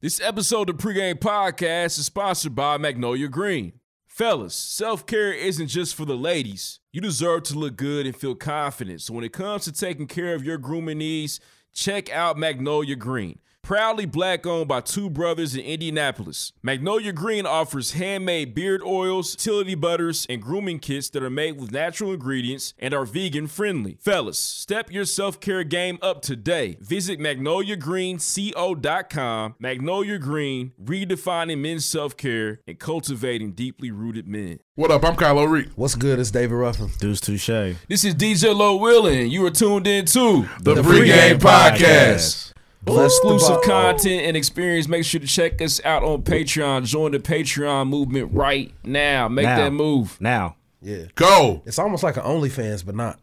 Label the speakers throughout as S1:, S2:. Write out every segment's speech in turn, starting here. S1: This episode of the Pregame Podcast is sponsored by Magnolia Green. Fellas, self care isn't just for the ladies. You deserve to look good and feel confident. So when it comes to taking care of your grooming needs, check out Magnolia Green. Proudly black owned by two brothers in Indianapolis, Magnolia Green offers handmade beard oils, utility butters, and grooming kits that are made with natural ingredients and are vegan friendly. Fellas, step your self care game up today. Visit magnoliagreenco.com. Magnolia Green, redefining men's self care and cultivating deeply rooted men.
S2: What up? I'm Kylo Reed.
S3: What's good? It's David Ruffin.
S4: Deuce Touche.
S1: This is DJ Low Willin. You are tuned in to
S2: The, Pregame Podcast.
S1: For
S3: Bless the
S1: exclusive
S3: ball.
S1: content and experience, make sure to check us out on Patreon. Join the Patreon movement right now. Make
S4: Now.
S1: that move.
S4: Now.
S3: Yeah.
S2: Go.
S3: It's almost like an OnlyFans, but not.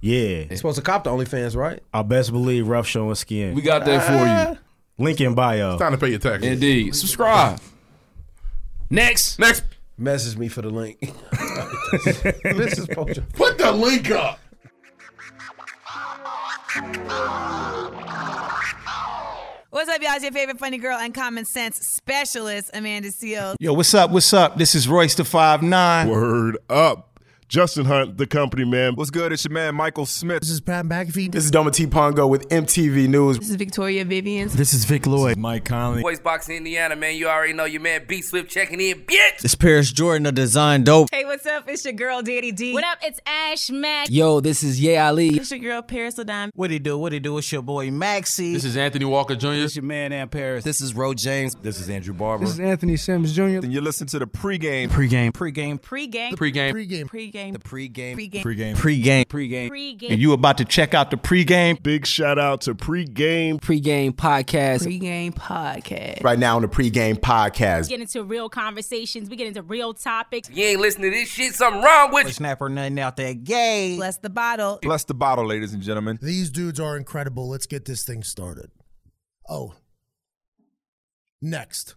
S4: Yeah.
S3: You're supposed to cop the OnlyFans, right?
S4: I best believe rough showing skin.
S1: We got that for
S4: Link in bio.
S2: Time to pay your taxes.
S1: you. Indeed. Subscribe. Next.
S2: Next,
S3: Message me for the link. this is poacher.
S2: put the link up.
S5: What's up, y'all? It's your favorite funny girl and common sense specialist, Amanda Seals.
S6: Yo, what's up? What's up? This is Royce the Five Nine.
S7: Word up. Justin Hunt, the company man.
S8: What's good? It's your man Michael Smith.
S6: This is Pat McAfee. This is Doma T Pongo with MTV News.
S5: This is Victoria Vivian.
S6: This is Vic Lloyd. Mike Conley.
S9: Voice Box in Indiana, man. You already know your man B Swift checking in, bitch.
S10: It's Paris Jordan of Design Dope.
S5: Hey, what's up? It's your girl, Daddy D. What up? It's Ash Mack.
S10: Yo, this is Ye Ali.
S5: It's your girl, Paris Ladon.
S6: What he do? What he do? It's your boy Maxie. This is
S1: Anthony Walker Jr.
S6: your man Aunt Paris.
S10: This is Ro James. This is Andrew Barber.
S8: And you listen to the pregame.
S6: pregame. Pregame.
S5: Pre-game. Pre-game. Pre-game. Pre-game.
S10: the pregame.
S5: Pre-game.
S10: Pregame. Pregame.
S6: Pregame.
S5: Pre-game.
S6: And you about to check out the pregame.
S7: Big shout out to pregame.
S10: Pregame podcast.
S5: Pre-game podcast.
S6: Right now on the pregame podcast.
S5: Get into real conversations. We get into real topics.
S9: You ain't listening to this shit, something wrong with you.
S6: Snap or nothing out that gay.
S5: Bless the bottle.
S8: Bless the bottle, ladies and gentlemen.
S11: These dudes are incredible. Let's get this thing started. Oh. Next.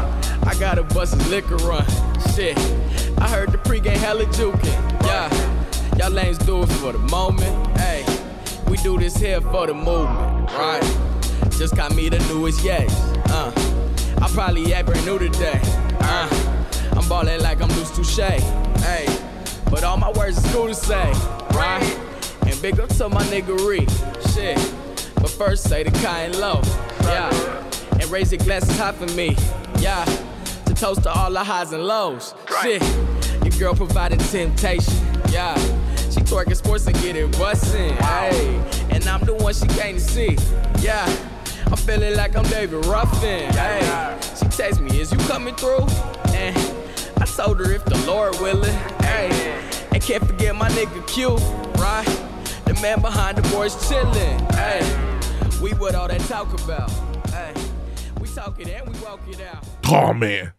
S10: I got a busted liquor run. Shit. I heard the pregame hella jukin'. Yeah. Y'all lanes do it for the moment. Hey, we do this here for the movement. Right. Just got me the newest yes. Uh, I probably act brand new today. Uh, I'm ballin' like I'm loose touche. Hey, but all my words is cool to say, right? And big up to my niggery, shit. But first say the kind low, yeah. And raise your glasses high for me, yeah. To toast to all the highs and lows, shit. Your girl provided temptation, yeah. She twerking sports and get it bustin', hey. And I'm the one she came to see, yeah. I'm feeling like I'm David Ruffin. Hey, she text me, is you coming through? And I told her if the Lord willing. Hey, and can't forget my nigga Q, right? The man behind the boys chillin'. Hey, we what all that talk about. Hey, we talk it and we walk it out.
S2: Oh man,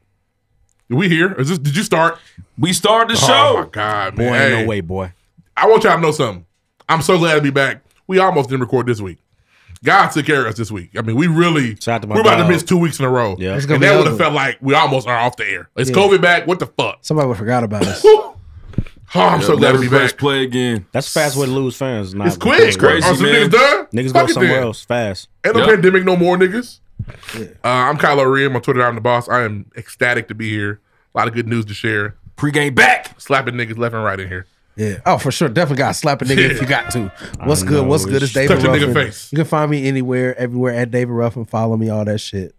S2: we here? Is this? Did you start?
S1: We start the
S2: Oh my
S1: show.
S2: god,
S4: Boy,
S2: man!
S4: ain't
S2: Hey,
S4: no way, boy.
S2: I want y'all to know something. I'm so glad to be back. We almost didn't record this week. God took care of us this week. I mean, we really
S4: Shout out to my
S2: we're about
S4: dog.
S2: to miss two weeks in a row.
S4: Yeah. It's
S2: and
S3: be
S2: that would have
S3: ugly.
S2: felt like we almost are off the air. It's COVID back. What the fuck?
S3: Somebody would forgot about us.
S2: Whew. Oh, I'm so glad
S1: Never
S2: to be
S1: press
S2: back.
S1: play again.
S4: That's a fast way to lose fans. Nah,
S2: It's quick. It's
S1: crazy,
S2: crazy. Are some
S1: man.
S2: niggas done?
S4: Niggas
S2: Fuck
S4: go
S2: it
S4: somewhere
S2: then.
S4: else fast.
S2: Ain't no
S1: Yup.
S2: pandemic no more, niggas. Uh, I'm Kylo Ren. My Twitter, I'm the boss. I am ecstatic to be here. A lot of good news to share.
S1: Pregame back.
S2: Slapping niggas left and right in here.
S3: Yeah. Oh, for sure. Definitely got to slap a nigga if you got to. What's good?
S4: know.
S3: What's good? It's
S4: Touch
S3: David
S2: a nigga
S3: Ruffin.
S2: face.
S3: You can find me anywhere, everywhere at David Ruffin. Follow me, all that shit.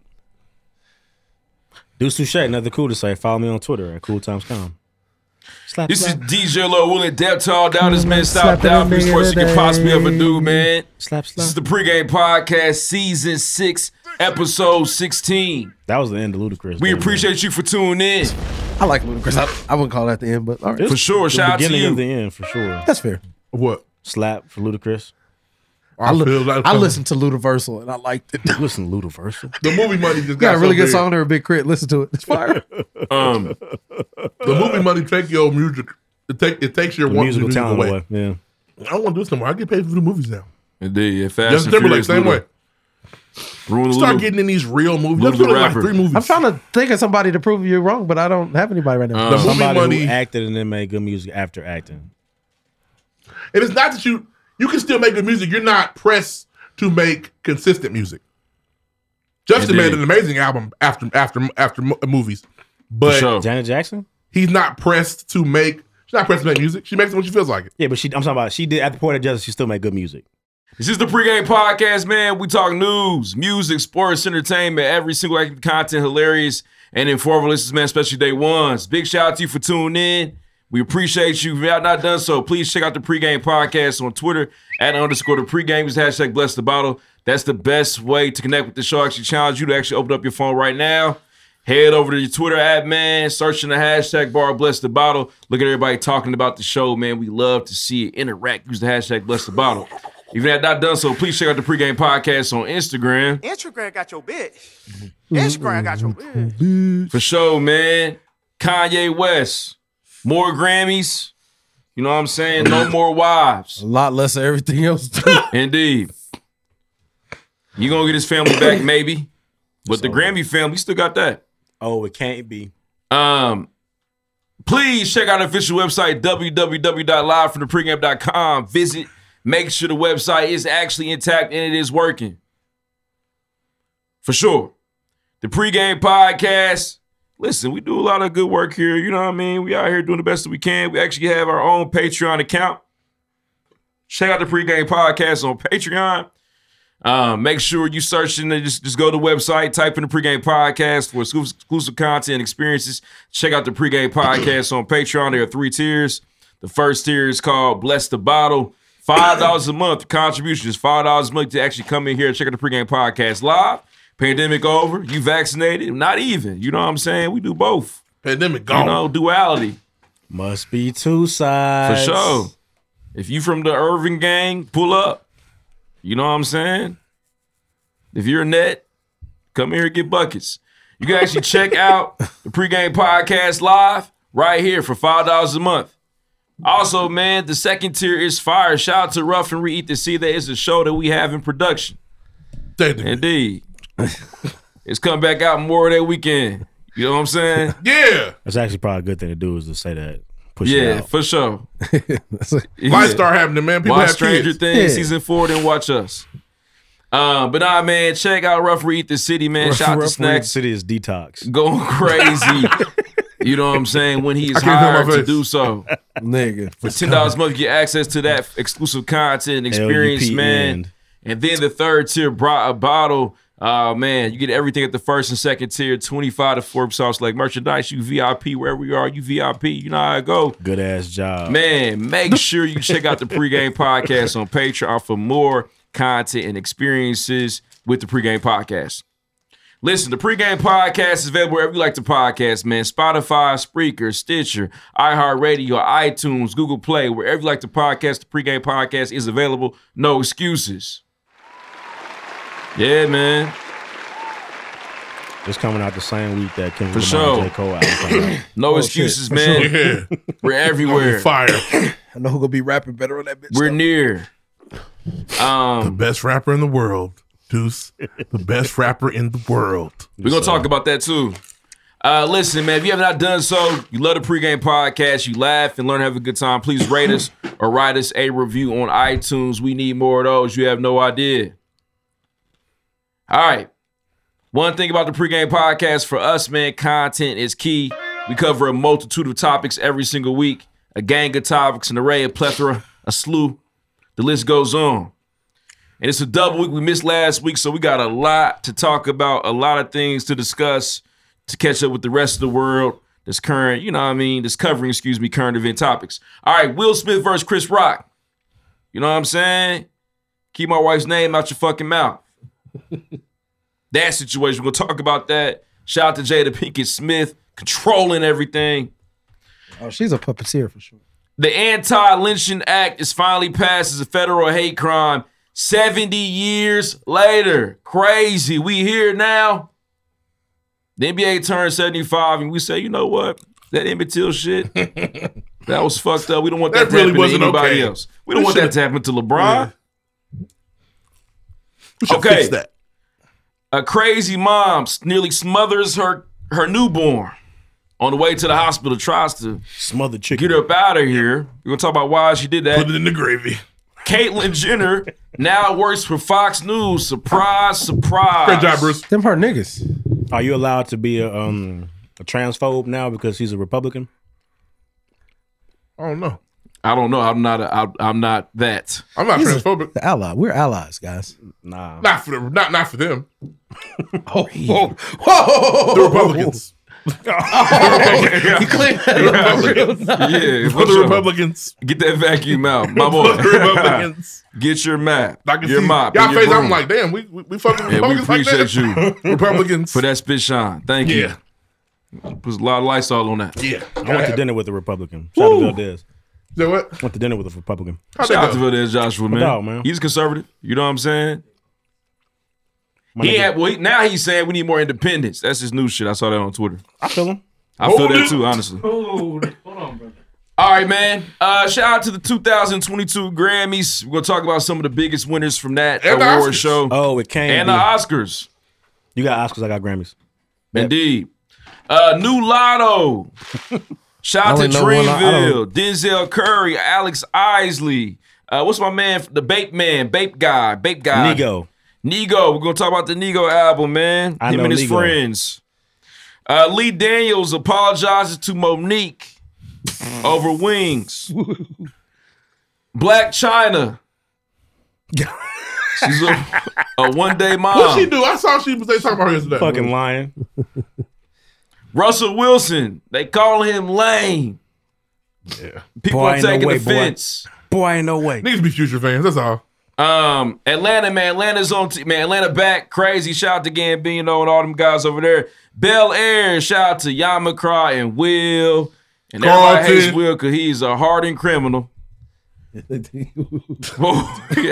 S4: Deuce Touche, nothing cool to say. Follow me on Twitter at Cool Times Com. Slap,
S1: This is
S4: slap,
S1: DJ Low Willin, Depth Tall Down. This man, South
S3: Slap it
S1: Down.
S3: up,
S1: Best
S3: nigga,
S1: person you can
S3: today.
S1: possibly ever do, man.
S4: slap, slap.
S1: This is the pregame podcast, season six, episode 16.
S4: that was the end of
S1: We
S4: Ludacris. dude, man.
S1: appreciate you for tuning in.
S3: I like Ludacris. I, I wouldn't call that the end, but all right.
S1: For sure.
S4: the
S1: Shout out to
S4: beginning
S1: you.
S4: of the end for sure.
S3: That's fair.
S2: What?
S4: Slap for Ludacris.
S2: I
S3: I, li-
S2: feel like-
S3: I listened to Ludiversal and I liked it.
S4: Listen, Ludiversal.
S2: The movie money just
S3: got a really
S2: so
S3: good
S2: big.
S3: song there, a big crit. Listen to it. It's fire.
S2: Um, the movie money take your music. It, take, it takes your
S1: The
S2: one
S1: musical
S2: music
S1: talent
S2: away.
S1: away, yeah.
S2: I don't want to do this no more. I get paid for the movies now.
S1: Indeed, yeah, fast
S2: Justin
S1: and
S2: Timberlake,
S1: Furious,
S2: same
S1: Luda.
S2: way.
S1: Ruin the
S2: Start
S1: Luda.
S2: getting in these real movies.
S1: Luda
S2: Let's do
S1: the
S2: like
S1: rapper.
S2: three movies.
S3: I'm trying to think of somebody to prove you wrong, but I don't have anybody right now.
S2: The movie
S4: Somebody
S2: money-
S4: who acted and then made good music after acting.
S2: And it's not that you you can still make good music. You're not pressed to make consistent music. Justin
S4: Indeed.
S2: made an amazing album after after after mo- movies, but
S4: Janet Jackson.
S2: he's not pressed to make. She's not pressed to make music. She makes it when she feels like it.
S4: Yeah, but she. I'm talking about. She did at the point of justice. She still made good music.
S1: This is the pregame podcast, man. We talk news, music, sports, entertainment, every single act of content, hilarious and informative listeners, man, especially day ones. Big shout out to you for tuning in. We appreciate you. If you have not done so, please check out the pregame podcast on Twitter at underscore the pregame. Use hashtag bless the bottle. That's the best way to connect with the show. I actually challenge you to actually open up your phone right now. Head over to your Twitter app, man. Search in the hashtag bar bless the bottle. Look at everybody talking about the show, man. We love to see it. Interact. Use the hashtag bless the bottle. If you have not done so, please check out the pregame podcast on Instagram.
S9: Instagram got your bitch.
S8: Mm-hmm.
S9: Instagram got your bitch.
S1: For sure, man. Kanye West. More Grammys. You know what I'm saying? No more wives.
S3: A lot less of everything else.
S1: Indeed. You gonna get his family back, maybe. But the Grammy family still got that.
S4: Oh, it can't be.
S1: Um please check out our official website, www.livefromthepregame.com. Visit, make sure the website is actually intact and it is working. For sure. The pregame podcast. Listen, we do a lot of good work here. You know what I mean? We out here doing the best that we can. We actually have our own Patreon account. Check out the pregame podcast on Patreon. Um, make sure you search in the, just, just go to the website, type in the pregame podcast for exclu- exclusive content experiences. Check out the pregame podcast on Patreon. There are three tiers. The first tier is called Bless the Bottle. Five dollars a month contribution is five dollars a month to actually come in here and check out the pregame podcast live. Pandemic over. You vaccinated? Not even. You know what I'm saying? We do both.
S2: Pandemic
S1: You know duality.
S4: Must be two
S1: For
S4: sides.
S1: sure. If you from the Irving gang, pull up. You know what I'm saying? If you're a net, come here and get buckets. You can actually check out the pregame podcast live right here for five dollars a month. Also, man, the second tier is fire. Shout out to Rough and Reed to see that it's a show that we have in production. Indeed. it's come back out more that weekend. You know what I'm saying?
S2: Yeah.
S4: That's actually probably a good thing to do is to say that. Push
S1: yeah,
S4: it
S1: for sure.
S4: out.
S1: Yeah.
S2: happening, man.
S1: watch
S2: have
S1: Stranger
S2: kids.
S1: Things
S2: Yeah.
S1: season four, then watch us. Uh, but nah, man, check out Rough Read the City, man.
S4: Rough-
S1: Shout out to
S4: Rough
S1: Snacks.
S4: Reed City is detox.
S1: Going crazy. you know what I'm saying? When he
S4: I
S1: is
S4: can't feel my
S1: hired to
S4: face.
S1: do so.
S3: Nigga.
S1: For ten dollars a month, you get access to that exclusive content and experience,
S4: LUPN.
S1: man. And then the third tier brought a bottle. Uh man, you get everything at the first and second tier, 25 to Forbes sauce like merchandise. You VIP wherever you are, you VIP. You know how I go.
S4: Good ass job.
S1: Man, make sure you check out the pregame podcast on Patreon for more content and experiences with the pregame podcast. Listen, the pregame podcast is available wherever you like to podcast, man. Spotify, Spreaker, Stitcher, iHeartRadio, iTunes, Google Play, wherever you like to podcast, the pregame podcast is available. No excuses. Yeah, man.
S4: It's coming out the same week that Kendrick
S1: For
S4: Lamar
S1: sure.
S4: and J. Cole album came out.
S1: No excuses, man. We're everywhere.
S3: I know who gonna be rapping better on that bitch.
S1: We're near. Um,
S2: the best rapper in the world, Deuce. The best rapper in the world.
S1: We're gonna talk about that too. Uh, listen, man, if you have not done so, you love the pregame podcast, you laugh and learn, have a good time. Please rate us or write us a review on iTunes. We need more of those. You have no idea. All right. One thing about the pregame podcast for us, man, content is key. We cover a multitude of topics every single week, a gang of topics, an array, a plethora, a slew. The list goes on. And it's a double week. We missed last week, so we got a lot to talk about, a lot of things to discuss to catch up with the rest of the world that's current, you know what I mean, that's covering, excuse me, current event topics. All right, Will Smith versus Chris Rock. You know what I'm saying? Keep my wife's name out your fucking mouth. that situation, we'll talk about that. Shout out to Jada Pinkett Smith, controlling everything.
S3: Oh, she's a puppeteer for sure.
S1: The Anti Lynching Act is finally passed as a federal hate crime. 70 years later. Crazy. We here now. The NBA turned 75, and we say, you know what? That Emmett Till shit, that was fucked up. We don't want
S2: That
S1: that,
S2: really
S1: to happen
S2: wasn't
S1: to anybody
S2: okay.
S1: else. We don't
S2: We
S1: want that
S2: should-
S1: to happen to LeBron.
S2: should
S1: okay.
S2: fix that.
S1: A crazy mom s- nearly smothers her her newborn on the way to the hospital. Tries to smother chicken. Get her up out of here. We're gonna talk about why she did that. Put it in the gravy. Caitlyn Jenner now works for Fox News. Surprise, surprise.
S4: Them her niggas. Are you allowed to be a, um, a transphobe now because he's a Republican?
S2: I don't know.
S1: I don't know. I'm not. A, I, I'm not that.
S2: I'm not
S3: He's a-
S2: transphobic.
S3: The ally. We're allies, guys.
S4: Nah.
S2: Not for the, not not for them.
S3: Oh,
S2: whoa, whoa, the Republicans.
S1: You
S3: cleared
S2: that up real nice.
S1: Yeah,
S2: Oh, For the Republicans.
S1: Get that vacuum out, my
S2: For
S1: boy.
S2: the Republicans.
S1: Get your map,
S2: I can
S1: your
S2: see
S1: mop,
S2: y'all
S1: and your
S2: face. I'm
S1: broom.
S2: like, damn, we we, we fucking
S1: Yeah, we
S2: Republicans like
S1: appreciate
S2: that.
S1: you,
S2: Republicans.
S1: for that spit shine. Thank you. Put a lot of lifestyle on that.
S2: Yeah,
S4: I went to dinner with a Republican. Shout out to Valdez.
S2: You know what?
S4: Went to dinner with a Republican.
S1: Shout out to Valdez Joshua, man.
S4: dog, man.
S1: He's conservative. You know what I'm saying? he
S4: nigga-
S1: had, well, he, now he's saying we need more independence. That's his new shit. I saw that on Twitter.
S4: I feel him.
S1: I feel that too, honestly. All right, man. Uh, shout out to the 2022 Grammys. We're gonna talk about some of the biggest winners from that
S4: And the
S1: award
S4: Oscars.
S1: show.
S4: Oh, it came.
S1: and uh, the
S4: yeah.
S1: Oscars.
S4: You got Oscars, I got Grammys.
S1: Indeed. Uh, new Lotto. Shout out
S4: I
S1: to
S4: only know one Lotto.
S1: Dreamville, Denzel Curry, Alex Isley. Uh, what's my man, the Bape Man, Bape Guy, Bape Guy,
S4: Nego.
S1: Nego. We're gonna talk about the Nego album, man.
S4: I
S1: Him
S4: know
S1: and his
S4: Nego.
S1: friends. Uh, Lee Daniels apologizes to Monique over wings. Black China. She's a, a one-day mom.
S2: What she do? I saw she was they talking about her yesterday.
S1: Fucking
S4: lying.
S1: Russell Wilson, they call him lame. Yeah. People
S2: Boy,
S1: are
S2: ain't no
S1: taking
S2: way, boy.
S1: offense.
S4: Boy, ain't no way.
S2: Niggas be future fans. That's all.
S1: Um, Atlanta, man, Atlanta's on t- man, Atlanta back. Crazy. Shout out to Gambino and all them guys over there. Bel Air, shout out to Yamakra and Will. And everybody hates
S2: Carlton.
S1: Will because he's a hardened criminal. he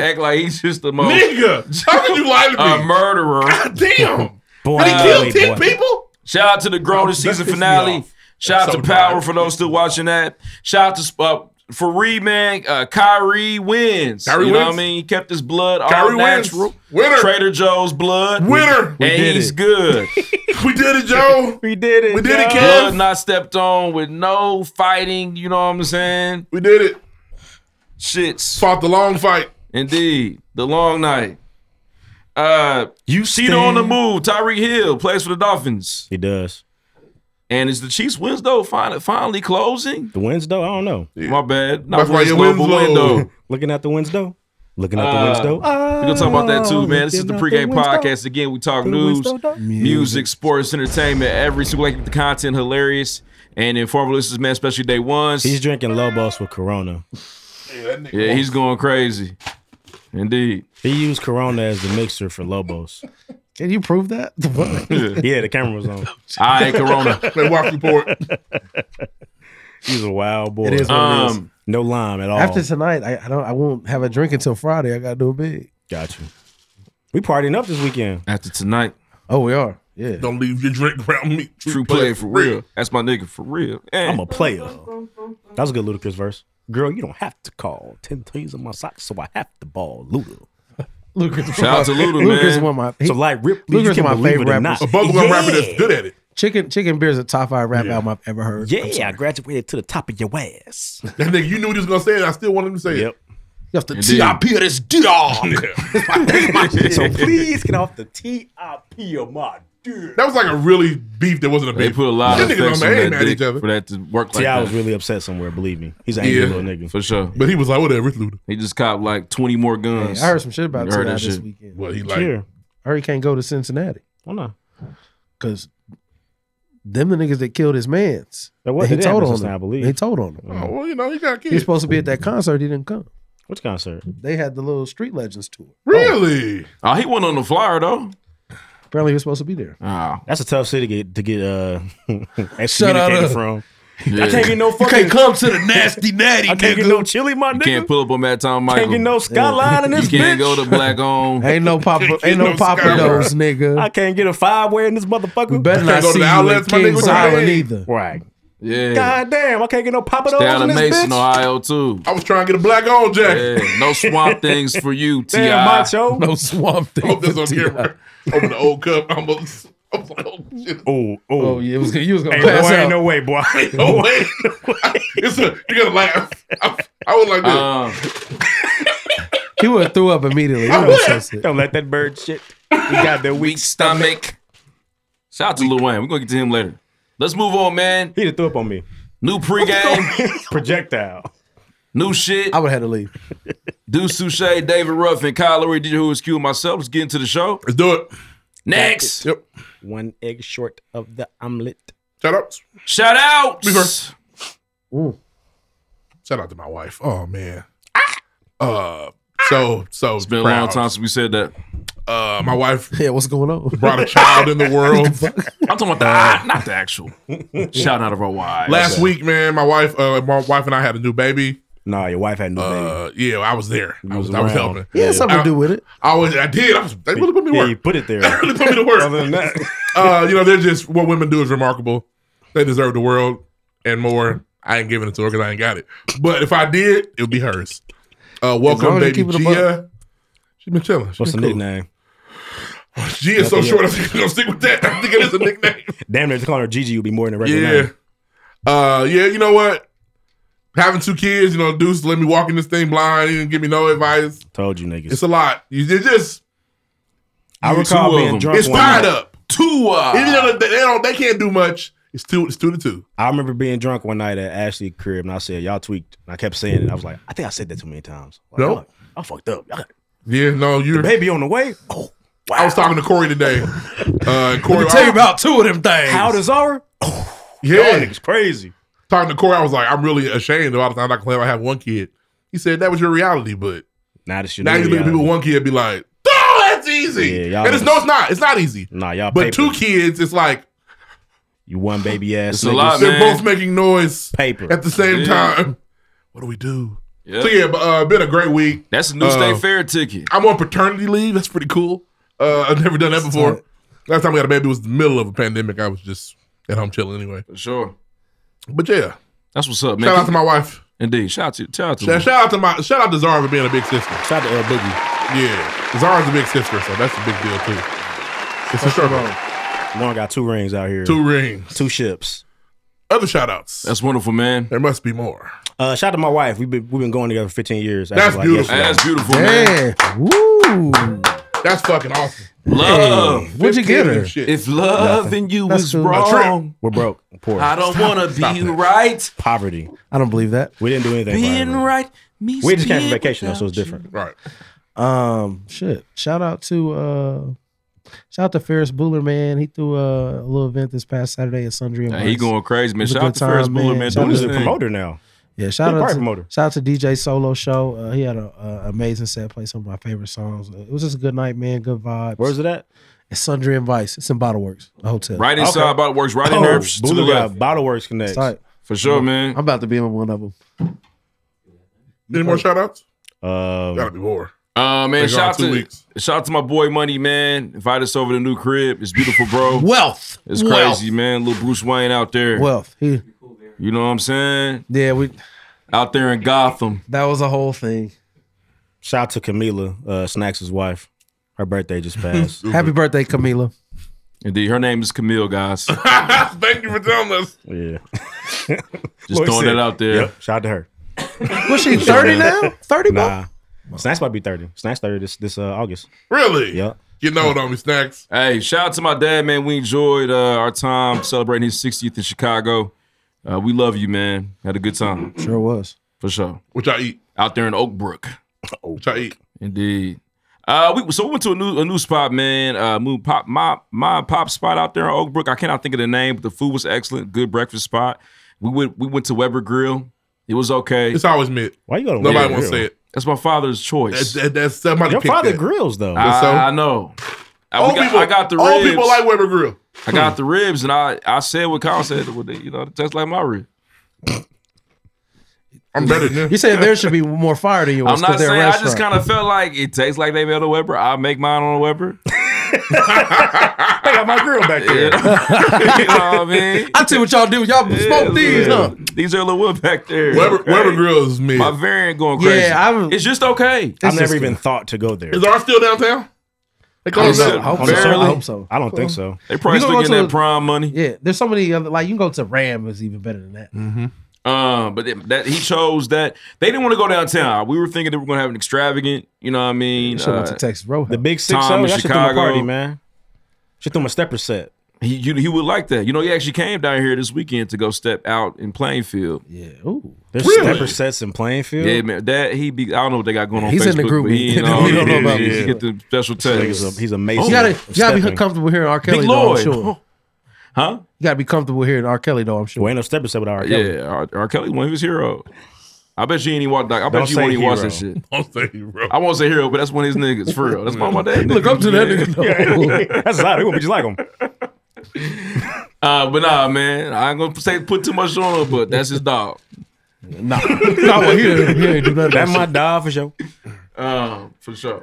S1: act like he's just the most
S2: Nigga, how could you lie to me?
S1: a murderer.
S2: damn.
S1: Uh, Boy,
S2: But he killed ten people.
S1: Shout out to the Grown
S2: That
S1: season
S2: pissed me
S1: finale.
S2: off.
S1: Shout out
S2: So
S1: to Power for those still watching that. Shout out to uh, Faree, man. Uh, Kyrie wins.
S2: Kyrie
S1: you know what I
S2: wins.
S1: mean? He kept his blood
S2: Kyrie
S1: all
S2: wins.
S1: natural.
S2: Winner.
S1: Trader Joe's blood.
S2: Winner. We
S1: and
S2: did
S1: he's
S2: it.
S1: good.
S2: we did it, Joe.
S4: we did it.
S2: We did it,
S1: Blood
S2: Kev.
S1: not stepped on with no fighting. You know what I'm saying?
S2: We did it.
S1: Shits.
S2: Fought the long fight.
S1: Indeed. The long night. Uh,
S4: you
S1: Cena on the move. Tyreek Hill plays for the Dolphins.
S4: He does.
S1: And is the Chiefs wins though finally, finally closing?
S4: The wins, though? I don't know.
S1: My bad. Not
S4: That's why
S1: Winslow,
S4: your
S1: but
S4: Winslow.
S1: window.
S4: Looking at the window. Looking at
S1: Uh,
S4: the window.
S1: We're gonna talk about that too, man. This is the
S4: Looking out
S1: pregame
S4: the window.
S1: podcast. Again, we talk
S4: The
S1: news,
S4: window, dog.
S1: music, sports, entertainment, every single like the content hilarious and informative listeners, man, especially day ones.
S4: He's drinking Lobos with Corona.
S1: yeah, he's going crazy. Indeed.
S4: He used Corona as the mixer for Lobos.
S3: Can you prove that?
S4: yeah, the camera was on.
S1: I ain't Corona.
S2: They walk report.
S4: He's a wild boy.
S3: It is what it is. Um,
S4: No lime at all.
S3: After tonight, I, I don't. I won't have a drink until Friday. I gotta do it big.
S4: Got you. We partying up this weekend.
S1: After tonight.
S3: Oh, we are. Yeah.
S2: Don't leave your drink around me.
S1: True player for real. That's my nigga for real.
S4: I'm a player. That was a good Ludacris verse. Girl, you don't have to call. Ten tees on my socks, so I have to ball Luda.
S3: Lucas.
S1: Shout out to Luda,
S3: Lucas
S1: man.
S3: One of my,
S4: So like Rip,
S3: Ludacris
S4: you
S3: is
S4: can
S3: my
S4: believe it
S3: favorite
S4: or
S3: rapper.
S4: not.
S3: A bubblegum rapper that's
S2: good at it.
S3: Chicken Chicken Beer is a top five rap album I've ever heard. I'm
S4: Yeah,
S3: sorry.
S4: I graduated to the top of your ass.
S2: That nigga, you knew he was gonna say it. I still wanted him to say
S4: Yep.
S3: You have to
S2: Indeed.
S3: TIP this dog.
S4: so please get off the T.I.P. of my
S2: it. That was like a really beef that wasn't a
S1: They
S2: beef.
S1: put a lot
S2: Them
S1: of
S2: niggas don't-
S1: effects
S2: they
S1: on
S2: ain't
S1: that
S2: mad at
S1: dick
S2: each other.
S1: for that to work like
S4: T.I.
S1: that.
S4: was really upset somewhere, believe me. He's an angry
S1: Yeah.
S4: little nigga.
S1: for sure.
S2: But he was like, whatever, it's Luda.
S1: He just copped like 20 more guns.
S3: I heard some shit about
S1: You heard
S3: T.I.
S1: that
S3: this
S1: shit.
S3: weekend.
S2: What he
S3: Sure.
S2: like?
S3: I heard he can't go to Cincinnati
S4: Why not?
S3: because them the niggas that killed his mans.
S4: That was-
S3: And
S4: it
S3: he
S4: did
S3: told
S4: happen
S3: on
S4: since
S3: them.
S4: I believe.
S3: He told on them.
S2: Oh, well, you know, he got
S3: He was
S2: kids.
S3: supposed to be at that concert. He didn't come.
S4: Which concert?
S3: They had the little Street Legends tour.
S2: Really?
S1: Oh, he went on the flyer though.
S3: Apparently, he was supposed to be there.
S1: Oh.
S4: That's a tough city to get, to get uh, excommunicated
S3: up.
S4: from.
S1: Yeah.
S4: I can't get no
S1: You
S4: fucking.
S1: can't come to the nasty natty,
S4: I can't get
S1: nigga.
S4: no chili, my
S1: You
S4: nigga.
S1: can't pull up on that time, Michael.
S4: get no skyline in this
S1: You can't
S4: bitch.
S1: go to black on.
S3: Ain't no pop, ain't no papados, nigga.
S4: I can't get a five way in this motherfucker.
S3: Better not see you at Kings Island either.
S4: Right.
S1: Yeah.
S4: God damn, I can't get no papados
S1: Down
S4: in
S1: in
S4: this
S1: Mason,
S4: bitch.
S1: Ohio, too.
S2: I was trying to get a black on jacket.
S1: Yeah, no swamp things for you, T.I.
S4: Damn, macho.
S1: Oh,
S3: No swamp thing.
S2: Hope that's on camera. Open the old cup. I'm a, I was like, oh shit.
S4: Oh, oh,
S3: Oh, yeah, it was, you was gonna
S4: Hey,
S3: pass
S4: boy,
S3: out.
S4: ain't no way, boy.
S2: No way. it's a, you gotta laugh. I, I was like this.
S1: Uh,
S3: He would have threw up immediately.
S4: I
S3: He
S4: would.
S3: would've said it.
S4: Don't let that bird shit. You got that weak
S1: stomach. Shout out to Lil Wayne. We're gonna get to him later. Let's move on, man.
S4: He done threw up on me.
S1: New pregame,
S4: projectile,
S1: new shit.
S3: I would have had to leave.
S1: Deuce Suchet, David Ruffin, Kyle Lowry, DJ Who is Q, and myself. Let's get into the show.
S2: Let's do it.
S1: Next.
S2: Yep.
S4: One egg short of the omelet.
S2: Shout out.
S1: Shout out.
S2: Shout out to my wife. Oh man.
S3: Ah!
S2: Uh, so so
S1: It's been a long time since we said that.
S2: Uh, my wife
S3: Yeah, what's going on?
S2: brought a child in the world.
S1: I'm talking about the eye, not the actual. Shout out of our wives.
S2: Last week, man, my wife, uh, my wife and I had a new baby.
S4: Nah, your wife had a new
S2: uh, baby. Yeah, I was there. I was,
S4: was
S2: I was
S4: around.
S2: helping.
S3: He had something
S2: I-
S3: to do with it.
S2: I was, I did. I was, they really put me to
S4: Yeah,
S2: work.
S4: you put it there.
S2: They really put me to work. Other than that, uh, you know, they're just what women do is remarkable. They deserve the world and more. I ain't giving it to her because I ain't got it. But if I did, it would be hers. Uh, welcome,
S3: long as you
S2: baby
S3: keep it a buck.
S2: Gia. She's been chilling. She's
S4: What's the
S2: been cool.
S4: nickname?
S2: Gia is so short. I'm gonna stick with that. I'm thinking it's a nickname.
S4: Damn, they're calling her Gigi. You'll be more than a regular
S2: Yeah.
S4: name.
S2: Uh yeah, you know what? Having two kids, you know, Deuce let me walk in this thing blind. He didn't give me no advice.
S4: Told you niggas.
S2: It's a lot. You it just
S4: I recall
S2: two of
S4: being
S2: them.
S4: drunk
S2: It's
S4: one
S2: tied
S4: night.
S2: up.
S1: Two uh,
S2: Even though they they don't they can't do much. It's two it's two to two.
S4: I remember being drunk one night at Ashley's crib, and I said, "Y'all tweaked." And I kept saying it. I was like, "I think I said that too many times." Like,
S2: No.
S4: y'all- I fucked up. Y'all-
S2: Yeah, no, you're
S4: Baby on the way. Oh,
S2: I was talking to Corey today. Uh Corey
S3: Let me tell
S2: I-
S3: you about two of them things.
S4: how does Zara? Y'all
S2: Yeah.
S4: niggas crazy.
S2: Talking to Corey, I was like, I'm really ashamed of all the times I claim I have one kid. He said that was your reality, but
S4: Now this shit.
S2: now you look at people with one kid and be like, Oh, that's easy.
S4: Yeah, y'all
S2: and it's no, it's not. It's not easy.
S4: Nah, y'all.
S2: But
S4: paper.
S2: two kids, it's like
S4: You one baby ass.
S1: It's a
S4: niggas.
S1: lot,
S2: they're
S1: man.
S2: both making noise
S4: Paper.
S2: at the same
S1: Yeah.
S2: time. What do we do?
S1: Yeah.
S2: So yeah, but, uh, been a great week.
S1: That's a new
S2: Uh,
S1: state fair ticket.
S2: I'm on paternity leave. That's pretty cool. Uh, I've never done that before. Last time we had a baby was the middle of a pandemic. I was just at home chilling anyway.
S1: For sure.
S2: But yeah,
S1: That's what's up, man.
S2: shout out to my wife.
S1: Indeed. Shout out to shout out to
S2: Shout,
S1: Lil
S2: shout out to my shout out to Zara for being a big sister.
S4: Shout out to El Boogie.
S2: Yeah, Zara's a big sister, so that's a big deal too. It's a struggle.
S4: Lauren got two rings out here.
S2: Two rings.
S4: two ships.
S2: Other shout outs.
S1: That's wonderful, man.
S2: There must be more.
S4: Uh, shout out to my wife. We've been we've been going together for 15 years.
S2: That's
S4: Actually,
S2: beautiful.
S1: Hey,
S4: yesterday.
S1: that's beautiful, man.
S3: Yeah. Woo.
S2: That's fucking awesome.
S1: Love.
S3: What'd you get her?
S2: Shit.
S1: If loving you
S3: That's
S1: is
S3: cool.
S1: wrong,
S4: We're broke. I'm Poor.
S1: I don't want to be right.
S4: Poverty.
S3: I don't believe that.
S4: We didn't do anything. for
S1: Being
S4: her.
S1: right means
S4: We just came from
S1: being
S4: vacation though, so it's
S1: without you.
S4: different.
S2: right.
S4: Um,
S3: Shit. Shout out to uh shout out to Ferris Bueller, man. He threw uh, a little event this past Saturday at Sundry. and
S1: Hey, he
S3: Vice.
S1: going crazy, man.
S3: It was a
S1: Shout out
S3: good
S1: to Ferris
S3: time,
S1: Bueller,
S3: man.
S1: man.
S3: Shout
S1: Doing
S3: out
S1: his
S3: to
S4: who's the
S1: thing.
S4: promoter now?
S3: Yeah, shout
S4: Big
S3: out
S4: party
S3: to,
S4: promoter.
S3: shout out to DJ Solo Show. Uh, he had an amazing set, played some of my favorite songs. Uh, it was just a good night, man. Good vibes.
S4: Where's it at?
S3: It's Sundry and Vice. It's in Bottle Works, a hotel.
S1: Right inside,
S4: Okay.
S1: about works right in
S4: Oh,
S1: there to the
S4: Buddha got
S1: left.
S4: Bottle Works Connect.
S3: It's tight.
S1: For sure, man.
S3: I'm about to be in one of them.
S2: Any more shout outs? Gotta
S4: Um,
S2: be more.
S1: Uh,
S2: They
S1: man,
S2: gone
S1: shout out
S2: two
S1: to
S2: weeks.
S1: shout out to my boy Money, man. Invite us over to the new crib. It's beautiful, bro.
S3: Wealth.
S1: It's
S3: Wealth.
S1: crazy, man. Little Bruce Wayne out there.
S3: Wealth. He,
S1: You know what I'm saying?
S3: yeah, we
S1: Out there in Gotham.
S3: that was a whole thing.
S4: shout out to Camila, uh, Snacks' wife. Her birthday just passed.
S3: Happy birthday, Camila.
S1: Indeed, her name is Camille, guys. Just
S2: Thank you for telling us.
S4: yeah. Boy
S1: throwing
S4: said-
S1: that out there.
S4: Yep. Shout out to her.
S3: Was she 30 now? 30
S4: Nah. Uh, Snacks might be 30. Snacks 30 this this uh, August.
S2: Really?
S4: Yep.
S2: You know it on me, snacks.
S1: Hey, shout out to my dad, man. We enjoyed uh, our time celebrating his 60th in Chicago. Uh, we love you, man. Had a good time
S3: Sure was.
S1: for sure.
S2: Which I eat.
S1: Out there in Oak Brook.
S2: Which I eat.
S1: Indeed. Uh, we so we went to a new a new spot, man. Uh, moved pop my my pop spot out there in Oak Brook. I cannot think of the name, but the food was excellent. Good breakfast spot. We went we went to Weber Grill. It was okay.
S2: It's always mid.
S4: Why you got to
S2: Nobody wants to say it.
S1: That's my father's
S2: That's,
S1: choice.
S2: that, that's somebody
S4: Your
S2: picked
S4: father
S2: that.
S4: grills though.
S1: I,
S2: so?
S1: I know. I, we
S2: Old
S1: got,
S2: people,
S1: I got the ribs.
S2: old people like Weber Grill.
S1: I got the ribs, and I I said what Kyle said. Well, they- You know, that's like my rib.
S2: I'm better than
S3: You said there should be more fire than yours.
S1: I'm not saying. I just kind of felt like it tastes like they made a Weber. I make mine on a Weber.
S4: I got my grill back there.
S1: you know what I mean?
S3: I see what y'all do. Y'all smoke these, huh?
S1: These are a little wood back there.
S2: Weber- Weber grills me.
S1: My variant going
S4: Yeah,
S1: crazy.
S4: I'm-
S1: it's just okay.
S4: I've never even thought to go there.
S2: Is ours still downtown? They
S4: I
S2: closed
S4: don't know.
S2: up.
S4: I hope so. I hope so. I don't think so.
S1: They probably
S3: You
S1: still
S3: gonna go
S1: getting
S3: to
S1: that
S3: a-
S1: prime money.
S3: Yeah, there's so many other like you can go to Ram is even better than that.
S1: Mm-hmm. Um, but it- that he chose that they didn't want to go downtown. We were thinking that we are gonna have an extravagant. You know what I mean?
S3: Should went
S1: Uh,
S3: to Texas Roadhouse.
S4: The big six.
S1: Tom
S4: Tom
S1: in
S4: should throw my
S1: Chicago.
S4: party, man. She threw my stepper set.
S1: He you, he would like that. You know, he actually came down here this weekend to go step out in Plainfield.
S3: Yeah. Ooh.
S4: There's stepper sets in Plainfield.
S1: Yeah, man. That he be. I don't know what they got going on.
S4: He's
S1: Facebook,
S4: in the group.
S1: but He,
S4: We
S1: ain't on-
S4: don't know about
S1: yeah,
S4: this.
S1: he Get the special
S4: This
S1: text.
S4: nigga's a- he's
S3: Oh. You gotta, you gotta be comfortable hearing R. Kelly.
S1: Big
S3: though, I'm
S1: Lloyd.
S3: sure.
S1: Huh?
S3: You gotta be comfortable hearing R. Kelly though. I'm sure.
S4: Ain't no stepper set without R. Kelly.
S1: Yeah, R. R. Kelly, one of his heroes. uh, I bet you ain't even watch. I bet
S4: Don't
S1: you
S4: say
S1: won't even watch
S4: hero.
S1: that shit.
S2: Don't say hero.
S1: I won't say hero, but that's one of his niggas for real. That's one of my dad.
S3: Look up to that nigga,
S1: Yeah.
S4: That's a lot. People just like him.
S1: Uh, but nah, man, I ain't gonna say put too much on him, but that's his dog.
S3: Nah, nah, well, he, didn't- he ain't do nothing.
S4: That's my dog for sure.
S1: Um, for sure.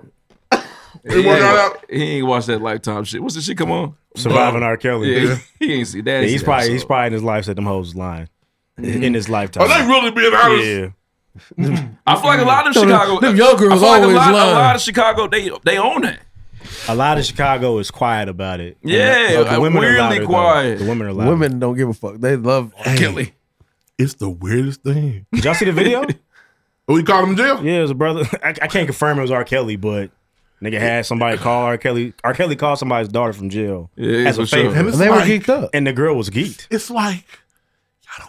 S1: He,
S4: It worked
S1: ain't,
S4: out.
S1: wa- he ain't watched that lifetime shit. What's the shit come on?
S4: Surviving R. Kelly.
S1: Yeah, he ain't see that.
S4: Yeah, he's probably he's probably in his life said them hoes lying in his lifetime.
S1: Are Mm-hmm. Oh, they really being honest? I feel like a lot of
S4: Them-
S1: Chicago.
S4: them young
S1: I feel
S4: girls
S1: like
S4: always
S1: a lot,
S4: lying.
S1: A lot of Chicago, they they own that.
S4: Yeah, a lot of Chicago is quiet about it. And uh,
S1: Yeah,
S4: the, the women are
S1: weirdly
S4: louder, though.
S1: quiet.
S4: The women are louder.
S3: Women don't give a fuck. They love R.
S2: Kelly. It's the weirdest thing.
S4: Did y'all see the video?
S2: we caught him in jail.
S4: Yeah, it was a brother. I, I can't confirm it was R. Kelly, but nigga had somebody call R. Kelly. R. Kelly called somebody's daughter from jail
S1: Yeah,
S4: as a
S1: for sure.
S4: favor.
S1: And it's And they were like-
S3: geeked up,
S4: and the girl was geeked.
S2: It's like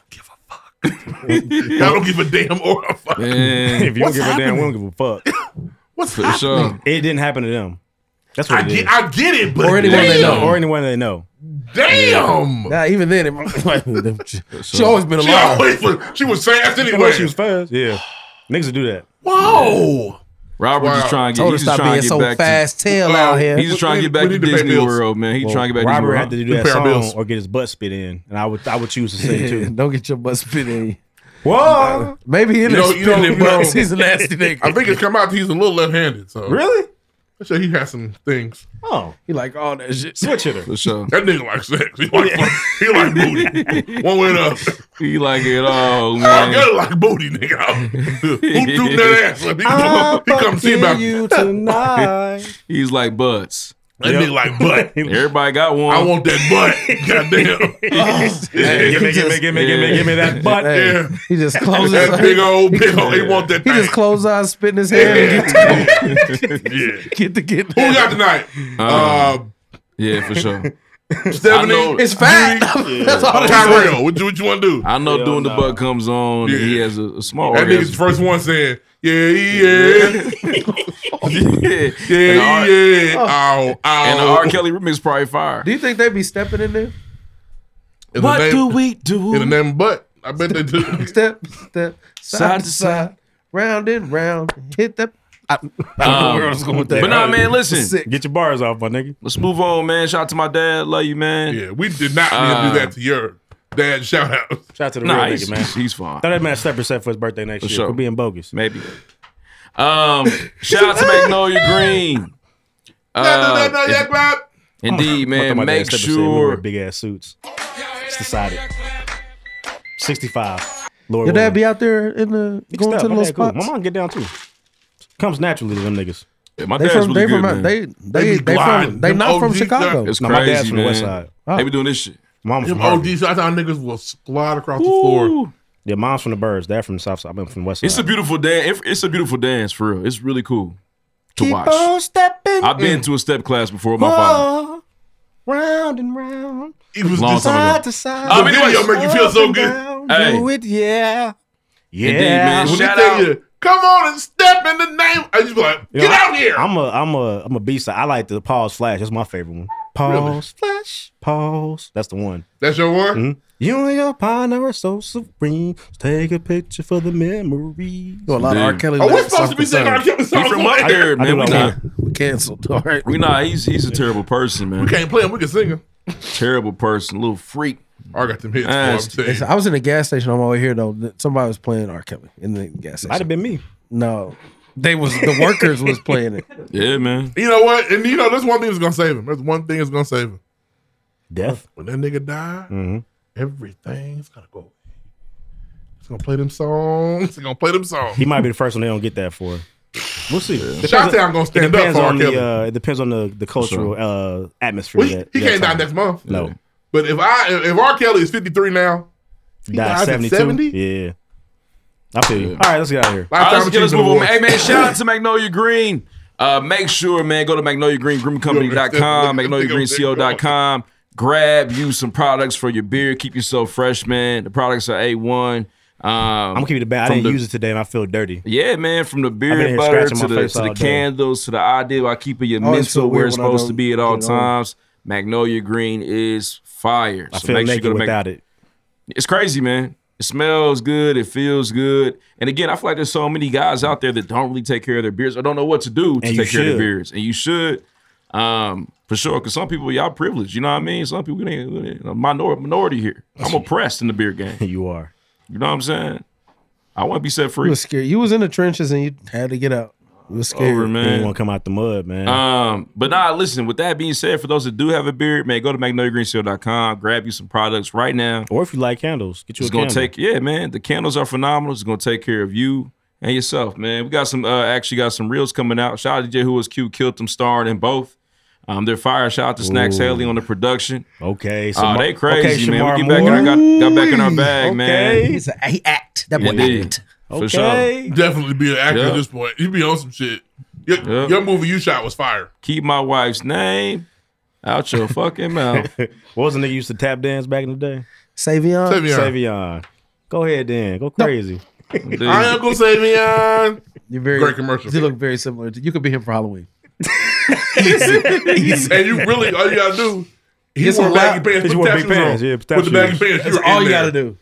S2: y'all don't give a fuck. y'all don't give a damn or a fuck.
S1: Man.
S4: if you don't
S2: What's
S4: give a damn, we don't
S2: happening?
S4: give a fuck.
S2: What's
S1: For sure.
S4: It didn't happen to them. That's what
S2: I
S4: it
S2: get,
S4: is.
S2: I get it, but
S4: or anyone they know.
S2: damn.
S4: Or anyone they know.
S2: Damn.
S3: Nah, even then, it might be them. She
S4: sure.
S3: always been
S2: She
S3: alive.
S2: always was, she was fast
S4: You know,
S2: anyway.
S4: she was fast. Yeah, niggas would do that.
S2: Whoa.
S1: Robert
S2: Wow.
S1: just trying to get.
S3: Told her
S1: He's
S3: stop
S1: just trying
S3: being
S1: to get
S3: so
S1: back to-
S3: fast tail out here.
S1: He's just trying to get back to Disney World, man. He's
S4: Well,
S1: trying to get back to Disney
S4: Robert
S1: World.
S4: had to do that song or get his butt spit in, and I would I would choose to sing too.
S3: don't get your butt spit in.
S4: Whoa,
S3: maybe
S2: You
S3: in
S2: know, you know, you know,
S3: he's a nasty nigga.
S2: I think it come out he's a little left-handed. So
S4: really,
S2: I'm sure he has some things.
S4: Oh,
S3: he like all that shit.
S4: Switch hitter.
S1: For sure.
S2: That nigga like sex. He like, he like booty. One way or the other.
S1: He like it all,
S2: I
S1: man.
S2: got it like booty, nigga. Whoop doop that ass. He, come- he come see about
S4: you tonight.
S1: He's like butts.
S2: That nigga like butt.
S1: Everybody got one.
S2: I want that butt. Goddamn.
S4: Hey, give me, give me, give me, give me, give me that butt.
S3: Hey, He just closes
S2: That big old big old. He want that
S3: He
S2: thing.
S3: just closed eyes, spitting his hand. and get to-
S2: yeah.
S3: Get the get.
S2: Who we got tonight?
S1: Uh, yeah, for sure.
S2: Stephanie.
S1: I know-
S3: It's fact. That's all. it is.
S2: Tyrell. What you, what you want to do?
S1: I know doing the
S2: nah.
S1: butt comes on. and He has a, a small.
S2: That nigga's
S1: orgasm.
S2: the first one saying, yeah, yeah.
S1: yeah,
S2: Yeah, yeah. Ow, ow.
S1: And the R. Kelly remix probably fire.
S3: Do you think they be stepping in there?
S2: In the
S1: What
S2: name-
S1: do we do?
S2: In the name of butt. I bet they do.
S3: Step, step, side,
S1: Side
S3: to
S1: to
S3: side, round and round. Hit that. I, I don't know where I was going with that.
S1: Um, But nah, man, listen.
S4: Get your bars off, my nigga.
S1: Let's move on, man. Shout out to my dad. Love you, man.
S2: Yeah, we did not mean to do
S1: Uh.
S2: that to your dad. Shout out.
S4: Shout out to the
S1: Nah,
S4: real
S1: he's,
S4: nigga, man.
S1: he's- he's fine.
S4: Throw that man a stepper set for his birthday next
S1: For
S4: year
S1: sure.
S4: for being bogus.
S1: Maybe. Um, shout out to Magnolia Green. Uh,
S2: no, no, no, yeah, clap.
S1: Indeed,
S4: I'm gonna throw
S1: man.
S4: my dad a
S1: Make
S4: stepper set. We wear
S1: sure.
S4: big ass suits. It's decided. Sixty-five.
S2: Oh.
S4: Lord
S3: Your dad
S4: willing.
S3: be out there in the
S4: He can
S3: going to
S4: step.
S3: the
S4: My
S3: little
S4: dad cool.
S3: spots.
S4: My mom get down too. Comes naturally to them niggas.
S1: my
S3: They
S1: dad's
S3: from
S1: really
S3: they
S1: good,
S3: from
S1: man.
S3: they they they from they not from Chicago.
S1: It's
S4: No,
S1: crazy,
S4: my dad's from
S1: man.
S4: the west side. Oh.
S1: They be doing this shit.
S4: Mom
S2: Them
S4: from Harvey.
S2: OGs, I thought niggas will slide across the floor.
S4: Yeah, mom's from the birds. Dad from the south side. I've been from the west side.
S1: It's a beautiful dance. It's a beautiful dance for real. It's really cool to watch.
S4: stepping.
S1: I've been to a step class before. with My father.
S4: Round and round.
S2: It was
S1: Long
S2: just
S1: time ago.
S4: to side.
S1: I mean, anyways,
S2: video make you feel so good.
S1: Hey.
S4: Do it, yeah. Yeah.
S1: Indeed, man.
S2: When he
S1: Shout
S2: tell
S1: out.
S2: you, come on and step in the name, I just be like,
S4: You
S2: get
S4: know,
S2: out here.
S4: I'm a I'm a I'm a beast. I like the pause flash. That's my favorite one. Pause flash. Pause. That's the one.
S2: That's your one?
S4: Mhm. You and your partner are so supreme. Let's take a picture for the memories.
S3: a lot of R. Kelly.
S2: Oh, we're
S3: lyrics
S2: supposed
S3: off
S2: to be
S3: the
S2: singing
S3: song.
S2: R. Kelly
S1: He
S2: songs.
S1: from
S2: on
S1: up
S2: air.
S1: there,
S4: Oh, I do
S1: man. We
S4: like
S1: not.
S3: We canceled. All right.
S1: We not. He's he's a terrible person, man.
S2: We can't play him. We can sing him.
S1: Terrible person. Little freak.
S2: I got them hits. boy, I'm
S3: Honestly.
S2: telling you.
S3: Listen, I was in a gas station on my way here though. Th- Somebody was playing R. Kelly in the gas station. Might have been me. No, they was the workers was playing it.
S1: Yeah, man.
S2: You know what? And you know, that's one thing that's gonna save him. That's one thing that's gonna save him.
S4: Death.
S2: When that nigga die,
S4: Mhm.
S2: everything's gonna go. away. It's gonna play them songs. It's gonna play them songs.
S4: He might be the first one they don't get that for. We'll see. Depends
S2: Shout
S4: on-
S2: out, I'm gonna
S4: it
S2: stand up
S4: depends
S2: for R.
S4: on the,
S2: Kelly.
S4: uh, It depends on the, the cultural uh, atmosphere.
S2: Well, he-
S4: that,
S2: he
S4: that
S2: can't die
S4: time.
S2: next month.
S4: No.
S2: But if I if if R. Kelly is 53 now, he
S4: Die
S2: dies at
S4: 72.
S2: 70.
S4: Yeah. I feel you. All right, let's get out of here.
S1: All right, let's get us
S4: achievement
S1: moving. Hey,
S4: awards.
S1: man, shout out to Magnolia Green. Uh, make sure, man, go to magnoliagreengroomingcompany.com, magnoliagreenco.com. Grab you some products for your beard. Keep yourself fresh, man. The products are A1. Um, I'm
S4: I'm gonna keep you the bad. I didn't use it today, and I feel dirty.
S1: Yeah, man. From the
S4: I've been
S1: beard
S4: here
S1: butter
S4: scratching
S1: to
S4: my
S1: the,
S4: face
S1: to the
S4: all day.
S1: candles to the idea of keeping your
S4: I always
S1: mental
S4: feel
S1: where
S4: weird
S1: it's
S4: when I
S1: supposed to
S4: don't
S1: be at all
S4: get it on.
S1: times. Magnolia Green is fire.
S4: I feel naked
S1: go to
S4: without it.
S1: It's crazy, man. It smells good. It feels good. And again, I feel like there's so many guys out there that don't really take care of their beards or don't know what to do to take
S4: And you
S1: care of
S4: should.
S1: their beards. And you should, um, for sure. Because some people, y'all privileged. You know what I mean? Some people, we ain't- we ain't- a minor, minority here. I'm oppressed in the beard game.
S4: you are.
S1: You know what I'm saying? I want to be set
S3: You
S1: free.
S3: was scared. You was in the trenches and you had to get out. You was scared.
S1: Over, man. You didn't wanna
S4: come out the mud, man.
S1: Um, but nah, listen, with that being said, for those that do have a beard, man, go to magnoliagreenseal.com, grab you some products right now.
S4: Or if you like candles, get you
S1: It's
S4: a
S1: gonna
S4: candle.
S1: take yeah, man. The candles are phenomenal. It's gonna take care of you and yourself, man. We got some uh actually got some reels coming out. Shout out to J Who was cute, killed them starring in both. Um, they're fire. Shout out to Snacks
S4: Ooh.
S1: Haley on the production.
S4: Okay,
S1: Oh, they
S4: Shamar-
S1: crazy,
S4: okay,
S1: man. We
S4: Shamar
S1: get back in our got, got back in our
S4: Moore.
S1: bag, man.
S4: Okay. He's a- he act. That boy
S1: Indeed.
S4: act.
S1: For sure.
S2: Definitely be an actor
S1: Yeah.
S2: at this point. You be on some shit. Your,
S1: Yep.
S2: your movie you shot was fire.
S1: Keep my wife's name out your fucking mouth.
S4: what was the nigga used to tap dance back in the day?
S3: Savion.
S4: Savion. Go ahead, then. Go crazy.
S2: I am gonna say Savion.
S3: You're very
S2: Great commercial.
S3: You look very similar. to- You could be him for Halloween.
S2: and you really all you gotta do. He
S3: It's a
S2: wore baggy
S3: lot.
S2: pants.
S3: He
S2: Put
S3: wore
S2: tattoos
S3: big pants,
S2: on.
S3: yeah,
S2: Put the baggy
S3: tattoos.
S2: pants.
S3: That's all you gotta
S2: do.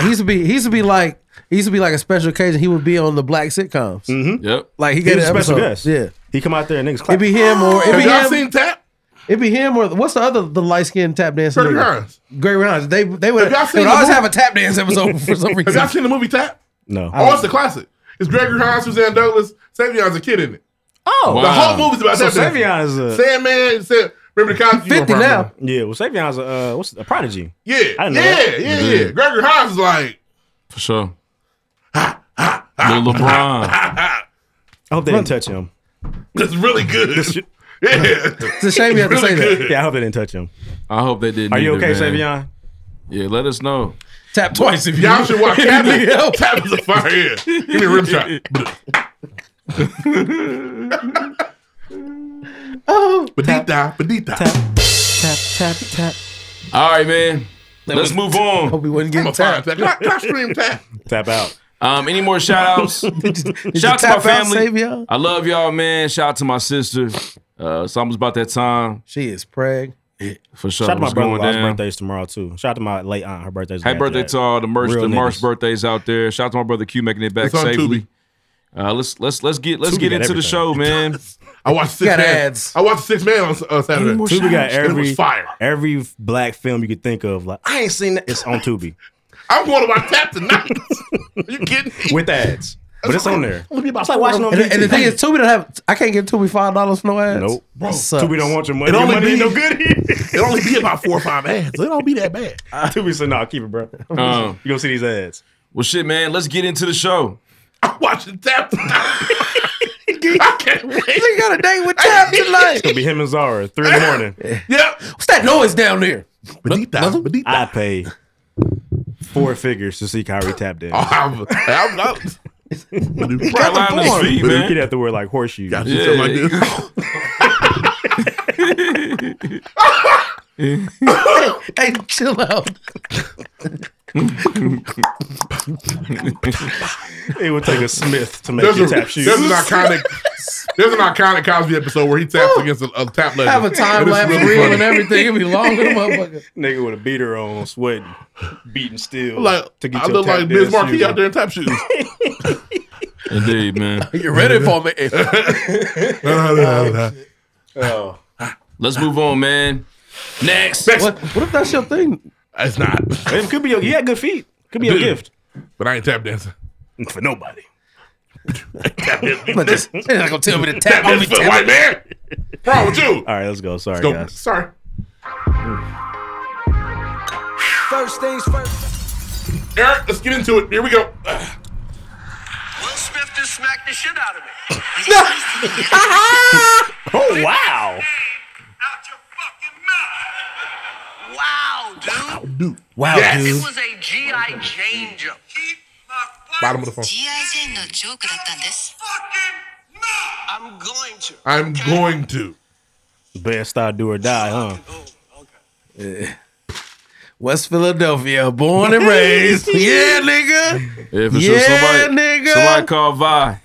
S3: He used to be. He used to be like. He used to be like a special occasion. He would be on the black sitcoms.
S4: Mm-hmm.
S1: Yep.
S3: Like he
S4: He
S3: got
S4: was
S3: a
S4: a special guest.
S3: Yeah.
S4: He come out there and niggas
S3: It'd
S4: clap.
S3: be him or it'd be
S2: Have y'all seen
S3: him.
S2: Tap?
S3: It'd be him or what's the other the light skinned tap dancing?
S2: Gregory
S3: nigga?
S2: Hines.
S3: Gregory Hines. They they would,
S2: Have y'all
S3: they
S2: seen
S3: would
S2: the
S3: always
S2: movie?
S3: have a tap dance episode for some reason.
S2: Have y'all seen the movie Tap?
S4: No.
S2: Oh, it's the classic. It's Gregory
S3: Mm-hmm.
S2: Hines, Suzanne Douglas. Savion's a kid in it.
S4: Oh,
S2: the whole movie's about
S4: so
S2: that.
S4: Savion is a
S2: Sandman. Sam, remember the Cosby? you were from?
S4: Yeah, well, Savion's a uh, what's a prodigy.
S2: Yeah,
S4: I
S2: yeah,
S4: didn't know
S2: yeah,
S4: that.
S2: yeah,
S3: Mm-hmm.
S2: Gregory Hines is like
S1: For sure. Lil LeBron.
S4: I hope they didn't touch him.
S2: That's really good. yeah, it's
S3: a shame you have to say that.
S4: Yeah, I hope they didn't touch him.
S1: I hope they didn't.
S4: Are you
S1: either,
S4: okay,
S1: man.
S4: Savion?
S1: Yeah, let us know.
S3: Tap twice if you
S2: Y'all should watch Tap. Tap is a fire. Yeah. Give me a rim shot.
S3: Oh,
S2: Badita, Badita. Tap,
S3: tap, tap, tap.
S1: All right, man.
S3: That
S1: Let's
S3: was-
S1: move on.
S3: Hope we wasn't
S2: I'm
S3: getting
S2: a fire.
S3: tapped.
S2: Tap. Can I, can I stream Tap?
S4: Tap out.
S1: Um, any more shout outs?
S3: you
S1: shout out
S3: tap
S1: to my
S3: out,
S1: family.
S3: Savion?
S1: I love y'all, man. Shout out to my sister. Uh, it's almost about that time.
S3: She is preg.
S1: For sure.
S4: Shout out to my
S1: What's
S4: brother.
S1: going
S4: His
S1: down?
S4: birthday's tomorrow too. Shout out to my late aunt. Her birthday's. the day
S1: Happy
S4: after
S1: birthday
S4: that.
S1: to all the March
S4: Real
S1: the March
S4: niggas.
S1: birthdays out there. Shout out to my brother Q making it back
S4: It's on
S1: safely. Uh, let's let's let's get let's
S4: Tubi
S1: get
S4: got
S1: into the
S4: everything.
S1: show, man.
S2: I watched Six Man. I watched Six Man on uh, Saturday.
S4: Tubi got every
S2: It was fire.
S4: every black film you could think of. Like I ain't seen that. It's on Tubi
S2: I'm going to my Tap tonight. Are you kidding me?
S4: with ads, but it's on there. It's like watching on
S3: And, and the
S4: VT.
S3: thing is, Tubi don't have. I can't give Tubi five dollars for no ads.
S4: Nope.
S3: Bro,
S4: Tubi don't want your money.
S3: It
S4: Your
S3: only
S4: money ain't
S3: be-
S4: no good.
S2: It only be about four or five ads. It don't be that bad.
S4: Tubi said, "Nah, keep it, bro.
S1: Um,
S4: you gonna see these ads."
S1: Well, shit, man. Let's get into the show.
S2: I'm watching Tap tonight. I can't wait. They
S3: got a date with Tap
S4: It's
S3: tonight.
S4: gonna be him and Zara three in the morning.
S2: Yep.
S3: What's that noise down there?
S4: I pay four figures to see Kyrie tap dance.
S2: I'm, I'm not.
S4: You
S2: Got the line on his form. feet, Oh, man.
S4: You'd have to wear like horseshoes.
S2: Got you something like this.
S3: hey, hey, chill out.
S4: it would take a Smith to make
S2: There's,
S4: you
S2: a,
S4: tap shoes.
S2: there's an iconic. There's an iconic Cosby episode where he taps against a, a tap legend.
S3: Have a
S2: And
S3: time
S2: it's
S3: lapse
S2: really
S3: reel
S2: funny.
S3: and everything. It'd be long than a motherfucker.
S4: Nigga with a beater on, sweating, beating steel.
S2: Like
S4: to get
S2: I
S4: your
S2: look
S4: tap
S2: like
S4: dance
S2: Biz Markie
S4: shoes
S2: out
S4: on.
S2: there in tap shoes.
S1: Indeed, man.
S3: You ready for me?
S2: No, no, no, no.
S4: Oh.
S1: Let's move on, man. Next.
S3: What, what if that's your thing?
S2: It's not.
S4: It could be your. You had good feet. Could be your
S2: Dude,
S4: gift.
S2: But I ain't tap dancing.
S4: For nobody.
S2: But
S4: this-
S2: they're not gonna
S4: tell me to tap.
S2: Tap dancing for the white man. What's wrong with you?
S4: All right, let's go. Sorry,
S2: Let's go.
S4: guys.
S2: Sorry.
S9: First things first.
S2: Eric, let's get into it. Here we go.
S9: Will Smith just smacked the shit out of me.
S4: Oh wow.
S9: Wow, dude.
S2: Dude.
S9: Wow,
S2: Yes.
S9: It was a GI Jane jump.
S2: Bottom of the phone.
S9: ジェンのジョークだったんです。I'm going to.
S2: I'm going to.
S4: Best start do or die, huh?
S3: Yeah. West Philadelphia, born and raised. yeah, nigga.
S1: Yeah, for
S3: yeah,
S1: sure. Somebody,
S3: nigga.
S1: somebody call Vi.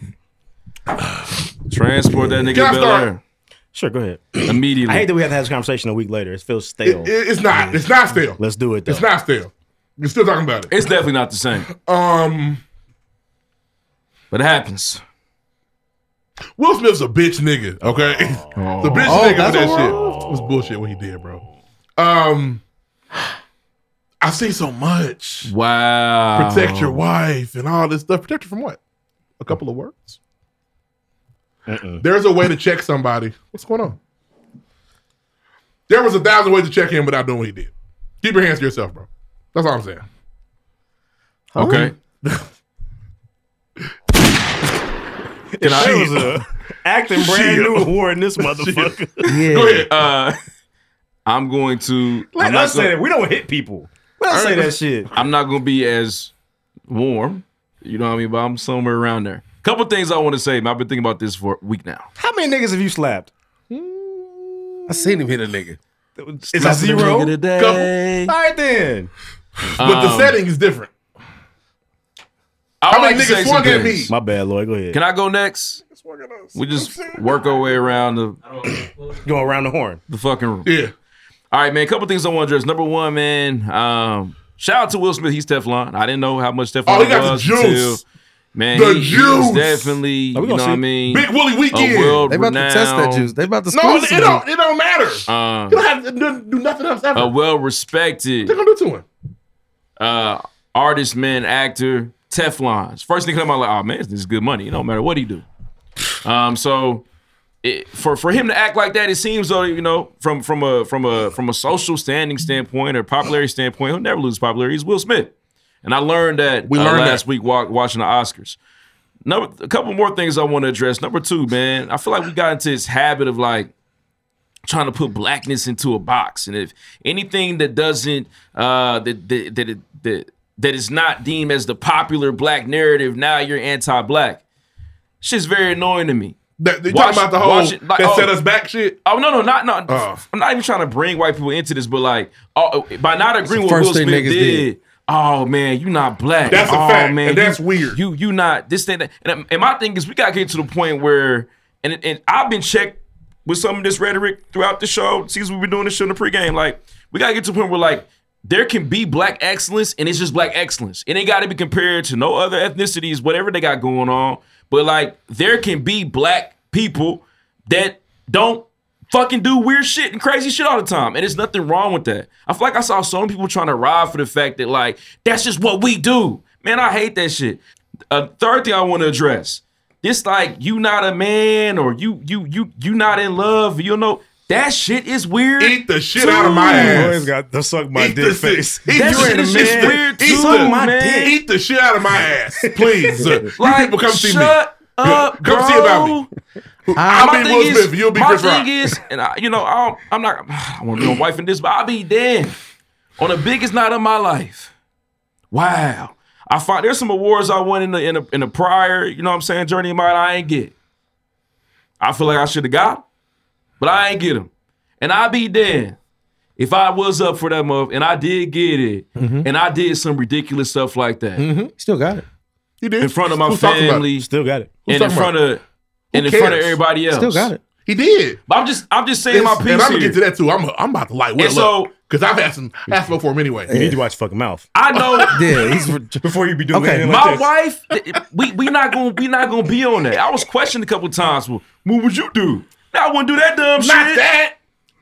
S1: Transport that nigga to Bel Air
S4: Sure, go ahead.
S1: immediately.
S4: I hate that we have to have this conversation a week later. It feels stale.
S2: It- it- it's not. It's not stale.
S4: Let's do it. Though.
S2: It's not stale. You're still talking about it.
S1: It's definitely not the same,
S2: Um,
S1: but it happens.
S2: Will Smith's a bitch nigga. Okay, the bitch
S1: Oh,
S2: nigga for
S1: that's
S2: that
S1: a-
S2: shit was bullshit. What he did, bro. Um, I've seen so much.
S1: Wow.
S2: Protect your wife and all this stuff. Protect her from what? A couple of words. There's a way to check somebody. What's going on? There was a thousand ways to check him without doing what he did. Keep your hands to yourself, bro. That's all I'm saying.
S1: Okay. Can I?
S4: That was a acting brand new award in this motherfucker.
S1: Go ahead. Uh, I'm going to.
S4: Let
S1: I'm not
S4: us say that. We don't hit people. Let us say that shit.
S1: I'm not gonna be as warm. You know what I mean? But I'm somewhere around there. Couple things I want to say. man. I've been thinking about this for a week now.
S4: How many niggas have you slapped?
S3: I seen him hit a nigga.
S4: It's a zero. Couple. All right then.
S2: But the
S1: Um,
S2: setting is different.
S1: I
S2: How
S1: would
S2: many
S1: like to say some
S2: niggas swung at me?
S1: things.
S4: My bad, Lloyd. Go ahead.
S1: Can I go next? We just work our way around the
S4: go around the horn?
S1: The fucking room.
S2: Yeah.
S1: All right, man. couple things I want to address. Number one, man. Um, shout out to Will Smith. He's Teflon. I didn't know how much Teflon
S2: Oh, he got the
S1: was
S2: juice.
S1: until- man,
S2: The
S1: he- he was
S2: juice.
S1: definitely.
S2: Oh,
S1: you know
S2: we gonna
S1: what
S2: see
S1: I mean?
S2: Big Willie Weekend.
S1: A world
S2: They about to
S1: renowned,
S2: test that juice.
S3: They about to
S2: No, it don't. It don't matter.
S1: Uh,
S2: You don't have to do, do nothing else ever.
S1: a well respected
S2: They're gonna do to him.
S1: uh, artist, man, actor, Teflon's. First thing come out like, oh man, this is good money. It don't matter what he do. Um, so it, for for him to act like that, it seems though, you know, from from a from a from a social standing standpoint or popularity standpoint, he'll never lose popularity. He's Will Smith, and I learned that uh,
S2: We learned
S1: last week wa- watching the Oscars. Number, a couple more things I want to address. Number two, man, I feel like we got into this habit of like trying to put blackness into a box and if anything that doesn't uh that that that, that, that is not deemed as the popular black narrative now you're anti-black shit's very annoying to me
S2: That, they talking about the whole that set us back shit
S1: oh no no not not i'm not even trying to bring white people into this but like oh, by not agreeing with
S3: first
S1: will
S3: thing
S1: smith did,
S3: niggas did.
S1: Oh man, you not black.
S2: That's a
S1: oh,
S2: fact,
S1: man,
S2: and that's
S1: you-
S2: weird.
S1: You you not this thing. That, and, and my thing is, we gotta get to the point where, and and I've been checked with some of this rhetoric throughout the show. Since we've been doing this show in the pregame, like we gotta get to the point where like there can be black excellence, and it's just black excellence. It ain't gotta be compared to no other ethnicities, whatever they got going on. But like there can be black people that don't fucking do weird shit and crazy shit all the time. And there's nothing wrong with that. I feel like I saw so many people trying to ride for the fact that, like, that's just what we do. Man, I hate that shit. A third thing I want to address. This like you not a man or you you you you not in love, you know. That shit is weird. Eat
S2: the shit out of my ass. Boy, it's
S4: got the suck my
S2: the shit. Eat
S1: That
S2: the
S1: shit is just
S2: Eat the-
S1: weird
S2: eat
S1: too,
S2: the-
S1: man.
S2: Eat the shit out of my ass, please. sir. You
S1: Like,
S2: people come see me.
S1: shut up,
S2: come see about me. I'll
S1: My
S2: be
S1: thing
S2: Will
S1: is-
S2: Smith. You'll be
S1: my
S2: Chris
S1: thing
S2: Rock.
S1: is, and I, you know, I don't, I'm not. I want to be a wife in this, but I'll be damned on the biggest night of my life. Wow, I find there's some awards I won in the in a, in a prior, you know, what I'm saying journey of mine. I ain't get. I feel like I should have got, 'em, but I ain't get them, and I be damned if I was up for that month and I did get it,
S3: Mm-hmm.
S1: and I did some ridiculous stuff like that
S3: Still got it.
S2: You did
S1: in front of my
S3: Mm-hmm. Who's talking about
S1: family,
S3: it? Still got it. Who's
S1: and in
S3: talking about
S1: front
S3: it?
S1: of and in front of everybody else.
S3: Still got it.
S2: He did.
S1: But I'm just I'm just saying my piece
S2: And I'm gonna
S1: here.
S2: get to that too. I'm I'm about to light Will
S1: And so-
S2: up because I've had some half for him anyway.
S4: You need to watch fucking mouth.
S1: I know.
S3: yeah, he's
S4: before you be doing
S1: Okay,
S4: anything like
S1: my
S4: this.
S1: wife, th- we we not gonna we not gonna be on that. I was questioned a couple times. Well, what would you do? Now I wouldn't do that dumb shit.
S2: that.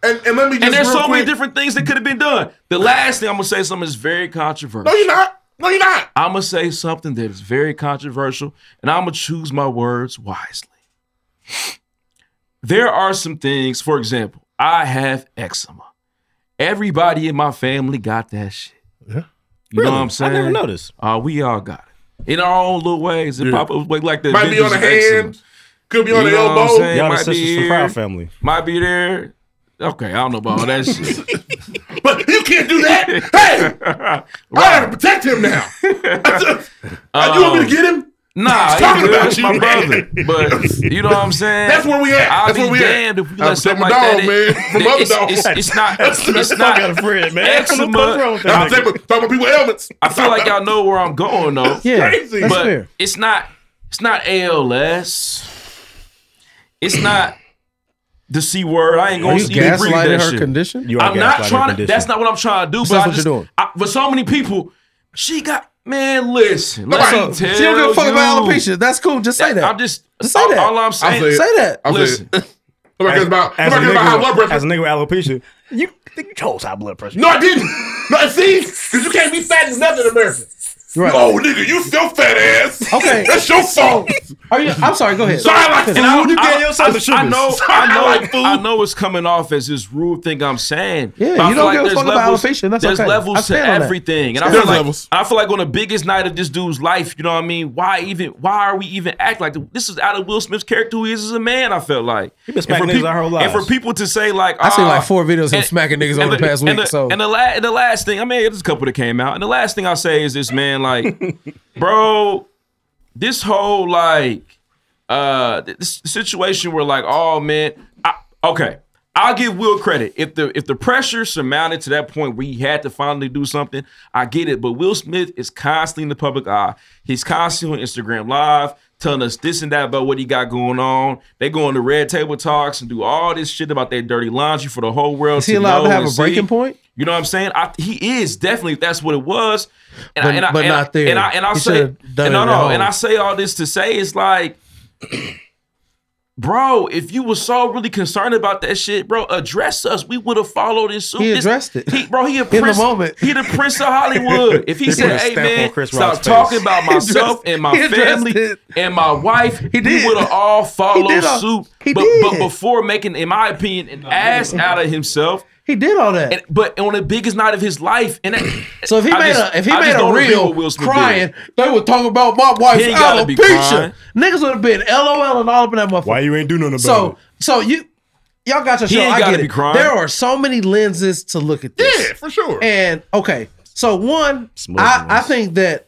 S2: And, and let me just
S1: and there's
S2: real
S1: so many
S2: quick-
S1: different things that could have been done. The last thing I'm gonna say something that's very controversial.
S2: No, you're not. No, you're not.
S1: I'm gonna say something that is very controversial, and I'm gonna choose my words wisely. There are some things, for example, I have eczema. Everybody in my family got that shit.
S2: Yeah.
S1: You know
S2: Really?
S1: what I'm saying?
S2: I never noticed.
S1: Uh, we all got it. In our own little ways. It
S2: Yeah.
S1: pop up like- like the
S2: Might be on the
S1: Avengers
S2: hand,
S1: eczema.
S2: could be on the
S1: know what I'm
S2: elbow.
S1: saying?
S2: Y'all the
S1: Might be
S2: sisters from Proud
S1: here,
S4: Family.
S1: Might be there. Okay, I don't know about all that shit.
S2: But you can't do that. hey, I gotta protect him now. Uh, you want me to get him?
S1: Nah,
S2: He's talking
S1: he good.
S2: about
S1: It's
S2: you,
S1: my
S2: man.
S1: brother. But you know what I'm saying?
S2: That's where we at.
S1: I'll
S2: That's
S1: be
S2: where we at.
S1: damned if we
S2: I'm
S1: let something like
S2: protecting
S1: that.
S2: my dog, man. From
S1: it's,
S2: other
S1: it's,
S2: dogs.
S1: it's not.
S2: That's-
S1: It's,
S2: that's the
S1: not.
S2: fuck out of friend, man. What the
S1: Eczema.
S2: fuck's wrong with that I'm nigga? talking- about people ailments.
S1: I feel like y'all know where I'm going though.
S2: Yeah, crazy. that's
S1: But
S2: fair.
S1: it's not. It's not ALS. It's not. The C word. I ain't
S3: Are
S1: gonna
S3: you
S1: even breathe
S3: gaslighting
S1: that
S3: her
S1: shit.
S3: condition? You are
S1: I'm not
S3: gaslighting her
S1: trying to.
S3: condition.
S1: That's not what I'm trying to do.
S3: That's
S1: but
S3: what
S1: I
S3: you're
S1: just,
S3: doing.
S1: I, for so many people, she got man. Listen, let
S3: Right.
S1: me tell
S3: she don't give a fuck
S1: you.
S3: about alopecia. That's cool. Just say that.
S1: I'm just.
S3: Just say
S1: all-
S3: that.
S1: all I'm
S3: I'll
S1: saying-
S3: say,
S1: Say
S3: that.
S1: I'll say
S3: Listen.
S1: it.
S2: Somebody cares about-
S4: as,
S2: somebody
S4: a
S2: cares about
S4: nigga,
S2: high blood pressure.
S4: as a nigga with alopecia, you you chose high blood pressure.
S2: No, I didn't. No, see, because you can't be fat and nothing in America.
S3: Right.
S2: No, nigga, you still fat ass.
S3: Okay.
S2: that's your fault.
S3: Are you, I'm sorry. Go ahead.
S2: Sorry, I like
S1: And I,
S2: food. You
S1: I,
S2: gave yourself the
S1: I, I know,
S2: sugars.
S1: I know,
S2: I like food.
S1: I know it's coming off as this rude thing I'm saying.
S3: Yeah,
S1: but I
S3: you
S1: feel
S3: don't give a
S1: there's
S3: fuck about alopecia. That's
S1: there's
S3: okay. I
S1: levels to
S3: stand on that.
S1: everything, and I
S3: There's
S1: feel like
S3: levels.
S1: I feel like on the biggest night of this dude's life, you know what I mean? Why even? Why are we even act like this? Is out of Will Smith's character who he is as a man. I felt like he
S4: been smacking niggas our whole
S1: And for
S4: lives.
S1: people to say like,
S3: I seen
S1: ah,
S3: like four videos of him smacking niggas over the past week.
S1: and the,
S3: so
S1: and the, la- and the last thing, I mean, there's a couple that came out. And the last thing I'll say is this, man, like, bro, this whole, like, uh, th- this situation where, like, oh, man, I, okay. I'll give Will credit. If the if the pressure surmounted to that point where he had to finally do something, I get it. But Will Smith is constantly in the public eye. He's constantly on Instagram Live telling us this and that about what he got going on. They go on the red table talks and do all this shit about their dirty laundry for the whole world.
S3: is he allowed to
S1: know
S3: have
S1: and
S3: a breaking
S1: see.
S3: point?
S1: You know what I'm saying? I, he is definitely if that's what it was. And
S3: But-
S1: I, and I,
S3: but
S1: and I-
S3: not there.
S1: And I and I
S3: He
S1: say
S3: should've done
S1: and
S3: it
S1: no
S3: at
S1: no.
S3: home.
S1: And I say all this to say it's like, bro, if you were so really concerned about that shit, bro, address us. We would have followed his suit.
S3: He
S1: This-
S3: addressed it.
S1: He, bro, he a
S3: In the
S1: prince.
S3: moment.
S1: He the prince of Hollywood. If he
S3: He put
S1: said,
S3: a
S1: "Hey
S3: stamp
S1: man,
S3: on Chris
S1: stop
S3: Rock's
S1: talking
S3: face."
S1: about
S3: He addressed-
S1: myself and my
S3: he addressed
S1: family
S3: it.
S1: and my wife," he
S3: did.
S1: would have all followed
S3: did all-
S1: suit.
S3: he
S1: but,
S3: did.
S1: but before making, in my opinion, an ass out of himself.
S3: He did all that.
S1: And, but on the biggest night of his life, and that,
S3: So if he
S1: I
S3: made
S1: just-
S3: a if he
S1: I
S3: made
S1: just
S3: a
S1: don't agree
S3: real
S1: with Will Smith did.
S3: crying, they would talk about my wife's
S1: He ain't gotta be crying.
S3: alopecia. Niggas would have been LOL and all up in that motherfucker. Why
S4: you ain't do nothing about
S3: so,
S4: it?
S3: So you y'all got your
S4: He
S3: show.
S4: ain't
S3: I
S4: gotta
S3: get
S4: be
S3: it.
S4: crying.
S3: There are so many lenses to look at this. Yeah,
S2: for sure.
S3: And okay, so one,
S4: Smooth
S3: I, I
S4: ones.
S3: think that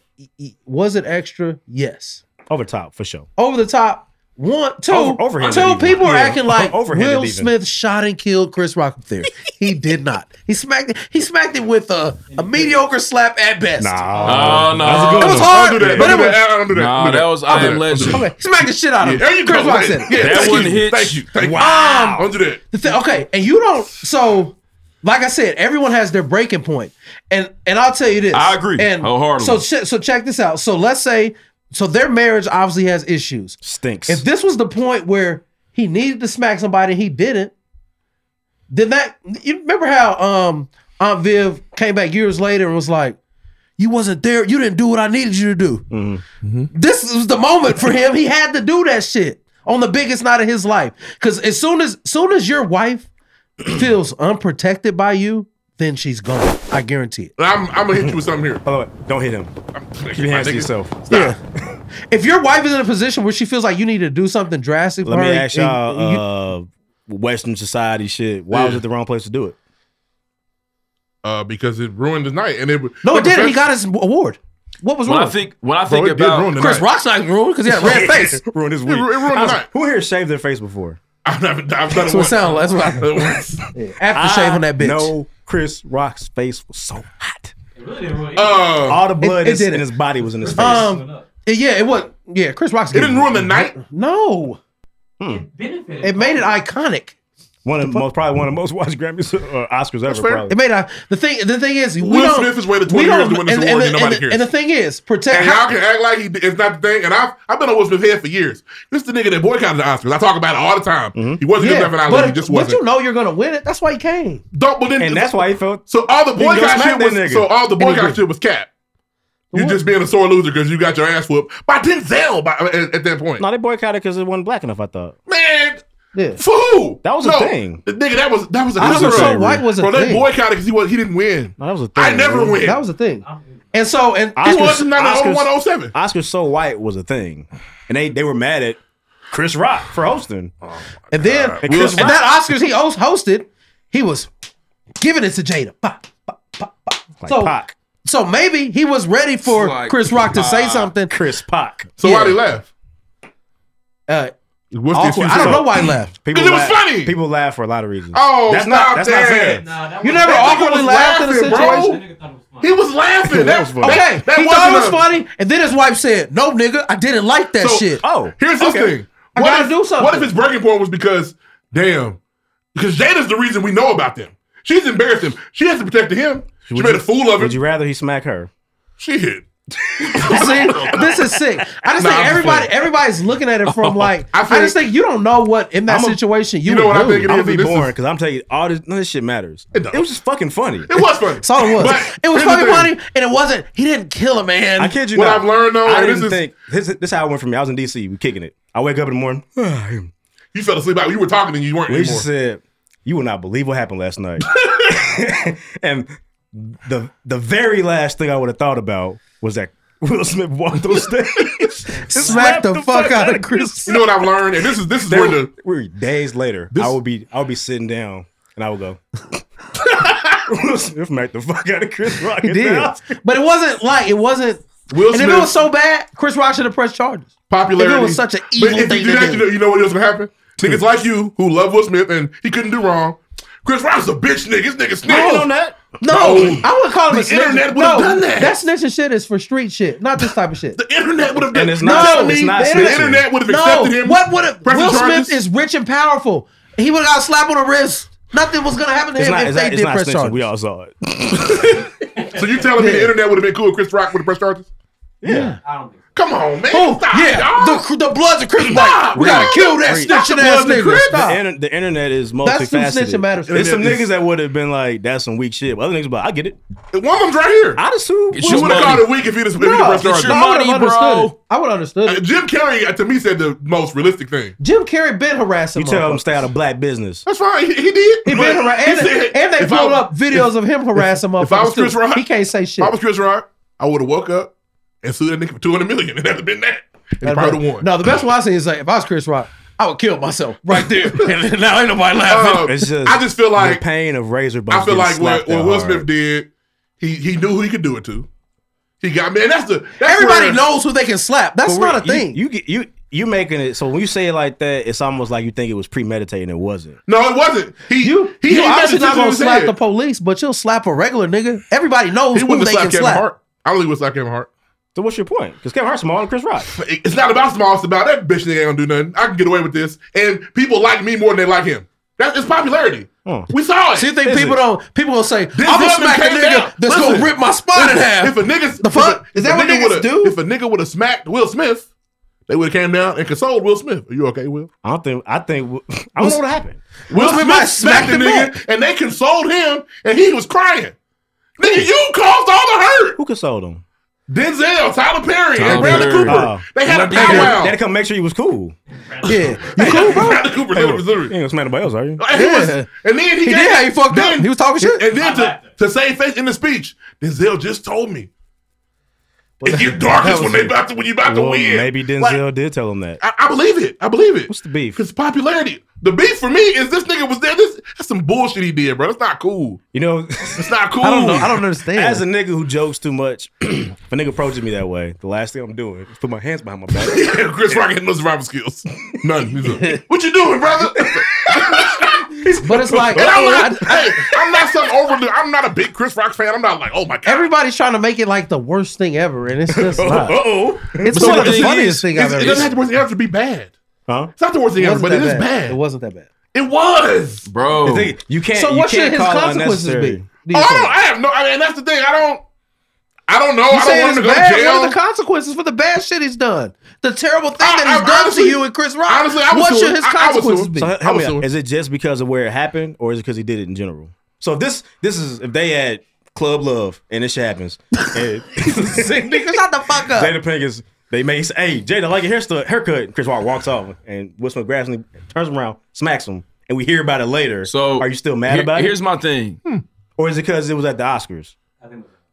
S3: was it extra. Yes,
S4: over top for sure.
S3: over the top. One, two,
S4: Over- overhanded
S3: two
S4: even.
S3: people are
S4: Yeah.
S3: acting like
S4: Overhanded
S3: Will
S4: even.
S3: Smith shot and killed Chris Rock up there. he did not. He smacked it. He smacked it with a, a mediocre slap at best.
S1: Nah. Oh, no.
S3: That's a good
S1: It
S3: one.
S1: was
S3: hard,
S1: Don't do that.
S3: but
S1: Don't
S3: it
S1: do
S3: was-
S1: that. I don't do that. Nah, Don't do that that. was I Don't Am do that. Legend. Don't do that.
S3: Okay, smacked the shit out of him.
S2: Yeah, there you
S3: Chris
S2: go.
S3: Rock
S2: Yeah,
S3: said it.
S2: yeah, That thank wasn't you. Hitch.
S1: Thank you. Thank you.
S3: Wow.
S2: Don't do that.
S3: The thi- okay, and you don't. So, like I said, everyone has their breaking point, and and I'll tell you this.
S1: I agree.
S3: And
S1: Wholeheartedly.
S3: so che- so check this out. So let's say so their marriage obviously has issues.
S4: Stinks.
S3: If this was the point where he needed to smack somebody and he didn't, then that you remember how um Aunt Viv came back years later and was like, "You wasn't there. You didn't do what I needed you to do."
S4: Mm-hmm.
S3: This was the moment for him. He had to do that shit on the biggest night of his life. Because as soon as soon as your wife feels unprotected by you, then she's gone. I guarantee it.
S2: I'm, I'm gonna hit you with something here.
S4: Hold on, don't hit him. Keep your hands to yourself.
S3: Yeah. If your wife is in a position where she feels like you need to do something drastic,
S4: Let
S3: for
S4: me
S3: her,
S4: ask
S3: and- and you-
S4: y'all, uh, Western society shit. Why was
S2: Yeah.
S4: it the wrong place to do it?
S2: Uh, because it ruined his night, and it
S3: no, it didn't. He got his award. What was
S1: When
S3: wrong?
S1: I think when I
S2: Bro,
S1: think
S2: it did
S1: about
S2: ruin the
S3: Chris
S2: night.
S3: Rock's not ruined because he had a red face.
S4: ruined his
S2: It
S4: week.
S2: ru- it ruined the
S4: I was-
S2: night.
S4: Who here shaved their face before?
S2: I've never. I've done
S3: That's
S2: it
S3: what it
S2: once.
S3: sound like. That's what I- Aftershave
S4: I
S3: on that bitch.
S4: know Chris Rock's face was so hot.
S2: Uh,
S4: All the blood
S3: it
S4: is- in
S3: didn't.
S4: his body was in his face.
S3: Um, yeah, it was. Yeah, Chris Rock's. It
S2: didn't ruin the night.
S3: No,
S4: Hmm.
S3: it made it iconic.
S4: One of the most, probably one of the most watched Grammys or Oscars ever.
S3: fair.
S4: Probably.
S3: It may not. The thing, the thing is, we
S4: Will
S3: don't,
S4: Smith has waited
S3: we
S4: 20 years
S3: don't-
S4: to win this
S3: and- and,
S4: award and nobody
S3: and-
S4: cares.
S3: And the thing is, protect.
S2: And y'all can act like he, it's not the thing. And I've, I've been on Will Smith head for years. This is the nigga that boycotted the Oscars. I talk about it all the time. He wasn't good enough, and I
S3: Mm-hmm. but,
S2: love he just
S3: but
S2: wasn't.
S3: you know you're gonna win it. That's why he came.
S2: Don't, but then,
S3: And that's
S4: why he felt.
S2: So all the
S3: Then go
S2: boycott
S3: smack
S2: shit was
S3: that nigga.
S2: so all the
S3: And he
S2: boycott
S3: did.
S2: shit was cap. You just being a sore loser because you got your ass whooped by Denzel by, uh, at, at that point.
S4: No, they boycotted because it wasn't black enough. I thought.
S2: Man,
S4: Yeah.
S2: for who?
S4: That was a
S2: no,
S4: thing.
S2: nigga. That was that was a
S4: That was a thing. White was a
S2: Bro, they
S4: thing.
S2: boycotted because he was he didn't win.
S4: No, that was a thing.
S2: I never
S4: bro.
S2: win.
S3: That was a thing. And so, and
S2: He was not on 107.
S4: Oscars so white was a thing, and they they were mad at Chris Rock for hosting.
S3: and then
S4: And
S3: and
S4: Chris Rock-
S3: that Oscars he host- hosted, he was giving it to Jada. Pop, pop, pop, pop. so, so maybe he was ready for
S2: It's like,
S3: Chris Rock to say
S2: ah,
S3: something.
S4: Chris Pac.
S2: So why they laugh?
S3: Uh,
S2: What's
S3: the excuse I don't for- know why he left.
S4: People
S3: 'Cause it was
S4: laugh,
S2: funny.
S4: People laugh for a lot of reasons.
S2: Oh,
S4: that's
S2: stop
S4: not that's
S2: that.
S4: not saying.
S3: you never
S2: That nigga
S3: awkwardly
S2: was
S3: laughed at a
S2: laughing, bro.
S3: situation.
S2: He was laughing.
S3: Okay,
S2: That was funny.
S3: Okay,
S2: That
S3: he thought it was
S2: wasn't a-
S3: funny, and then his wife said, "No, nigga, I didn't like that
S2: So,
S3: shit."
S4: Oh,
S2: Here's this thing.
S3: I
S2: What
S3: gotta
S2: if,
S3: do something.
S2: What if his breaking point was because, damn, because Jada's the reason we know about them. She's embarrassed him. She has to protect him. She
S4: Would
S2: made
S4: you-
S2: a fool of him.
S4: Would you rather he smack her?
S2: Shit.
S3: See, this is sick. I just think
S4: Nah, I'm just
S3: everybody
S4: playing.
S3: everybody's looking at it from like Oh. I,
S4: I think-
S3: just think you don't know what in that situation you, would do.
S4: I'm gonna be boring because I'm telling you, all this none of this shit matters. It, was just fucking funny. It
S2: was funny.
S3: That's all it was. it was
S4: here's the
S3: fucking
S4: thing.
S3: funny, and it wasn't. He didn't kill a man.
S4: I kid you
S3: What
S4: not.
S3: I've learned, though,
S4: I
S3: and
S4: didn't
S3: this is-
S4: think this, this is how it went for me. I was in DC. We kicking it. I wake up in the morning.
S2: you fell asleep. Out. You were talking and you weren't
S4: We
S2: anymore.
S4: just said, "You will not believe what happened last night." and the the very last thing I would have thought about was that Will Smith walked on stage, and slapped
S3: the fuck out of
S4: Chris.
S2: You know what I've learned, and this is this is
S4: There
S2: where
S4: were-
S2: the
S4: we're days later. I would be I would be sitting down and I would go. Will Smith smacked the fuck out of Chris Rock.
S3: He
S4: at the
S3: did,
S4: Oscars.
S3: but it wasn't like it wasn't.
S2: Will
S3: and if
S2: Smith-
S3: it was so bad, Chris Rock should have pressed charges.
S2: popularity.
S3: If it was such an
S2: But
S3: evil
S2: if
S3: thing
S2: you do
S3: to
S2: that, you know,
S3: do.
S2: you know what else gonna happen? Niggas like you who love Will Smith and he couldn't do wrong. Chris Rock's a bitch nigga. This nigga snitch.
S3: No. No, I wouldn't call him
S2: the
S3: a snitch.
S2: internet would
S3: no,
S2: have done that.
S3: That snitching shit is for street shit, not this type of shit.
S2: the internet would have done
S4: And it's not-
S2: no,
S4: it's not
S2: the
S4: snitching.
S2: internet would have
S3: No,
S2: accepted him.
S3: What would have?
S2: pressing
S3: Will
S2: charges.
S3: Smith is rich and powerful. He would have got slapped on the wrist. Nothing was gonna happen to
S4: It's
S3: him
S4: not,
S3: if
S4: it's
S3: they
S4: not, it's
S3: did
S4: not
S3: press
S4: snitching.
S3: charges.
S4: We all saw it.
S2: So you telling me the internet would have been cool if Chris Rock would have pressed charges?
S4: Yeah.
S2: Come on, man.
S3: Oh,
S2: Stop,
S3: yeah,
S2: dog.
S3: the, the Bloods of Chris
S2: Stop,
S3: White. We gotta
S2: dog.
S3: kill that
S2: Free- Stop
S3: snitching ass
S2: the
S3: nigga.
S2: Chris.
S3: Stop.
S4: The, inter- the internet is
S3: That's
S4: multifaceted.
S3: some snitching matters.
S4: There's some
S3: Internet
S4: niggas
S3: is-
S4: that would have been like, "That's some weak shit." But other niggas, but I get it.
S2: One of them's right here.
S4: I'd assume
S2: It's you would have called it weak if he just if he
S3: No,
S2: pressed
S3: get
S2: charges.
S3: your I would've money, understood bro. it. I would have understood.
S2: Uh, Jim Carrey uh, to me said the most realistic thing.
S3: Jim Carrey been harassing.
S4: You tell them
S3: motherfuckers.
S4: stay out of black business.
S2: That's fine. He, he did.
S3: He
S2: But
S3: been harassed, and,
S2: said,
S3: and they
S2: if I
S3: pulled
S2: was-
S3: up videos of him harassing
S2: If I was
S3: motherfuckers.
S2: Chris
S3: too.
S2: Rock,
S3: he can't say shit.
S2: If I was Chris Rock, I would have woke up and sued that nigga for two hundred million. It hasn't been that. And he probably won.
S3: No, the best one I see is like, if I was Chris Rock, I would kill myself right there. and now ain't nobody
S1: Uh,
S2: Uh,
S3: laughing.
S4: It's
S2: Um,
S4: just,
S2: I just feel like
S4: the pain of razor bumps.
S2: I feel
S4: getting
S2: like what,
S4: slapped that
S2: what Will
S4: hard.
S2: Smith did, he he knew who he could do it to. He got me, and that's the that's
S3: Everybody
S2: where-
S3: knows who they can slap. That's
S4: But we're-
S3: not a
S4: you-
S3: thing.
S4: You get you you making it. So when you say it like that, it's almost like you think it was premeditated. and It wasn't.
S2: No, it wasn't. He you he,
S3: you
S2: had
S3: obviously
S2: that decision
S3: not
S2: in
S3: gonna
S2: his
S3: slap
S2: head.
S3: the police, but you'll slap a regular nigga. Everybody knows
S2: He
S3: who
S2: wouldn't
S3: they
S2: have slapped
S3: can
S2: Kevin
S3: slap.
S2: Hart. I don't think he would slap Kevin Hart.
S4: So what's your point? Because Kevin Hart's smaller than Chris Rock.
S2: It's not about small. It's about that bitch nigga ain't gonna do nothing. I can get away with this, and people like me more than they like him. That's it's popularity. We saw it.
S3: So you think
S2: Is
S3: people
S2: it?
S3: don't? People gonna say,
S2: This
S3: "I'm gonna
S2: husband
S3: smack a
S2: came
S3: nigga
S2: down.
S3: that's
S2: Listen,
S3: gonna rip my spine
S2: listen,
S3: in half."
S2: If a nigga's
S3: The fuck?
S2: if a-
S3: Is
S2: if
S3: that
S2: a
S3: what
S2: nigga
S3: niggas
S2: would've-
S3: do?
S2: If a nigga would have smacked Will Smith, they would have came down and consoled Will Smith. Are you okay, Will?
S4: I don't think. I think. I don't know what happened.
S2: Will
S3: Will
S2: Smith,
S3: Smith
S2: smacked
S3: smacked
S2: the
S3: him
S2: nigga, and they consoled him, and he was crying. Nigga, you caused all the hurt.
S4: Who consoled him?
S2: Denzel, Tyler Perry, and
S4: Tyler
S2: Bradley
S4: Perry.
S2: Cooper.
S4: Oh.
S2: They had a
S4: They had-
S2: powwow.
S4: They had to come make sure he was cool.
S3: yeah, you cool, bro?
S2: Bradley Cooper,
S4: Hey,
S2: hey,
S4: you ain't gonna smack nobody else, are you?
S2: Like, he was-
S3: Yeah.
S2: and then he,
S3: He
S2: gave
S3: did,
S2: that-
S3: he fucked up. He was talking shit.
S2: And then to, to save face in the speech, Denzel just told me. It get darkest when they about to when you about to
S4: Well,
S2: win.
S4: Maybe Denzel did tell him that.
S2: I, I believe it. I believe it.
S4: What's the beef?
S2: Because popularity. The beef for me is this nigga was there. This that's some bullshit he did, bro. That's not cool.
S4: You know,
S2: it's not cool.
S4: I don't know. I
S3: don't understand.
S4: As a nigga who jokes too much, if a nigga approaches me that way, the last thing I'm doing is put my hands behind my back.
S2: Chris Rock had no survival skills. None. He's like, what you doing, brother?
S3: But it's like
S2: And I'm,
S3: oh,
S2: not, hey, I'm not some over. I'm not a big Chris Rock fan. I'm not like, oh my god.
S3: everybody's trying to make it like the worst thing ever, and it's just not.
S2: oh.
S3: It's one of the funniest thing I've
S2: It
S3: ever
S2: doesn't have
S3: seen.
S2: to, it doesn't have to be bad.
S4: Huh?
S2: It's not the worst thing ever,
S3: wasn't
S2: but
S3: that
S2: it is bad.
S3: It wasn't that bad.
S2: It was.
S4: bro.
S2: The thing-
S4: you can't.
S2: So
S4: you
S2: what should
S4: can't
S2: his
S4: call it
S2: consequences be?
S4: unnecessary.
S2: Oh, I don't. I have no. I mean, that's the thing. I don't. I don't know.
S3: You
S2: I
S3: saying
S2: don't want him
S3: it's
S2: to go
S3: bad?
S2: to jail.
S3: What are the consequences for the bad shit he's done? The terrible thing that he's
S2: I-
S3: done
S2: honestly-
S3: to you and Chris Rock.
S2: honestly, I would
S3: what
S2: sue
S3: should
S2: him.
S3: his
S2: I- I would sue
S3: consequences
S2: him.
S3: be?
S4: So,
S2: I was
S4: help me out.
S2: doing-
S4: Is it just because of where it happened, or is it because he did it in general? So if this this is if they had club love and this shit happens, and
S3: Nigga, shut the fuck up.
S4: Jada Pinkett is they make say, hey Jada I like your hairstyle haircut. And Chris Rock walks off and Will Smith grabs him, turns him around, smacks him, and we hear about it later. So are you still mad
S1: Here-
S4: about
S1: here's
S4: it?
S1: my thing.
S3: Hmm.
S4: or is it because it was at the Oscars?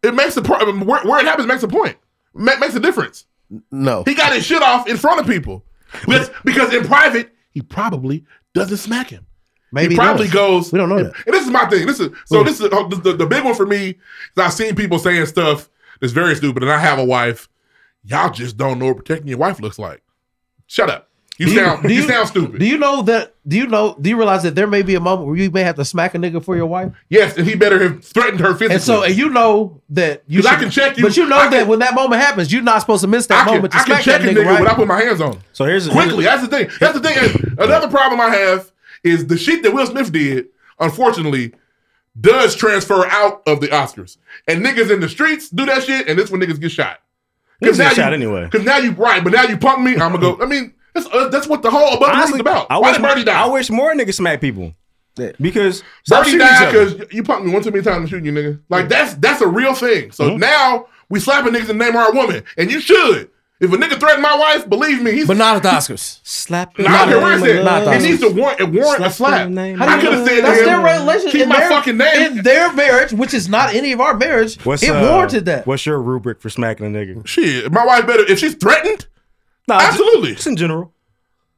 S2: It makes the pro- where, where it happens makes a point. Ma- makes a difference.
S3: No,
S2: he got his shit off in front of people. Because, because in private, he probably doesn't smack him. he
S3: Maybe he
S2: probably
S3: does.
S2: goes.
S3: We don't know that.
S2: And this is my thing. This is so. This is oh, the, the, the big one for me. Is I've seen people saying stuff that's very stupid, and I have a wife. Y'all just don't know what protecting your wife looks like. Shut up. You sound. You, sound stupid.
S3: Do you know that? Do you know? Do you realize that there may be a moment where you may have to smack a nigga for your wife?
S2: Yes, and he better have threatened her physically.
S3: And so, and you know that you
S2: 'Cause I can check you.
S3: but you know
S2: I
S3: that when that moment happens, you're not supposed to miss
S2: I
S3: that
S2: can,
S3: moment
S2: I
S3: to
S2: can
S3: smack
S2: check
S3: that
S2: a
S3: nigga,
S2: nigga
S3: right?
S2: when I put my hands on. him.
S4: So here's
S2: quickly. That's the thing. That's the thing. And Another problem I have is the shit that Will Smith did, unfortunately, does transfer out of the Oscars. And niggas in the streets do that shit, and this when niggas get shot.
S4: Niggas get shot anyway.
S2: Because now you right, but now you punk me. I'm gonna go. I mean, that's uh, that's what the whole above this is about.
S4: I
S2: Why
S4: wish
S2: did Birdie die?
S4: I wish more niggas smack people because stop
S2: Birdie
S4: shooting each
S2: died
S4: other.
S2: because you punked me one too many times to shooting you, nigga. Like that's that's a real thing. So
S4: Mm-hmm.
S2: now we slapping niggas and name our woman, and you should. If a nigga threatened my wife, believe me, he's
S3: but not at the Oscars.
S4: Slap
S2: Nah, I don't care where it's at.
S3: Not
S2: It
S3: at the
S2: needs
S3: Oscars.
S2: to warrant, it warrant a slap. I could have said
S3: That's
S2: to
S3: their
S2: him,
S3: relationship.
S2: Keep
S3: in
S2: my
S3: their-
S2: fucking name.
S3: in their marriage, which is not any of our marriage.
S4: What's,
S3: it
S4: uh,
S3: warranted that.
S4: What's your rubric for smacking a nigga?
S2: Shit, my wife better if she's threatened.
S4: Nah,
S2: absolutely.
S4: Just in general.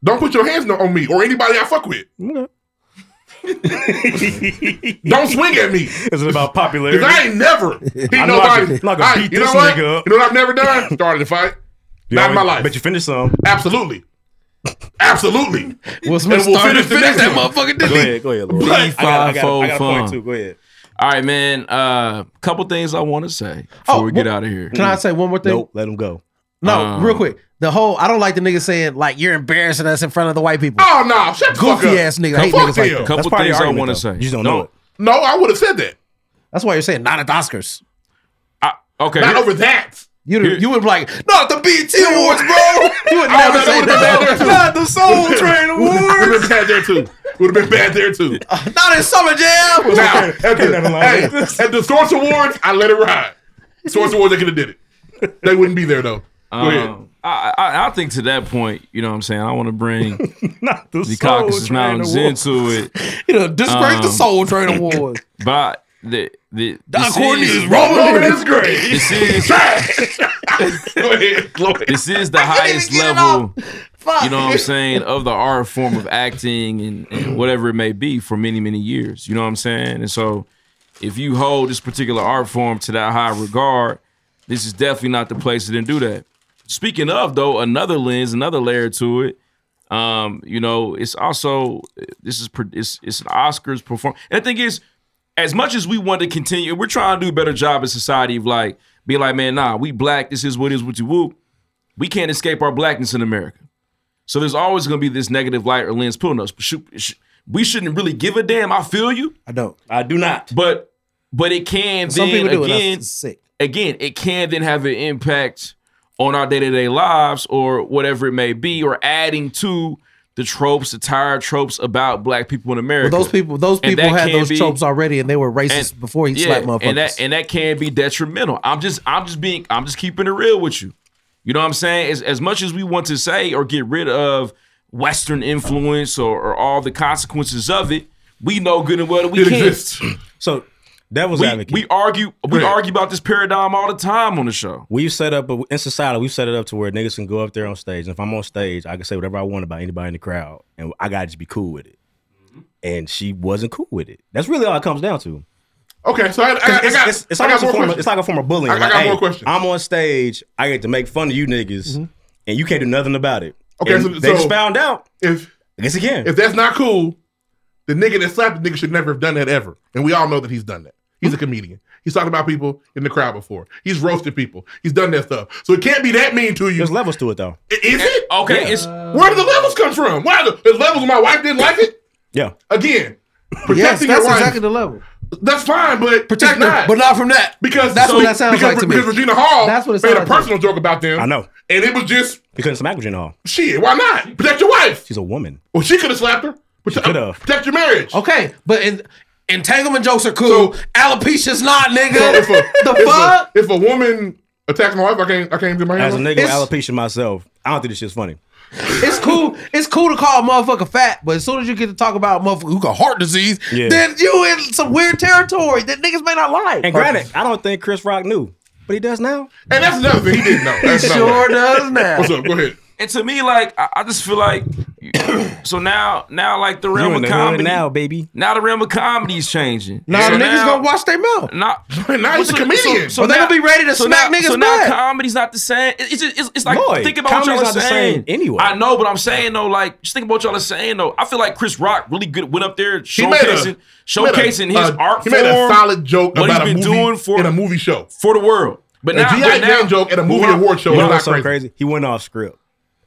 S2: Don't put your hands no- on me or anybody I fuck with. Don't swing at me.
S4: Is it about popularity?
S2: Cause I ain't never beat
S4: I'm not
S2: nobody.
S4: gonna- I'm not gonna
S2: I-
S4: beat
S2: you know
S4: this
S2: what?
S4: nigga up.
S2: You know what I've never done? Started a fight.
S4: You
S2: Not in my
S4: always-
S2: life.
S4: But you finish some.
S2: Absolutely. Absolutely.
S3: Will
S2: and we'll finish the next
S1: that
S2: one.
S1: motherfucker,
S4: Go
S1: didn't he?
S4: ahead, go ahead, Lord.
S1: The
S4: I got- I got- I got a
S1: fivefold
S4: point
S1: fun.
S4: too. Go ahead.
S1: All right, man. Uh, couple things I want to say before we get out of here.
S3: Oh, Can I say one more thing?
S4: Nope, let him go.
S3: No,
S1: Um,
S3: real quick. The whole I don't like the nigga saying like you're embarrassing us in front of the white people.
S2: Oh no, shut the fuck
S3: Goofy
S2: up.
S3: ass nigga. I hate
S2: Fuck
S3: niggas like
S2: him.
S3: that.
S1: Couple
S3: That's part of
S1: things
S3: your
S1: I
S3: argument,
S1: want to
S3: though.
S1: say.
S3: You just don't
S1: No.
S3: know it.
S2: No, I would have said that.
S3: That's why you're saying not at the Oscars.
S1: Okay.
S2: Not over that.
S3: You you would be like not the BT Awards, bro. You would
S2: I
S3: never
S2: would've-
S3: say
S2: would've been bad there, too.
S3: that. not the Soul Train
S2: Would have
S3: Awards.
S2: been bad there too. Would have been bad there too.
S3: not in Summer Jam.
S2: Now, at the, hey, at the Source Awards, I let it ride. Source Awards, they could have did it. They wouldn't be there though. Go ahead.
S1: Um, I, I, I think to that point, you know what I'm saying? I want to bring
S4: Not
S1: the Caucasus Mountains into it.
S3: You know, disgrace the
S1: Um,
S3: Soul Train Awards.
S1: But I- the the
S3: Don
S1: this
S3: Courtney
S1: is-
S3: is rolling over his
S2: grave.
S1: This is This is the highest level.
S3: Fuck.
S1: You know what I'm saying of the art form of acting and, and whatever it may be for many many years. You know what I'm saying, and so if you hold this particular art form to that high regard, this is definitely not the place to then do that. Speaking of though, another lens, another layer to it. Um, you know, it's also this is pro- it's it's an Oscars perform. And the thing is, as much as we want to continue, we're trying to do a better job as society of like be like, man, nah, we black. This is what it is what you whoop. We can't escape our blackness in America. So there's always going to be this negative light or lens pulling us. Shoot, sh- We shouldn't really give a damn. I feel you.
S3: I don't.
S4: I do not.
S1: But but it can
S3: Some
S1: then
S3: people do it.
S1: again
S3: That's sick.
S1: again it can then have an impact on our day-to-day lives or whatever it may be or adding to the tropes, the tired tropes about black people in
S3: Well,
S1: America.
S3: those people, those
S1: And
S3: people
S1: that
S3: had
S1: can
S3: those
S1: be-
S3: tropes already, and they were racist before he slapped motherfuckers.
S1: and that and that can be detrimental. I'm just I'm just being I'm just keeping it real with you. You know what I'm saying? As, as much as we want to say or get rid of Western influence or, or all the consequences of it, we know good and well that we
S2: It
S1: can't.
S2: exists.
S4: So devil's
S1: we,
S4: advocate.
S1: we argue we argue about this paradigm all the time on the show.
S4: We've set up a, in society. We've set it up to where niggas can go up there on stage, and if I'm on stage, I can say whatever I want about anybody in the crowd, and I gotta just be cool with it. And she wasn't cool with it. That's really all it comes down to.
S2: Okay, so I, I, I
S4: it's,
S2: got,
S4: it's, it's
S2: I got
S4: almost
S2: more
S4: a form of,
S2: questions.
S4: it's like a form of bullying.
S2: I, I
S4: Like,
S2: got
S4: hey,
S2: more questions. Mm-hmm.
S4: I'm on stage. I get to make fun of you niggas, and you can't do nothing about it.
S2: Okay,
S4: And
S2: so,
S4: they just
S2: so
S4: found out.
S2: If
S4: Yes, again.
S2: if that's not cool, the nigga that slapped the nigga should never have done that ever. And we all know that he's done that. He's a comedian. He's talked about people in the crowd before. He's roasted people. He's done that stuff. So it can't be that mean to you.
S4: There's levels to it, though.
S2: I- Is it?
S1: Okay,
S2: Yeah.
S1: it's
S2: Where do the levels come from? Why the, the levels my wife didn't like it?
S4: Yeah.
S2: Again, protecting
S3: Yes,
S2: your
S3: that's
S2: wife.
S3: exactly the level.
S2: That's fine, but
S3: Protect
S2: it's
S3: them,
S2: not.
S3: but not from that.
S2: Because
S3: That's
S2: so-
S3: what that sounds
S2: because,
S3: like to me.
S2: Because Regina Hall
S3: That's what it
S2: made a
S3: sounds like to
S2: personal joke about them.
S4: I know.
S2: and it was just
S4: He couldn't smack Regina Hall.
S2: shit. Why not protect your wife?
S4: She's a woman.
S2: Well, she could have slapped her. But
S4: Could have.
S2: protect your marriage.
S3: Okay, but in, entanglement jokes are cool. Alopecia's not, nigga.
S2: So if a,
S3: the
S2: if
S3: fuck?
S2: A, if a woman attacks my wife, I can't. I can't get my hands.
S4: As a
S2: on
S4: nigga
S2: it?
S4: with alopecia myself, I don't think this shit's funny.
S3: It's cool. It's cool to call a motherfucker fat, but as soon as you get to talk about a motherfucker who got heart disease,
S4: Yeah.
S3: then you in some weird territory that niggas may not like.
S4: And granted, I don't think Chris Rock knew, but he does now.
S2: And that's another thing he didn't know. That's another-
S3: sure does now.
S2: What's up? Go ahead.
S1: And to me, like I, I just feel like so now now like the
S4: You
S1: realm
S4: in
S1: of
S4: the hood
S1: comedy
S4: now, baby.
S1: Now the realm of comedy is changing.
S3: Nah,
S1: So
S3: the niggas gonna wash their mouth.
S1: Not,
S2: now he's a comedian.
S3: But they gonna be ready to smack
S1: now,
S3: niggas
S1: So now
S3: back.
S1: comedy's not the same. It- It's just, it's, it's like
S4: No,
S1: think about what
S4: comedy's
S1: y'all are
S4: not the
S1: saying
S4: same anyway.
S1: I know, but I'm saying though, like just think about what y'all are saying though. I feel like Chris Rock really good went up there
S2: made a-
S1: showcasing
S2: he made a-
S1: showcasing his
S2: uh,
S1: art
S2: He
S1: form.
S2: made a solid joke
S1: what
S2: about
S1: he's been
S2: a movie
S1: doing for
S2: in a movie show.
S1: for the world. But
S2: A
S1: now,
S2: G.I.
S1: but now
S2: Jane joke at a movie
S1: Well,
S2: award show
S4: You
S2: is
S4: know
S2: not
S4: what's so
S2: crazy.
S4: crazy? He went off script.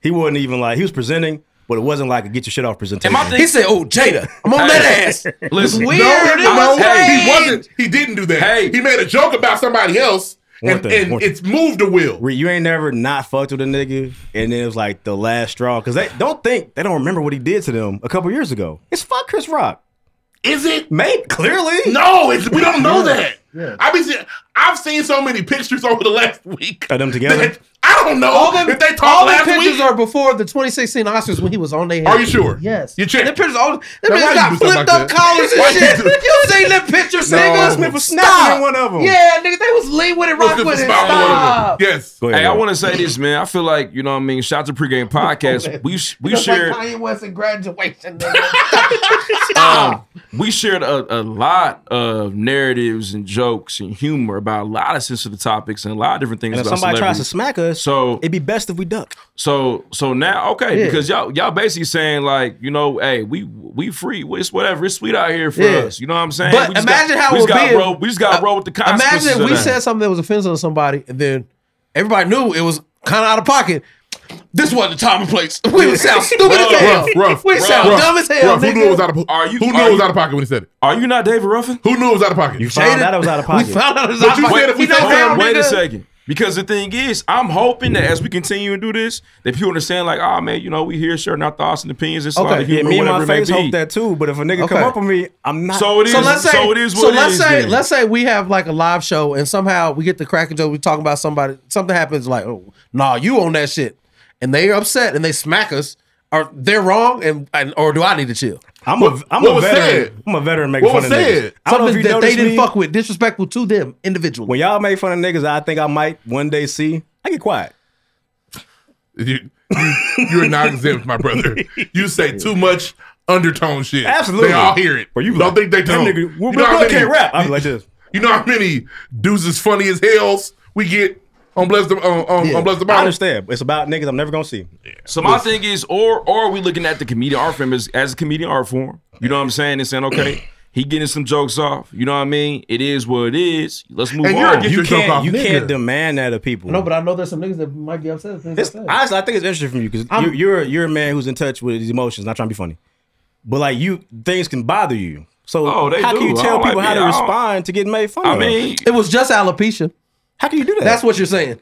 S4: He wasn't even like he was presenting, but it wasn't like a get your shit off presentation.
S1: my thing- He said,
S3: "Oh, Jada, I'm
S1: on that ass." Listen.
S2: no,
S1: Weird,
S2: no,
S1: it was
S2: he
S1: great.
S2: wasn't. He didn't do that.
S1: Hey.
S2: He made a joke about somebody else,
S4: One
S2: and,
S4: thing,
S2: and
S4: one thing.
S2: it's moved to will.
S4: Where you ain't never not fucked with a nigga, and then it was like the last straw because they don't think they don't remember what he did to them a couple years ago. It's fuck Chris Rock,
S2: Is it?
S4: mate. Clearly,
S2: No, it's, we don't know
S4: Yeah.
S2: that. I mean, see, I've seen so many pictures over the last week.
S4: Are them together?
S2: that I don't know
S3: All them,
S2: if Oh, they
S3: all
S2: talked
S3: them
S2: last
S3: pictures
S2: week.
S3: are before the 2016 Oscars when he was on their head.
S2: Are you sure?
S3: Yes.
S2: You checked?
S3: The pictures all them
S2: Now, why
S3: niggas
S2: you do
S3: got
S2: something
S3: flipped
S2: like
S3: up
S2: that?
S3: collars and
S2: Why you
S3: shit.
S2: do-
S3: You seen them pictures,
S2: No.
S3: nigga?
S4: Smith was
S3: Stop.
S4: snapping in one of them.
S3: Yeah, nigga, they was lean with it, rock
S2: Smith
S3: with
S2: was
S3: it.
S2: snapping one of them.
S3: Stop.
S2: Yes.
S4: Go ahead,
S1: Hey, I
S4: Rob.
S1: want to say this, man. I feel like you know what I mean. Shout out to pregame podcast. We sh- we
S3: That's like
S1: shared
S3: Kanye West and graduation. nigga.
S1: um, we shared a, a lot of narratives and jokes and humor about a lot of sensitive topics and a lot of different things
S4: And if
S1: about
S4: somebody tries to
S1: celebrities.
S4: smack us,
S1: so
S4: it'd be best if we duck.
S1: so so now okay
S3: Yeah.
S1: because y'all y'all basically saying like you know hey we we free it's whatever it's sweet out here for
S3: Yeah.
S1: us you know what I'm saying
S3: But
S1: we just
S3: imagine
S1: got,
S3: how
S1: we just
S3: it would
S1: got
S3: be if- uh,
S1: roll, we just got roll with the consequences
S3: Imagine if
S1: of
S3: we
S1: that.
S3: said something that was offensive to somebody, and then everybody knew it was kind of out of pocket. This wasn't the time and place. We would sound stupid as
S1: Rough,
S3: hell.
S2: Rough, rough,
S3: we
S2: rough,
S3: sound
S2: rough,
S3: dumb as hell.
S2: rough. Who knew it was
S3: nigga.
S2: out of
S1: Are you-
S2: Who knew
S1: are
S2: it was
S1: you-
S2: out of pocket when he said it?
S1: are you not David Ruffin
S2: Who knew it was out of pocket?
S4: You found out I was out of pocket.
S3: We found out it was
S2: But
S3: out of
S2: you
S3: pocket.
S2: said if we
S3: He done
S2: found
S3: found,
S2: out-
S1: wait a
S3: nigga.
S1: second. Because the thing is, I'm hoping that as we continue to do this, that people understand, like, oh man, you know, we here sharing our thoughts and opinions. It's a lot
S3: Okay.
S1: of
S4: Yeah,
S1: humor,
S4: me and
S1: whatever
S4: my
S1: it may
S4: face
S1: be.
S4: hope that too. But if a nigga come
S3: Okay.
S4: up on me, I'm not.
S1: So it is.
S3: So let's say,
S1: so it is what
S3: so
S1: it
S3: let's
S1: is
S3: say,
S1: then.
S3: let's say we have like a live show, and somehow we get the cracking joke. We talking about somebody, something happens, like, oh, nah, you on that shit, and they're upset and they smack us. Are they wrong, and, and or do I need to chill?
S4: I'm
S2: What-
S4: a I'm
S2: what
S4: a
S2: was
S4: veteran.
S2: said?
S4: I'm a veteran making
S2: What
S4: fun
S2: was
S4: of niggas.
S2: said?
S4: I don't know if
S3: Something
S4: you
S3: that they
S4: noticed
S3: didn't
S4: me.
S3: fuck with, disrespectful to them individually.
S4: When y'all make fun of niggas, I think I might one day see. I get quiet.
S2: You, are not exempt, my brother. You say too much undertone shit.
S4: Absolutely.
S2: They all hear it.
S4: Bro, you be
S2: don't
S4: like,
S2: think they
S4: "That
S2: don't.
S4: nigga-
S2: you,
S4: Wilbur
S2: know how
S4: Blood
S2: many,
S4: can't rap. I be like this.
S2: you know how many dudes is funny as hells we get on Bless the, on, on,
S3: Yeah.
S2: on Bless the
S4: I
S2: Bottom?
S4: understand. It's about niggas I'm never gonna see.
S1: So my thing is, or or are we looking at the comedian art form as, as a comedian art form? You know what I'm saying? And saying, okay, he getting some jokes off. You know what I mean? It is what it is. Let's move
S2: And you're a
S1: on.
S2: Get
S4: You
S2: your joke off,
S4: can't you
S2: nigga.
S4: can't demand that of people.
S3: No, but I know there's some niggas that might be upset. at things
S4: It's,
S3: I said.
S4: honestly, I think it's interesting for you because
S3: I'm-
S4: you're, you're a- you're a man who's in touch with his emotions. Not trying to be funny, but like you, things can bother you. So
S1: Oh, they
S4: how
S1: do.
S4: can you
S1: I
S4: tell
S1: don't
S4: people
S1: like
S4: how
S1: being-
S4: to
S1: I don't-
S4: respond to getting made fun
S1: I
S4: of?
S1: mean,
S3: it was just alopecia.
S4: how can you do that?
S3: That's what you're saying.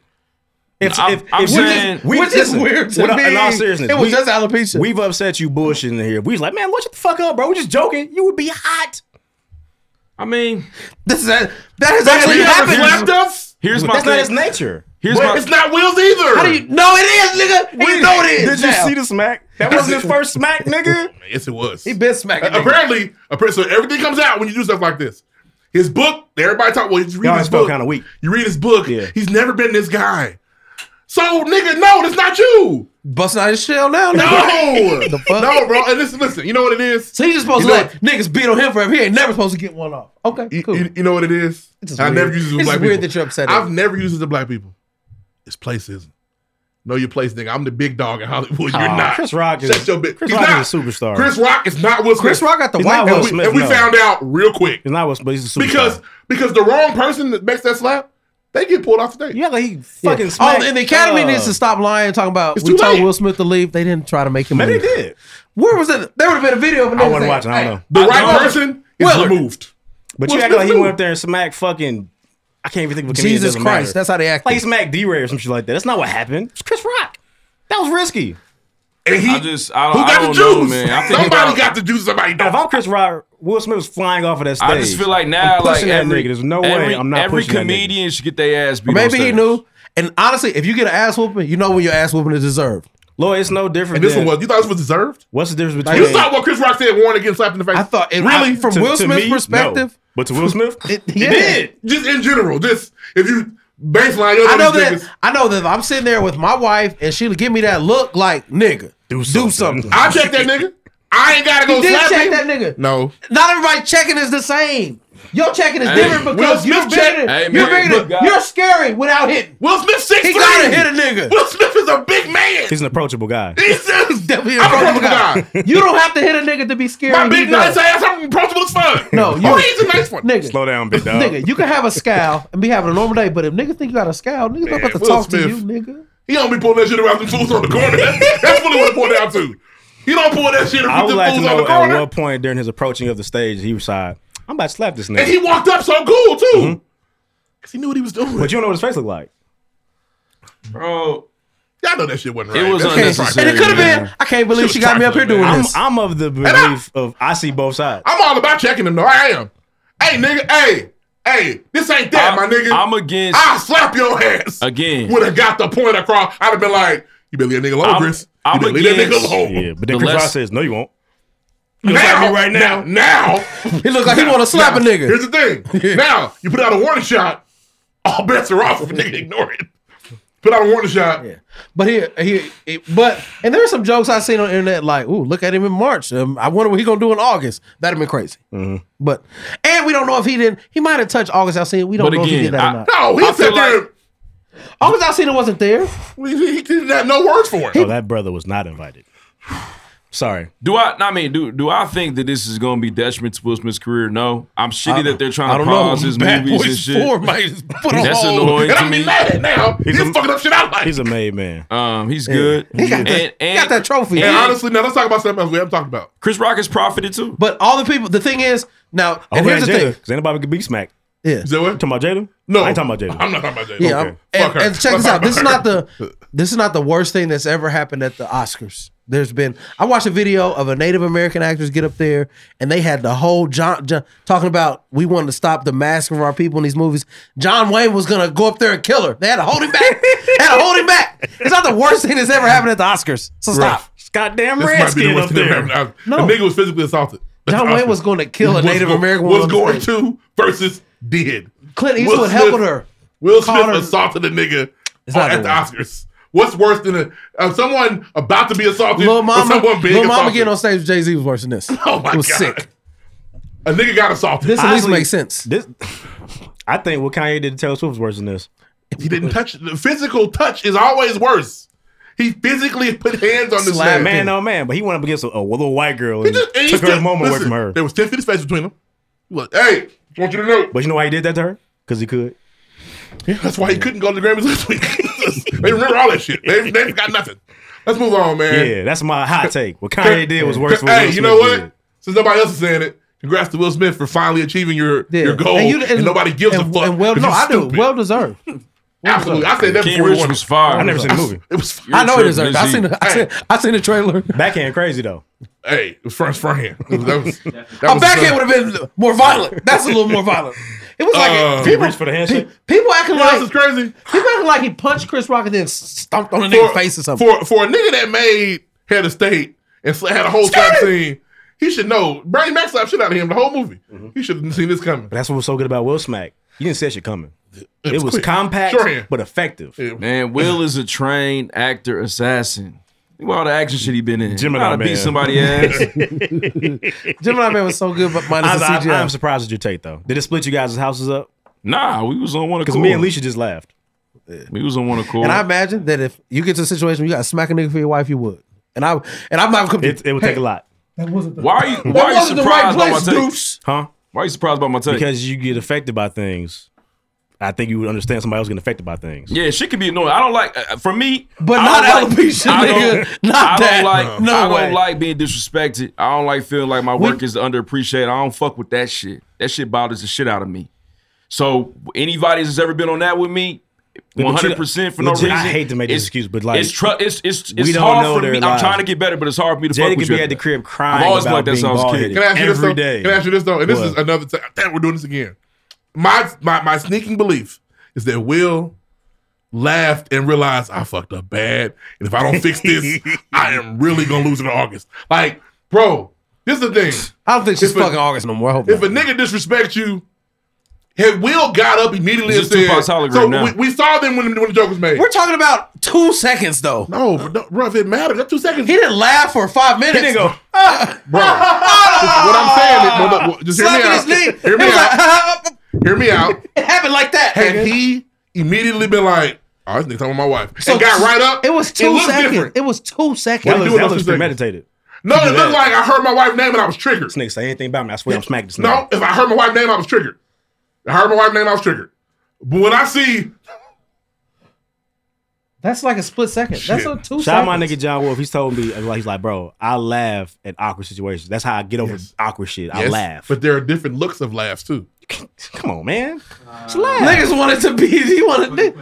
S4: if,
S1: I'm- I'm
S4: we-
S1: saying-
S4: we-
S3: Which is
S4: listen,
S3: weird to
S4: what I-
S3: me.
S4: In all seriousness,
S3: it was
S4: we-
S3: just alopecia.
S4: We've upset you bullshitting in here. We was like, man, what shut the fuck up, bro. We're just joking. You would be hot.
S1: I mean,
S3: this is that has
S2: He
S3: actually
S2: never
S3: happened.
S2: slapped us.
S1: here's my
S4: That's not his
S1: thing.
S4: nature.
S1: Here's
S2: But
S1: my
S2: it's not Will's either.
S3: How do you? No, it is, nigga. We know it is.
S4: Did you see the smack? That wasn't his first smack, nigga.
S2: Yes, it was.
S3: He been smacking. niggas.
S2: apparently, apparently, so everything comes out when you do stuff like this. His book, everybody talk. Well, you read
S4: Y'all
S2: his
S4: felt
S2: book.
S4: kinda weak.
S2: You read his book.
S4: Yeah.
S2: He's never been this guy. So, nigga, no, that's not you.
S3: busting out his shell now.
S2: No,
S3: nigga. fuck?
S2: no, bro. And listen, listen. You know what it is.
S3: So he's just supposed
S2: You
S3: to
S2: know
S3: let niggas beat on him forever. He ain't never supposed to get one off. Okay,
S2: You,
S3: cool.
S2: you- you know what it is.
S3: It's just
S2: And I never
S3: weird.
S2: use this with
S3: It's
S2: black
S3: weird
S2: people.
S3: that you're upset at
S2: I've
S3: it.
S2: never used this to black people. It's placism. Know your place, nigga. I'm the big dog in Hollywood. You're
S4: Aw,
S2: not.
S4: Chris Rock is-
S2: Shut your bit.
S4: Chris
S2: He's
S4: Rock
S2: not.
S4: is a superstar.
S2: Chris Rock is not Will Smith.
S3: Chris Rock got the
S4: He's
S3: white
S4: not
S3: belt.
S4: Will
S2: And we,
S4: Smith,
S2: and we
S4: no.
S2: found out real quick.
S4: It's not what, but he's a superstar.
S2: because because the wrong person that makes that slap They get pulled off the stage.
S4: Yeah, like he
S3: Yeah. Oh, and the Academy needs to stop lying, talking about
S2: It's
S3: we
S2: too
S3: told
S2: late.
S3: Will Smith to leave. They didn't try to make him.
S2: Maybe
S3: leave.
S2: they did.
S3: Where was it? There would have been a video. Of
S4: I wasn't watching. I don't know.
S2: The right person is removed.
S4: But
S3: Will
S4: you act like he
S3: Smith
S4: went
S3: knew.
S4: up there and smacked fucking. I can't even think of a comedian.
S3: Jesus
S4: doesn't
S3: Christ,
S4: matter.
S3: that's how they act.
S4: Like he smacked D-Ray or some shit like that. That's not what happened. It's Chris Rock. That was risky.
S2: And he,
S1: I just, I don't,
S4: Who
S1: I
S4: got the
S1: don't know,
S4: juice?
S1: man. I think
S4: Somebody
S1: about-
S2: got the juice. Somebody.
S4: If I'm Chris Rock, Will Smith was flying off of that stage.
S1: I just feel like now,
S4: I'm
S1: like
S4: pushing that
S1: every,
S4: nigga. There's no
S1: every,
S4: way I'm not
S1: every
S4: pushing that nigga.
S1: comedian should get their ass beat.
S3: Or
S1: on
S3: maybe he
S1: stage.
S3: knew. And honestly, if you get an ass whooping, you know when your ass whooping is deserved.
S4: Lloyd, it's no
S2: And
S4: different.
S2: this one was. You thought this was deserved?
S4: What's the difference
S2: you
S4: between?
S2: saw what Chris Rock said, Warren getting slapped in the face. I
S3: thought it-
S2: really
S3: I- from Will Smith's perspective-
S4: But to Will Smith,
S3: It,
S2: It
S3: yeah.
S2: did. Just in general, just if you baseline, you
S3: I know that.
S2: Niggas,
S3: I know that. If I'm sitting there with my wife, and she'll give me that look, like nigga, do something.
S2: I check that nigga. I ain't gotta
S3: He
S2: go
S3: did
S2: slap
S3: check
S2: him.
S3: that nigga.
S2: No,
S3: Not everybody checking is the same. Your checking is
S2: Hey,
S3: different because
S2: Will
S3: you're
S2: Smith check-
S3: bigger.
S2: Hey,
S3: you're
S2: man,
S3: bigger.
S2: look, guys.
S3: You're scary without hitting.
S2: Will Smith six
S3: He gotta hit a nigga.
S2: Will Smith is a big man.
S4: He's an approachable guy.
S3: He's definitely
S2: I'm
S3: a
S2: approachable
S3: guy. You don't have to hit a nigga to be scary.
S2: my big
S3: You don't.
S2: nice ass. I'm approachable as fuck.
S3: No,
S2: you
S3: you-
S2: he's a nice one.
S3: Nigga,
S4: Slow down, big dog.
S3: nigga, you can have a scowl and be having a normal day, but if niggas think you got a scowl, niggas not about to
S2: Will
S3: talk
S2: Smith.
S3: to you, nigga.
S2: He don't be pulling that shit around the fools on the corner. That's, that's really what it boiled down to. He don't pull that shit
S4: I
S2: around
S4: would
S2: the
S4: like to
S2: fools on the
S4: know at
S2: corner.
S4: what point during his approaching of the stage he was like, "I'm about to slap this
S2: And he
S4: nigga,"
S2: walked up so cool too,
S3: Mm-hmm.
S2: cause he knew what he was doing.
S4: but you don't know what his face looked like.
S1: bro.
S2: Y'all know that shit wasn't
S1: It
S2: right.
S1: was
S2: That's just
S1: unnecessary,
S2: right. And it could have
S1: man.
S2: been.
S3: I can't believe
S2: Should've
S3: she got me up here doing
S4: I'm,
S3: this.
S4: I'm of the belief of I see both sides.
S2: I'm all about checking him though. I am. Hey nigga, hey, hey, this ain't that, my nigga.
S1: I'm against
S2: I'll slap your ass.
S1: again.
S2: Would have got the point across. I'd have been like, you better leave that nigga alone,
S1: I'm-
S2: Chris.
S1: I'm
S2: you better leave that nigga
S1: against-
S2: alone.
S4: Yeah, but then
S1: The
S4: Chris Rock
S1: less-
S4: says, "No, you won't."
S2: Now,
S4: me right now.
S2: Now,
S3: He look like he want to slap a
S2: now,
S3: nigga.
S2: Here's the thing. now, you put out a warning shot, all bets are off if a nigga ignore it. Put out a warning shot.
S3: But here, here, it- but and there's some jokes I seen on the internet like, "Ooh, look at him in March. Um, I wonder what he gonna do in August." That'd have been crazy. But and we don't know if he didn't. He might have touched August Alcina. We don't
S1: But
S3: know if he
S1: again,
S3: did that
S1: I-
S3: or not.
S2: No, he
S1: I
S2: sat
S1: feel
S2: there.
S1: like-
S3: August Alcina wasn't there.
S2: he, he didn't have no words for it.
S4: Oh, that brother was not invited. Sorry.
S1: Do I? I mean, do do I think that this is going to be detriment to Will Smith's career? No, I'm shitty
S3: I-
S1: that they're
S3: I
S1: trying to
S3: don't know.
S1: pause his
S3: Bad
S1: movies and
S3: Boys
S1: shit.
S3: 4 might just put a
S1: That's
S3: hole.
S1: annoying
S2: And
S1: to
S2: I'm
S1: me.
S2: be mad at now. He's,
S4: He's a-
S2: fucking up shit out like.
S4: He's a made man.
S1: Um, he's good.
S3: He got, the,
S1: and,
S3: he got
S1: and
S3: that trophy.
S2: and honestly, now let's talk about something else we haven't talked about.
S1: Chris Rock has profited too.
S3: but all the people. The thing is now,
S4: Oh,
S3: and here's the
S4: Jada,
S3: thing.
S4: because anybody could be smacked.
S3: Yeah,
S2: Is that what?
S4: You talking about Jada?
S2: No.
S4: I ain't talking about Jada.
S2: I'm not talking about Jada.
S3: yeah.
S4: Okay.
S3: And,
S2: Fuck her.
S3: and check
S2: Let's
S3: this
S2: talk
S3: out. This is
S2: about
S3: not the this is not the worst thing that's ever happened at the Oscars. There's been I watched a video of a Native American actress get up there and they had the whole John, John talking about we wanted to stop the massacre of our people in these movies. John Wayne was gonna go up there and kill her. They had to hold him back. they had to hold him back. It's not the worst thing that's ever happened at the Oscars. So stop.
S4: Goddamn
S2: This might be the
S4: redskin up
S2: worst thing that
S4: there.
S2: ever happened.
S3: No.
S2: The nigga was physically assaulted.
S3: John Wayne was going to kill a
S2: What's
S3: Native
S2: go-
S3: American woman.
S2: Was
S3: on
S2: going
S3: the stage.
S2: to versus did.
S3: Clint
S2: Will
S3: Eastwood
S2: Smith-
S3: helped her.
S2: Will
S3: Called
S2: Smith
S3: her-
S2: assaulted a nigga
S3: It's
S2: on-
S3: not
S2: at
S3: good.
S2: the Oscars. What's worse than a, uh, someone about to be assaulted?
S3: Lil
S2: or
S3: Mama,
S2: someone being
S3: Lil Mama
S2: assaulted?
S3: getting on stage with Jay Z was worse than this.
S2: oh my
S3: it was
S2: god!
S3: sick.
S2: A nigga got assaulted.
S3: This at least
S4: Honestly,
S3: makes sense.
S4: This, I think what Kanye did to Taylor Swift was worse than this.
S2: he didn't touch. The physical touch is always worse. He physically put hands on this
S3: Slap
S2: man.
S4: Man, oh man, but he went up against a, a little white girl and,
S2: He just- and he
S4: took her
S2: still-
S4: moment away
S2: listen,
S4: from her.
S2: There was ten feet of space between them. He was like, hey, just want you to know.
S4: But you know why he did that to her? Because he could.
S2: Yeah, that's why he couldn't go to the Grammys last week. they remember all that shit. They they got nothing. Let's move on, man.
S4: Yeah, that's my hot take. What Kanye did was worse. than what
S2: Hey,
S4: Will
S2: you know
S4: Smith
S2: what?
S4: did.
S2: Since nobody else is saying it, congrats to Will Smith for finally achieving your,
S3: Yeah.
S2: your goal. And,
S3: you-
S2: nobody gives a
S3: and-
S2: fuck.
S3: And well,
S2: 'cause
S3: no,
S2: you
S3: I do.
S2: stupid.
S3: Well deserved.
S2: Absolutely. I said that
S1: King
S2: before we
S1: Rich
S2: won.
S1: was fire.
S4: I never seen the movie.
S2: It was fire.
S3: I know it
S1: You're
S3: deserved. I seen.
S1: tripping,
S3: The, I seen. I seen the trailer.
S4: Backhand crazy though.
S2: Hey, it was French Fran. That was, that was,
S3: A backhand would have been more violent. That's a little more violent. It was like
S2: Uh,
S4: He
S3: people,
S4: reached for the handshake.
S3: people acting
S2: This is
S3: like
S2: crazy.
S3: people acting like he punched Chris Rock and then stomped on the nigga's face or something.
S2: For for a nigga that made head of state and sla- had a whole slap scene, he should know. Bernie Mac slapped shit out of him the whole movie. He should have seen this coming.
S4: But that's what was so good about Will Smack. You didn't see that shit coming. It was,
S2: quick.
S4: compact
S2: Shorthand.
S4: but effective.
S1: Man, Will is a trained actor assassin. Think about all the action shit he been in.
S4: Gemini
S1: Gotta
S4: Man.
S1: beat somebody ass.
S3: Gemini Man was so good, but
S4: I,
S3: minus the CGI.
S4: am surprised at your take though. Did it split you guys' houses up?
S1: nah, we was on one
S4: Because
S1: accord.
S4: me and Leisha just laughed.
S1: we was on one accord.
S3: and I imagine that if you get to a situation where you got to smack a nigga for your wife, you would. And I and I'm not coming.
S4: It, it would take a lot,
S1: why are you?
S3: That
S1: Why are you
S3: wasn't the right
S1: surprised by my
S3: place,
S1: take?
S3: Deuce.
S4: huh?
S1: Why are you surprised by my take?
S4: Because you get affected by things I think you would understand somebody else getting affected by things.
S1: Yeah, shit can be annoying. I don't like uh, for me,
S4: But
S1: I
S4: not
S1: don't
S4: alopecia,
S1: I don't-
S4: nigga. Not
S1: I
S4: that.
S1: Don't like,
S4: No
S1: I
S4: way.
S1: don't like being disrespected. I don't like feeling like my work is underappreciated. I don't fuck with that shit. That shit bothers the shit out of me. So anybody that's ever been on that with me,
S4: But you-
S1: one hundred percent for no
S4: legit,
S1: reason.
S4: I hate to make this
S1: it's-
S4: excuse, but, like,
S1: it's tru- it's it's,
S4: we
S1: it's
S4: don't
S1: hard
S4: know
S1: for
S4: their
S1: me. I'm
S4: lives.
S1: trying to get better, but it's hard for me to
S4: Jada
S1: fuck with
S4: could
S1: you.
S4: be at the crib crying
S1: I've always
S4: about
S1: been like that
S4: being
S1: since I was a
S4: bald
S1: kid.
S4: headed. Can I ask you this,
S2: Every day. Can I ask you this though? And this is
S4: What?
S2: another time. Damn, we're doing this again. My my my sneaking belief is that Will laughed and realized I fucked up bad, and if I don't fix this, I am really gonna lose in August. Like, bro, this is the thing.
S3: I don't think she's
S2: If a-
S3: fucking August no more. I hope
S2: If a nigga disrespects you, had Will got up immediately and
S3: It's
S2: said,
S3: just Tupac's hologram
S2: "So
S3: now.
S2: we, we saw them when, when the joke was made."
S3: We're talking about two seconds though.
S2: No, but no, bro, if it mattered, that two seconds.
S3: He didn't laugh for five minutes. He didn't go.
S2: bro. what I'm saying is, no, no, just hear me
S3: Slapping
S2: out.
S3: his knee.
S2: Hear me
S3: He was
S2: out.
S3: like,
S2: hear me out.
S3: It happened like that.
S2: Had
S3: nigga.
S2: he immediately been like, "Oh, this nigga talking about my wife,"
S3: So
S2: and got right up,
S3: It was
S2: it
S3: two
S2: looked
S3: seconds.
S2: different.
S3: It was two seconds.
S2: Why you doing those two seconds?
S4: premeditated.
S2: No,
S4: You
S2: it
S4: do
S2: looked
S4: that.
S2: like I heard my wife's name and I was triggered.
S4: This nigga say anything about me, I swear I'm smacking this nigga.
S2: No, if I heard my wife's name, I was triggered. I heard my wife's name, I was triggered. But when I see,
S3: That's like a split second. That's a two
S4: Shout out my
S3: seconds.
S4: nigga John Wolf. He's told me like he's like, bro, I laugh at awkward situations. That's how I get over awkward shit. I
S2: Yes,
S4: laugh.
S2: but there are different looks of laughs too.
S4: Come on, man. Just laugh.
S3: Niggas wanted to be. He wanted.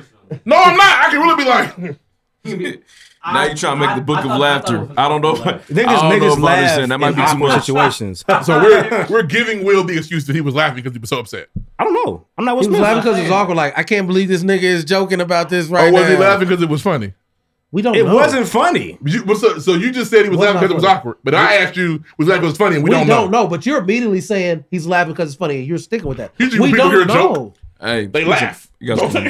S2: No, I'm not. I can really be like.
S1: Now you trying to make the book of laughter. I don't know.
S4: Niggas,
S1: I don't know
S4: niggas
S1: if I
S4: laugh
S1: understand. That might
S4: in
S1: be too
S4: awkward
S1: much.
S4: situations.
S2: so we're we're giving Will the excuse that he was laughing because he was so upset.
S4: I don't know. I'm not.
S3: He was laughing because it was awkward. Like I can't believe this nigga is joking about this right
S2: or Oh, was
S3: now.
S2: he laughing because it was funny?
S3: We don't.
S4: It
S3: know.
S4: wasn't funny.
S2: You, but so, so you just said he was
S3: Wasn't
S2: laughing because it was
S3: awkward.
S2: awkward. But I asked you, was that because it was funny? And we,
S3: We,
S2: don't, know.
S3: But you're immediately saying he's laughing because it's funny, and you're sticking with that.
S2: Usually when
S3: we
S2: people
S3: don't
S2: hear a
S3: know.
S2: joke,
S1: Hey,
S2: they laugh.
S1: You guys
S2: Don't they?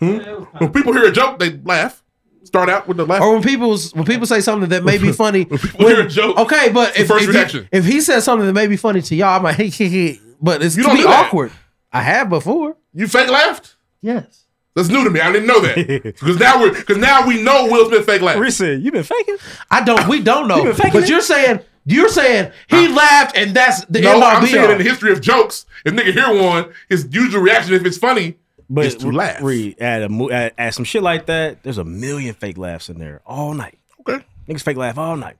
S2: Hmm? When people hear a joke, they laugh. Start out with the laugh.
S3: Or when people when people say something that may be funny, when
S2: hear a joke,
S3: okay, but
S2: the
S3: if,
S2: first
S3: if,
S2: reaction.
S3: He, if he says something that may be funny to y'all, I'm like, hey, hey, hey. but it's
S2: You
S3: to
S2: don't
S3: be
S2: do that.
S3: awkward. I have before.
S2: You fake laughed?
S3: Yes.
S2: That's new to me. I didn't know that. Because now we're because now we know Will Smith fake laugh.
S4: Recent, you been faking?
S3: I don't. We don't know.
S4: been faking
S3: but
S4: it?
S3: you're saying you're saying he laughed, and that's the
S2: No,
S3: end all
S2: I'm
S3: be
S2: saying in
S3: all.
S2: the history of jokes, if nigga hear one, his usual reaction if it's funny
S4: But
S2: is to laugh.
S4: Read at a mo- at, at some shit like that. There's a million fake laughs in there all night.
S2: Okay.
S4: Niggas fake laugh all night.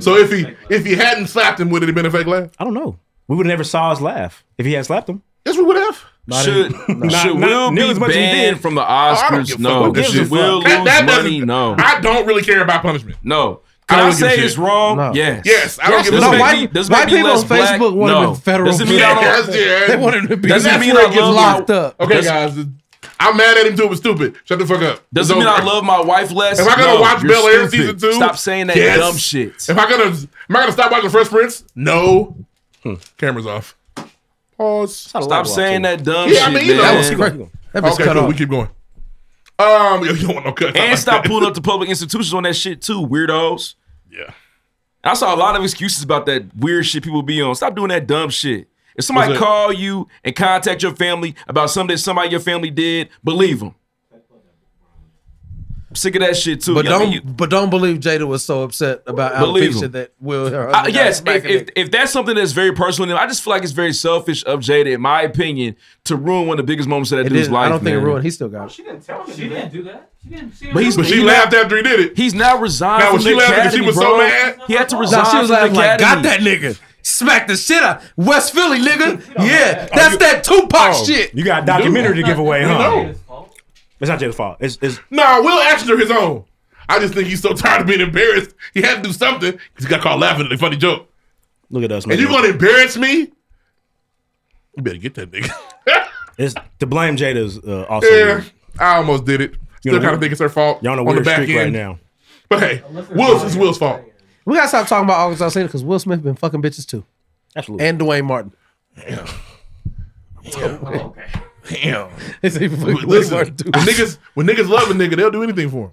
S2: So if he if he hadn't slapped him, would it have been a fake laugh?
S4: I don't know. We would have never saw his laugh if he had slapped him.
S2: Yes, we would have.
S1: Should,
S4: Not-
S1: should
S4: not
S1: Will
S4: near
S1: be
S4: as much as he
S1: banned
S4: did.
S1: from the
S2: I don't
S1: Oscars?
S2: give a fuck
S1: No.
S2: what this
S1: Should
S2: shit-
S1: Will
S2: That-
S1: lose
S2: that doesn't-
S1: money? No.
S2: I don't really care about punishment.
S1: No.
S2: I
S1: Can I,
S2: don't give a
S1: say it's
S2: shit.
S1: wrong?
S2: No.
S1: Yes.
S2: Yes, I don't give
S1: Does
S2: a shit.
S1: it
S2: No,
S1: make
S2: white-
S1: me- does it
S3: white
S1: make me
S3: people
S1: less
S3: on
S1: black?
S3: Facebook want him
S1: No.
S3: in federal
S1: Doesn't mean I don't-
S2: Yes, yeah.
S3: They wanted him to be.
S1: Doesn't
S3: That's
S1: mean I
S3: where it gets
S1: love
S3: locked
S1: you.
S3: up.
S2: Okay,
S1: Does-
S2: guys. I'm mad at him too. It was stupid. Shut the fuck up.
S1: Doesn't
S2: It's
S1: mean I
S2: over.
S1: love my wife less.
S2: Am I gonna
S1: No,
S2: watch
S1: you're
S2: Bel Air
S1: stupid.
S2: season two?
S1: Stop saying that
S2: Yes.
S1: dumb shit.
S2: Am I gonna am I gonna stop watching Fresh Prince? No.
S1: Hmm.
S2: Cameras off. Pause.
S1: Stop saying that dumb
S2: Yeah, I
S1: shit.
S2: mean, you know,
S1: man.
S2: that was great.
S3: That bitch
S2: okay,
S3: cut
S2: cool.
S3: off.
S2: We keep going. Um, you don't want no cut.
S1: And stop pulling up to public institutions on that shit too, weirdos.
S2: Yeah.
S1: I saw a lot of excuses about that weird shit people be on. Stop doing that dumb shit. If somebody
S2: What's that?
S1: call you and contact your family about something that somebody in your family did, believe them. I'm sick of that shit too.
S3: But
S1: Y'all
S3: don't
S1: be-
S3: but don't believe Jada was so upset about
S1: Believe
S3: alopecia
S1: him.
S3: that Will.
S2: Uh,
S3: her
S1: I-
S3: husband got
S1: yes,
S3: smack
S1: if,
S3: in
S1: if, if that's something that's very personal, then I just feel like it's very selfish of Jada, in my opinion, to ruin one of the biggest moments of that
S3: It
S1: dude's
S3: didn't-
S1: life.
S3: I don't think it
S1: man.
S3: ruined. He still got it.
S12: She didn't do that. She didn't. She
S1: But he's
S2: But she
S1: he
S2: laughed after he did it.
S1: He's now resigned.
S2: Now,
S1: from
S2: was
S1: the
S2: she laughing 'cause
S1: academy,
S2: she was so
S1: bro.
S2: mad?
S1: He had to
S3: Nah,
S1: resign.
S3: she
S1: from
S3: was
S1: the
S3: laughing like, got
S1: academy.
S3: that nigga. Smack the shit out. West Philly, nigga. Yeah, that's that Tupac
S2: Oh.
S3: shit.
S4: Oh, You got a documentary to give away,
S2: Ah, We
S4: huh?
S2: know.
S4: It's not Jada's fault. It's, it's
S2: No, Will actions are his own. I just think he's so tired of being embarrassed. He had to do something 'cause he got caught laughing at a funny joke.
S4: look at us, man.
S2: And you gonna embarrass me? You better get that nigga.
S4: It's to blame Jada's uh, also.
S2: Yeah, I almost did it.
S4: You
S2: Still
S4: know,
S2: kind
S4: we-
S2: of think it's her fault.
S4: Y'all on a
S2: the
S4: weird
S2: back
S4: streak right
S2: end.
S4: now.
S2: But hey, Will's it's Will's fault.
S3: We gotta stop talking about August Alsina because Will Smith been fucking bitches too,
S4: Absolutely.
S3: and Dwayne Martin.
S12: Oh,
S2: Damn.
S3: It's even fucking Dwayne
S2: Listen, when
S3: Martin too.
S2: niggas when niggas love a nigga, they'll do anything for him.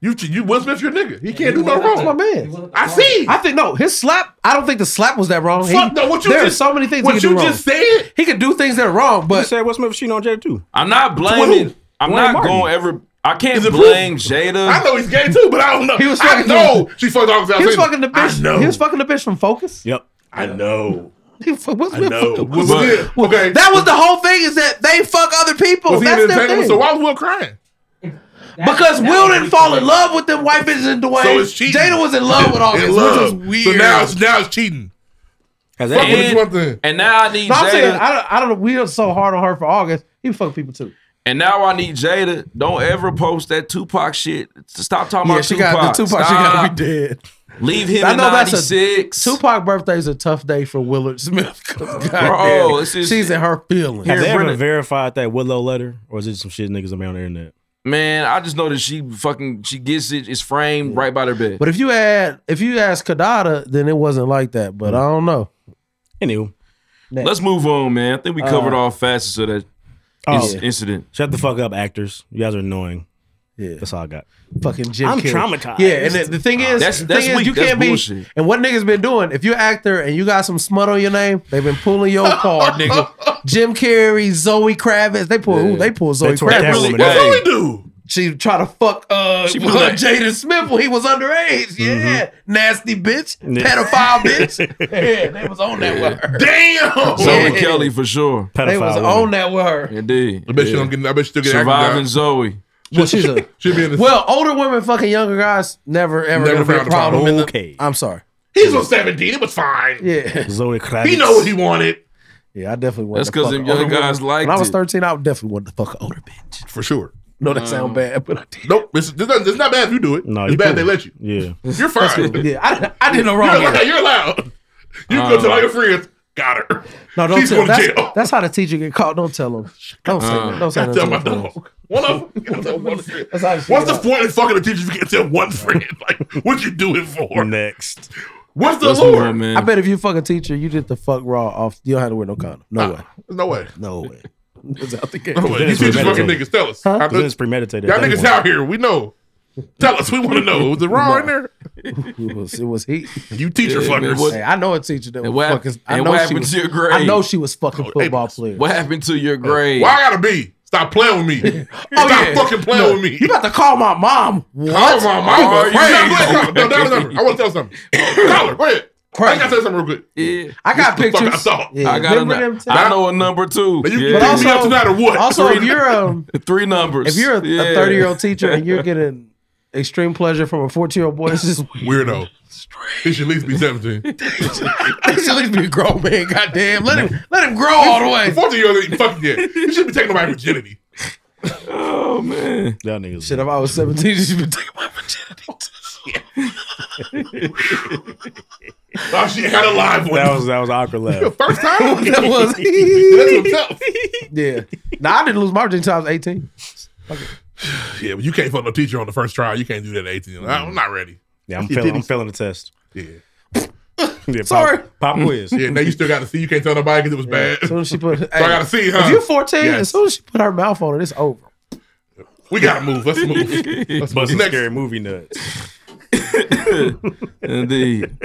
S2: You you Will Smith your nigga. He can't do no
S3: That's my
S2: wrong.
S3: man.
S2: I see.
S3: I think no, his slap. I don't think the slap was that wrong.
S2: Fuck no, what you
S3: there
S2: just-
S3: are so many things.
S2: what
S3: he can
S2: you
S3: do wrong.
S2: just said?
S3: He could do things that are wrong,
S4: You
S3: but
S4: said what's Smith she on Jada too.
S1: I'm not
S2: To
S1: blaming.
S2: who?
S1: I'm
S4: Dwayne
S1: not
S4: Martin.
S1: going to ever. I can't
S2: Is it
S1: blame Jada.
S2: I know he's gay too, but I don't know.
S3: He was
S2: I
S3: fucking-
S2: know she fucked off.
S3: he was fucking the bitch.
S2: I know.
S3: He was fucking the bitch from Focus.
S4: Yep.
S2: I know.
S3: He fuck- what's
S2: I
S3: with
S2: know.
S3: fuck?
S2: Was it- okay.
S3: That was the whole thing is that they fuck other people.
S2: Was he
S3: That's
S2: in
S3: their
S2: entanglement?
S3: thing.
S2: So why was Will crying?
S3: because Will didn't fall in love with them white bitches in Dwayne.
S2: So it's cheating.
S3: Jada was in love with all
S2: In
S3: this,
S2: love.
S3: Oh, which was weird.
S2: So now it's now it's cheating. Fuck with this one thing.
S1: and now I need
S3: No, I'm saying
S1: Jada.
S3: I don't, I don't know. We are so hard on her for August. He fuck people too.
S1: and now I need Jada. Don't ever post that Tupac shit. Stop talking
S3: Yeah,
S1: about
S3: she
S1: Tupac.
S3: got the Tupac. She got to
S1: Stop.
S3: be dead.
S1: Leave him in
S3: a Tupac birthday is a tough day for Willard Smith. 'cause
S4: Bro,
S3: goddamn,
S4: it's just-
S3: she's in her feelings.
S4: Have they ever verified that Willow letter, or is it some shit niggas on the internet?
S1: Man, I just know that she fucking she gets it. It's framed right by their bed.
S3: But if you had, if you asked Kadada, then it wasn't like that. But I don't know.
S4: Anyway,
S1: Let's move on, man. I think we covered
S4: Uh,
S1: all facets of that
S4: Oh.
S1: inc- incident.
S4: Shut the fuck up, actors. You guys are annoying. Yeah, that's all I got.
S3: Fucking Jim
S4: I'm
S3: Carrey.
S4: traumatized. Ah,
S3: Yeah, and the, the thing is,
S4: That's-
S3: the
S4: that's
S3: thing is,
S4: weak.
S3: you
S4: That's
S3: can't be.
S4: bullshit.
S3: And what niggas been doing? If you're an actor and you got some smut on your name, they've been pulling your card, nigga. Jim Carrey, Zoe Kravitz, they pull. Ooh, they pull Zoe
S4: They tore that
S3: Kravitz.
S4: woman What down. Zoe
S3: do? She try to fuck uh
S4: She
S3: well,
S4: was like-
S3: Jaden Smith when he was underage. Yeah, nasty bitch,
S4: Yeah.
S3: pedophile bitch. Yeah, they was on that with her. Damn,
S1: Zoe
S3: Yeah.
S1: Kelly for sure.
S3: They was on that with her.
S1: Indeed.
S2: I bet you don't get. I bet you still get
S1: surviving Zoe.
S3: Well, she's a
S2: Should be in the.
S3: well, older women fucking younger guys never ever
S2: Never
S3: gonna be a
S2: found a problem.
S3: problem. in the-
S4: Okay.
S3: I'm sorry.
S2: He's was seventeen. It was fine.
S3: Yeah,
S4: Zoe Kravitz.
S2: He know what he wanted.
S3: Yeah, I definitely wanted.
S2: That's
S3: to
S2: 'cause
S3: fuck
S2: them
S3: an
S2: young
S3: older
S2: guys
S3: woman.
S2: liked
S3: When I was
S2: it.
S3: 13, I definitely wanted to fuck an older bitch
S2: for sure.
S3: No, that
S2: Mm.
S3: sound bad, but I did.
S2: Nope, it's, it's, not, it's not bad if you do it.
S4: No,
S2: it's
S4: you
S2: bad
S4: cool.
S2: they let you.
S4: Yeah.
S2: You're fine.
S3: yeah, I, I did no wrong.
S2: You're allowed.
S3: here.
S2: You're allowed. You go tell all your friends. Got her.
S3: Uh, No, don't
S2: She's
S3: tell.
S2: going to
S3: That's,
S2: jail.
S3: that's how the teacher get caught. Don't tell them. Don't say.
S2: Uh,
S3: that. don't say
S2: I
S3: that.
S2: tell
S3: to
S2: my
S3: them.
S2: dog. One of them. One of them, one of them.
S3: That's how she
S2: What's
S3: get
S2: the
S3: out.
S2: point in fucking the teacher if you can't tell one friend? Like, what you do it for?
S4: Next.
S2: What's the
S3: Let's move
S2: lure?
S3: on, man. I bet if you fuck a teacher, you did the fuck raw off. You don't have to wear no condom. No way.
S2: No way.
S3: No way. It's out the game.
S2: No way. You teach fucking niggas. Tell us.
S3: Huh?
S2: I know-
S3: Then it's
S4: premeditated
S2: Y'all
S3: at that
S2: niggas
S3: point.
S2: out here. We know. Tell us. We want to know. Was it wrong in there?
S3: It was, it was he.
S2: You teacher
S1: Yeah, man, fuckers. what-
S3: Hey, I know a teacher that was
S1: And what hap-
S3: fucking. I
S1: and
S3: know
S1: what
S3: she
S1: happened
S3: was-
S1: to your grade?
S3: I know she was fucking football player.
S1: What happened to
S3: Uh,
S1: your grade?
S2: Why I gotta be? Stop playing with me. Stop fucking playing
S3: Oh, No,
S2: with me.
S3: You about to call my mom? What?
S2: Call my mama.
S3: Are
S2: Wait,
S3: you-
S2: no, no, no, no, no, no. I want to tell something. Tyler, go ahead. I gotta tell something real quick.
S1: Yeah.
S3: I got
S2: This is the fuck
S3: pictures.
S2: I saw.
S3: Yeah.
S1: I got a,
S3: Remember them
S1: nu-
S3: times?
S1: I know a number too.
S2: But you can pick me up tonight or what?
S3: Also,
S2: Three
S3: if you're um,
S1: Three numbers.
S3: if you're a-
S1: Yeah.
S3: a 30 year old teacher and you're getting extreme pleasure from a 14 year old boy, it's just
S2: weirdo. He should at least be 17.
S3: he should at least be a grown man. Goddamn, let him let him grow all the way.
S2: 14 years old ain't fucking yet. You should be taking away virginity.
S1: Oh man.
S4: Y'all niggas.
S3: Shit, if I was 17, she'd been taking my
S2: Oh, she had a live one.
S4: That was that was awkward laugh.
S2: First time?
S3: That was-
S2: That's himself.
S3: Yeah. Nah, I didn't lose my virginity until I was 18.
S2: Yeah, but you can't fuck no teacher on the first try. You can't do that at 18. I- I'm not ready.
S4: Yeah, I'm
S2: He
S4: failing.
S2: did
S4: I'm
S2: his-
S4: failing the test.
S2: Yeah.
S4: Yeah, pop-
S3: Sorry.
S4: Pop quiz.
S2: Yeah, now you still got to see. You can't tell nobody because it was bad.
S3: As soon as she put, so
S2: I gotta see, huh?
S3: If you're 14,
S2: Yes.
S3: as soon as she put her mouth on it, it's over.
S2: We gotta move. Let's move. Let's move.
S4: Bust some
S2: Next.
S4: scary movie nuts.
S1: Indeed.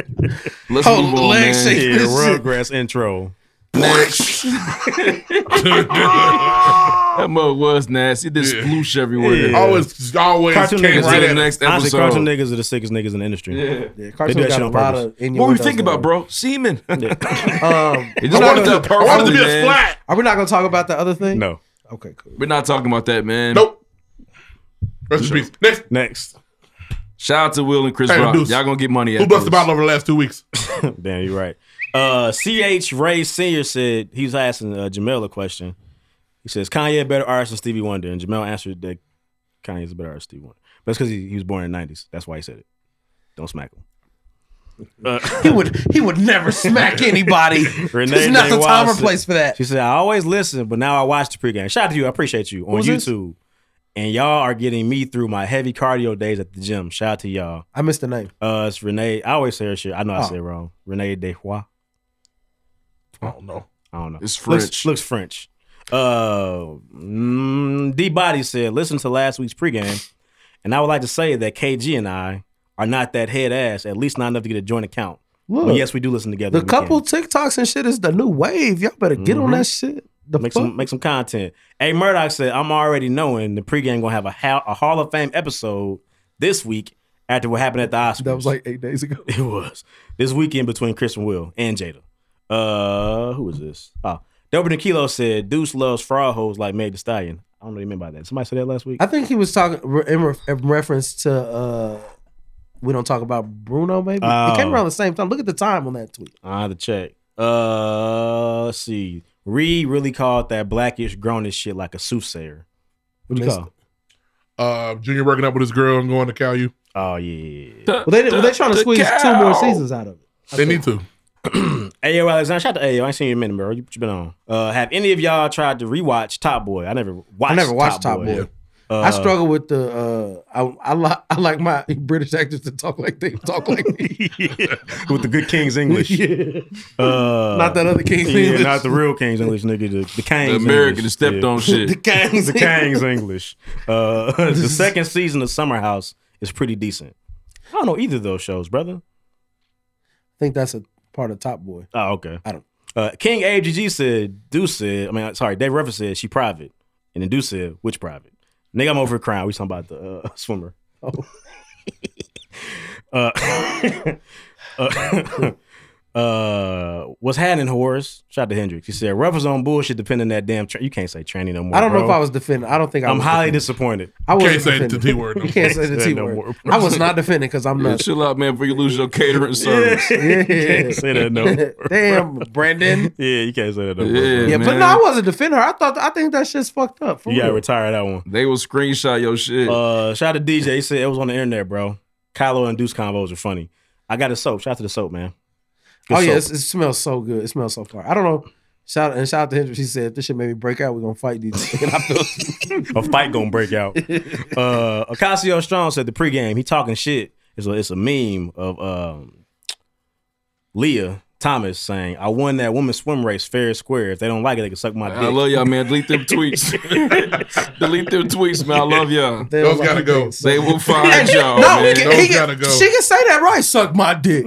S1: Let's
S4: Oh,
S1: move on,
S4: leg
S1: man.
S4: shake. Yeah, Rugrats intro.
S1: That mug was nasty. It did sploosh everywhere.
S2: Oh.
S4: Yeah.
S2: Always, always
S4: Cartoon
S2: came
S4: niggas
S2: right
S4: are
S2: at
S1: the
S2: us.
S1: next
S4: Honestly,
S1: episode.
S4: cartoon niggas are the sickest niggas in the industry.
S1: Yeah.
S3: Yeah,
S4: They do
S3: cartoons
S4: that
S3: got
S4: shit
S3: a
S4: on
S3: lot
S4: purpose.
S3: of innuendos.
S1: what were you thinking
S3: now.
S1: about, bro? Semen.
S3: Um,
S1: It just worked out perfectly. man.
S3: Are we not gonna talk about the other thing?
S4: No.
S3: Okay, cool.
S1: We're not talking about that, man.
S2: Nope. Rest in peace. Next.
S4: Next.
S1: Shout out to Will and Chris
S4: Hey,
S1: Rock.
S4: Deuce.
S1: Y'all gonna get money.
S4: Who
S1: after
S4: busted
S1: this.
S4: my
S2: Over the last two weeks.
S4: Damn, you're right. Uh, C.H. Ray Sr. said he was asking uh, Jamel a question. He says Kanye a better artist than Stevie Wonder, and Jamel answered that Kanye's a better artist than Stevie Wonder. But it's because he, he was born in the '90s. That's why he said it. Don't smack him.
S3: He would he would never smack anybody. There's not the time or
S4: Day Wiles said-
S3: place for that.
S4: She said, "I always listen, but now I watch the pregame. Shout out to you. I appreciate you on
S3: was this?
S4: YouTube, and y'all are getting me through my heavy cardio days at the gym. Shout out to y'all.
S3: I missed the name.
S4: Uh, it's Renee. I always say her shit. I know I
S3: Oh.
S4: say it wrong. Renee Dehois.
S2: I don't know.
S4: I don't know.
S1: It's
S4: Looks-
S1: French.
S4: Looks, French. Uh, mm, D Body said, listen to last week's pregame, and I would like to say that KG and I are not that head ass, at least not enough to get a joint account.
S3: Look.
S4: but yes, we do listen
S3: The
S4: together. when we can.
S3: couple TikToks and shit is the new wave. Y'all better get on
S4: Mhm.
S3: that shit. The
S4: make
S3: fuck?
S4: some make some content. Hey, Murdoch said, I'm already knowing the pregame gonna have a, ha- a Hall of Fame episode this week after what happened at the Oscars.
S3: That was like eight days ago.
S4: It was this weekend between Chris and Will and Jada. Uh, who is this? Oh, Deborah Nikilo said Deuce loves fraud hoes like Meg Thee Stallion. I don't know what he meant by that. Somebody said that last week.
S3: I think he was talking re- in, re- in reference to uh, we don't talk about Bruno. Maybe it came
S4: Oh.
S3: around the same time. Look at the time on that tweet.
S4: I have to check. Uh, let's see. Reed really called that blackish grownish shit like a soothsayer. What do you
S2: Missed
S4: call?
S2: Uh, Junior working up with his girl and going to CalU.
S4: Oh yeah.
S3: Well, they well, they trying to squeeze two more seasons out of it. I
S2: They
S3: think.
S2: need to.
S4: Ayo Alexander, shout out to Ayo. I ain't seen you in a minute, bro. You, you been on. Uh, have any of y'all tried to rewatch Top Boy? I never watched.
S3: I never watched Top Boy. I
S4: Uh,
S3: struggle with the. Uh, I I, li- I like my British actors to talk like they talk like me.
S4: with the good King's English.
S3: Yeah.
S4: Uh,
S3: Not that other King's
S4: yeah,
S3: English.
S4: not the real King's English, nigga. The, the Kang's
S1: The American
S4: English.
S1: that stepped on shit.
S4: the Kang's, the
S1: English.
S4: Kang's English. Uh, the second season of Summer House is pretty decent. I don't know either of those shows, brother.
S3: I think that's a part of Top Boy.
S4: Oh, okay.
S3: I don't.
S4: Uh, King AGG said, Deuce said, I mean, uh, sorry, Dave Ruffer said, she private. And then Deuce said, which private? Nigga, I'm over here crying. We talking about the uh, swimmer.
S3: Oh.
S4: uh, uh, uh, what's happening, Horace? Shout out to Hendrix. He said, Ruffer's on bullshit depending on that damn tra- You can't say tranny no more.
S3: I don't know
S4: bro.
S3: if I was defending. I don't think I
S4: I'm
S3: was
S4: highly
S3: defending.
S4: disappointed.
S3: I
S4: was
S3: wasn't defending. You can't say the T word. I was not defending because I'm
S1: Yeah,
S3: not.
S1: chill out, man, before you lose your catering service.
S3: Yeah.
S4: can't say that no more.
S3: Damn, Brandon.
S4: Yeah, you can't say that no more.
S1: Yeah,
S4: bro.
S3: Yeah, but no, I wasn't defending her. I thought I think that shit's fucked up. For
S4: You gotta
S3: real.
S4: retire that one.
S1: They will screenshot your shit.
S4: Uh, shout out to DJ. He said it was on the internet, bro. Kylo and Deuce combos are funny. I got a soap. Shout out to the soap, man. Good
S3: oh yeah, it's,
S4: soap.
S3: it smells so good. It smells so far. I don't know. Shout and shout out to Hendrix. He said this shit made me break out. We're gonna fight these. And I feel
S4: a fight gonna break out. Uh, Ocasio Strong said the pregame. He talking shit. It's a, it's a meme of um, Leah Thomas saying, "I won that women's swim race fair and square. If they don't like it, they can suck my dick."
S1: I love y'all, man. Delete them tweets. Delete them tweets, man. I love y'all.
S3: They don't Those gotta like go. oh, it,
S1: They will find y'all.
S3: no, he
S1: man.
S3: can, he can- she can say that right. Suck my dick.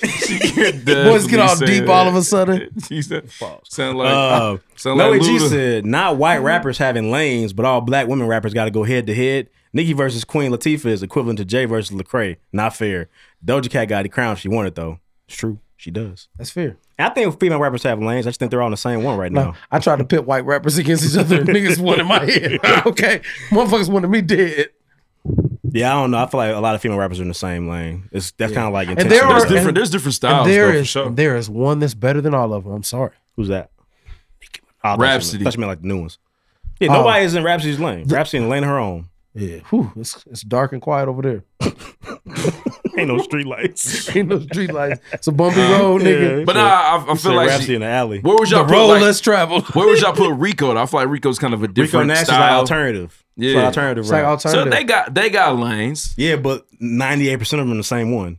S3: Boys get all deep all of a sudden.
S1: She said, sound like,
S4: Uh,
S1: sound like
S4: Noe G
S1: Luda.
S4: said, not white rappers having lanes, but all black women rappers got to go head to head. Nicki versus Queen Latifah is equivalent to Jay versus Lecrae. Not fair. Doja Cat got the crown she wanted though. It's true. She does.
S3: That's fair.
S4: I think female rappers have lanes. I just think they're all on the same one right
S3: No,
S4: now.
S3: I tried to pit white rappers against each other. and Niggas wanted my head. Okay, motherfuckers wanted me dead.
S4: Yeah, I don't know. I feel like a lot of female rappers are in the same lane. It's that's kind of like
S3: And there
S4: intentional,
S3: are
S4: right?
S1: different- there's different
S3: and
S1: styles,
S3: There
S1: though, for
S3: is- there is one that's better than all of them. I'm sorry.
S4: Who's that? Oh, I thought you meant-
S1: Rhapsody.
S4: thought you meant like the new ones. Yeah,
S3: Oh.
S4: nobody is in Rhapsody's lane. Rhapsody in the lane of her own.
S3: Yeah, Whew, it's it's dark and quiet over there.
S4: Ain't no street lights.
S3: Ain't no street lights. It's a bumpy road, nigga.
S1: But nah, I, I
S4: You
S1: feel
S4: said
S1: like
S4: Rhapsody
S1: she-
S4: in the alley.
S1: Where would y'all
S3: The
S1: put
S3: road
S1: like,
S3: less traveled?
S1: Where would y'all put Rico? I feel like Rico's kind of a different
S4: Nash is like
S1: style.
S4: alternative. It's
S1: Yeah,
S4: like alternative It's like rap. alternative.
S1: So they got they got lanes.
S4: Yeah, but ninety eight percent of them in the same one.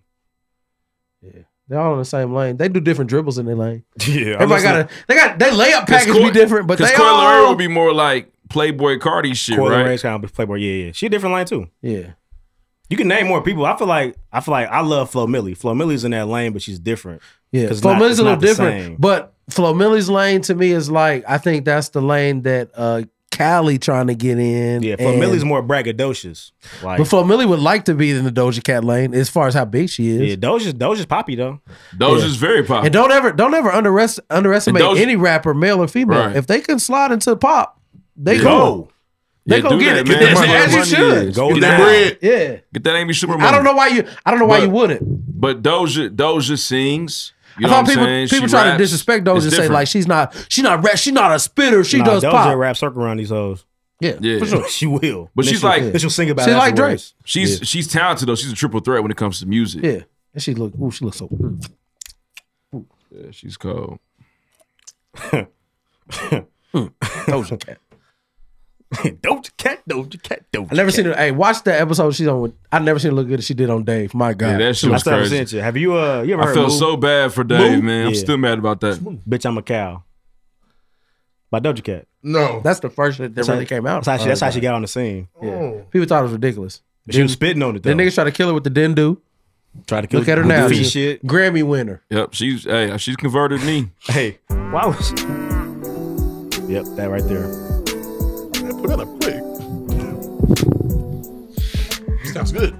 S3: They're all in the same lane. They do different dribbles in their lane.
S4: Yeah,
S3: Everybody got a they got they layup package be different, but they
S1: Coil
S3: all
S1: will be more like Playboy Cardi shit,
S4: Coil
S1: right?
S4: Ray's kind of Playboy. Yeah, yeah. She a different line too.
S3: Yeah.
S4: You can name more people. I feel like I feel like I love Flo Milli. Flo Milli's in that lane, but she's different.
S3: yeah.
S4: 'Cause it's
S3: Flo
S4: not-
S3: Milli's
S4: it's
S3: a little
S4: not the
S3: different,
S4: same.
S3: but Flo Milli's lane to me is like I think that's the lane that uh Cali trying to get in.
S4: Yeah, Flo
S3: and-
S4: Milli's more braggadocious. Like,
S3: but Flo Millie would like to be in the Doja Cat lane as far as how big she is.
S4: yeah, Doja's Doja's poppy though.
S1: Doja's very popular.
S3: And don't ever don't ever underest- underestimate
S1: And Doja-
S3: any rapper, male or female.
S1: Right.
S3: If they can slide into pop, they
S1: Yeah.
S3: go. They
S1: Yeah,
S3: gonna
S1: do
S3: get
S1: that,
S3: it.
S1: man.
S3: As-
S1: Money,
S3: as you
S1: money
S3: should.
S1: is. Get that bread.
S3: Yeah.
S1: Get that Amy Schumer.
S3: I
S1: money.
S3: don't know why you. I don't know why
S1: But-
S3: you wouldn't.
S1: But Doja Doja sings. You know
S3: I
S1: what
S3: thought
S1: I'm
S3: people
S1: saying?
S3: people
S1: She
S3: try to
S1: raps.
S3: disrespect Doja
S1: It's
S3: and say
S1: different.
S3: like she's not she's not rap she's not a spitter she
S4: Nah,
S3: does
S4: Doja
S3: pop.
S4: rap circle around these hoes.
S3: Yeah,
S1: Yeah.
S4: for sure. She will.
S1: But
S4: Then
S1: she's
S4: she'll-
S1: like-
S4: then she'll sing about.
S3: She
S4: it
S3: like Drake.
S4: afterwards.
S1: She's she's talented though. She's a triple threat when it comes to music.
S3: Yeah, and she look. Ooh, she looks so.
S1: Yeah, she's cold.
S3: Doja Cat.
S4: Doja Cat, Doja Cat, Doja.
S3: I never
S4: Cat.
S3: seen her. Hey, watch that episode she's on. With, I never seen her look good as she did on Dave. My God,
S1: Yeah, that shit was
S4: I still haven't
S1: crazy.
S4: sent you. Have you uh? You ever
S1: I
S4: heard
S1: felt
S4: Move?
S1: so bad for Dave,
S4: Move?
S1: man. I'm
S4: Yeah.
S1: still mad about that.
S4: Bitch, I'm a cow. By Doja Cat.
S2: No,
S3: that's the first shit that
S4: That's how-
S3: really came out. Oh,
S4: That's how, she, that's how she got on the scene.
S3: Yeah. People thought it was ridiculous.
S4: She was spitting on it though.
S3: Then niggas try to kill her with the Dendu.
S4: Try to kill
S3: Look at her
S4: with the
S3: now.
S4: feet
S3: She's a
S4: shit.
S3: Grammy winner.
S1: Yep, she's hey, she's converted me.
S4: Hey, why was? Yep, that right there.
S2: Put that up quick. Sounds good.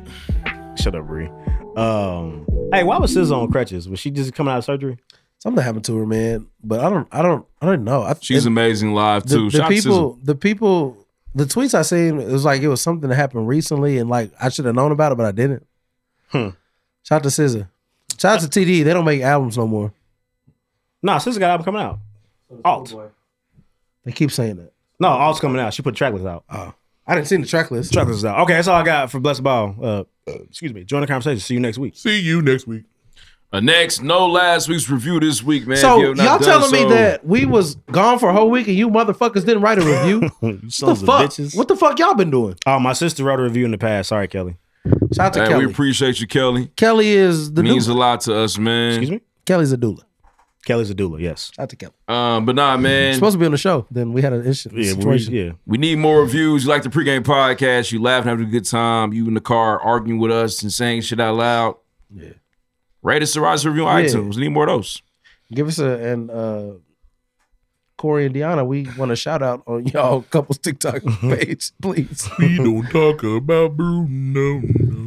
S4: Shut up, Bree. Um, hey, why was SZA on crutches? Was she just coming out of surgery?
S3: Something happened to her, man. But I don't, I don't, I don't know. I,
S1: She's
S3: it-
S1: amazing live
S3: the,
S1: too.
S3: the
S1: Shout out to
S3: people, the people, the tweets I seen, it was like it was something that happened recently, and like I should have known about it, but I didn't.
S4: Hmm.
S3: Shout out to SZA. Shout out to TD. They don't make albums no more.
S4: Nah, SZA got an album coming out. Alt.
S3: They keep saying that.
S4: No, Alt's coming out. She put tracklist out.
S3: Oh. I didn't see the track list.
S4: Track list out. Okay, that's all I got for Blessed Ball. Uh, excuse me. Join the conversation. See you next week.
S2: See you next week.
S1: Uh, next, no last week's review this week, man.
S3: so
S1: If you have
S3: y'all
S1: not done
S3: telling me
S1: so-
S3: that we was gone for a whole week and you motherfuckers didn't write a review? what the
S4: sons of
S3: fuck?
S4: bitches.
S3: What the fuck y'all been doing?
S4: Oh, my sister wrote a review in the past. Sorry, Kelly.
S3: Shout out to
S1: Hey,
S3: Kelly.
S1: we appreciate you, Kelly.
S3: Kelly is the
S1: means
S3: doula.
S1: a lot to us, man. Excuse
S4: me.
S3: Kelly's a doula.
S4: Kelly's a doula. Yes.
S3: Shout out to Kelly.
S1: Um, but nah, man.
S3: supposed to be on the show. Then we had an issue. situation.
S4: yeah.
S1: We need more reviews. You like the pregame podcast, you laughing, having a good time, you in the car arguing with us and saying shit out loud. Yeah. Rate us a rise review on
S3: Yeah.
S1: iTunes. We need more of those.
S3: Give us a and uh Corey and Deanna, we want a shout out on y'all couples TikTok page, please.
S2: We don't talk about Bruno.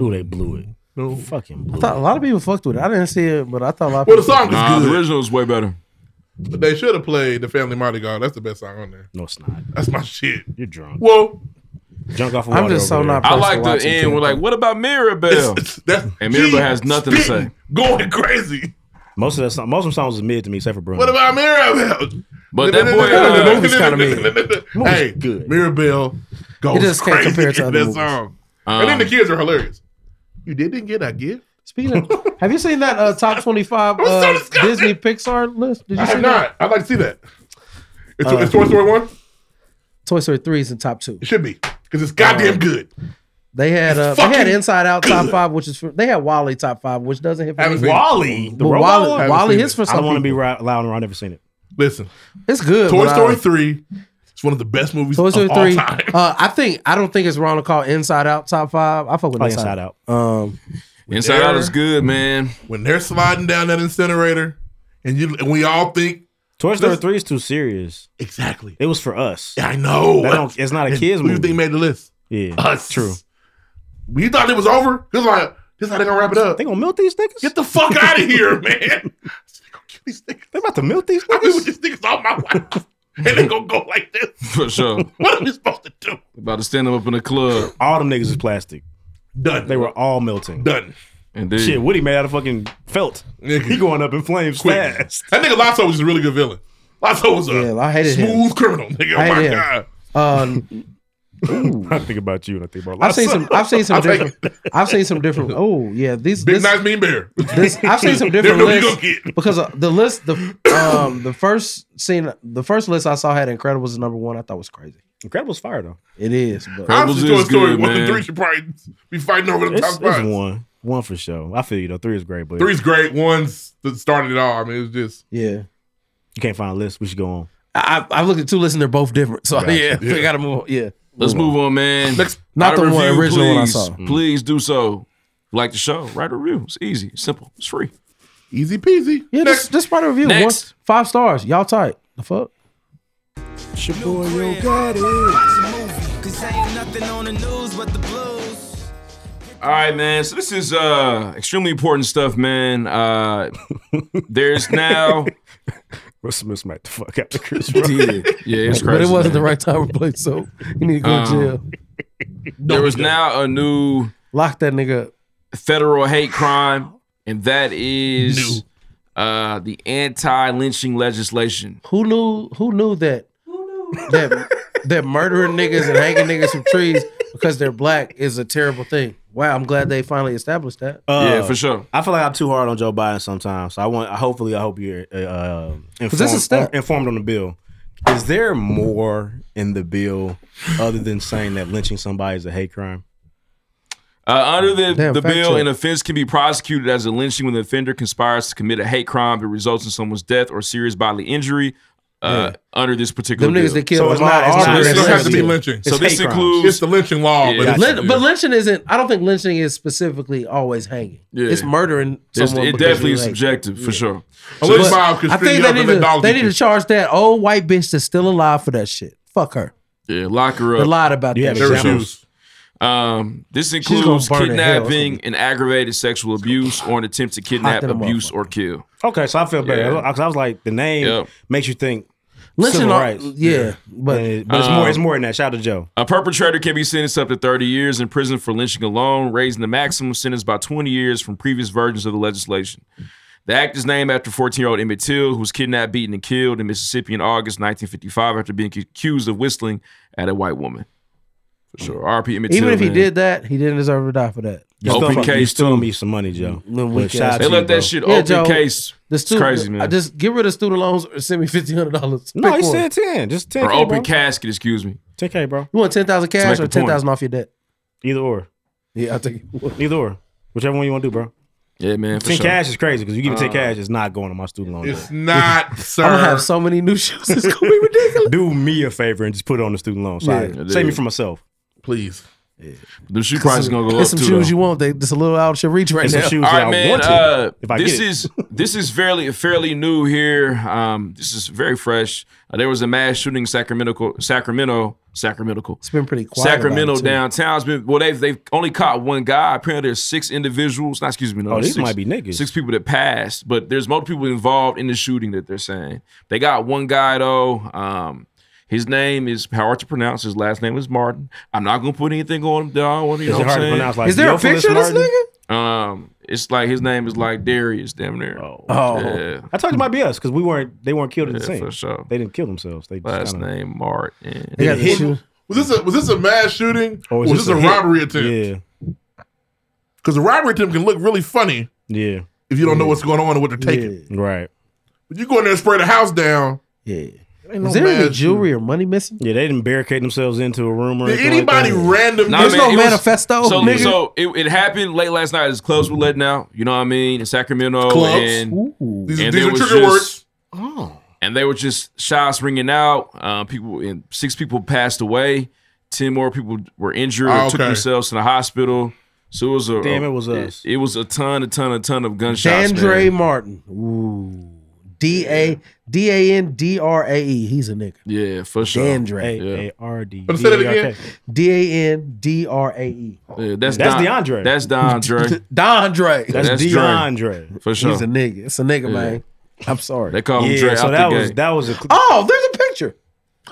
S4: Ooh, they blew it. No. Fucking
S3: I
S4: blew
S3: thought a lot of people fucked with it. I didn't see it, but I thought a lot of
S2: Well, the
S3: people.
S2: song was
S1: Nah,
S2: good.
S1: the original is way better.
S2: But they should have played the Family Mardi Gras. That's the best song on there.
S4: No, it's not.
S2: That's my shit.
S4: You're drunk.
S2: Whoa.
S4: Junk off. Of
S3: I'm
S4: water
S3: just so
S4: over
S3: not
S4: there.
S1: I like the end. We're like, what about Mirabelle? and
S2: she
S1: Mirabelle has nothing to say.
S2: spitting, Going crazy.
S4: most of that. Song, most of them songs is mid to me, except for Bruno.
S2: What about Mirabelle?
S1: But that boy, uh,
S2: Movie's
S1: kinda
S2: mean. Hey, good. Mirabelle goes
S3: It just can't
S2: crazy
S3: compare it to
S2: in
S3: other
S2: that
S3: movies.
S2: song. and
S1: Um,
S2: then the kids are hilarious. You didn't get a gift?
S3: Speaking of, have you seen that uh, top 25
S2: was so
S3: uh, Disney Pixar list? Did you
S2: I
S3: see
S2: have
S3: that?
S2: not. I'd like to see that. It's,
S3: Uh,
S2: it's Toy Story 1?
S3: Toy Story 3 is in top two.
S2: It should be. Because it's goddamn good.
S3: They had uh, they had
S2: fucking
S3: Inside Out top
S2: good.
S3: five, which is for, they had Wally top five, which doesn't hit for
S2: Haven't
S3: me.
S2: seen it.
S4: Wally, the
S3: But
S4: robot
S3: Wally-
S4: one?
S3: Wally is for
S4: I
S3: some
S4: don't want to be
S3: people.
S4: ri- loud and wrong. I've never seen it.
S2: Listen,
S3: It's good.
S2: Toy
S3: but I-
S2: Story 3 is one of the best movies
S3: Toy Story
S2: of
S3: three.
S2: all time.
S3: Uh, I think I don't think it's wrong to call Inside Out top five. I fuck with
S4: Oh,
S3: Inside,
S4: Inside
S3: Out.
S4: Out.
S3: Um,
S1: Inside Out is good, man.
S2: When they're sliding down that incinerator and you and we all think,
S4: Toy Story
S2: Listen-
S4: Three is too serious.
S2: Exactly.
S4: It was for us.
S2: I know.
S4: That don't- it's not a
S2: And
S4: kids
S2: Who
S4: movie.
S2: you think made the list?
S4: yeah,
S2: Us.
S4: True.
S2: We thought it was over. It was like, this is how they gonna wrap it up.
S4: They gonna melt these niggas.
S2: Get the fuck out of here, man.
S4: They about to melt these
S2: I've been with
S4: niggas.
S2: these niggas all my life. And they gonna go like this.
S1: For sure.
S2: What are we supposed to do?
S1: about to stand them up in the club.
S4: All them niggas is plastic.
S2: Done.
S4: They were all melting.
S2: Done.
S1: And then
S4: Shit, Woody made out of fucking felt.
S2: Nigga.
S4: He going up in flames
S2: Quick.
S4: fast.
S2: That nigga Lotso was just a really good villain. Lotso was a
S3: Yeah, I hated him.
S2: smooth criminal. Nigga, oh
S3: I
S2: my
S3: hated him.
S2: god.
S3: Um,
S4: I think about you and I think about.
S3: I've seen some. I've seen some
S2: I'll take
S3: different. I've seen some different. Oh yeah, these.
S2: Big
S3: This,
S2: nice mean bear.
S3: this I've seen some
S2: Never
S3: different
S2: know what
S3: lists
S2: you gonna get.
S3: because uh, the list the um the first scene the first list I saw had Incredibles as number one. I thought was crazy.
S4: Incredibles fire though.
S3: It is, but
S2: Honestly,
S1: is
S2: Toy Story
S1: good,
S2: one and
S1: man.
S2: three should probably be fighting over the
S4: It's,
S2: top
S4: it's
S2: spots.
S4: one, one for sure. I feel you though. Three is great, but
S2: Three's great. One's that started it all. I mean, it was just
S3: yeah.
S4: you can't find a list. We should go on.
S3: I I looked at two lists and they're both different. So
S4: Gotcha.
S3: yeah, we gotta move. On. Yeah,
S1: Let's move on, man.
S3: not
S1: Write
S3: the
S1: a
S3: one
S1: review,
S3: original
S1: please.
S3: one I saw.
S1: Please do so. If you Like the show, write a review. It's easy, it's simple, it's free.
S2: easy peasy.
S3: yeah. This this part of review one,
S1: Next.
S3: five stars. Y'all tight. The fuck.
S1: All right, man. So this is uh extremely important stuff, man. Uh There's now,
S4: Will Smith smacked the fuck out of Chris
S1: yeah, it's crazy.
S3: but it wasn't the
S1: man.
S3: right time to play. So you need to go to
S1: Um,
S3: jail.
S1: There is now a new
S3: Lock that nigga up.
S1: federal hate crime, and that is uh the anti-lynching legislation.
S3: Who knew? Who knew that? That that murdering niggas and hanging niggas from trees because they're black is a terrible thing. Wow, I'm glad they finally established that.
S1: yeah, for sure.
S4: Uh, I feel like I'm too hard on Joe Biden sometimes. So I want. I- Hopefully, I hope you're uh, uh, informed,
S3: this is step.
S4: uh, informed on the bill. Is there more in the bill other than saying that lynching somebody is a hate crime?
S1: Uh, under the,
S3: Damn,
S1: the
S3: fact
S1: bill,
S3: check.
S1: an offense can be prosecuted as a lynching when the offender conspires to commit a hate crime that results in someone's death or serious bodily injury. Uh, Under this particular
S3: Them niggas
S1: bill.
S3: that
S4: So
S3: killed
S4: it's
S3: Ahmaud
S4: not- it's
S3: Arbery
S4: not-
S2: It
S4: It's
S3: and
S2: doesn't have to be
S3: Sanders.
S2: lynching.
S1: so
S4: it's
S1: this
S4: hate crimes.
S1: includes
S2: It's the lynching law,
S1: Yeah.
S2: but it's,
S4: Gotcha.
S3: Lyn- but lynching isn't. I don't think lynching is specifically always hanging.
S1: Yeah.
S3: It's murdering
S1: it's-
S3: someone.
S1: it
S3: because
S1: definitely
S3: you
S1: is
S3: hate.
S1: subjective for sure.
S3: But
S2: unless Bob can
S3: I
S2: string
S3: think
S2: you
S3: they
S2: up and
S3: need,
S2: let
S3: to,
S2: dogs
S3: they
S2: eat
S3: need
S2: you.
S3: to charge that old white bitch that's still alive for that shit. Fuck her.
S1: Yeah, lock her
S3: They
S1: up.
S3: lied about
S4: You
S3: that.
S4: have
S3: shit.
S4: examples?
S2: refuse.
S1: Um, this
S3: gonna
S1: includes
S3: burn in hell. That's
S1: kidnapping and aggravated sexual abuse or an attempt to kidnap,
S4: than a
S1: abuse, or kill.
S4: Okay, so I feel better.
S1: Yeah.
S4: 'Cause I was like, the name
S1: Yep.
S4: makes you think.
S1: Listen,
S4: civil
S1: uh,
S4: rights.
S1: yeah,
S4: but, it's more. It's
S1: Um,
S4: more than that. Shout out to Joe.
S1: A perpetrator can be sentenced up to 30 years in prison for lynching alone, raising the maximum sentence by 20 years from previous versions of the legislation. The act is named after 14 year old Emmett Till, who was kidnapped, beaten, and killed in Mississippi in August 1955 after being accused of whistling at a white woman. For sure. R.P. Emmett
S3: Even
S1: Till.
S3: if he
S1: man.
S3: did that, he didn't deserve to die for that.
S1: You still Open fuck- case, you still
S4: Throw
S1: too.
S4: me some money, Joe.
S3: Little
S4: But
S3: weak
S4: shout
S3: ass.
S4: out
S1: They
S4: to
S1: let
S4: you,
S1: that
S4: bro.
S1: shit
S3: Yeah,
S1: open
S3: Joe,
S1: case. It's crazy, man.
S3: I uh, just get rid of student loans or send me fifteen hundred dollars.
S4: No, he said ten. Just ten.
S1: or open casket, excuse me.
S4: 10k, bro.
S3: You want ten thousand
S1: To
S3: cash
S1: make
S3: or
S1: a
S3: ten
S1: point.
S3: thousand off your debt?
S4: Either or.
S3: Yeah, I think
S4: either or. Whichever one you want to do, bro.
S1: Yeah, man. for
S4: Ten
S1: sure.
S4: cash is crazy because you give me ten
S1: Uh,
S4: cash, it's not going on my student loan.
S2: It's
S4: debt.
S2: not, sir.
S4: I'ma have
S3: so many new shoes. It's
S4: gonna be ridiculous. do me a favor and just put it on the student loan. So
S3: Yeah.
S4: I, save me for myself,
S2: please.
S1: The shoe price is gonna go up.
S3: There's some
S1: too,
S3: shoes
S1: though.
S3: you want. They just a little out of your reach right
S4: There's
S3: now.
S4: some shoes
S1: All right,
S4: I
S1: man.
S4: want to,
S1: uh,
S4: if I
S1: this
S4: get it.
S1: is this is fairly fairly new here. Um, this is very fresh. Uh, there was a mass shooting in Sacramento, Sacramento, Sacramento,
S3: It's been pretty quiet.
S1: Sacramento
S3: about it, too.
S1: downtown's been well. They've they've only caught one guy. Apparently, there's six individuals. Not excuse me. No,
S4: Oh,
S1: there's
S4: these
S1: six-
S4: might be niggas.
S1: Six people that passed, but there's multiple people involved in the shooting that they're saying they got one guy though. Um, his name is hard to pronounce. His last name is Martin. I'm not gonna put anything on him. Dog. You
S4: Is
S1: know
S4: it
S1: what I'm
S4: hard to
S1: saying?
S4: pronounce, like Is there a Theophilus picture of this Martin?
S1: Um, it's like his name is like Darius, damn near. Oh, yeah.
S4: I told you it might be us because we weren't. They weren't killed at the
S1: Yeah,
S4: same.
S1: for sure.
S4: They didn't kill themselves. They
S1: Last
S4: just kinda,
S1: name Martin.
S4: They got hit.
S2: Was, was this a was this a mass shooting?
S4: Or
S2: Or
S4: was
S2: was,
S4: this
S2: this a,
S4: a hit?
S2: robbery attempt?
S4: Yeah.
S2: Because a robbery attempt can look really funny
S4: Yeah.
S2: if you don't know what's going on and what they're taking.
S4: Right.
S2: But you go in there and spray the house down.
S4: Yeah.
S2: ain't no
S3: Is there any
S2: mass
S3: jewelry or money missing?
S4: Yeah, they didn't barricade themselves into a room or
S2: Did
S4: anything
S2: anybody
S4: like
S2: random?
S1: Nah,
S3: There's
S1: man,
S3: no
S1: it was-
S3: manifesto,
S1: so,
S3: nigga.
S1: so it, it happened late last night. His clubs were letting out. You know what I mean? In Sacramento,
S2: Clubs?
S1: and
S3: Ooh.
S2: These,
S1: and
S2: these
S1: there
S2: are
S1: was
S2: trigger
S1: just-
S2: words.
S1: and they were just shots ringing out. Um, people and six people passed away. Ten more people were injured or
S2: Oh,
S1: took
S2: okay.
S1: themselves to the hospital. So it was a
S4: Damn, it was
S1: a,
S4: us.
S1: It, was a ton, a ton, a ton of gunshots.
S3: Dandre
S1: man.
S3: Martin. Ooh. D A D A N D R A E. He's a nigga.
S1: Yeah, for sure.
S3: Dandre.
S1: Yeah.
S4: A R D.
S2: But say that again.
S3: D A N D R A E.
S1: Yeah, that's
S4: That's
S1: Don-
S4: DeAndre.
S1: That's DeAndre.
S3: Dondre.
S4: That's,
S1: That's Dre.
S4: DeAndre.
S1: for sure.
S3: He's a nigga. It's a
S1: Yeah.
S3: nigga, man. I'm sorry.
S1: They call him
S4: Yeah,
S1: Dre.
S4: so
S1: out
S4: that
S1: the
S4: was
S1: gate.
S4: that was a. cl-
S3: Oh, there's a picture.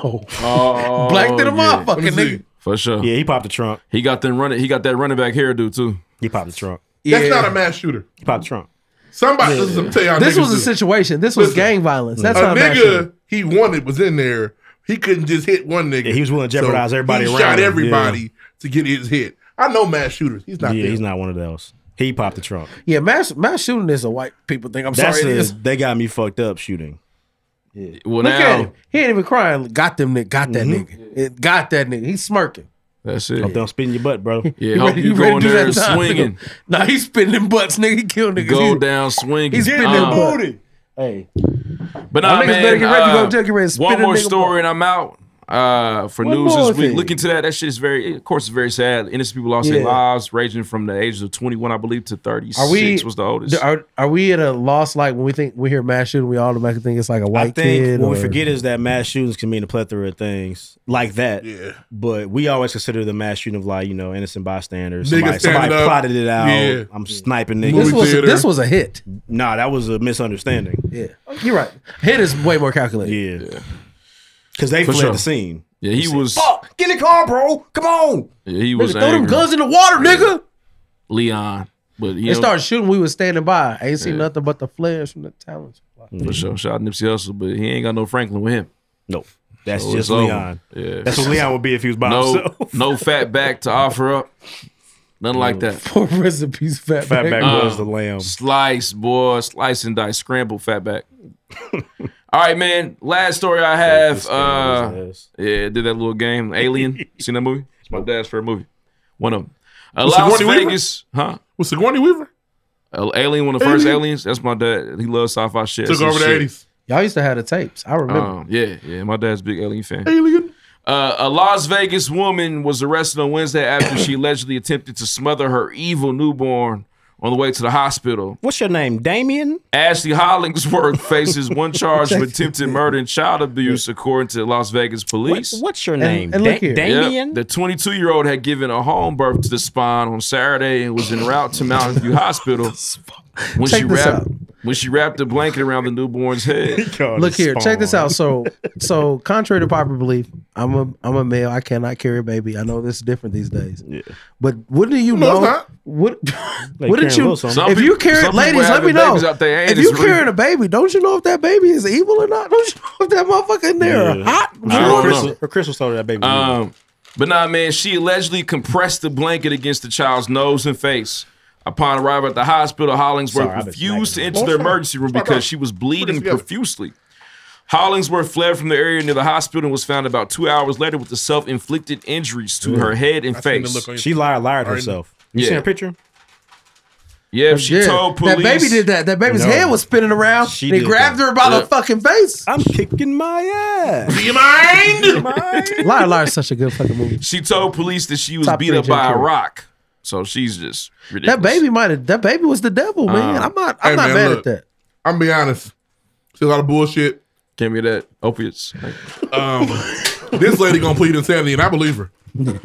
S3: Oh.
S1: Oh,
S3: Black to the
S1: yeah.
S3: motherfucking nigga.
S1: For sure.
S4: Yeah, he popped the trunk.
S1: He got them running. He got that running back hairdo too.
S4: He popped the trunk.
S2: That's
S3: Yeah.
S2: not a mass shooter.
S4: He popped the trunk.
S2: Somebody, this is- I'm telling y'all,
S3: This
S2: niggas
S3: was a
S2: do.
S3: situation. This was
S2: Listen.
S3: gang violence. That's
S2: a
S3: not bad shit.
S2: nigga he wanted was in there. He couldn't just hit one nigga.
S4: Yeah, he was willing to jeopardize everybody
S2: He
S4: around
S2: shot
S4: him.
S2: everybody to get his hit. I know mass shooters. He's not
S4: yeah,
S2: there.
S4: he's not one of those. He popped the trunk.
S3: Yeah, mass mass shooting is a white people thing. I'm
S4: That's
S3: sorry. it
S4: a,
S3: is.
S4: they got me fucked up shooting.
S1: Well,
S3: Look at
S1: now
S3: him. He ain't even crying. Got them nigga. Got that
S2: Mm-hmm.
S3: nigga. It got that nigga. He's smirking.
S1: that's it.
S4: I'm done spitting your butt, bro.
S1: Yeah, hope you go in there swinging,
S3: Nah, he's spinning them butts, nigga. He killed niggas.
S1: go
S3: He-
S1: down swinging.
S3: He's spinning
S1: Um,
S3: them booty. Hey.
S1: But
S3: Y'all
S1: nah,
S3: niggas
S1: man,
S3: better get ready to go
S1: uh,
S3: jail, get ready to
S1: one
S3: spit a
S1: more
S3: nigga
S1: story and I'm out. Uh, for
S3: One
S1: news
S3: more
S1: this week,
S3: thing.
S1: look into that. That shit is very, of course, it's very sad. Innocent people lost their
S3: Yeah.
S1: lives, ranging from the ages of 21, I believe, to 36
S3: Are we
S1: was the oldest.
S3: Are, are we at a loss like when we think we hear mass shooting, we automatically think it's like a white
S4: I think
S3: kid?
S4: what we
S3: or-
S4: forget is that mass shootings can mean a plethora of things like that.
S2: Yeah.
S4: But we always consider the mass shooting of like, you know, innocent bystanders.
S2: Niggas
S4: Somebody, somebody
S2: standing up.
S4: plotted it out.
S2: Yeah.
S4: I'm sniping niggas.
S3: this
S2: movie
S3: was,
S2: theater.
S3: this was a hit.
S4: Nah, that was a misunderstanding.
S3: Yeah. You're right. Hit is way more calculated.
S4: Yeah. Because they
S1: For
S4: fled
S1: sure.
S4: the scene.
S1: yeah, he was,
S4: Fuck, get in the car, bro. Come on.
S1: yeah, he
S3: Nigga,
S1: was
S3: throw them
S1: angry.
S3: guns in the water, nigga.
S1: Leon, but you
S3: They
S1: know,
S3: started shooting. We was standing by. I ain't seen nothing but the flares from the talents.
S1: for sure, shout out Nipsey Hussle, but he ain't got no Franklin with him.
S4: Nope. That's
S1: So
S4: just
S1: Oh, it's over.
S4: Leon.
S1: Yeah,
S4: That's what Leon would be if he was by
S1: no,
S4: himself.
S1: no fat back to offer up, nothing like that.
S3: Poor recipes, fat
S4: Fatback
S1: Uh,
S4: was the lamb.
S1: Slice, boy, slice and dice, scramble, fatback. All right, man. Last story I have. Uh, yeah, did that little game, Alien. Seen that movie? It's my dad's favorite movie. One of them. Uh,
S2: Was
S1: Las
S2: Sigourney
S1: Vegas, huh?
S2: Was Sigourney Weaver
S1: Uh, Alien, one of the first
S2: Alien?
S1: aliens. That's my dad. He loves sci-fi shit.
S2: took
S1: Some
S2: over the
S1: shit.
S2: eighties?
S3: Y'all used to have the tapes. I remember.
S1: Um, yeah, yeah. My dad's a big alien fan.
S2: Alien.
S1: Uh, a Las Vegas woman was arrested on Wednesday after she allegedly attempted to smother her evil newborn on the way to the hospital.
S4: What's your name, Damien?
S1: Ashley Hollingsworth faces one charge of attempted murder and child abuse, according to Las Vegas police.
S4: What- what's your And- name? and look Da- here. Damien?
S1: the 22 year old had given a home birth to the spawn on Saturday and was en route to Mountain View Hospital when she
S3: Check this
S1: wrapped
S3: out.
S1: when she wrapped a blanket around the newborn's head.
S3: Look here, check this out. So, so contrary to popular belief, I'm a I'm a male. I cannot carry a baby. I know this is different these days. Yeah. But wouldn't you
S2: No,
S3: know?
S2: it's not.
S3: What?
S2: Like
S3: wouldn't
S2: carrying
S3: you?
S2: Wilson. Some
S3: if
S2: peop-
S3: you
S2: some
S3: carry,
S2: people
S3: ladies, let
S2: having
S3: me know.
S2: babies out their
S3: If
S2: anus
S3: you
S2: really-
S3: carrying a baby, don't you know if that baby is evil or not? Don't you know if that motherfucker in there
S1: Yeah.
S3: hot?
S1: I don't
S4: Crystal-
S1: know.
S4: Her crystal told her that baby.
S1: Um, but nah, man, she allegedly compressed the blanket against the child's nose and face. Upon arrival at the hospital, Hollingsworth
S4: Sorry, I've been
S1: refused to
S4: smacking.
S1: enter the
S4: Don't stop.
S1: emergency room
S4: Stop,
S1: because
S4: stop.
S1: she was bleeding
S4: Put this together.
S1: profusely. Hollingsworth fled from the area near the hospital and was found about two hours later with the self-inflicted injuries to her head and face.
S4: She lied, lied
S1: Already-
S4: herself. You
S1: Yeah.
S4: seen her picture?
S1: Yeah, she
S3: Yeah.
S1: told police
S3: That baby did that. That baby's
S1: No.
S3: head was spinning around.
S1: She
S3: they
S1: did
S3: grabbed
S1: that.
S3: her by
S1: Yeah.
S3: the fucking face.
S4: I'm kicking my ass.
S2: Do you mind?
S3: Liar, liar is such a good fucking movie.
S1: She told police that she was
S3: Top
S1: beat up
S3: three,
S1: by a
S3: Jim Carrey.
S1: rock. So she's just ridiculous.
S3: That baby might have. That baby was the devil, man.
S1: Um,
S3: I'm not. I'm
S1: hey,
S3: not
S1: man,
S3: mad
S1: look.
S3: at that.
S2: I'm gonna be honest. See a lot of bullshit.
S1: Give me that opiates.
S2: Um, this lady gonna plead insanity, and I believe her.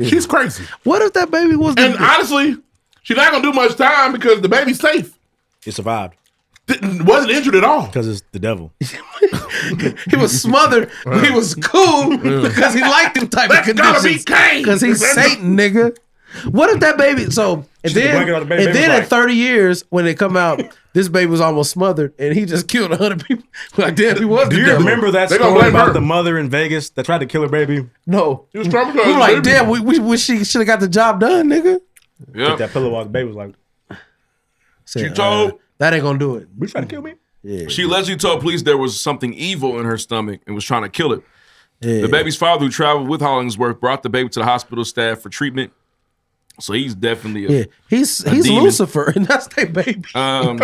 S2: She's crazy.
S3: What if that baby was?
S2: And honestly, she's not gonna do much time because the baby's safe.
S4: She survived.
S2: Didn't, wasn't injured at all.
S4: Because it's the devil.
S3: He was smothered, but he was cool because he liked them type
S2: That's
S3: of
S2: gotta be
S3: conditions.
S2: Cain.
S3: Because he's
S2: That's-
S3: Satan, nigga. What if that baby? So and
S4: She took a
S3: then,
S4: blanket off the
S3: and
S4: baby, baby
S3: then
S4: was
S3: in
S4: like-
S3: thirty years, when they come out, this baby was almost smothered, and he just killed hundred people. Like damn, he was.
S4: Do
S3: the
S4: you
S3: devil.
S4: remember that story about the mother in Vegas that tried to kill her baby?
S3: No,
S2: he was traumatized.
S3: We were like,
S4: baby.
S3: damn, we, we wish she should have got the job done, nigga.
S4: Took that pillow off. The baby was like,
S3: Said,
S1: She told-
S3: uh, that ain't gonna do it.
S4: "We trying to kill me."
S3: Yeah.
S1: She allegedly told police there was something evil in her stomach and was trying to kill it.
S3: Yeah.
S1: The baby's father, who traveled with Hollingsworth, brought the baby to the hospital staff for treatment. So he's definitely a,
S3: Yeah, he's
S1: a
S3: he's
S1: demon.
S3: Lucifer, and that's their baby.
S1: Um,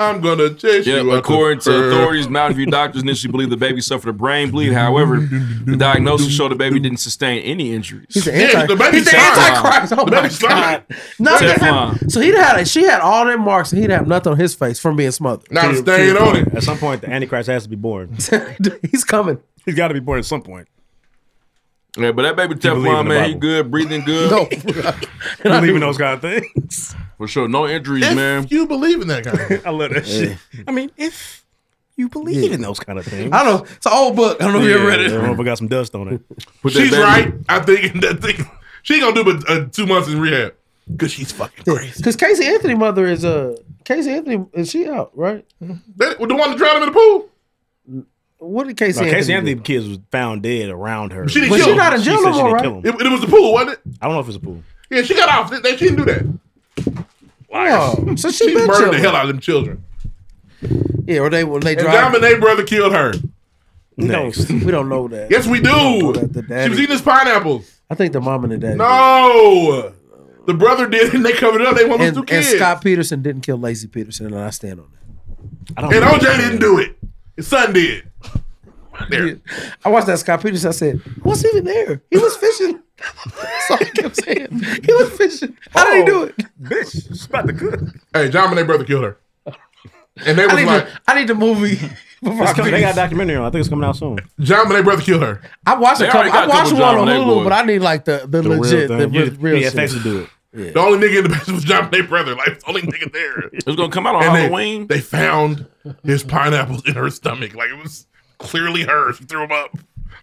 S2: I'm gonna chase
S1: yeah,
S2: you. up
S1: according to
S2: curb.
S1: authorities, Mountain View doctors initially believed the baby suffered a brain bleed. However, the diagnosis showed the baby didn't sustain any injuries.
S3: He's an anti.
S2: the baby's
S3: he's the
S2: fine.
S3: antichrist. Oh
S2: The
S3: my
S2: baby's fine.
S3: god! No,
S1: Teflon.
S3: that- so he had she had all them marks, and he'd have nothing on his face from being smothered.
S2: Not
S4: To- to
S2: staying
S4: your
S2: on
S4: point,
S2: it.
S4: At some point, the Antichrist has to be born.
S3: he's coming.
S4: He's got to be born at some point.
S1: Yeah, but that baby
S4: believe in
S1: Teflon
S4: the
S1: man, he
S4: Bible.
S1: good, breathing good.
S3: No,
S4: Believe in those kind of things.
S1: for sure, no injuries, man.
S2: You believe in that guy?
S4: I love that shit. I mean, if you believe
S3: Yeah.
S4: in those kind of things,
S3: I don't know. It's an old book. I don't know if you ever read
S4: I
S3: it.
S4: don't know if I got some dust on it.
S1: Put that
S2: She's
S1: baby-
S2: right. I think that thing. She gonna do but uh, two months in rehab because she's fucking crazy.
S3: Because Casey Anthony mother is uh Casey Anthony is she out right?
S2: That, the one that drowned him in the pool.
S3: What did Casey
S4: No,
S3: Anthony?
S4: Casey
S3: do?
S4: Anthony kids was found dead around her.
S2: She didn't
S3: But
S2: kill
S3: she
S2: him.
S3: not in jail
S4: said
S3: no
S4: she
S3: more,
S4: didn't
S3: right?
S4: kill him.
S2: It, it was the pool, wasn't it?
S4: I don't know if it's a pool.
S2: Yeah, she got off. They, they- she didn't do that.
S3: No, so she,
S2: She
S3: been
S2: murdered
S3: chilling.
S2: the hell out of them children.
S3: Yeah, or they when they
S2: And
S3: drive.
S2: Dominique brother killed her.
S3: We don't, we don't know that.
S2: Yes, we do.
S3: that the
S2: She
S3: daddy-
S2: was eating his pineapples.
S3: I think the mom and the dad.
S2: No, the brother did, and they covered it up. They want those two
S3: And, and
S2: kids.
S3: Scott Peterson didn't kill Lacey Peterson, and I stand on
S4: I
S2: And OJ didn't do it. His son did.
S3: that. Yeah. I watched that Scott Peterson. I said, "What's even there? He was fishing." That's all I kept saying. He was fishing. How did he do it?
S4: Bitch, she's about to cook.
S2: Hey, John and their brother killed her. And they
S3: I
S2: was
S3: need,
S2: like,
S3: the, I need the movie. before I
S4: It's coming- they got
S3: finish.
S4: a documentary on. it. I think it's coming out soon.
S2: John and their brother killed her.
S3: I watched a
S1: They
S3: couple.
S1: already
S3: I
S1: got a
S3: watched
S1: couple
S3: one on
S1: John Bonet
S3: Hulu,
S1: boys.
S3: but I need like the the,
S4: The
S3: legit, the
S4: real thing.
S3: real,
S4: yeah,
S3: real
S4: yeah,
S3: shit.
S4: facts to do it.
S2: The only nigga in the basement was John and their brother. Like, the only nigga there.
S1: It's gonna come out on
S2: And they-
S1: Halloween.
S2: They, found his pineapples in her stomach. Like, it was clearly her. She threw him up.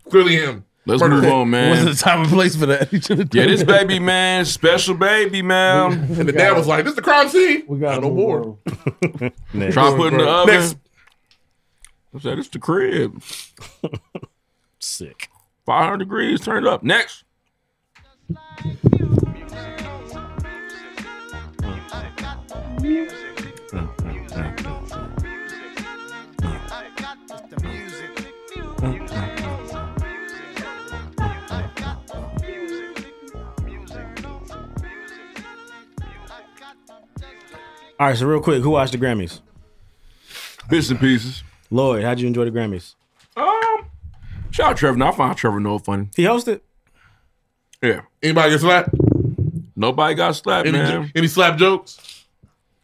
S2: Clearly him.
S1: Let's
S2: Murdered.
S1: move on, man.
S3: Wasn't the time and place for that.
S1: Yeah, this baby, man, special baby, man.
S2: And the dad was like, this is the crime scene. We got no more.
S1: Try to put in the oven.
S2: Next.
S1: I said, it's the crib.
S4: Sick.
S1: 500 degrees, turn it up. Next.
S4: All right, so real quick, who watched the Grammys?
S1: Bits and pieces.
S4: Lloyd, how'd you enjoy the Grammys?
S1: Um, shout out Trevor. Noah. I find Trevor Noah funny.
S4: He hosted.
S1: Yeah.
S2: Anybody get slapped?
S1: Nobody got slapped,
S2: Any-
S1: man.
S2: any slap jokes?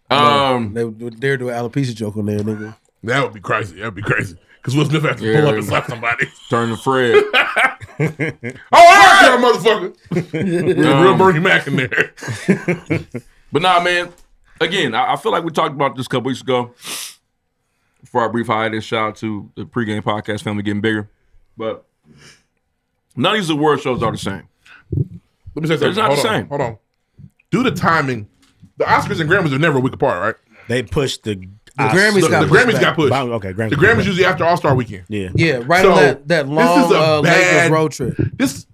S3: Um, they would dare do an alopecia joke on there, nigga.
S2: That would be crazy. That would be crazy. Because Will Smith has to pull up and slap somebody.
S1: Turn to Fred.
S2: Oh, I that motherfucker. Real
S1: Um,
S2: Bernie Mac in there.
S1: But nah, man. Again, I, I feel like we talked about this a couple weeks ago. For our brief hiatus, shout out to the pregame podcast family getting bigger. But none of these award shows are the same.
S2: Let me say
S1: They're
S2: something.
S1: not
S2: Hold
S1: the
S2: on.
S1: same.
S2: Hold on. Due to timing, the Oscars and Grammys are never a week apart, right?
S4: They pushed the.
S2: The Grammys got pushed back. Bound-
S4: Okay, Grammys.
S2: The Grammys usually after All Star Weekend.
S4: Yeah.
S3: Yeah, right on that- that long, uh, Lakers road trip.
S2: This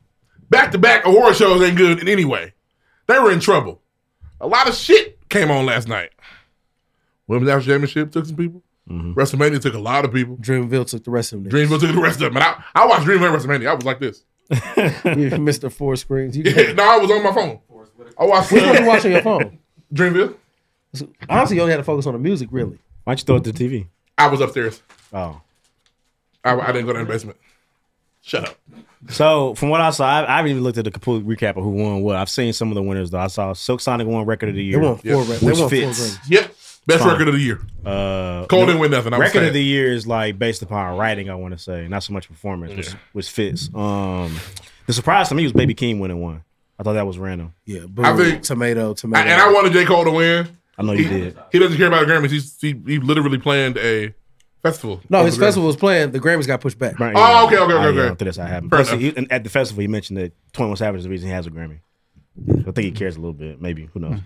S2: back to back award shows ain't good in any way. They were in trouble. A lot of shit came on last night. Women's National Championship took some people. WrestleMania took a lot of people.
S3: Dreamville took the rest of them.
S2: Dreamville took the rest of them. And I, I watched Dreamville and WrestleMania. I was like this.
S3: you missed the four screens. You
S2: Yeah, no, I was on my phone. Oh, I watched.
S3: Which one you watch on your phone?
S2: Dreamville.
S3: Honestly, you only had to focus on the music, really.
S4: Why don't you throw it to the TV?
S2: I was upstairs.
S4: Oh.
S2: I, I didn't go to the basement. Shut up.
S4: So from what I saw, I, I haven't even looked at the complete recap of who won what. I've seen some of the winners though. I saw Silk Sonic won record of the year.
S2: won four Yeah. rec- they
S4: which
S2: won four
S4: fits.
S2: Grammys. Yep. Best
S4: Fine.
S2: record of the year.
S4: Uh,
S2: Cole
S4: no,
S2: didn't win nothing, I was
S4: record
S2: sad.
S4: of the year is like based upon writing. I want to say not so much performance, which, which fits. Um, the surprise to me was Baby Keem winning one. I thought that was random.
S3: Yeah,
S2: I think-
S3: tomato,
S2: I, and I wanted J. Cole to win.
S4: I know you
S2: he, Oh,
S4: did.
S2: He doesn't care about the Grammys. He's, he, he literally planned a festival.
S3: No,
S2: over
S3: his
S2: the Grammys.
S3: festival was playing. The Grammys got pushed back.
S2: Oh, okay, okay, okay,
S4: I,
S2: okay.
S4: I don't think that's how it happened.
S2: Fair
S4: Plus,
S2: enough.
S4: he, and at the festival, he mentioned that Twenty One Savage is the reason he has a Grammy. I think he cares a little bit. Maybe who knows?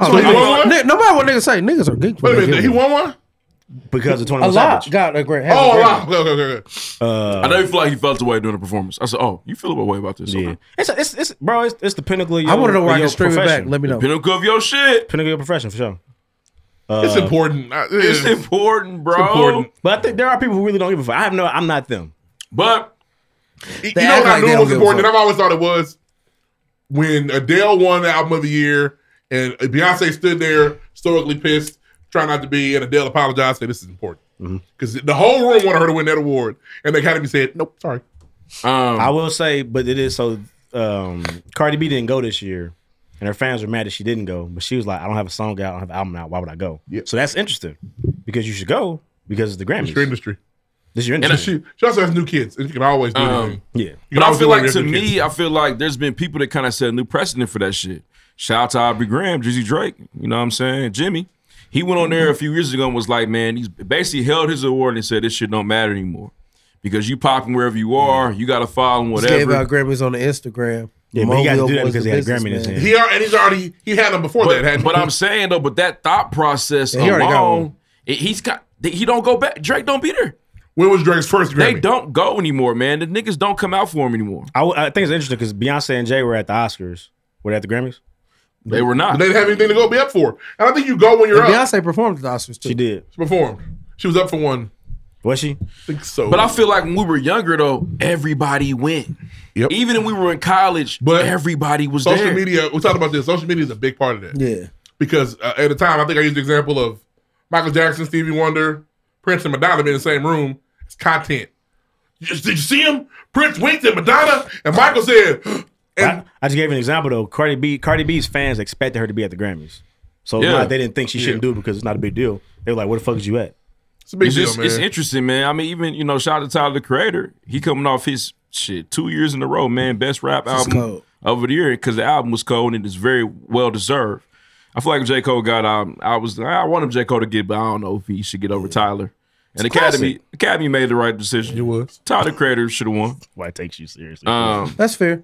S3: Oh,
S4: So he
S3: nigga-
S4: won one?
S3: nigga- nobody want niggas say niggas are geeks.
S4: Wait a minute, he
S2: won one
S4: Because of Twenty
S3: A
S4: One
S3: lot
S4: Savage.
S3: got a grand.
S2: Oh, wow. Okay, okay, okay.
S4: Uh,
S1: I know you feel like he felt the way during the performance. I said, "Oh, you feel a way about this?" Yeah,
S4: It's, it's, it's bro. It's, it's the pinnacle. Of your,
S1: I wanna know where
S4: of
S1: I can
S4: your
S1: stream it back.
S4: profession.
S1: Let me know. Pinnacle of your shit.
S4: Pinnacle of your profession for sure.
S2: It's
S4: Uh,
S2: important. I-
S1: It's important, bro.
S4: But I think there are people who really don't give a fuck. I have no. I'm not them.
S1: But
S2: You know what I knew was important, and I've always thought it was when Adele won the album of the year, and Beyonce stood there historically pissed, trying not to be, and Adele apologized, said this is important because the whole room wanted her to win that award, and the Academy said, "Nope, sorry."
S1: um,
S4: I will say, but it is so. Um, Cardi B didn't go this year, and her fans were mad that she didn't go. But she was like, "I don't have a song out. I don't have an album out. Why would I go?" So that's interesting because you should go because it's the Grammys.
S2: your industry.
S4: This is your
S2: And
S4: industry.
S2: she, she also has new kids, and she can always do
S1: Um,
S2: anything.
S4: yeah.
S2: You can
S1: But I
S2: always
S1: feel
S2: do
S1: like
S2: whatever
S1: to
S2: you
S1: me, I feel like there's been people that kind of set a new precedent for that shit. Shout out to Aubrey Graham, Drizzy Drake. You know what I'm saying? Jimmy. He went on there a few years ago and was like, man, he's basically held his award and said this shit don't matter anymore. Because you popping wherever you are, you got to follow
S3: Just Gave out
S1: whatever.
S3: Grammys on the Instagram.
S1: Yeah, but he got to
S3: Mobile
S1: do that
S3: was
S1: because
S3: the
S1: he had a Grammy in his
S3: businessman.
S1: hand.
S2: He already, and he's already he had them before
S1: But,
S2: that. Hadn't
S1: but
S2: he?
S1: I'm saying though, but that thought process
S2: Yeah, he already got one.
S1: alone, it, he's got he don't go back. Drake don't be there.
S2: When was Drake's first
S1: They don't go anymore, man. The niggas don't come out for him anymore.
S4: I, w- I think it's interesting because Beyonce and Jay were at the Oscars. Were they at the Grammys?
S1: They were not.
S2: They didn't have anything to go be up for, and I think you go when you're
S3: And
S2: up.
S3: Beyonce performed at the Oscars too.
S4: She did.
S2: She performed. She was up for one.
S4: Was she? I
S2: think so.
S1: But I feel like when we were younger though, everybody went.
S2: Yep.
S1: Even when we were in college,
S2: But
S1: everybody was
S2: social
S1: there.
S2: media. We talked about this. Social media is a big part of that.
S3: Yeah.
S2: Because uh, at the time, I think I used the example of Michael Jackson, Stevie Wonder, Prince, and Madonna being in the same room. It's content. You just- did you see him? Prince winked at Madonna, and Michael said,
S4: I, just gave an example though. Cardi B, Cardi B's fans expected her to be at the Grammys, so it's
S1: Yeah.
S4: not like they didn't think she shouldn't do it because it's not a big deal. They were like, "Where the fuck is you at?"
S2: It's a big deal,
S1: just-
S2: man.
S1: It's interesting, man. I mean, even you know, shout out to Tyler the Creator. He coming off his shit two years in a row, man. Best rap
S3: This is
S1: album
S3: cold.
S1: over the year because the album was cold and it's very well deserved. I feel like J Cole got. Um, I was. I want him J Cole to get, but I don't know if he should get over Tyler. And
S3: It's
S1: Academy
S3: classic.
S1: Academy made the right decision.
S2: You was
S1: Tyler the Creator should have won.
S4: Why it takes you seriously?
S1: Um,
S3: That's fair.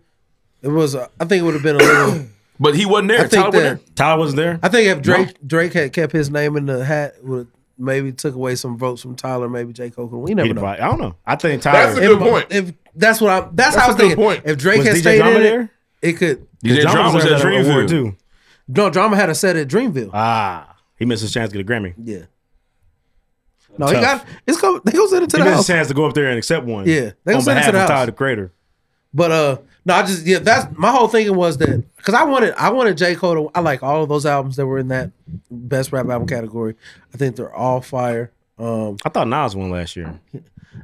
S3: It was. uh, I think it would have been a little.
S1: but he wasn't there.
S3: I think
S1: Tyler
S3: that-
S1: wasn't there.
S4: Tyler wasn't there.
S3: I think if Drake Drake had kept his name in the hat, would have maybe took away some votes from Tyler. Maybe J Cole. could- We never
S4: He'd
S3: know.
S4: probably- I don't know. I think Tyler.
S3: If- If that's what I that's,
S4: That's
S3: how I
S4: a
S3: was
S4: good
S3: thinking.
S4: point.
S3: If Drake
S4: Was
S3: had
S4: DJ
S3: stayed
S4: Drama
S3: in
S4: there?
S3: there, it could.
S4: DJ Drama Drama was was at at Dreamville. Dreamville. too.
S3: No, drama had a set at Dreamville.
S4: Ah, he missed his chance to get a Grammy.
S3: Yeah. No, he got it's coming. They gonna send it to
S4: he
S3: the
S4: missed
S3: house.
S4: his chance to go up there and accept one.
S3: Yeah, they gonna
S4: on
S3: send it
S4: behalf
S3: to the
S4: of
S3: house.
S4: Tyler the Creator.
S3: But uh, no, I just yeah. That's my whole thinking was that because I wanted I wanted J Cole to I like all of those albums that were in that best rap album category. I think they're all fire. Um,
S4: I thought Nas won last year.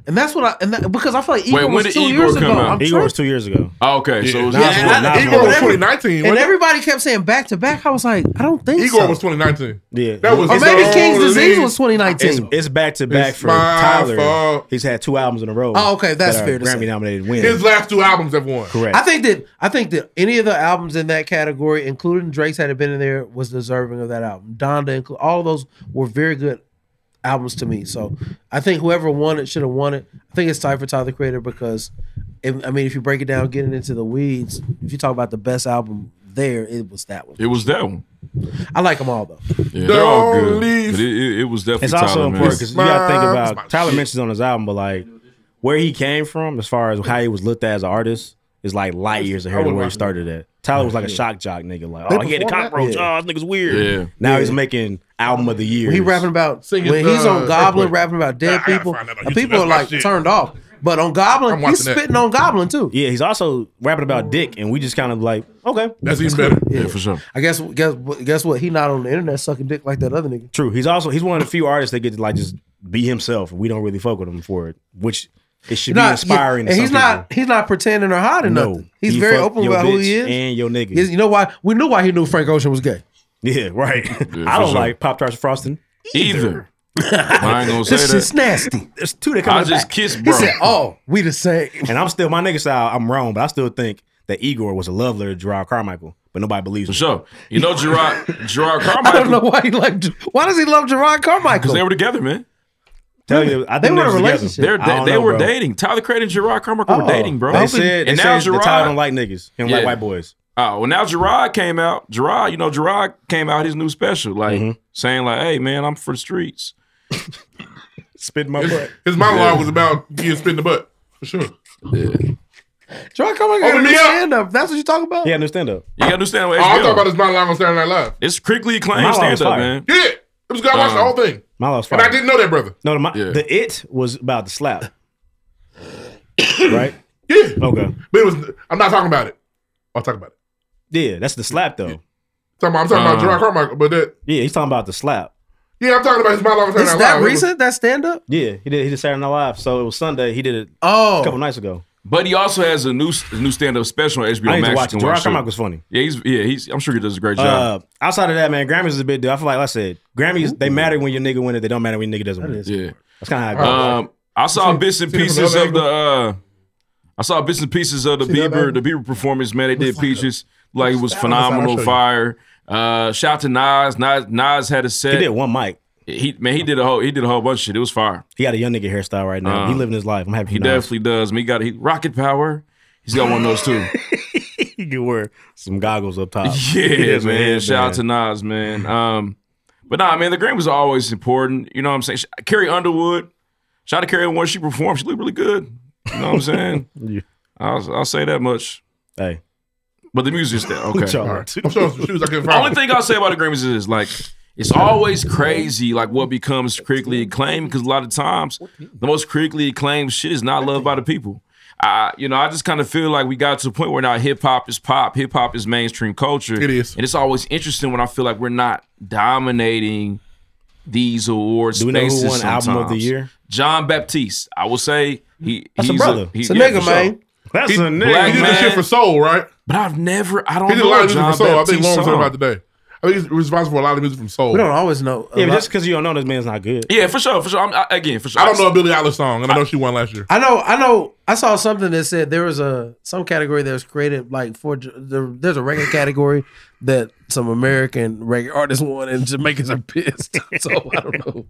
S3: and that's what I and that, because I feel like
S4: Wait,
S3: Igor
S4: when
S3: was
S4: did
S3: two
S4: Igor
S3: years
S4: come
S3: ago.
S4: out?
S3: I'm
S4: Igor
S3: tripping.
S4: was two years ago.
S1: Oh, okay.
S4: so it was
S3: Yeah,
S4: Nas
S3: and
S4: won.
S3: I-
S4: Nas
S3: Igor
S4: won.
S3: was
S2: 2019.
S3: And everybody kept saying back to back. I was like, I don't think
S2: Igor
S3: so.
S2: was 2019.
S4: Yeah,
S3: That was- Or maybe It's King's all Disease league. was 2019.
S4: It's, it's back to back
S3: It's
S4: for
S3: my
S4: Tyler.
S3: fault.
S4: He's had two albums in a row.
S3: Oh, okay, that's
S4: that are
S3: fair to say.
S4: Grammy nominated wins.
S2: His last two albums have won.
S4: Correct.
S3: I think that I think that any of the albums in that category, including Drake's had it been in there, was deserving of that album. Donda, inclu- all of those were very good albums to me. So I think whoever won it should have won it. I think it's tied for Tyler the Creator because, if, I mean, if you break it down, getting into the weeds, if you talk about the best album there, it was that one.
S1: It was that one.
S3: I like them all though.
S1: Yeah, they're all good. But it, it, it was definitely
S4: It's also
S1: Tyler, man.
S4: important because you gotta think
S1: It's my
S4: about Tyler
S1: shit.
S4: mentions on his album, but like where he came from, as far as how he was looked at as an artist, is like light years ahead of where he started at. Tyler was like a shock jock nigga, like
S3: They
S4: oh he had a
S3: performed that?
S4: cockroach,
S3: Yeah.
S4: oh this nigga's weird.
S1: Yeah.
S4: Now
S3: Yeah.
S4: he's making album of the year.
S3: When he rapping about
S4: Singing,
S3: when he's
S4: uh,
S3: on Goblin
S4: Earthquake.
S3: rapping about dead people, and people
S4: That's
S3: are
S4: my
S3: like
S4: shit.
S3: turned off. But on Goblin, he's
S4: watching that.
S3: spitting on Goblin too.
S4: Yeah, he's also rapping about dick, and we just kind of like okay,
S2: That's even
S4: cool.
S2: better.
S4: Yeah, for sure.
S3: I guess guess what- guess what? He not on the internet sucking dick like that other nigga.
S4: True. He's also he's one of the few artists that get to like just be himself. We don't really fuck with him for it, which it should be inspiring.
S3: yeah,
S4: to
S3: and
S4: some
S3: he's not he's not pretending or hiding
S4: No.
S3: nothing. He's
S4: He
S3: very
S4: fuck
S3: open
S4: your
S3: about who he
S4: bitch
S3: is.
S4: and your nigga.
S3: Yes, You know why? We knew why he knew Frank Ocean was gay.
S4: people. Yeah, right. I
S3: for
S4: don't
S3: sure.
S4: like pop tarts and frosting
S1: either. I ain't gonna say
S3: This
S1: that.
S3: is nasty.
S4: There's two that
S1: I
S4: come
S1: just
S4: back.
S1: kissed, bro.
S4: He said,
S3: "Oh, we the same."
S4: And I'm still my nigga style. I'm wrong, but I still think that Igor was a love letter to Gerard Carmichael, but nobody believes. For
S1: sure, you know Gerard Gerard
S3: I don't know
S1: Carmichael
S3: why he like. Why does he love Gerard Carmichael?
S1: because they were together, man.
S4: Tell you, I
S3: They
S4: think
S3: were in a
S4: was together.
S3: relationship.
S1: They're,
S4: I
S1: they
S4: don't
S1: they
S4: know,
S1: were
S4: bro.
S1: dating. Tyler Craig and Gerard Carmichael
S4: Oh.
S1: were dating, bro.
S4: They said they
S1: and now
S4: said that
S1: Gerard
S4: Tyler don't like niggas. He don't like
S1: Yeah.
S4: white boys.
S1: Oh, well, now Gerard came out. Gerard, you know, Gerard came out his new special, like
S4: Mm-hmm.
S1: saying, like, "Hey, man, I'm for the streets."
S4: Spit my butt.
S2: His monologue was about getting spit in the butt for sure. Oh,
S3: Gerard Carmichael got a
S2: Open
S3: new
S2: me up.
S3: stand up. That's what you talking about?
S4: He had no stand up.
S1: You gotta do stand up.
S2: Oh, I thought about his monologue on Saturday Night Live.
S1: It's critically acclaimed
S4: Monologue
S1: stand
S4: was
S1: up,
S4: fire.
S1: man.
S2: Yeah, it was good. I watched the whole thing,
S4: My lost
S2: and
S4: fire.
S2: I didn't know that, brother.
S4: No, the, my, the it was about the slap, right?
S2: Yeah.
S4: Okay.
S2: But it was. I'm not talking about it. I'll talk about it.
S4: Yeah, that's the slap though.
S2: Talking about, I'm talking about
S4: Uh.
S2: Gerard Carmichael, but that.
S4: Yeah, he's talking about the slap.
S2: Yeah, I'm talking about his monologue on Saturday
S3: It's
S2: Night
S3: that
S2: Live. It was-
S3: recent? that stand up?
S4: Yeah, he did. He did Saturday Night Live. So it was Sunday. He did it.
S3: Oh,
S4: a couple nights ago.
S1: But he also has a new a new stand up special on HBO
S4: I need
S1: Max.
S4: to watch
S1: you
S4: it.
S1: can
S4: Gerard
S1: it.
S4: Carmichael's funny.
S1: Yeah, he's yeah he's. I'm sure he does a great
S4: Uh,
S1: job.
S4: outside of that, man, Grammys is a big deal. I feel like, like I said, Grammys they matter when your nigga win it. They don't matter when your nigga doesn't win. it.
S1: yeah,
S4: that's kind of how. I go.
S1: Um, I saw bits and
S4: see it from
S1: pieces
S4: the other
S1: of the. uh I saw bits and pieces of the
S4: See that
S1: Bieber
S4: angle?
S1: the Bieber performance. Man, they did peaches like it was
S4: that? I'll show
S1: phenomenal,
S4: you.
S1: fire. Uh, shout to Nas. Nas Nas had a set.
S4: He did one mic.
S1: He man, he did a whole he did a whole bunch of shit. It was fire.
S4: He got a young nigga hairstyle right now.
S1: Uh,
S4: he living his life. I'm happy.
S1: He definitely does. Man, he got he, rocket power. He's got one of those too.
S4: he can wear some goggles up top. Oh, He
S1: Yeah,
S4: does,
S1: man. Shout out to
S4: man.
S1: Nas, man. Um, but nah, man, the Grammys are always important. You know what I'm saying? Sh- Carrie Underwood, shout out to Carrie when she performed. She looked really good. You know what I'm saying?
S4: Yeah.
S1: I'll, I'll say that much.
S4: Hey.
S1: But the music's there. Okay.
S2: All right. I'm showing some shoes I couldn't
S1: The
S2: find.
S1: only
S4: Oh,
S1: thing I'll say about the Grammys is like it's always crazy like what becomes critically acclaimed because a lot of times the most critically acclaimed shit is not loved by the people. I, you know, I just kind of feel like we got to a point where now hip hop is pop, hip hop is mainstream culture. It
S2: is,
S1: and it's always interesting when I feel like we're not dominating these awards.
S4: Do we know who
S1: spaces
S4: won album of the
S1: sometimes.
S4: year?
S1: John Baptiste. I will say he
S4: That's a
S1: he's
S4: brother.
S1: he-
S4: It's a
S1: yeah,
S4: nigga,
S1: for sure.
S4: man. That's
S2: He-
S4: a nigga.
S1: Black
S2: he did this shit
S1: man.
S2: for soul, right?
S1: But I've never. I don't
S2: He did a
S1: know
S2: lot of music
S1: John
S2: from soul. I think
S1: Baptiste's
S2: Lauren was
S1: song.
S2: talking about today. I think he's responsible for a lot of music from soul.
S3: We don't always know. a
S4: Yeah, but
S3: lot.
S4: just because you don't know this man's not good.
S1: Yeah, for sure, for sure. I'm, I, again, for sure.
S2: I don't know a Billie Eilish song, and I know she won last year.
S3: I know, I know. I saw something that said there was a some category that was created like for the, there's a reggae category that some American reggae artists won and Jamaicans are pissed. So I don't know.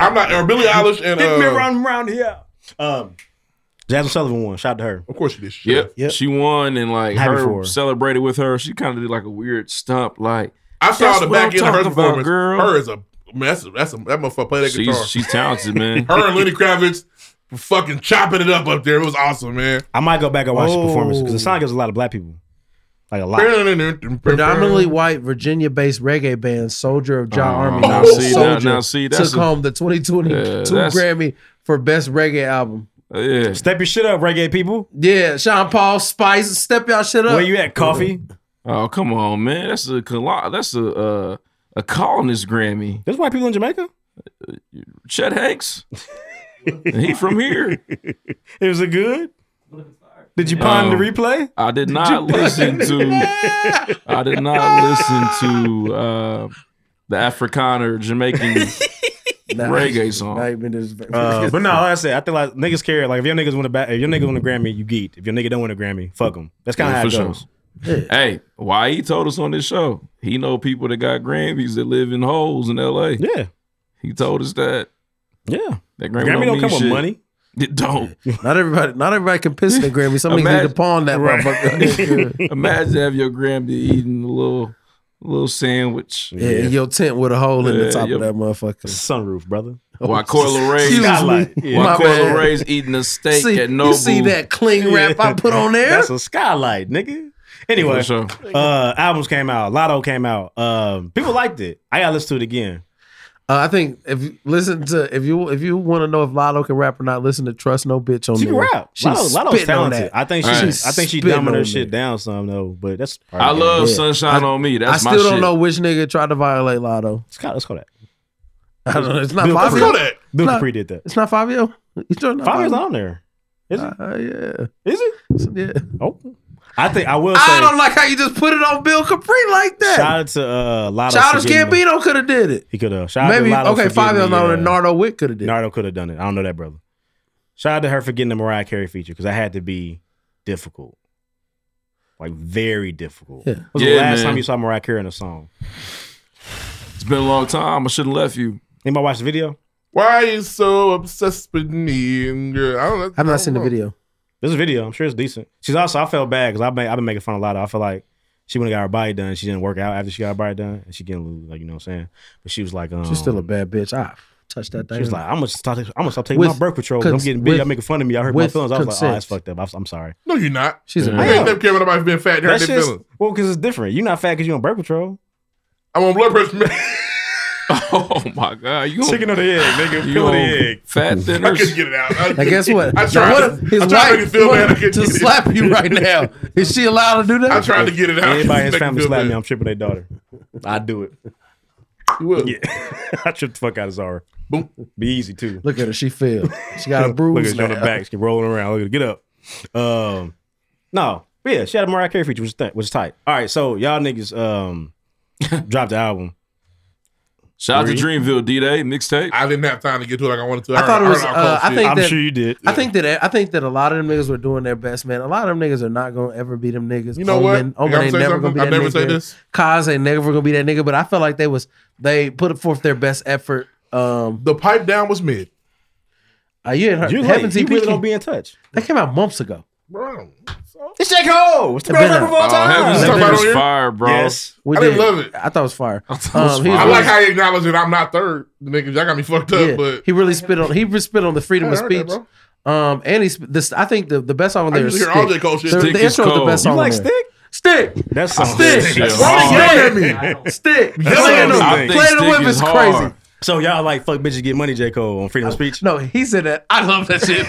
S2: I'm not. Or Billie Eilish and
S4: Hit me
S2: uh,
S4: round round here. Um, Jasmine Sullivan won. Shout out to her.
S2: Of course she did.
S1: Yep. She won and like
S4: Happy
S1: her,
S4: for her.
S1: celebrated with her. She kind of did like a weird stump. Like
S2: I saw
S1: "That's
S2: the
S1: what
S2: back
S1: I'm
S2: end of her
S1: talking about,
S2: performance.
S1: girl.
S2: Her is a man, that's a, that's a, that motherfucker play that
S1: She's-
S2: guitar.
S1: she's talented, man.
S2: her and Lenny Kravitz were fucking chopping it up up there. It was awesome, man.
S4: I might go back and watch the performance because
S2: Oh.
S4: the song gives a lot of black people, like a lot.
S3: Predominantly white Virginia-based reggae band Soldier of John
S4: Oh,
S3: Army.
S4: now
S3: Gold
S4: see, now-
S3: Soldier
S1: now see, that's
S3: took
S1: a-
S3: home the 2022
S1: Yeah, that's-
S3: Grammy for best reggae album.
S1: Oh, yeah.
S4: Step your shit up, reggae people.
S3: Yeah, Sean Paul Spice, step y'all shit up.
S1: Uh,
S4: Where you at, coffee?
S1: Oh come on, man. That's a colo- that's a uh, a colonist Grammy.
S4: There's white people in Jamaica.
S1: Chet Hanks. he from here.
S4: It was a good. Did you
S1: Um,
S4: ponder the replay?
S1: I did
S4: you-
S1: not listen to. I did not listen to uh, the Afrikaner Jamaican reggae song.
S4: Uh, but no, like I said, I think like niggas care. Like if your niggas win a ba- if your niggas win a Grammy, you geet. If your nigga don't win a Grammy, fuck them. That's kind of
S1: Yeah,
S4: how it
S1: for sure.
S4: goes.
S1: Hey, why he told us on this show? He know people that got Grammys that live in holes in L.A.
S4: Yeah,
S1: he told us that.
S4: Yeah,
S1: that Grammy,
S3: Grammy
S1: don't,
S3: don't
S1: mean
S3: come with
S1: shit.
S3: money.
S1: It don't.
S3: Not everybody, not everybody can piss in the Grammy. Some niggas need to pawn that motherfucker. Yeah.
S1: Imagine have your Grammy eating a little, little sandwich.
S3: Yeah, in your tent with a hole in
S1: Yeah,
S3: the top
S1: your-
S3: of that motherfucker.
S4: Sunroof, brother.
S1: Why Coil Ray's,
S3: Excuse me.
S1: why
S3: My
S1: Coil
S3: bad.
S1: Ray's eating a steak
S3: See-
S1: at
S3: you
S1: Nobu.
S3: see that cling wrap I put on there?
S4: That's a skylight, nigga.
S1: For
S4: Anyway,
S1: sure.
S4: uh, albums came out. Lotto came out. Um, people liked it. I gotta listen to it again.
S3: Uh, I think if you listen to if you if you want to know if Lotto can rap or not, listen to Trust No Bitch on
S4: She
S3: there.
S4: can rap. Lotto,
S3: spitting
S4: Lotto's
S3: on
S4: talented.
S3: that.
S4: I think she.
S3: She's
S4: I think she
S3: spitting
S4: dumbing
S3: on
S4: her
S3: that.
S4: shit down some though. But that's.
S1: I love
S3: Yeah.
S1: Sunshine
S3: I-
S1: on Me. That's
S3: I
S1: my
S3: still
S1: shit.
S3: don't know which nigga tried to violate Lotto.
S4: Let's call, let's call that.
S3: I don't know. It's not
S4: Bill
S3: Fabio.
S4: Capri- Bill
S3: It's not-
S4: Capri did that.
S3: It's not Fabio. You sure not
S4: Fabio's on there. Is
S3: it? Uh, yeah.
S4: Is it?
S3: Yeah.
S4: Oh, I think I will. Say,
S3: I don't like how you just put it on Bill Capri like
S4: Shout
S3: that.
S4: out to uh, Lotto.
S3: Childish
S4: for getting the-
S3: Gambino could have did it.
S4: He could have. Shout out to
S3: Maybe-
S4: Lotto
S3: okay,
S4: for
S3: Fabio
S4: getting the,
S3: Nolan and Nardo Witt could have done it.
S4: Nardo could have done it. I don't know that brother. Shout out to her for getting the Mariah Carey feature because I had to be difficult, like very difficult.
S1: Yeah.
S4: When was
S1: Yeah,
S4: the last
S1: man.
S4: time you saw Mariah Carey in a song?
S1: It's been a long time. I should have left you.
S4: Anybody watch the video?
S2: Why are you so obsessed with me? And girl? I don't,
S3: I've not seen the video.
S4: There's a video. I'm sure it's decent. She's also. I felt bad because I've been I've been making fun of Lotto. I feel like she went and got her body done. She didn't work out after she got her body done, and she getting loose, like you know what I'm saying. But she was like, um,
S3: She's still a bad bitch. I touched that thing.
S4: She was like, I'm gonna stop. I'm gonna stop taking
S3: With
S4: my birth control. 'cause
S3: cons-
S4: I'm getting big.
S3: with-
S4: Y'all making fun of me. I hurt my
S3: with
S4: feelings. I was like, oh,
S3: consent.
S4: that's fucked up. I'm, I'm sorry.
S2: No, you're not.
S3: She's
S4: a
S2: I ain't never care about being fat and
S4: That
S2: hurting their
S4: shit's,
S2: feelings.
S4: well, because it's different. You're not fat because you on birth control.
S2: I'm on blood pressure.
S1: oh my god, you
S4: chicken or the egg, nigga?
S1: you
S4: Peel of the
S1: on
S4: egg.
S1: Fat thinner.
S2: I couldn't get it out. I,
S3: Now guess what?
S2: I
S3: Now
S2: tried.
S3: what
S2: to-
S3: if his
S2: I tried to
S3: wife
S2: make it feel bad. I
S3: wanted
S2: couldn't
S3: to
S2: get it.
S3: slap you right now? Is she allowed to do that?
S2: I tried to get it out.
S4: Anybody in
S2: Make
S4: his
S2: it
S4: family
S2: feel
S4: slap
S2: bad.
S4: me, I'm tripping their daughter. I do it.
S2: You will.
S4: Yeah, I tripped the fuck out of Zara.
S2: Boom.
S4: Be easy too.
S3: Look at her. She failed. She got a bruise.
S4: Look at her on the
S3: now.
S4: back. She rolling around. Look at her. Get up. Um, no, but yeah, she had a Mariah Carey feature, which is, th- which is tight. All right, so y'all niggas um dropped the album.
S1: Shout out to Dreamville D Day mixtape.
S2: I didn't have time to get to it like I wanted to.
S3: I thought it
S2: heard-
S3: was.
S2: heard our call
S3: Uh, I
S2: shit.
S3: think that,
S4: did.
S3: I think that I think that a lot of them niggas were doing their best, man. A lot of them niggas are not gonna ever be them niggas.
S2: You know what?
S3: Omen, Omen
S2: Can I
S3: ain't
S2: say
S3: never
S2: something?
S3: gonna be
S2: I'll
S3: that
S2: never
S3: nigga.
S2: say this.
S3: Kaz ain't never gonna be that nigga. But I felt like they was they put forth their best effort. Um,
S2: the pipe down was mid.
S3: Uh, you ain't heard.
S4: You
S3: Heaven's
S4: late. You
S3: EP
S4: really don't be in touch.
S3: That came out months ago.
S2: Bro.
S4: It's Jake Ho. It's the
S3: Been
S4: best rapper of all
S3: out.
S4: time.
S1: Heaven's
S2: Talk about it on here?
S1: fire, bro.
S4: Yes.
S3: We
S2: I didn't love it.
S3: I thought it was fire. Um,
S1: it was
S3: he
S1: fire.
S2: I like
S3: really-
S2: how he acknowledged that I'm not third. Niggas, y'all got me fucked up,
S3: yeah,
S2: but
S3: he really spit on he really spit on the freedom
S2: I
S3: of
S2: heard that,
S3: speech. um, and he's this. I think the, the best song on
S2: I
S3: there is
S2: used to
S3: Stick.
S2: hear all J. Cole shit.
S3: The,
S2: Stick
S3: the
S2: is
S3: intro is the
S2: cold.
S3: best
S2: You
S3: song.
S2: like
S3: on there. Stick?
S4: That's some
S3: Stick.
S4: bullshit.
S3: Stick.
S2: Why
S4: Oh, Hard.
S2: you yelling at me?
S3: Stick.
S4: That's
S3: Playing
S4: some
S3: him.
S4: bullshit.
S3: Playing him with is crazy.
S4: So y'all like fuck bitches get money, J Cole on freedom of speech.
S3: No, he said that. I love that shit.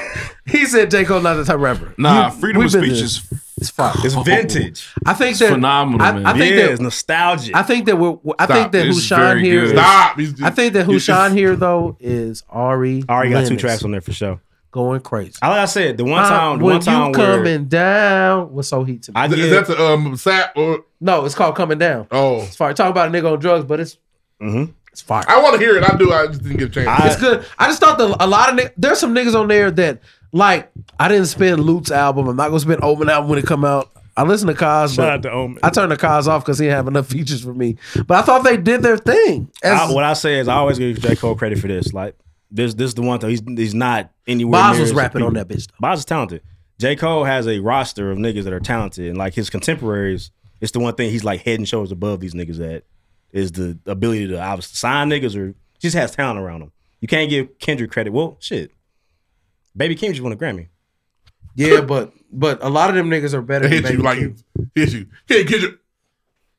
S3: he said J. Cole not the type of rapper.
S1: Nah,
S3: You-
S1: freedom
S3: we've
S1: of
S3: been
S1: speech
S3: there.
S1: is
S3: it's fire.
S4: It's vintage.
S3: I think that
S1: phenomenal,
S3: I,
S1: man.
S3: I think
S4: yeah,
S3: that
S4: it's nostalgic.
S3: I think that we're. I
S4: Stop.
S3: think that
S4: This
S3: who
S4: is very
S3: Sean here.
S4: good.
S3: Is,
S4: Stop.
S2: He's-
S3: I think that who
S4: he's-
S3: Sean here though is Ari.
S4: I already got two
S3: Lennox
S4: tracks on there for sure.
S3: Going crazy.
S4: I like I said the one
S3: Uh,
S4: time, the
S3: when
S4: one time
S3: you
S4: where
S3: coming down was so heat to me.
S4: I
S2: Is
S4: did.
S2: that the um, sap or
S3: no, it's called coming down.
S2: Oh,
S3: It's fire. Talk about a nigga on drugs, but it's it's fire.
S2: I want to hear it. I do. I just didn't get a chance.
S3: Mm-hmm. it's good. I just thought that a lot of nigg- there's some niggas on there that like I didn't spend Lute's album. I'm not gonna spend Omen album when it come out. I listened to Cos,
S4: Shout
S3: but
S4: out to Omen.
S3: I turned the Cos off because he didn't have enough features for me. But I thought they did their thing. As
S4: I, what I say is I always give J Cole credit for this. Like this, this is the one thing he's he's not anywhere.
S3: Boz
S4: near
S3: was
S4: as
S3: rapping on
S4: people.
S3: that bitch,
S4: Boz is talented. J Cole has a roster of niggas that are talented, and like his contemporaries, it's the one thing he's like head and shoulders above these niggas at is the ability to obviously sign niggas or he just has talent around him. You can't give Kendrick credit. Well, shit, Baby Kim just won a Grammy.
S3: yeah, but but a lot of them niggas are better.
S4: Hit
S3: Than Baby
S4: you like-
S3: King.
S2: hit you. Hey, get you.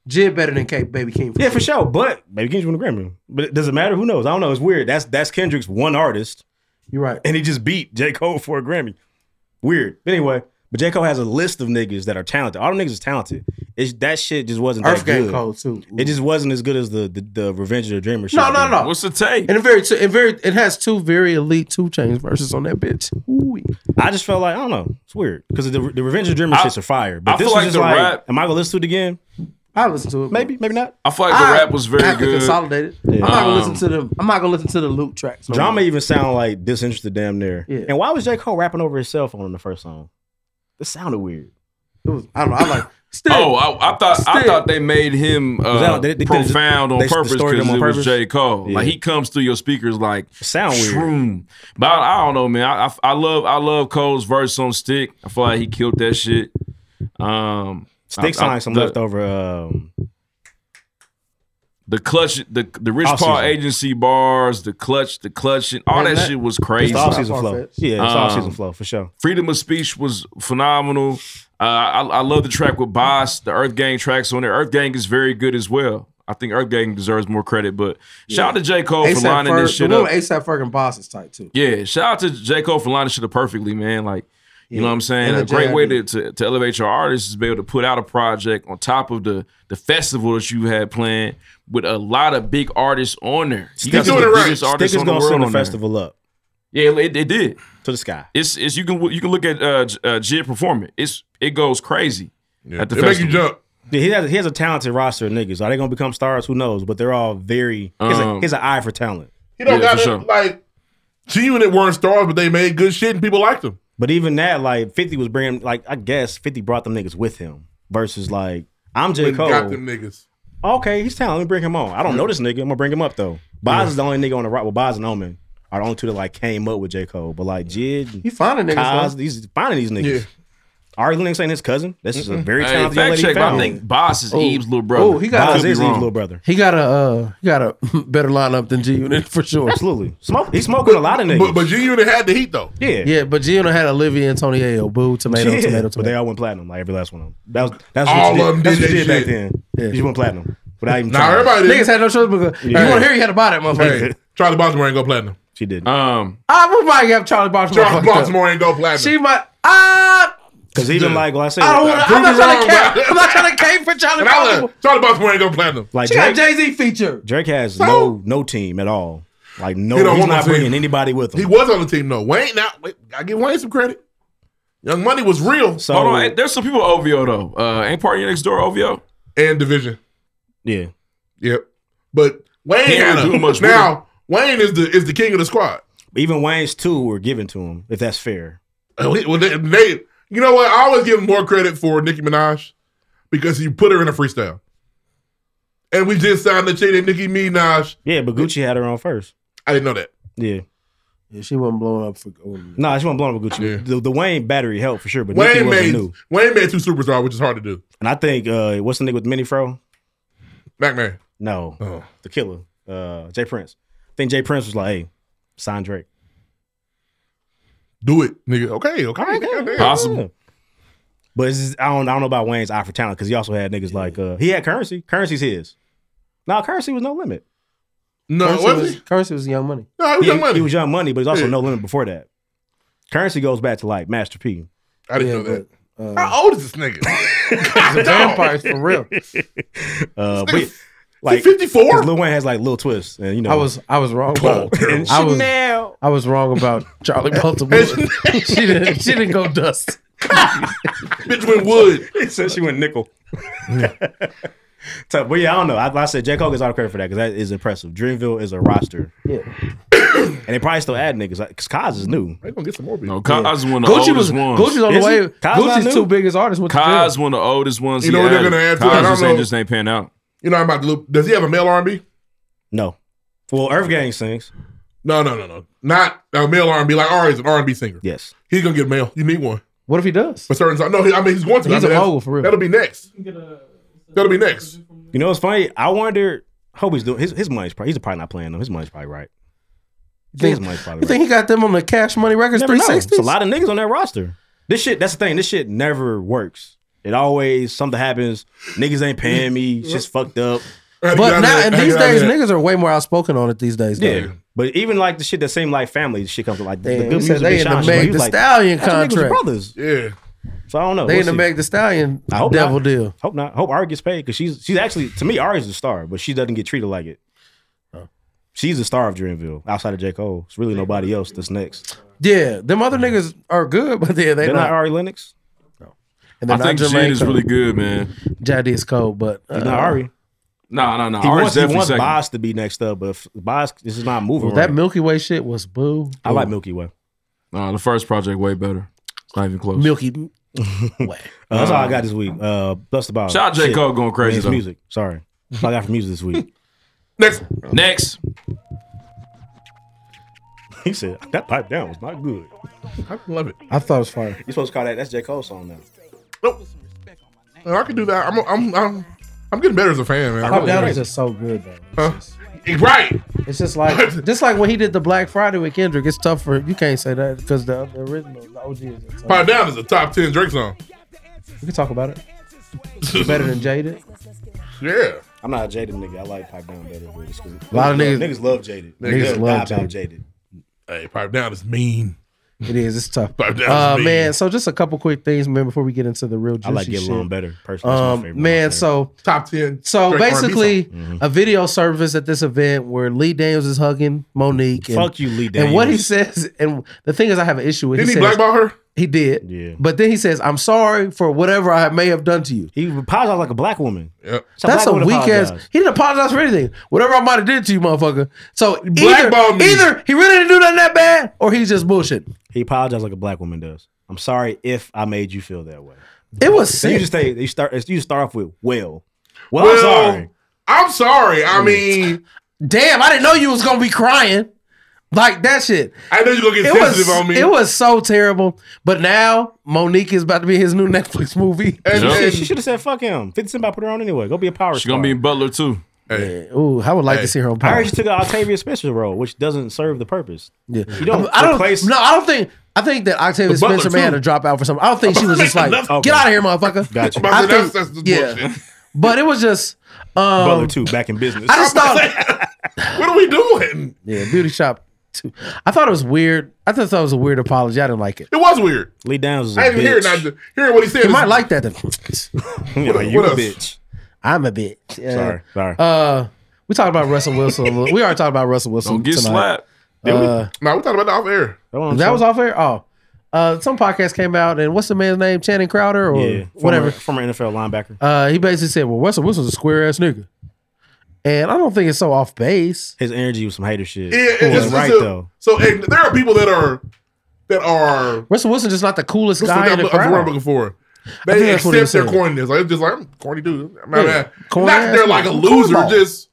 S3: Jid better than K- Baby King.
S4: Yeah, for sure. But Baby Kendrick won a Grammy. But it doesn't matter. Who knows? I don't know. It's weird. That's that's Kendrick's one artist.
S3: You're right.
S4: And he just beat J. Cole for a Grammy. Weird. Anyway, But J. Cole has a list of niggas that are talented. All the niggas is talented. It's, that shit just wasn't that
S3: Earth Gang
S4: good.
S3: Cole, too.
S4: It just wasn't as good as the the, the Revenge of the Dreamer shit.
S3: No, no, no.
S1: What's the take?
S3: And a very, and very, it has two very elite two chains verses on that bitch.
S4: I just felt like I don't know. It's weird because the, the Revenge of the Dreamer
S3: I-
S4: shits are fire.
S3: I
S4: But this
S3: feel
S4: was
S3: like
S4: just
S3: the
S4: like,
S3: rap-
S4: am I gonna listen to it again?
S3: I listen to it.
S4: Maybe, maybe not.
S1: I feel like the rap was very
S3: I have to
S1: good. Um,
S3: consolidate it. I'm not gonna listen to the. I'm not gonna listen to the loop tracks. no more.
S4: Drama even sound like disinterested damn near.
S3: Yeah.
S4: And why was J. Cole rapping over his cell phone in the first song? It sounded weird.
S3: It was, I don't know. I like. Still,
S1: Oh, I, I thought I thought they made him uh,
S4: Was that- they- they could've just-
S1: profound on
S4: they
S1: purpose
S4: distorted
S1: because
S4: him
S1: it
S4: on
S1: was
S4: purpose?
S1: J Cole. Like
S4: Yeah.
S1: he comes through your speakers like
S4: sound weird.
S1: shroom. But I, I don't know, man. I, I I love I love Cole's verse on Stick. I feel like he killed that shit. Um,
S4: Stick
S1: I- I-
S4: sound like some
S1: the-
S4: leftover. Um,
S1: The clutch, the the Rich
S4: Offseason.
S1: Paul agency bars, the clutch, the clutching, all
S4: Man,
S1: that,
S4: that-
S1: shit was crazy.
S4: It's the offseason flow. Yeah, it's
S1: Um,
S4: offseason flow for sure.
S1: Freedom of speech was phenomenal. Uh, I, I love the track with Boss. The Earth Gang tracks on there. Earth Gang is very good as well. I think Earth Gang deserves more credit, but shout out to J. Cole for
S3: A$AP
S1: lining
S3: Ferg-
S1: this shit
S3: the
S1: up.
S3: one with ASAP Ferg and Boss is tight too.
S1: Yeah, shout out to J. Cole for lining shit up perfectly, man. Like, you know what I'm saying?
S3: And
S1: A
S3: the
S1: great way
S3: JID.
S1: to, to, to elevate your artist is to be able to put out a project on top of the the festival that you had planned with a lot of big artists on there. You got some of the biggest
S4: Stick
S1: artists
S4: is
S1: on the
S4: gonna
S1: world
S4: send the
S1: on there.
S4: festival up.
S1: Yeah, it, it did
S4: to the sky.
S1: It's it's you can you can look at uh, J- uh Jid performing. It's it goes crazy at the
S4: It make
S1: festival.
S4: you jump. Yeah, he has he has a talented roster of niggas. Are they gonna become stars? Who knows? But they're all very. He has, a,
S1: Um,
S4: he has an eye for talent.
S2: He don't got it like G Unit weren't stars, but they made good shit and people liked them.
S4: But even that, like Fifty was bringing, like I guess Fifty brought them niggas with him. Versus like I'm J
S2: When
S4: Cole.
S2: Got them niggas.
S4: Okay, he's talented. Let me bring him on. I don't know this nigga. I'm gonna bring him up though. Boz is the only nigga on the rock. Well, Boz and Omen are the only two that like came up with J Cole. But like Jid,
S3: you finding niggas, though.
S4: He's finding these niggas. Ari Lennox ain't his cousin. This is a
S1: Mm-mm.
S4: very
S1: Hey,
S4: talented
S1: fact
S4: young lady
S1: check,
S4: he
S1: but I
S4: found.
S1: think Boz is
S3: Oh.
S1: Eve's little brother.
S3: Oh, he got-
S1: Boz
S3: Could be
S1: is Eve's
S3: wrong.
S1: little
S4: brother.
S3: He got a uh, he got a better lineup than G Unit for sure.
S4: Absolutely, smoke. He's smoking a lot of niggas.
S2: But, but G Unit had the heat though.
S4: Yeah.
S3: yeah, but G Unit had Olivia Antonio, boo, tomato,
S4: Yeah,
S3: tomato, tomato.
S4: But they all went platinum, like every last one of them. That was that's
S3: All
S4: what you
S3: of them
S4: did, that's
S3: did
S4: what you
S3: that
S4: did back
S3: shit.
S4: then. You went platinum. Without even
S2: Nah,
S4: trying.
S2: everybody
S3: Niggas had no choice because
S4: Yeah.
S3: you want to hear you had to buy that motherfucker.
S2: Hey, Charlie Baltimore ain't go platinum.
S4: She did.
S1: Um,
S3: I would probably have Charlie Baltimore.
S2: Charlie
S3: fucked up.
S2: Baltimore ain't go platinum.
S3: She might. Ah,
S4: Because even like when I say,
S3: I don't want to. I'm
S2: Prove me
S3: not trying to
S2: wrong,
S3: cap.
S2: bro.
S3: I'm not trying to cape for Charlie
S2: And I
S3: Baltimore.
S2: love Charlie Baltimore ain't go platinum.
S4: Like
S3: She got Jay
S4: Drake,
S3: Z feature.
S4: Drake has no no team at all. Like no,
S2: He don't
S4: he's
S2: want no
S4: not
S2: team.
S4: bringing anybody with him.
S2: He was on the team though. Wayne now wait, I give Wayne some credit. Young Money was real.
S4: So
S1: Hold on, hey, there's some people OVO though. Uh, ain't part of your next door OVO.
S2: and division.
S4: Yeah.
S2: Yep. But Wayne
S1: He didn't
S2: had a-
S1: do much with
S2: now. Wayne is the is the king of the squad.
S4: Even Wayne's two were given to him, if that's fair.
S2: Uh, we- well, they, they- you know what? I always give him more credit for Nicki Minaj because he put her in a freestyle. And we just signed the chain that Nicki Minaj.
S4: Yeah, but Gucci had her on first.
S2: I didn't know that.
S4: Yeah.
S3: Yeah, she wasn't blowing up for gold.
S4: No, nah, she wasn't blowing up with Gucci. The, the Wayne battery helped for sure, but Nicki
S2: Wayne
S4: wasn't
S2: made
S4: new.
S2: Wayne made two superstars, which is hard to do.
S4: And I think uh, what's the nigga with Mini Fro?
S2: MacMan.
S4: No,
S2: Uh-huh.
S4: the killer, uh, Jay Prince. I think Jay Prince was like, "Hey, sign Drake."
S2: Do it, nigga. Okay, okay, goddamn.
S4: Yeah. But it's just- I don't, I don't know about Wayne's eye for talent because he also had niggas like uh, he had currency. Currency's his. No, currency was no limit.
S2: No,
S3: Currency was, Currency was Young Money.
S2: No,
S4: Yeah, He was young money, but he's also
S3: Yeah.
S4: no limit before that. Currency goes back to like Master P.
S2: I
S3: didn't know that.
S2: How old is this nigga?
S3: He's a vampire for real.
S4: Uh,
S3: This
S4: but
S3: nigga-
S4: like
S2: 54?
S4: Lil Wayne has like little twists, and you know
S3: I was I was wrong
S4: Paul
S3: about
S4: Carroll.
S3: I was
S4: Chanel.
S3: I was wrong about Charlie Baltimore. she didn't she didn't go dust.
S2: Bitch went wood.
S4: He said she went nickel. So, but yeah, I don't know. I, I said J. Cole gets all the credit for that because that is impressive. Dreamville is a roster.
S3: Yeah.
S4: and they probably still add niggas because Kaz is new.
S2: They gonna get some more people.
S1: No, Kaz one of the
S3: Gucci
S1: oldest
S3: was
S1: ones.
S3: Gucci's on the
S4: Is he?
S3: way.
S4: Kaz not new?
S3: Gucci's two biggest artists went to
S1: Kaz
S3: jail.
S1: one of the oldest ones.
S2: You know
S1: he
S2: what they're
S1: added.
S2: gonna add to
S1: Kaz
S2: it? I
S1: just
S2: don't
S1: ain't
S2: know.
S1: just ain't pan out.
S2: You know I'm about to loop. Does he have a male R and B?
S4: No. Well, Earth Gang sings.
S2: No, no, no, no. Not a male R and B. Like Ari's an R and B singer.
S4: Yes.
S2: He's gonna get male. You need one.
S3: What if he does?
S2: For certain songs. No, he, I mean he's going to.
S3: He's
S2: I mean,
S3: a
S2: that's-
S3: mogul, for real.
S2: That'll be next. That'll be next.
S4: You know what's funny? I wonder. Hope he's doing his his money's probably he's probably not playing though. His money's probably right. I think his money's probably
S3: You
S4: right.
S3: think he got them on the Cash Money Records
S4: Never know.
S3: three sixty?
S4: It's a lot of niggas on that roster. This shit, that's the thing. This shit never works. It always something happens. Niggas ain't paying me. Shit's fucked up.
S3: But now and these days niggas are way more outspoken on it these days. though.
S4: Yeah. But even like the shit that seemed like family, the shit comes with like the
S3: Damn,
S4: good
S3: he said
S4: music.
S3: they
S4: Big
S3: in the
S4: Sean shit,
S3: Meg
S4: he was
S3: the
S4: like,
S3: Stallion
S4: "That's your niggas was
S3: contract."
S4: brothers.
S2: Yeah.
S4: So I don't know.
S3: They in the
S4: see.
S3: Meg the Stallion
S4: I hope
S3: devil
S4: not.
S3: deal.
S4: Hope not. Hope Ari gets paid because she's she's actually to me Ari's the star, but she doesn't get treated like it.
S3: Oh.
S4: She's the star of Dreamville outside of J Cole. It's really nobody else that's next.
S3: Yeah, them other niggas are good, but yeah, they
S4: They're
S3: not.
S4: not Ari Lennox.
S3: and they're
S1: I think
S3: not Jermaine
S1: Jid is
S3: Cole.
S1: really good, man.
S3: Jid is cold, but uh,
S4: He's not Ari.
S1: Nah, nah, nah.
S4: He
S1: Ari's
S4: wants, he
S1: definitely
S4: wants
S1: second.
S4: Boz to be next up, but if Boz this is not moving.
S3: that
S4: right.
S3: Milky Way shit was boo.
S4: I like Milky Way.
S1: Nah, the first project way better. It's not even close.
S3: Milky Way.
S4: Uh, that's all I got this week. Uh, Busta Ball.
S1: Shout out J.
S4: Shit.
S1: Cole going crazy,
S4: It's
S1: though.
S4: music. Sorry, that's all I got for music this week.
S1: Next. Next.
S4: He said that pipe down was not good.
S2: I love it.
S3: I thought it was fire.
S4: You supposed to call that? That's J Cole song now.
S2: I can do that. I'm I'm I'm I'm getting better as a fan, man. I
S3: Pop
S2: really
S3: Down
S2: am.
S3: is just so good though.
S2: Right.
S3: It's just like just like when he did the Black Friday with Kendrick. It's tough for you can't say that because the, the original the OG is. a-
S2: Pop Down is a top ten Drake song.
S3: We can talk about it. It's better than Jaded.
S2: Yeah.
S4: I'm not a jaded nigga. I like pipe down better. But it's 'cause-
S3: A lot of niggas-
S4: niggas love jaded.
S3: Niggas
S4: Niggas
S3: love
S4: love jaded.
S3: Jaded.
S4: jaded.
S2: Hey, Pipe Down is mean.
S3: It is. It's tough.
S2: Pipe Down
S3: Uh,
S2: is mean.
S3: man, so just a couple quick things, man, before we get into the real juicy
S4: I like Get
S3: shit.
S4: Along better. Personally, that's my favorite
S3: Um,
S4: one
S3: man,
S4: there.
S3: so
S2: top ten.
S3: So
S4: Drake R&B
S3: basically,
S4: song. Mhm.
S3: a video service at this event where Lee Daniels is hugging Monique. And,
S4: Fuck you, Lee
S3: And what he
S4: Daniels.
S3: says, and the thing is, I have an issue with.
S2: Didn't he
S3: says-
S2: blackball her?
S3: He did.
S4: Yeah.
S3: But then he says, "I'm sorry for whatever I may have done to you."
S4: He apologized like a black woman.
S2: Yep.
S4: So
S3: That's
S4: black
S3: a
S4: women
S3: weak ass.
S4: apologize.
S3: He didn't apologize for anything. Whatever I might have did to you, motherfucker. So
S4: blackballed
S3: either,
S4: me.
S3: either he really didn't do nothing that bad, or he's just bullshit.
S4: He apologized like a black woman does. I'm sorry if I made you feel that way.
S3: It was
S4: So you
S3: sick.
S4: just say you start. You just start off with well. Well,
S2: Well,
S4: I'm sorry.
S2: I'm sorry. I mean,
S3: damn, I didn't know you was gonna be crying like that shit.
S2: I know you gonna get
S3: it
S2: sensitive
S3: was,
S2: on me.
S3: It was so terrible. But now Monique is about to be in his new Netflix movie.
S4: She should- She should have said fuck him. Fifty Cent about put her on anyway. Go be a power.
S1: She's gonna be in Butler too.
S2: Hey.
S3: Ooh, I would like to see her on
S4: I
S3: Power.
S4: heard she took an Octavia Spencer role, which doesn't serve the purpose.
S3: Yeah,
S4: you don't.
S3: I don't.
S4: replace-
S3: No, I don't think. I think that Octavia
S4: The Butler,
S3: Spencer may had
S4: too.
S3: a dropout for something. I don't think she was just like,
S4: Okay.
S3: "Get out of here, motherfucker."
S4: Gotcha.
S3: I
S4: But
S3: think,
S4: that's- that's just
S3: yeah,
S4: bullshit.
S3: but it was just. Um,
S4: Butler too, back in business.
S3: I just thought.
S2: what are we doing?
S3: Yeah, beauty shop too. I thought it was weird. I just thought it was a weird apology. I didn't like it.
S2: It was weird.
S4: Lee Downs is a
S2: I didn't hear it.
S4: bitch.
S2: Not just, hearing what he said.
S3: You might
S2: is-
S3: like that. Then.
S4: Yeah,
S2: What-
S4: you
S2: what
S4: a
S2: else?
S4: bitch.
S3: I'm a bitch. Yeah.
S4: Sorry, sorry.
S3: Uh, we talked about Russell Wilson. a little- we already talked about Russell Wilson.
S1: Don't get
S3: tonight.
S1: slapped.
S2: Did we?
S3: Uh,
S2: Nah, we talked about that off air.
S3: That was off air. Oh, uh, some podcast came out, and what's the man's name? Channing Crowder or
S4: yeah,
S3: whatever.
S4: Former, former NFL linebacker.
S3: Uh, he basically said, "Well, Russell Wilson's a square ass nigga," and I don't think it's so off base.
S4: His energy was some hater shit.
S2: Yeah, it's
S4: He was
S2: just-
S4: right
S2: it's a-
S4: though.
S2: So and there are people that are that are
S3: Russell Wilson's just not the coolest
S2: That's
S3: guy
S2: what
S3: in
S2: I'm-
S3: the
S2: that's what I'm
S3: crowd.
S2: looking for.
S3: I think
S2: They
S3: that's what he
S2: accept their
S3: said.
S2: corniness. Like it's just like I'm a corny dude. I'm not
S3: Yeah.
S2: mad.
S3: Corny
S2: Not that
S3: ass
S2: they're like a
S3: nigga.
S2: loser.
S3: Cornball.
S2: Just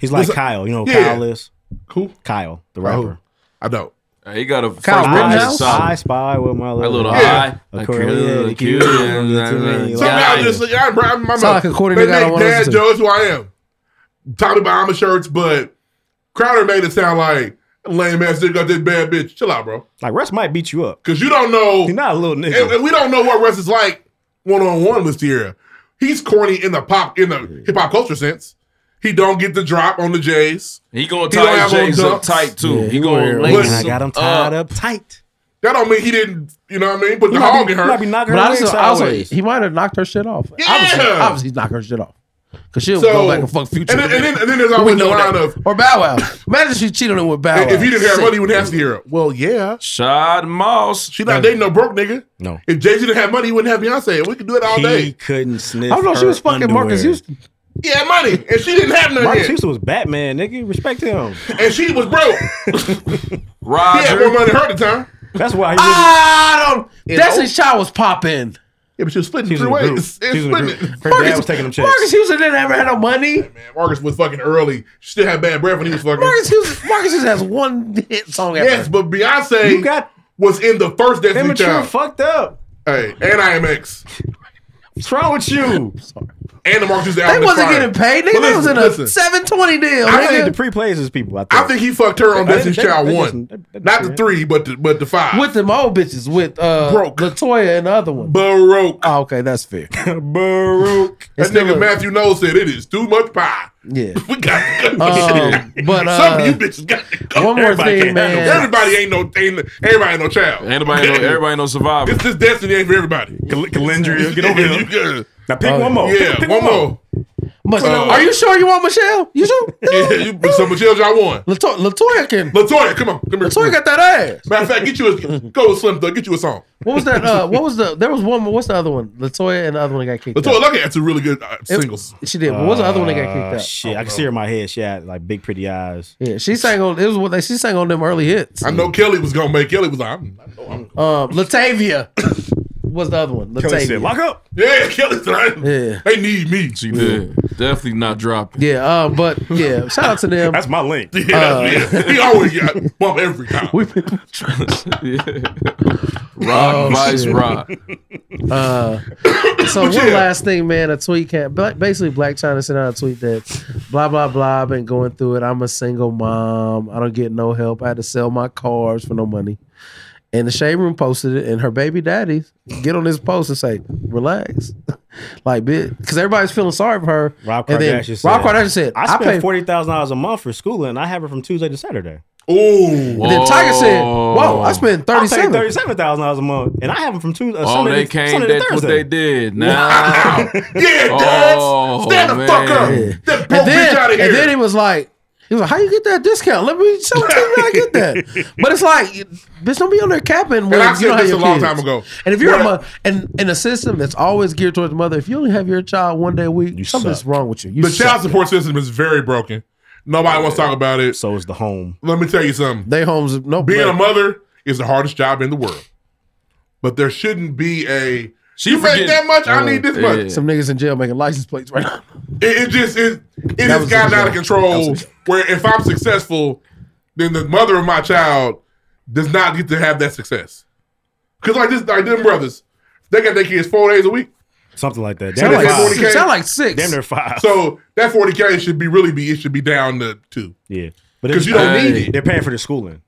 S4: He's like
S2: Listen-
S4: Kyle. You know who
S2: Yeah.
S4: Kyle is?
S2: Who?
S4: Kyle, the
S2: Oh, who?
S4: rapper.
S2: I don't.
S1: Hey, he got a first
S4: Kyle
S1: project
S4: Rittenhouse?
S1: solid.
S4: I spy with my
S1: That
S4: little
S1: little
S4: eye.
S1: eye.
S4: A
S1: Like,
S4: Korean
S1: yeah,
S4: kid.
S1: cute.
S4: Yeah.
S2: so now I'm
S1: Yeah.
S2: just like I'm, I'm, I'm
S3: Sound like a corny
S2: they
S3: nigga I don't
S2: make
S3: wanna
S2: dad
S3: listen to.
S2: jokes who I am. Tommy Bahama shirts, but Crowder made it sound like lame ass nigga got this bad bitch. Chill out, bro.
S4: Like Russ might beat you up.
S2: Cause you don't know.
S4: He's not a little nigga.
S2: And, and we don't know what Russ is like one on one with Tierra. He's corny in the pop in the hip hop culture sense. He don't get the drop on the J's.
S1: He gonna
S2: He don't
S1: tie
S2: have
S1: his J's
S2: on
S1: up
S2: dunks.
S1: tight too.
S3: Yeah,
S1: he,
S3: he
S1: gonna
S3: wear-
S1: lace
S3: Listen,
S4: I got him tied up tight.
S2: That don't mean he didn't, you know what I mean? Put
S4: He
S2: the
S4: might be-
S2: hog in
S4: he
S2: her.
S4: might be knocking
S3: But
S4: her
S3: I
S4: legs
S3: also, I also,
S4: sideways.
S3: he might have knocked her shit off. Obviously,
S2: Yeah.
S3: obviously, he's knocking her shit off. Cause she'll
S2: So-
S3: go back and fuck future.
S2: And then, and then, and then there's always the line of
S3: or Bow Wow. Imagine she cheated on him with Bow Wow.
S2: if you didn't have
S3: Sick.
S2: money, you wouldn't have Sierra. Well, yeah.
S1: Shad Moss.
S2: She not dating no broke nigga.
S4: No.
S2: If Jay Z didn't have money, he wouldn't have Beyonce. We could do it all
S4: he
S2: day.
S4: couldn't sniff.
S3: I don't know. She
S4: her
S3: was fucking Marcus
S4: underwear.
S3: Houston.
S2: He had money, and she didn't have none
S4: Marcus
S2: yet.
S4: Houston was Batman, nigga. Respect him.
S2: And she was broke. He had
S1: Roger.
S2: more money than her at the time.
S4: That's why he
S3: Ah,
S4: really.
S3: I don't.
S2: Yeah,
S3: Destiny's Child was popping.
S2: Yeah, but she was splitting
S4: She was in
S2: three
S4: the group.
S2: ways.
S4: She
S2: It's
S4: was in the
S2: splitting.
S4: group. Her dad
S3: Marcus-
S4: was taking them checks.
S3: Marcus Houston didn't ever have no money.
S2: Man, Marcus was fucking early. She still had bad breath when he was fucking.
S3: Marcus Houston, Marcus Houston has one hit song ever.
S2: yes, but Beyonce
S4: you got
S2: was in the first Destiny
S4: immature,
S2: Child.
S4: fucked up.
S2: hey, and IMX.
S4: What's wrong with you?
S2: and the Mark Tuesday
S3: They
S2: album. is
S3: wasn't
S2: fire.
S3: getting paid. Nigga,
S2: But
S3: they was in
S2: listen,
S3: a
S2: listen.
S3: 720 deal.
S2: I
S3: nigga.
S2: think
S4: the pre-plays is people. I,
S2: I think he fucked her on
S3: They-
S2: Destiny's
S3: they-
S2: Child
S3: they
S2: one,
S3: just-
S2: not the three, but the, but the five.
S3: with them old bitches, with uh,
S2: Broke.
S3: Latoya and the other one.
S2: Baroque.
S3: Oh, okay, that's fair.
S4: Baroque.
S2: That
S3: It's still
S2: nigga
S3: a-
S2: Matthew Knowles said it is too much pie.
S3: Yeah.
S2: We got to cut
S3: Um,
S2: this shit.
S3: but, uh,
S2: some of you bitches got to go.
S3: one more thing,
S2: can't
S3: man.
S2: handle- Everybody ain't no ain't, everybody ain't no child.
S1: Everybody ain't no- everybody ain't no survivor.
S2: This, this destiny ain't for everybody.
S4: Calendria, get over here. Oh.
S2: here.
S4: Now
S3: pick one more.
S2: Yeah,
S3: Pick- pick
S2: one
S3: one
S2: more.
S3: But
S2: Uh,
S3: are you sure you want Michelle? You sure?
S2: Yeah, you put some Michelle y'all won.
S3: Lato- Latoya can.
S2: Latoya, come on, come here.
S3: Latoya got that ass.
S2: Matter of fact, get you a go with Slim Thug. Get you a song.
S3: What was that? Uh, what was the? There was one. more- What's the other one? Latoya and the other one that got kicked.
S2: Latoya
S3: out.
S2: Lucky had two really good uh,
S3: It-
S2: singles.
S3: She did. But what was the other one that got
S2: Ah,
S3: kicked
S4: Uh,
S3: out?
S4: Shit, I can see her in my head. She had like big, pretty eyes.
S3: Yeah, she sang on. It was what they. She sang on them early hits.
S2: I know Kelly was gonna make. Kelly was like, I'm,
S3: Um, Latavia was the other one. Latavia.
S1: Kelly said, "Lock
S4: up."
S2: Yeah, Kelly said,
S3: Yeah,
S2: they need me.
S1: She did. Definitely not dropping.
S3: Yeah, um, but yeah, shout out to them.
S4: That's my link.
S3: Uh.
S2: Yeah, that's me. He always got bump every time.
S1: Rock, Vice,
S3: Oh, shit.
S1: Rock.
S3: Uh, so
S1: But
S3: one
S1: yeah.
S3: last thing, man. A tweet cat. ba- Basically, Black China sent out a tweet that blah blah blah. I've been going through it. I'm a single mom. I don't get no help. I had to sell my cars for no money. And the shade room posted it, and her baby daddies get on this post and say, "Relax, like bitch," because everybody's feeling sorry for her.
S4: Rob
S3: and then
S4: Kardashian said,
S3: Rob Kardashian said,
S4: I spend
S3: pay
S4: forty thousand dollars a month for schooling. and I have it from Tuesday to Saturday."
S2: Ooh.
S3: And then Tiger said, "Whoa, I spent thirty-seven.
S4: thirty-seven thousand dollars a month, and I have them from Tuesday. Uh,
S1: Oh,
S4: Sunday
S1: they
S4: to-
S1: came.
S4: Sunday to
S1: That's what
S4: Thursday.
S1: they did. Now,
S2: yeah,
S1: Dad,
S2: stand the fuck up.
S1: That
S3: and then, and then he was like, he was like, how you get that discount? Let me show you how I get that. But it's like, bitch, don't be on there capping when
S2: And I
S3: you
S2: said
S3: don't have
S2: this a
S3: your
S2: long
S3: kids.
S2: time ago.
S3: And if you're a mother, and in a system that's always geared towards mother, if you only have your child one day a week, something's wrong with you. you
S2: the
S3: suck.
S2: child support system is very broken. Nobody wants to talk about it.
S4: So is the home.
S2: Let me tell you something.
S3: They homes no
S2: being
S3: bread.
S2: a mother is the hardest job in the world. But there shouldn't be a you make
S3: forget-
S2: that much, I
S3: Oh,
S2: need this
S3: yeah.
S2: much.
S3: Some niggas in jail making license plates right now.
S2: It, it just it it has
S3: was
S2: gotten
S3: a
S2: out of
S3: joke. That
S2: control.
S3: was a
S2: Where if I'm successful, then the mother of my child does not get to have that success. Because like this, like them brothers, they got their kids four days a week.
S4: Something like that.
S2: So
S4: Damn
S2: they
S4: near
S2: got
S4: five.
S2: 40K?
S4: Damn near five.
S2: So that forty k should be really be it should be down to two.
S4: Yeah,
S2: because you don't need it.
S4: They're paying for the schooling.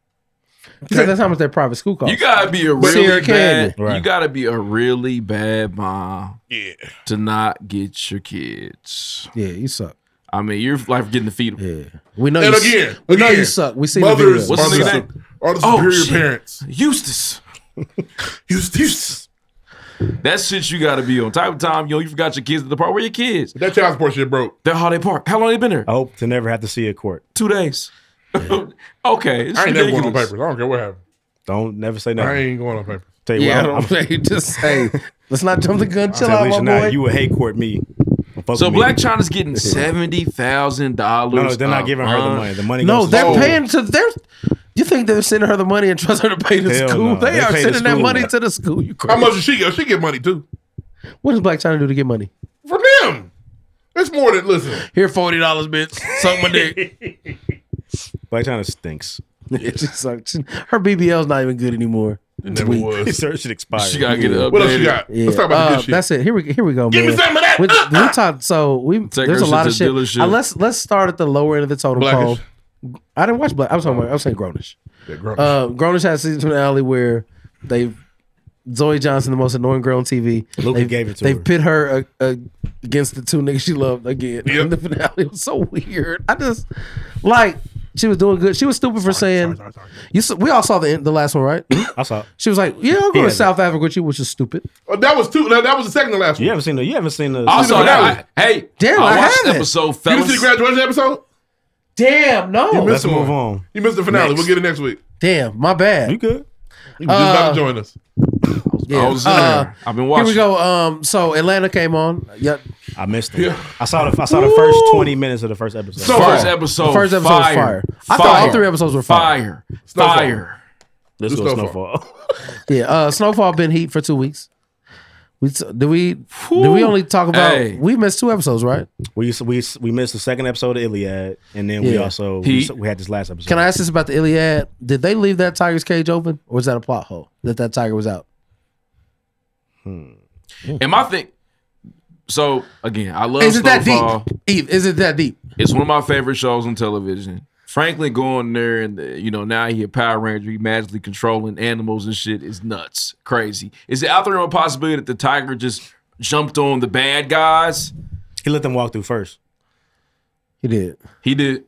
S3: Because that's how much their private school costs.
S1: You gotta be a
S3: But
S1: really
S3: Sierra
S1: bad.
S3: Canyon.
S1: You gotta be a really bad mom. Yeah. To not get your kids.
S3: Yeah, you suck.
S1: I mean, you're like getting defeated.
S3: Yeah. We know.
S2: and
S3: you,
S2: again,
S3: we know
S2: again,
S3: you suck. We see
S2: mothers
S3: the
S2: are
S3: video.
S2: the,
S3: Suck.
S2: su- are the
S1: Oh,
S2: superior
S1: shit.
S2: parents.
S1: Eustace.
S2: Eustace.
S1: That shit you gotta be on. Type of time, yo, you forgot your kids at the park. Where your kids?
S2: That child support shit broke.
S1: That holiday park. How long they been there?
S4: I
S3: Oh.
S4: hope to never have to see a court.
S1: Two days. okay. it's
S2: I ain't never going on
S1: ridiculous.
S2: papers. I don't care what happened.
S4: Don't never say
S2: I
S4: nothing.
S2: ain't going on papers.
S4: Tell you
S3: Yeah,
S4: what,
S3: I don't say. Just say. Let's not jump the gun.
S4: I
S3: Chill
S4: said,
S3: out,
S4: Alicia,
S3: my
S4: nah,
S3: boy.
S4: you would hate court me. Don't fuck
S1: So
S4: with me.
S1: Black China's getting seventy thousand dollars.
S4: No, no, they're not giving her the money. The money
S3: No,
S4: goes to
S3: they're
S4: school.
S3: paying to their. You think they're sending her the money and trust her to pay the
S4: Hell
S3: school?
S4: no.
S3: They,
S4: They
S3: are
S4: pay the
S3: sending that
S4: school.
S3: money to the school. You
S2: How
S3: crazy.
S2: much does she get? She get money too
S3: What does Black China do to get money?
S2: from them. It's more than listen.
S3: Here, forty dollars, bitch. Suck my dick.
S4: Black China stinks.
S3: It just sucks. Her BBL's not even good anymore.
S4: It
S3: It's
S4: never
S3: weak.
S4: was. Sir, it should expire.
S1: She gotta get
S3: Yeah.
S1: it What else you updated. got?
S3: Yeah.
S1: Let's talk about the
S3: Uh,
S1: good shit.
S3: That's it. Here we here we go.
S1: Give me
S3: man.
S1: some of that. Uh,
S3: We, we talked. So we
S1: Take
S3: there's
S1: her
S3: a lot
S1: shit
S3: of
S1: to
S3: shit.
S1: dealership.
S3: Uh, let's let's start at the lower end of the totem
S1: Blackish.
S3: pole. I didn't watch Black. I was talking. About, I was saying Grownish.
S2: Yeah,
S3: Grownish. Uh, Grownish had a season finale where they Zoe Johnson, the most annoying girl on TV.
S4: Luca
S3: they've,
S4: gave it to
S3: They've
S4: her.
S3: pit her uh, uh, against the two niggas she loved again. And the finale was so weird. I just like she was doing good. She was stupid for saying. You saw, we all saw the end, the last one, right?
S4: I saw.
S3: She was like, "Yeah, I'll go
S4: Mm-hmm. Yeah.
S3: to South Africa with you," which is stupid.
S2: Oh, that was two. That, that was the second to last
S4: You haven't seen the. You haven't seen the.
S1: I saw that. I- hey,
S3: Damn,
S1: I
S3: I
S1: watched the
S3: haven't.
S1: episode,
S2: one. You didn't
S1: fellas.
S2: see the graduation episode?
S3: Damn,
S2: You
S3: no.
S2: missed
S4: Let's
S2: the one.
S4: move on.
S2: You missed the finale.
S4: Next.
S2: We'll get it next week.
S3: Damn, my bad.
S4: You good?
S2: You was just about
S3: Uh,
S2: to join us.
S3: Yeah.
S1: I was in
S3: Uh,
S1: there. I've been watching.
S3: Here we go. Um, so Atlanta came on. Yep.
S4: I missed it. I saw the. I saw the first twenty minutes of the first episode.
S1: So first episode,
S3: The first episode was
S1: fire.
S3: fire. I thought all three episodes were
S1: fire.
S3: fire.
S1: Fire.
S3: Snowfall.
S1: fire.
S4: Let's
S1: It's
S4: go
S1: Snowfall.
S4: snowfall.
S3: Yeah. Uh, Snowfall been heat for two weeks. We t- do we do we only talk about
S4: Hey.
S3: we missed two episodes, right?
S4: We we we missed the second episode of Iliad, and then we
S3: Yeah.
S4: also
S3: Heat.
S4: we, we had this last episode.
S3: Can I ask this about the Iliad? Did they leave that tiger's cage open, or is that a plot hole that that tiger was out?
S1: And my thing, So again, I love
S3: Is it that
S1: Snowfall.
S3: deep? Eve, is it that deep?
S1: It's one of my favorite shows on television. Franklin going there and uh, you know now he a Power Ranger, he magically controlling animals and shit is nuts, crazy. Is it out there a possibility that the tiger just jumped on the bad guys?
S4: He let them walk through first.
S3: He did.
S1: He did.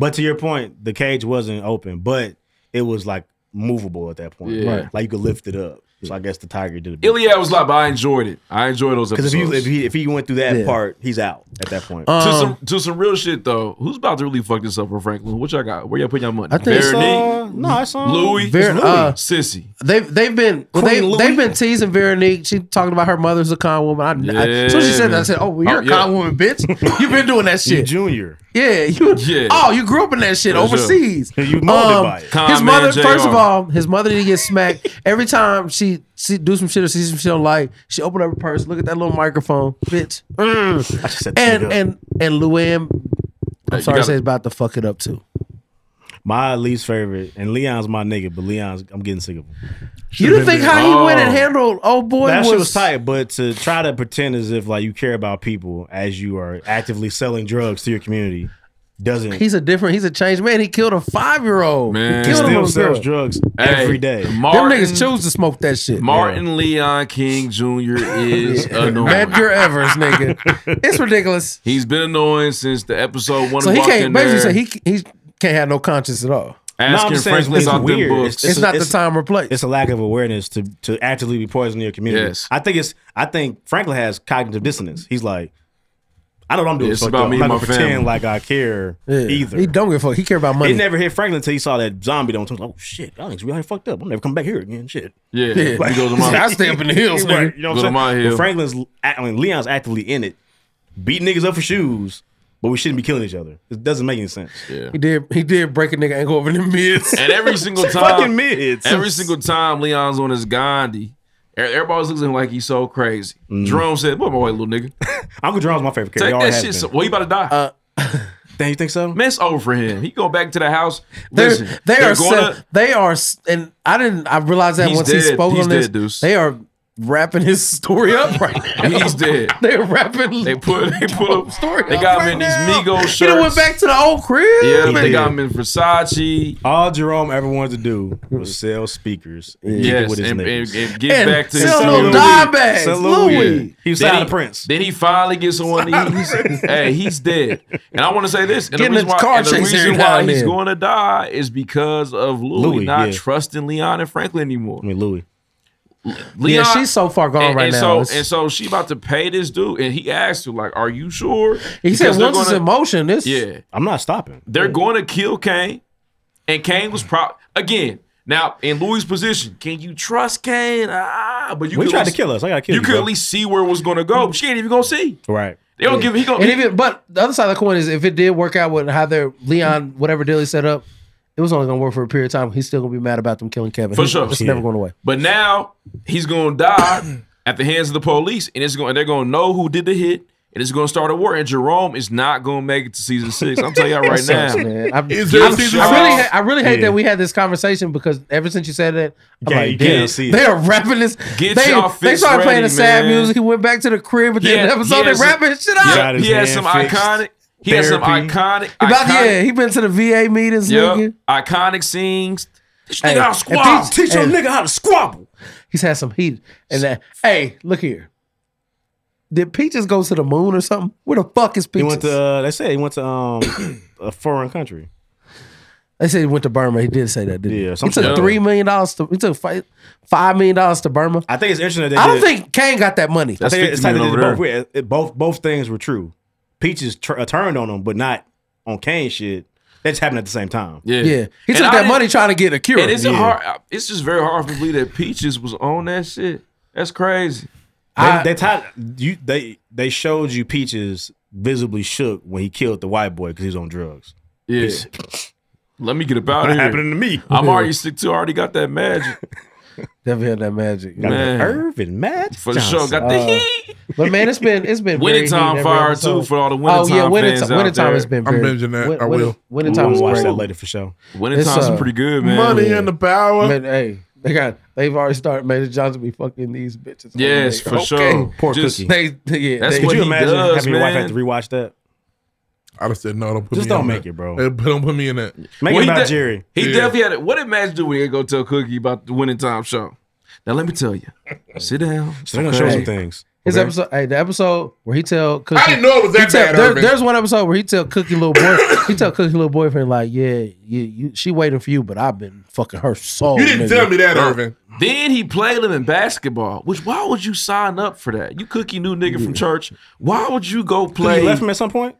S4: But to your point, the cage wasn't open, but it was like movable at that point.
S1: Yeah. Right.
S4: Like you could lift it up. So I guess the tiger did it.
S1: Iliad was like, but I enjoyed it. I enjoyed those
S4: Because
S1: episodes.
S4: if, you- if he if he went through that
S1: Yeah. Uh,
S4: part, he's out at that point.
S1: to some to some real shit though, who's about to really fuck this up for Franklin? What y'all got? Where y'all putting y'all money?
S3: I think-
S1: Veronique,
S3: It's, uh, no, it's, uh,
S1: Louis,
S3: Ver-
S1: Louis,
S3: uh,
S1: Sissy.
S3: They've they've been well, they,
S1: Queen Louis.
S3: they've been teasing Veronique. She talking about her mother's a con woman. I, I, as soon as she
S1: Yeah,
S3: said that, I
S1: man.
S3: said, "Oh, well, you're
S1: Oh,
S3: a
S1: yeah.
S3: con woman, bitch. You've been doing that
S1: You
S3: shit,
S4: junior.
S3: Yeah, you.
S1: Yeah.
S3: Oh, you grew up in that shit
S1: Yes, sir.
S3: overseas. Um,
S1: You molded by it. Con
S3: His
S1: man,
S3: mother, first
S1: JR.
S3: of all, his mother didn't get smacked. Every time she she do some shit or see some shit on light, she open up her purse, look at that little microphone, bitch. Mm.
S4: said
S3: and
S4: shit up.
S3: and and Luann,
S4: Hey,
S3: I'm
S4: you
S3: sorry,
S4: gotta-
S3: to say is about to fuck it up too.
S4: My least favorite, and Leon's my nigga, but Leon's I'm getting sick of him.
S3: You didn't think how he
S1: Oh.
S3: went and handled old boy
S4: that
S3: was,
S4: shit was tight, but to try to pretend as if like you care about people as you are actively selling drugs to your community doesn't.
S3: He's a different. He's a changed man. He killed a five year old.
S1: Man.
S3: he killed
S1: Still
S3: him
S1: sells
S4: drugs
S1: every day. Martin-
S3: Them niggas choose to smoke that shit.
S1: Martin Leon King Jr. is annoying.
S3: Matt your Evers, nigga. It's ridiculous.
S1: He's been annoying since the episode one.
S3: So he
S1: walked
S3: can't
S1: in
S3: basically
S1: there.
S3: say he he can't have no conscience at all.
S1: Asking No, I'm saying it's- Franklin it's about them weird. books.
S3: It's,
S1: It's- it's-
S3: not
S4: it's-
S3: the time or place.
S4: It's a lack of awareness to to actively be poisoning your community.
S1: Yes.
S4: I think it's I think Franklin has cognitive dissonance. He's like, I know what I'm doing.
S3: It's
S4: fucked
S3: about
S4: up.
S3: me
S4: I'm not
S3: and
S4: gonna
S3: my
S4: pretend
S3: family.
S4: like I care
S3: Yeah.
S4: either.
S3: He don't give a fuck. He care about money.
S4: It never hit Franklin until he saw that zombie don't. Oh shit, I think we already fucked up. I'm never coming back here again. Shit.
S1: Yeah. Yeah. You go to my- I stay up in the hills, nigga.
S4: you know what
S1: Go
S4: I'm
S1: to my
S4: saying?
S1: hill.
S4: But Franklin's, I mean, Leon's actively in it, beating niggas up for shoes, but we shouldn't be killing each other. It doesn't make any sense.
S1: Yeah.
S3: He did. He did break a nigga ankle over in the mids.
S1: And every single time,
S4: Fucking mids.
S1: Every single time Leon's on his Gandhi, e- everybody always looks at him like he's so crazy. Jerome said, "Boy, my white little nigga,
S4: Uncle Jerome's my favorite
S1: take
S4: character.
S1: that shit. So, well, he about to die.
S3: Uh,
S4: Then you think so?
S1: Man, it's over for him. He go back to the house.
S3: They're,
S1: Listen,
S3: they
S1: they're
S3: are
S1: going
S3: se-
S1: to-
S3: they are s- and I didn't I realized that
S1: He's
S3: once he
S1: dead.
S3: spoke
S1: He's
S3: on this.
S1: dead, Deuce.
S3: They are wrapping his story up right now.
S1: He's dead.
S3: They're rapping.
S1: They put they put a story. They
S3: up
S1: got
S3: right
S1: him in these
S3: now.
S1: Migos shirts.
S3: He done went back to the old crib.
S1: Yeah, they
S4: did.
S1: got him in Versace.
S4: All Jerome ever wanted to do was sell speakers. And kick it
S1: Yes,
S4: with his
S1: and, and,
S4: niggas.
S1: and get
S4: And
S1: back to
S4: sell
S1: his
S4: little
S1: Louis.
S4: dime bags,
S1: Sell
S4: Louis.
S1: Yeah.
S4: He was
S1: Then
S4: signed to Prince.
S1: Then he finally gets on one knees. hey, he's dead. And I want to say this. And
S3: Getting
S1: the reason
S3: his
S1: why,
S3: car
S1: and the
S3: chased every
S1: reason
S3: now
S1: why
S3: and
S1: he's
S3: then.
S1: going to die is because of Louis,
S3: Louis,
S1: not
S3: yeah.
S1: trusting Leon and Franklin anymore.
S4: I mean, Louis.
S1: Leon,
S3: yeah, she's so far gone
S1: and, and
S3: right now.
S1: So,
S3: It's-
S1: and so she about to pay this dude, and he asked her like, "Are you sure?"
S3: he said
S1: Because they're
S3: once it's
S1: gonna-
S3: in motion, this
S1: yeah,
S4: I'm not stopping.
S1: they're going to kill Kane, and Kane was pro again. Now in Louis' position, can you trust Kane? Ah, but you
S4: Well,
S1: could
S4: he tried
S1: at
S4: to
S1: least-
S4: kill us. I gotta kill
S1: You
S4: you,
S1: could
S4: bro.
S1: at least see where it was going to go. She ain't even going to see.
S4: Right.
S1: They don't
S3: Yeah.
S1: give. He going
S3: and even but the other side of the coin is if it did work out with how their Leon whatever deal he set up, it was only gonna work for a period of time. He's still gonna be mad about them killing Kevin.
S1: For
S3: He's-
S1: sure.
S3: it's
S1: Yeah.
S3: never going away.
S1: But now he's gonna die at the hands of the police, and it's going. They're gonna know who did the hit, and it's gonna start a war. And Jerome is not gonna make it to season six. I'm telling y'all
S3: That
S1: right
S3: sucks,
S1: now.
S3: man. I'm-
S1: Is
S3: I'm-
S1: there
S3: i
S1: a season
S3: really,
S1: six?
S3: ha- I really hate
S1: Yeah.
S3: that we had this conversation because ever since you said that, I'm
S1: Yeah, you
S3: like,
S1: can't
S3: damn,
S1: see it.
S3: they are rapping this.
S1: Get
S3: they,
S1: y'all
S3: they
S1: fix
S3: started playing
S1: ready,
S3: the sad
S1: man.
S3: music. He went back to the crib at the end of the episode. They rapping his shit out.
S1: He has some iconic. He has some iconic.
S3: He about-
S1: iconic-
S3: yeah, he been to the VA meetings,
S1: Yep.
S3: nigga.
S1: Iconic scenes. Teach nigga
S3: Hey,
S1: how to
S3: and
S1: squabble.
S3: teach- Teach your hey. nigga
S4: how to squabble.
S3: He's had some heat. And that, hey, look here. Did Peaches go to the moon or something? Where the fuck is
S4: He
S3: Peaches?
S4: went to. Uh, they say he went to um a foreign country.
S3: They said he went to Burma. He did say that, didn't
S4: Yeah,
S3: he? He
S4: something
S3: took
S4: like
S3: three million dollars to he took fi- five million dollars to Burma.
S4: I think it's interesting that they
S3: I don't
S4: did-
S3: think Kane got that money.
S4: I think it's like they did both, ways. It- both both things were true. Peaches tur- uh, turned on him, but not on Kane shit. That just happened at the same time.
S1: Yeah,
S3: Yeah. He
S1: And
S3: took
S1: I
S3: that
S1: didn't-
S3: money trying to get a cure.
S1: And it's
S3: yeah.
S1: a hard. It's just very hard for me to believe that Peaches was on that shit. That's crazy.
S4: They,
S1: I-
S4: they tied you. They they showed you Peaches visibly shook when he killed the white boy because he was on drugs.
S1: Yeah. Let me get about
S4: What
S1: here.
S4: happened to me?
S1: I'm already sick too. I already got that magic.
S3: Never had that magic.
S1: Got that Man.
S4: Irvin Matt
S1: For the show, got
S3: Uh,
S1: the heat.
S3: But man, it's been it's been
S1: Winning
S3: very
S1: time
S3: heated every
S1: fire,
S3: episode.
S1: too, for all the winning
S3: oh, yeah,
S1: time
S3: winning
S1: fans
S3: time.
S1: out
S3: winning time
S1: there.
S3: has been.
S1: I'm
S3: Very,
S1: binging that. I will.
S3: Winning
S1: Ooh,
S3: time
S1: I'll
S3: is
S1: watch
S3: great.
S1: that later
S4: for sure.
S3: uh,
S1: Winning time's pretty good, man.
S2: Money and the power.
S3: Man, hey, They got. They've already started Major Johnson be fucking these bitches.
S1: Yes,
S3: Okay.
S1: for sure.
S3: Poor
S1: Just-
S3: cookie. They, yeah,
S1: That's
S3: they-
S1: what
S4: Could you
S1: he
S4: imagine
S1: does,
S4: having your wife
S1: man.
S4: have to rewatch that?
S2: I'd have said no. Don't put
S4: Just
S2: me
S4: don't
S2: in
S4: make
S2: that.
S4: it, bro.
S2: Uh, Don't put me in that.
S4: Make
S1: Well,
S4: it
S1: he
S4: about
S1: de-
S4: Jerry.
S1: He
S2: Yeah.
S1: definitely had it. What did Magic do when he go tell Cookie about the winning time show? Now let me tell you. Sit down.
S4: So they're gonna show some things.
S3: His episode, hey, the episode where he tell Cookie,
S2: didn't know it was that
S3: he tell-
S2: bad,
S3: there-
S2: Urban.
S3: there's one episode where he tell Cookie little boy, he tell Cookie little boyfriend like, yeah, you, you, she waiting for you, but I've been fucking her soul.
S2: You didn't
S3: nigga.
S2: tell me that, Irvin.
S1: Then he played him in basketball. Which why would you sign up for that? You cookie new nigga from church. Why would you go play?
S4: You left him at some point.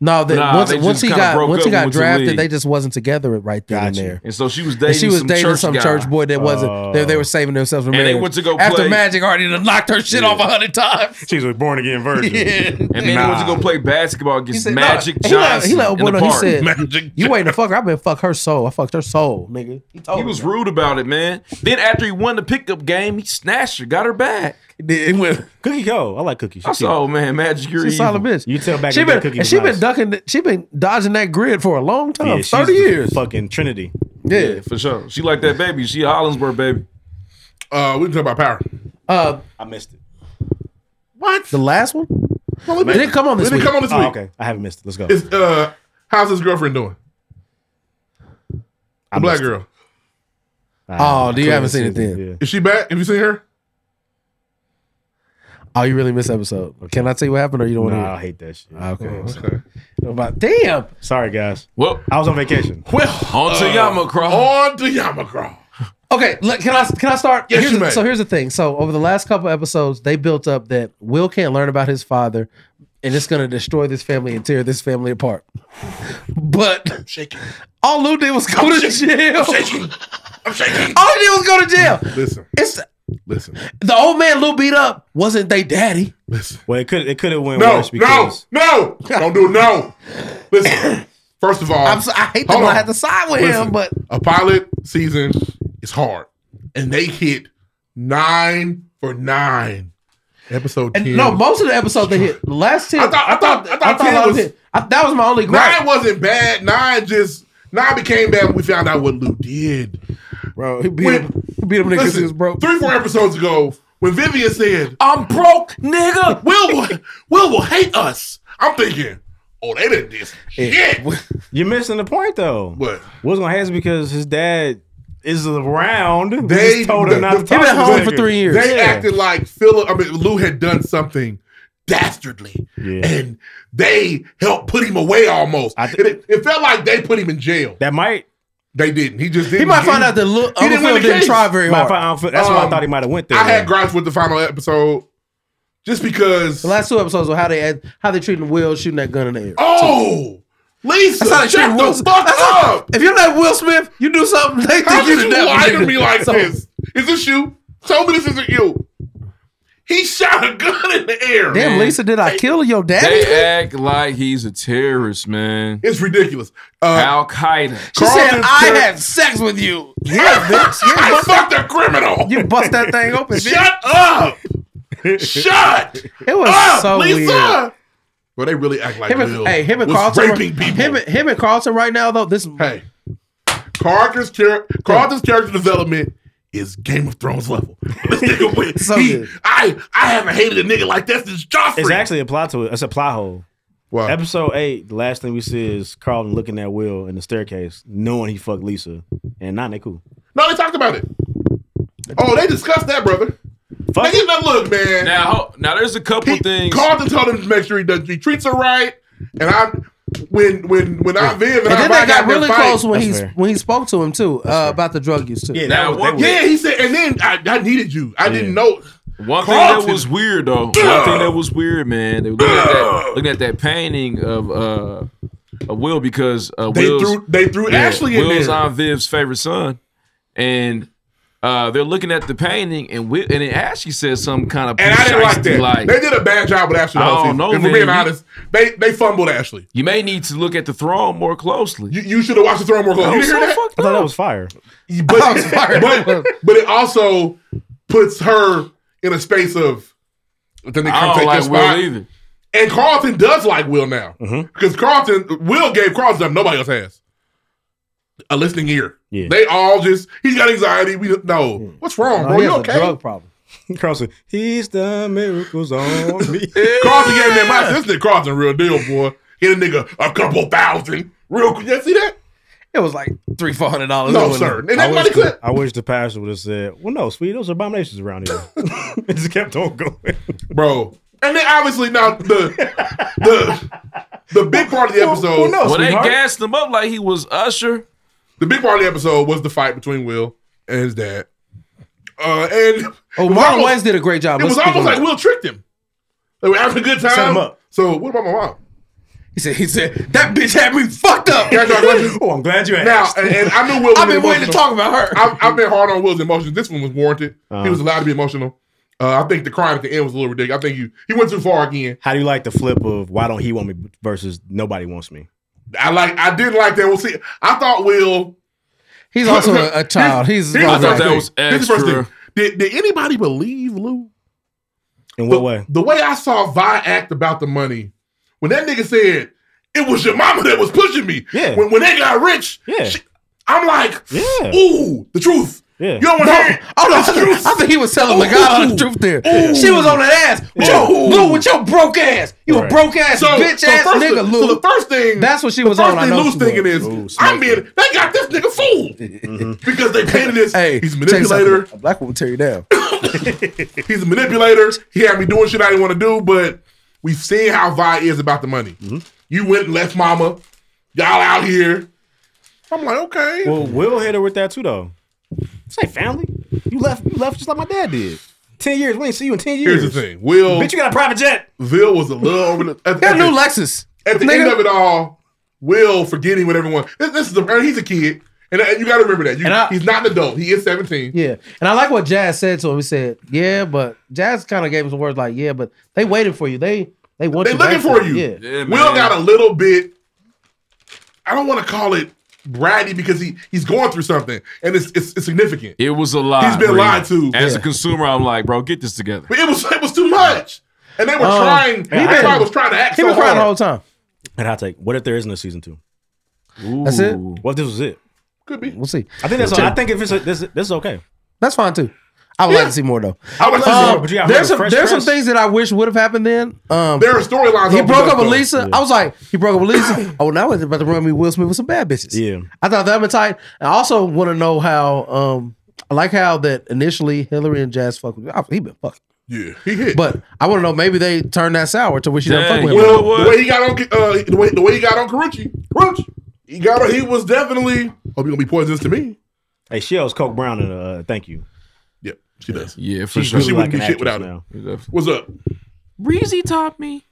S3: No, that
S1: Nah,
S3: once,
S1: they
S3: once
S1: just
S3: he
S1: kinda
S3: got
S1: broke
S3: once
S1: up
S3: he
S1: and
S3: got
S1: went to
S3: drafted,
S1: league.
S3: they just wasn't together right then and there.
S1: And so she was dating.
S3: And she was
S1: some
S3: dating
S1: church
S3: some
S1: guy. Uh,
S3: church boy that wasn't. They, they were saving themselves from
S1: And they
S3: marriage.
S1: went to go
S3: after
S1: play-
S3: Magic already done knocked her shit off a hundred times.
S4: She's a born again virgin.
S3: Yeah.
S1: And then he went to go play basketball against
S3: said,
S1: Magic
S3: He let,
S1: Johnson.
S3: he let
S1: in the
S3: Obono, he
S1: park.
S3: said, "You waiting to fuck her? I've been fuck her soul. I fucked her soul, nigga." He told
S1: He was rude about it, man. Then after he won the pickup game, he snatched her, got her back.
S3: It went.
S4: Cookie Go. I like Cookie. She
S1: I said, "Oh man, Magic, you're
S3: She's a solid
S1: evil."
S3: bitch.
S4: You tell back
S3: she
S4: in the day
S3: been and
S4: Cookie was
S3: she
S4: nice.
S3: been ducking. She been dodging that grid for a long time,
S4: Yeah, she's
S3: thirty
S4: the
S3: years.
S4: Fucking Trinity.
S3: Yeah.
S1: Yeah, for sure. She like that baby. She a Hollinsburg baby.
S2: Uh, we can talk about power.
S3: Uh,
S4: I missed it.
S2: What?
S3: the last one
S2: Well,
S3: it didn't come on this
S2: It didn't
S3: week.
S2: come on this
S4: Oh,
S2: week.
S4: okay, I haven't missed it. Let's go.
S2: It's, uh, how's his girlfriend doing? The
S4: I
S2: black
S4: missed it.
S2: girl.
S4: I-
S3: Oh,
S4: I
S3: dude, you
S4: couldn't
S3: haven't seen
S4: see
S3: it then.
S4: Yeah.
S2: Is she back? Have you seen her?
S3: Oh, you really missed the episode. Can I tell you what happened, or you don't want to?
S4: Nah, I
S3: Hear?
S4: hate that shit.
S3: it? Okay.
S2: Oh, Okay.
S3: About- damn.
S4: Sorry, guys.
S1: Well,
S4: I was on vacation.
S2: Well,
S1: on to Yamacraw.
S2: on to Yamacraw.
S3: Okay, look, can I can I start?
S2: Yes,
S3: here's
S2: you
S3: the-
S2: may.
S3: so here's the thing. So over the last couple episodes, they built up that Will can't learn about his father, and it's going to destroy this family and tear this family apart. But
S2: Shaking.
S3: all Lou did was go to jail.
S2: Shaking. I'm shaking.
S3: All he did was go to jail.
S2: Oh. Listen,
S3: It's
S2: listen,
S3: the old man Lou beat up wasn't they daddy.
S2: listen.
S4: Well, it could it could have went
S2: No,
S4: worse
S2: no,
S4: because
S2: no. Don't do it. No. Listen. First of all,
S3: I'm so, I hate that
S2: hold
S3: I
S2: on.
S3: had to side with him,
S2: Listen,
S3: but
S2: a pilot season is hard, and they hit nine for nine. Episode
S3: and
S2: ten.
S3: no, most of the episodes they hit. The last ten,
S2: I thought- I thought- I thought
S3: a
S2: 10
S3: lot of
S2: was-
S3: it- I- that was my only gripe.
S2: nine wasn't bad. Nine just nine became bad when we found out what Lou did.
S3: bro, he beat
S2: When-
S3: him. He beat him niggas.
S2: Listen,
S3: he was broke.
S2: Three, four episodes ago, when Vivian said,
S1: I'm broke, nigga.
S2: "Will will, will will hate us," I'm thinking, "Oh, they did this shit."
S4: you're missing the point though.
S2: What?
S4: What's gonna happen is because his dad is around. We
S2: They-
S4: just told him not
S2: the-
S4: to
S2: the-
S4: talk.
S3: He been
S4: to
S3: home
S4: this
S3: for
S4: nigga.
S3: three years.
S2: They
S4: Yeah.
S2: acted like Philip. I mean, Lou had done something dastardly,
S4: Yeah.
S2: and they helped put him away almost.
S4: I thi-
S2: And it, it felt like they put him in jail.
S4: That might.
S2: They didn't. He just didn't.
S3: He might
S2: get
S3: find
S2: it.
S3: out that Lil,
S2: He
S3: Uncle
S2: didn't win
S3: Phil
S2: the
S3: didn't
S2: case.
S3: try very
S4: might
S3: hard.
S4: find- I don't feel- that's why I
S2: Um,
S4: thought he might have went there.
S2: I had
S4: man.
S2: gripes with the final episode just because.
S3: The last two episodes were how they add, how they treating Will shooting that gun in the air.
S2: oh, Lisa,
S3: That's how they
S2: shut
S3: treating Will.
S2: the
S3: Smith.
S2: fuck
S3: That's how-
S2: up!
S3: If you're not Will Smith, you do something. They think
S2: How
S3: you
S2: did
S3: the
S2: you
S3: devil,
S2: lie to
S3: nigga.
S2: me like
S3: So,
S2: this? Is this you? Tell me this isn't you. He shot a gun in the air.
S3: Damn,
S1: man.
S3: Lisa, did I kill your daddy?
S1: They act like he's a terrorist, man.
S2: It's ridiculous. Uh,
S1: Al Qaeda.
S3: She said
S2: Carlton
S3: I
S2: Ter-
S3: had sex with you.
S2: Yeah, bitch.
S3: Yeah,
S2: I
S3: bust
S2: fucked a criminal.
S3: You bust that thing open. bitch.
S2: Shut up. Shut
S3: It was
S2: up,
S3: so
S2: Lisa.
S3: weird.
S2: Well, they really act like
S3: Him and,
S2: Lil
S3: hey, him and
S2: was
S3: Carlton. were-
S2: raping people.
S3: Him, and- him and Carlton right now though. This
S2: hey, Carlton's, char- Carlton's character development is Game of Thrones level. This nigga went.
S3: So
S2: he-
S3: good.
S2: I I haven't hated a nigga like that since Joffrey.
S4: It's actually a plot to it. It's a plot hole.
S2: Wow.
S4: Episode eight, the last thing we see is Carlton looking at Will in the staircase, knowing he fucked Lisa, and not cool.
S2: no, they talked about it. Oh, they discussed that, brother.
S4: Fuck
S2: They give him a look, man.
S1: Now, ho- now there's a couple
S2: he,
S1: things.
S2: Carlton told him to make sure he does. He treats her right, and I when when when I Viv and,
S3: and
S2: I
S3: then they got really close when
S4: That's
S3: he
S4: fair.
S3: when he spoke to him too uh, about the drug use too.
S4: Yeah,
S1: Now,
S4: that was,
S1: what-
S4: that was,
S2: Yeah, he said, and then I, I needed you. I didn't
S4: Yeah.
S2: know.
S1: One thing
S2: Carlton.
S1: that was weird, though. One
S2: Ugh.
S1: thing that was weird, man. They were looking at that, looking at that painting of uh, of Will because uh,
S2: They
S1: Will's,
S2: threw they threw
S1: yeah,
S2: Ashley in
S1: Will's
S2: there.
S1: Aunt Viv's favorite son, and uh, they're looking at the painting, and Will, and then Ashley says some kind of
S2: and I didn't like
S1: shiesty,
S2: that.
S1: like,
S2: they did a bad job with Ashley. the
S1: I
S2: whole
S1: don't
S2: season.
S1: know,
S2: If we're
S1: man.
S2: being
S1: You-
S2: honest, they they fumbled Ashley.
S1: You may need to look at the throne more closely.
S2: You, you should have watched the throne more close.
S1: That
S2: You
S1: was
S2: didn't hear
S1: so
S2: that?
S1: fucked
S4: I thought
S1: up.
S4: that was fire.
S3: I was fired.
S2: But, but but it also puts her in a space of. Then they
S1: I
S2: come
S1: don't
S2: take your
S1: like Will
S2: spot. Mm-hmm.
S1: either.
S2: And Carlton does like Will now because Carlton Will gave Carlton something nobody else has. a listening ear. They all just he's got anxiety. We don't know what's wrong,
S4: No,
S2: bro.
S4: he
S2: You
S4: has a
S2: okay?
S4: drug problem. Carlson, he's done miracles on me.
S2: Carlson gave me my sister. Carlson, real deal, boy. Get a nigga a couple thousand. Real quick. You see that?
S3: It was like
S4: Three, four hundred dollars.
S2: No, sir. And that money clip-
S4: I wish the pastor would have said, "Well, no, sweetie, those are abominations around here." it just kept on going,
S2: bro. And then obviously now the the the big part of the
S4: Oh,
S2: episode.
S1: Well, they gassed him up like he was Usher.
S2: The big part of the episode was the fight between Will and his dad. Uh, and
S3: Oh,
S2: it was
S3: Martin
S2: almost-
S3: Wayans did a great job.
S2: It
S3: Let's
S2: was
S3: speak
S2: almost
S3: on
S2: like
S3: that.
S2: Will tricked him. They were having a good
S3: Set
S2: time.
S3: him up.
S2: So what about my mom?
S3: He said, he said, that bitch had me fucked up.
S2: oh,
S4: I'm glad you
S3: asked.
S2: Now, and, and I knew Will.
S3: I've
S2: was
S3: been waiting to
S2: emotional.
S3: talk about her.
S2: I've, I've been hard on Will's emotions. This one was warranted.
S4: Uh-huh.
S2: He was allowed to be emotional. Uh, I think the crime at the end was a little ridiculous. I think you he went too far again.
S4: How do you like the flip of "Why don't he want me" versus "Nobody wants me"?
S2: I like. I didn't like that. We'll see. I thought Will.
S3: He's also a- a child. He's- I thought that was extra.
S2: Did, did anybody believe Lou?
S4: In
S2: what way? The way I saw Vi act about the money when that nigga said it was your mama that was pushing me. Yeah. When, when they got rich. Yeah. I'm like,
S3: Yeah.
S2: ooh, the truth.
S4: Yeah.
S2: You don't want to hear it.
S3: Oh, no, I,
S2: It's the
S3: think,
S2: truth.
S3: I think he was telling Legato the truth there. She was on that ass.
S2: Yeah.
S3: Yo, Lou, with your broke ass. You a
S2: Right.
S3: broke ass,
S2: So-
S3: bitch
S2: so
S3: ass
S2: first
S3: nigga,
S2: thing-
S3: Lou.
S2: So the first thing
S3: That's what she
S2: the
S3: was
S2: first
S3: on. I
S2: Thing
S3: know
S2: Lou's
S3: she
S2: thinking
S3: was.
S2: is, I'm being they got this nigga fooled because they painted this. hey, he's a
S3: Mm-hmm. Check something.
S2: manipulator.
S3: A black woman tear you down.
S2: He's a manipulator. He had me doing shit I didn't want to do, but we've seen how Vi is about the money.
S3: Mm-hmm.
S2: You went and left mama. Y'all out here. I'm like, okay.
S4: Well, Will hit her with that too, though. This ain't family. You left. You left just like my dad did. Ten years. We ain't see you in ten years.
S2: Here's the thing, Will.
S4: Bitch, you got a private jet.
S2: Will was a little over the. At,
S4: Got a
S2: at
S4: new
S2: the-
S4: Lexus.
S2: At the end
S4: Nigga.
S2: of it all, Will forgetting with everyone. This, this is the, and he's a kid, and, and you got to remember that. You- he's not an adult. He is 17.
S3: Yeah. And I like what Jazz said to him. He said, Yeah, but Jazz kind of gave him some words like, Yeah, but they waited for you. They they want
S2: They
S3: you.
S2: looking
S3: back
S2: for you.
S3: Yeah.
S2: Will got a little bit. I don't want to call it bratty because he he's going through something, and it's it's, it's significant.
S1: It was a lie.
S2: He's been
S1: Bree.
S2: lied to.
S1: As
S2: Yeah.
S1: a consumer, I'm like, bro, get this together.
S2: But it was it was too much, and they were
S1: Um,
S2: trying.
S1: yeah, I
S2: Everybody
S1: think-
S2: was trying to act.
S3: He
S2: so
S3: been crying the
S2: hard.
S3: whole time.
S4: And I take. What if there isn't a season two?
S3: That's it?
S4: What if this was it?
S2: Could be.
S3: We'll see.
S4: I think that's. I think if it's a, this, this is okay.
S3: That's fine too. I would like to see more though.
S4: I would like to see
S3: Um,
S4: more, but you gotta
S3: there's some,
S4: have a fresh
S3: there's some
S4: press.
S3: things that I wish would have happened then. Um,
S2: there are storylines.
S3: He
S2: opened
S3: broke
S2: up,
S3: up with
S2: though.
S3: Lisa.
S2: Yeah.
S3: I was like, he broke up with Lisa. oh, now it's about to bring me Will Smith with some bad bitches.
S4: Yeah.
S3: I thought that was tight. I also want to know how. Um, I like how that initially Hillary and Jazz fucked. with- He been fucking.
S2: Yeah, he hit.
S3: But I want to know maybe they turned that sour to where she didn't fuck with him.
S2: Well, the way he got on, uh, the way the way he got on Carucci, Carucci, he got on, he was definitely. Hope you gonna be poisonous to me.
S4: Hey, she owes Coke Brown and uh, thank you.
S2: Yep, she does.
S1: Yeah, for
S4: She's
S1: sure.
S4: really
S1: She wouldn't
S4: like
S1: do
S4: an
S1: shit without
S4: actress now.
S2: What's up?
S1: Breezy taught me.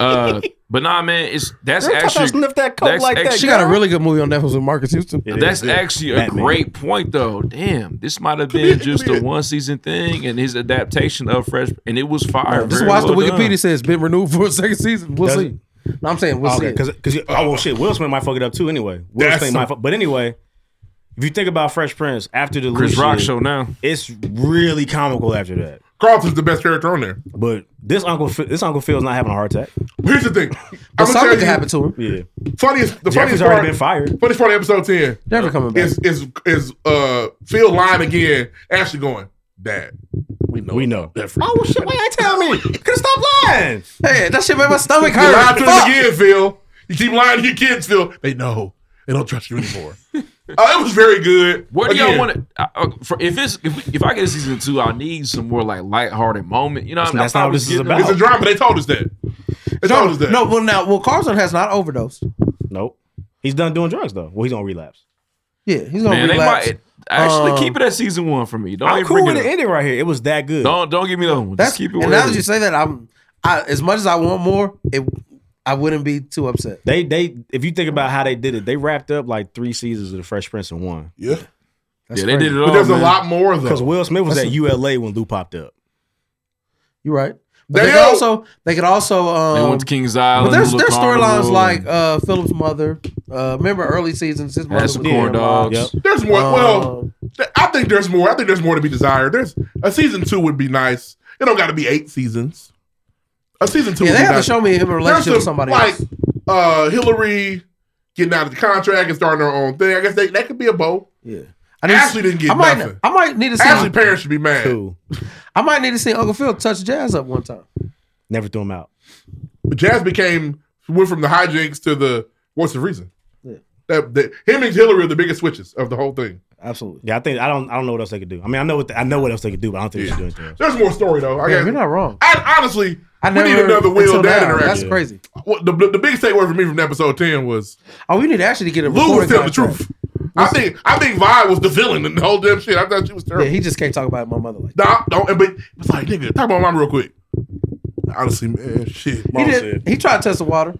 S1: uh, but nah, man, it's that's
S3: Girl,
S1: actually
S3: lift that
S1: coke that's like that,
S3: She got a
S1: girl.
S3: really good movie on Netflix with Marcus Houston.
S1: that's actually a great point, though. Damn, this might have been just a one season thing, and his adaptation of Fresh, and it was fire.
S3: Just
S1: very
S3: watch the
S1: well done.
S3: Wikipedia says it's been renewed for a second season. We'll
S4: Does
S3: see. No, I'm saying we'll see. it.
S4: Because because oh well, shit, Will Smith might fuck it up too. Anyway, Will
S3: That's
S4: Smith might.
S3: some-
S4: Fuck, but anyway, if you think about Fresh Prince after the
S1: Chris
S4: Lou
S1: Rock
S4: shit,
S1: show now.
S4: it's really comical after that.
S2: Carlton's the best character on there.
S4: But this Uncle Phil, this Uncle Phil's not having a heart attack.
S2: Here's the thing.
S4: But
S2: I'm gonna tell
S4: something
S2: you-
S4: happened to him. Yeah.
S2: Funniest, the
S4: Jeffrey's
S2: funniest
S4: already
S2: part.
S4: been fired.
S2: Funniest part of episode ten.
S3: Never coming back.
S2: Is is is uh Phil lying again? Ashley going, Dad. We know. We
S4: know.
S2: Oh
S4: shit! Why ain't tell me? Could have stopped lying.
S3: Hey, that shit made my stomach
S2: You
S3: hurt.
S2: lied to
S3: Fuck.
S2: him again, Phil. You keep lying to your kids, Phil. They know. They don't trust you anymore. uh, it was very good.
S1: Where do y'all
S2: Again,
S1: want to? If it's if, we, if I get a season two, I need some more like lighthearted moment. You know, what I mean? I thought we getting-
S2: It's a drama. They told us that. They told us that.
S3: No, well now, well Carlson has not overdosed.
S4: Nope. He's done doing drugs though. Well, he's on relapse.
S3: Yeah, he's gonna
S1: Man, they
S3: relapse.
S1: might actually
S3: Um,
S1: keep it at season one for me. Don't
S4: I'm
S1: even
S4: cool
S1: bring
S4: with
S1: it
S4: it
S1: up.
S4: ending right here. It was that good.
S1: Don't don't give me that one.
S3: That's
S1: Just keep it.
S3: and
S1: where it
S3: now that you
S1: is.
S3: say that, I'm I, as much as I want more, it I wouldn't be too upset.
S4: They they if you think about how they did it, they wrapped up like three seasons of the Fresh Prince in one.
S2: Yeah.
S1: That's Yeah, they crazy. did it all, Oh, man.
S4: Because Will Smith was
S3: That's
S4: at
S3: a-
S4: ULA when Lou popped up.
S3: You're right. But
S4: They
S3: they, could
S4: don't-
S3: also they could also um,
S1: They went to King's Island,
S3: But there's
S1: Little
S3: there's
S1: Carnival.
S3: storylines like uh, Philip's mother. Uh, remember early seasons, his mother
S1: Had some
S3: was
S1: corn
S3: there.
S1: dogs. Yep.
S2: There's more.
S3: Um,
S2: well, th- I think there's more. I think there's more to be desired. There's a season two would be nice. It don't got to be eight seasons. A season two.
S3: Yeah,
S2: would
S3: they
S2: be
S3: have to
S2: nice.
S3: show me him in a
S2: There's
S3: relationship with
S2: some,
S3: somebody
S2: like
S3: else.
S2: uh, Hillary getting out of the contract and starting her own thing. I guess they, that could be a bow.
S4: Yeah.
S3: I need to-
S2: Ashley didn't get
S3: I might,
S2: nothing.
S3: I might need to see.
S2: Ashley Parrish should be mad.
S3: I might need to see Uncle Phil touch Jazz up one time.
S4: Never threw him out.
S2: Jazz became went from the hijinks to the what's the reason?
S3: Yeah.
S2: That, that him and Hillary are the biggest switches of the whole thing.
S4: Absolutely. Yeah, I think I don't I don't know what else they could do. I mean, I know what I know what else they could do, but I don't think they should do anything. Else.
S2: There's more story though. I
S4: Yeah,
S2: guess.
S4: you're
S3: not wrong.
S2: I, honestly,
S4: I
S2: we need
S4: never-
S2: another Will
S4: until
S2: Dad
S4: now,
S2: interaction.
S4: that's crazy.
S2: What, the, the big takeaway for me from episode ten was
S3: oh, we need to actually get a
S2: Lou was
S3: recording
S2: telling the
S3: contract.
S2: truth. I think I think Vi was the villain in the whole damn shit. I thought she was terrible.
S3: Yeah, he just can't talk about my mother like
S2: Nah, don't. and But it's like nigga, talk about mom real quick. Honestly, man, shit.
S3: He, did, he tried to test the water.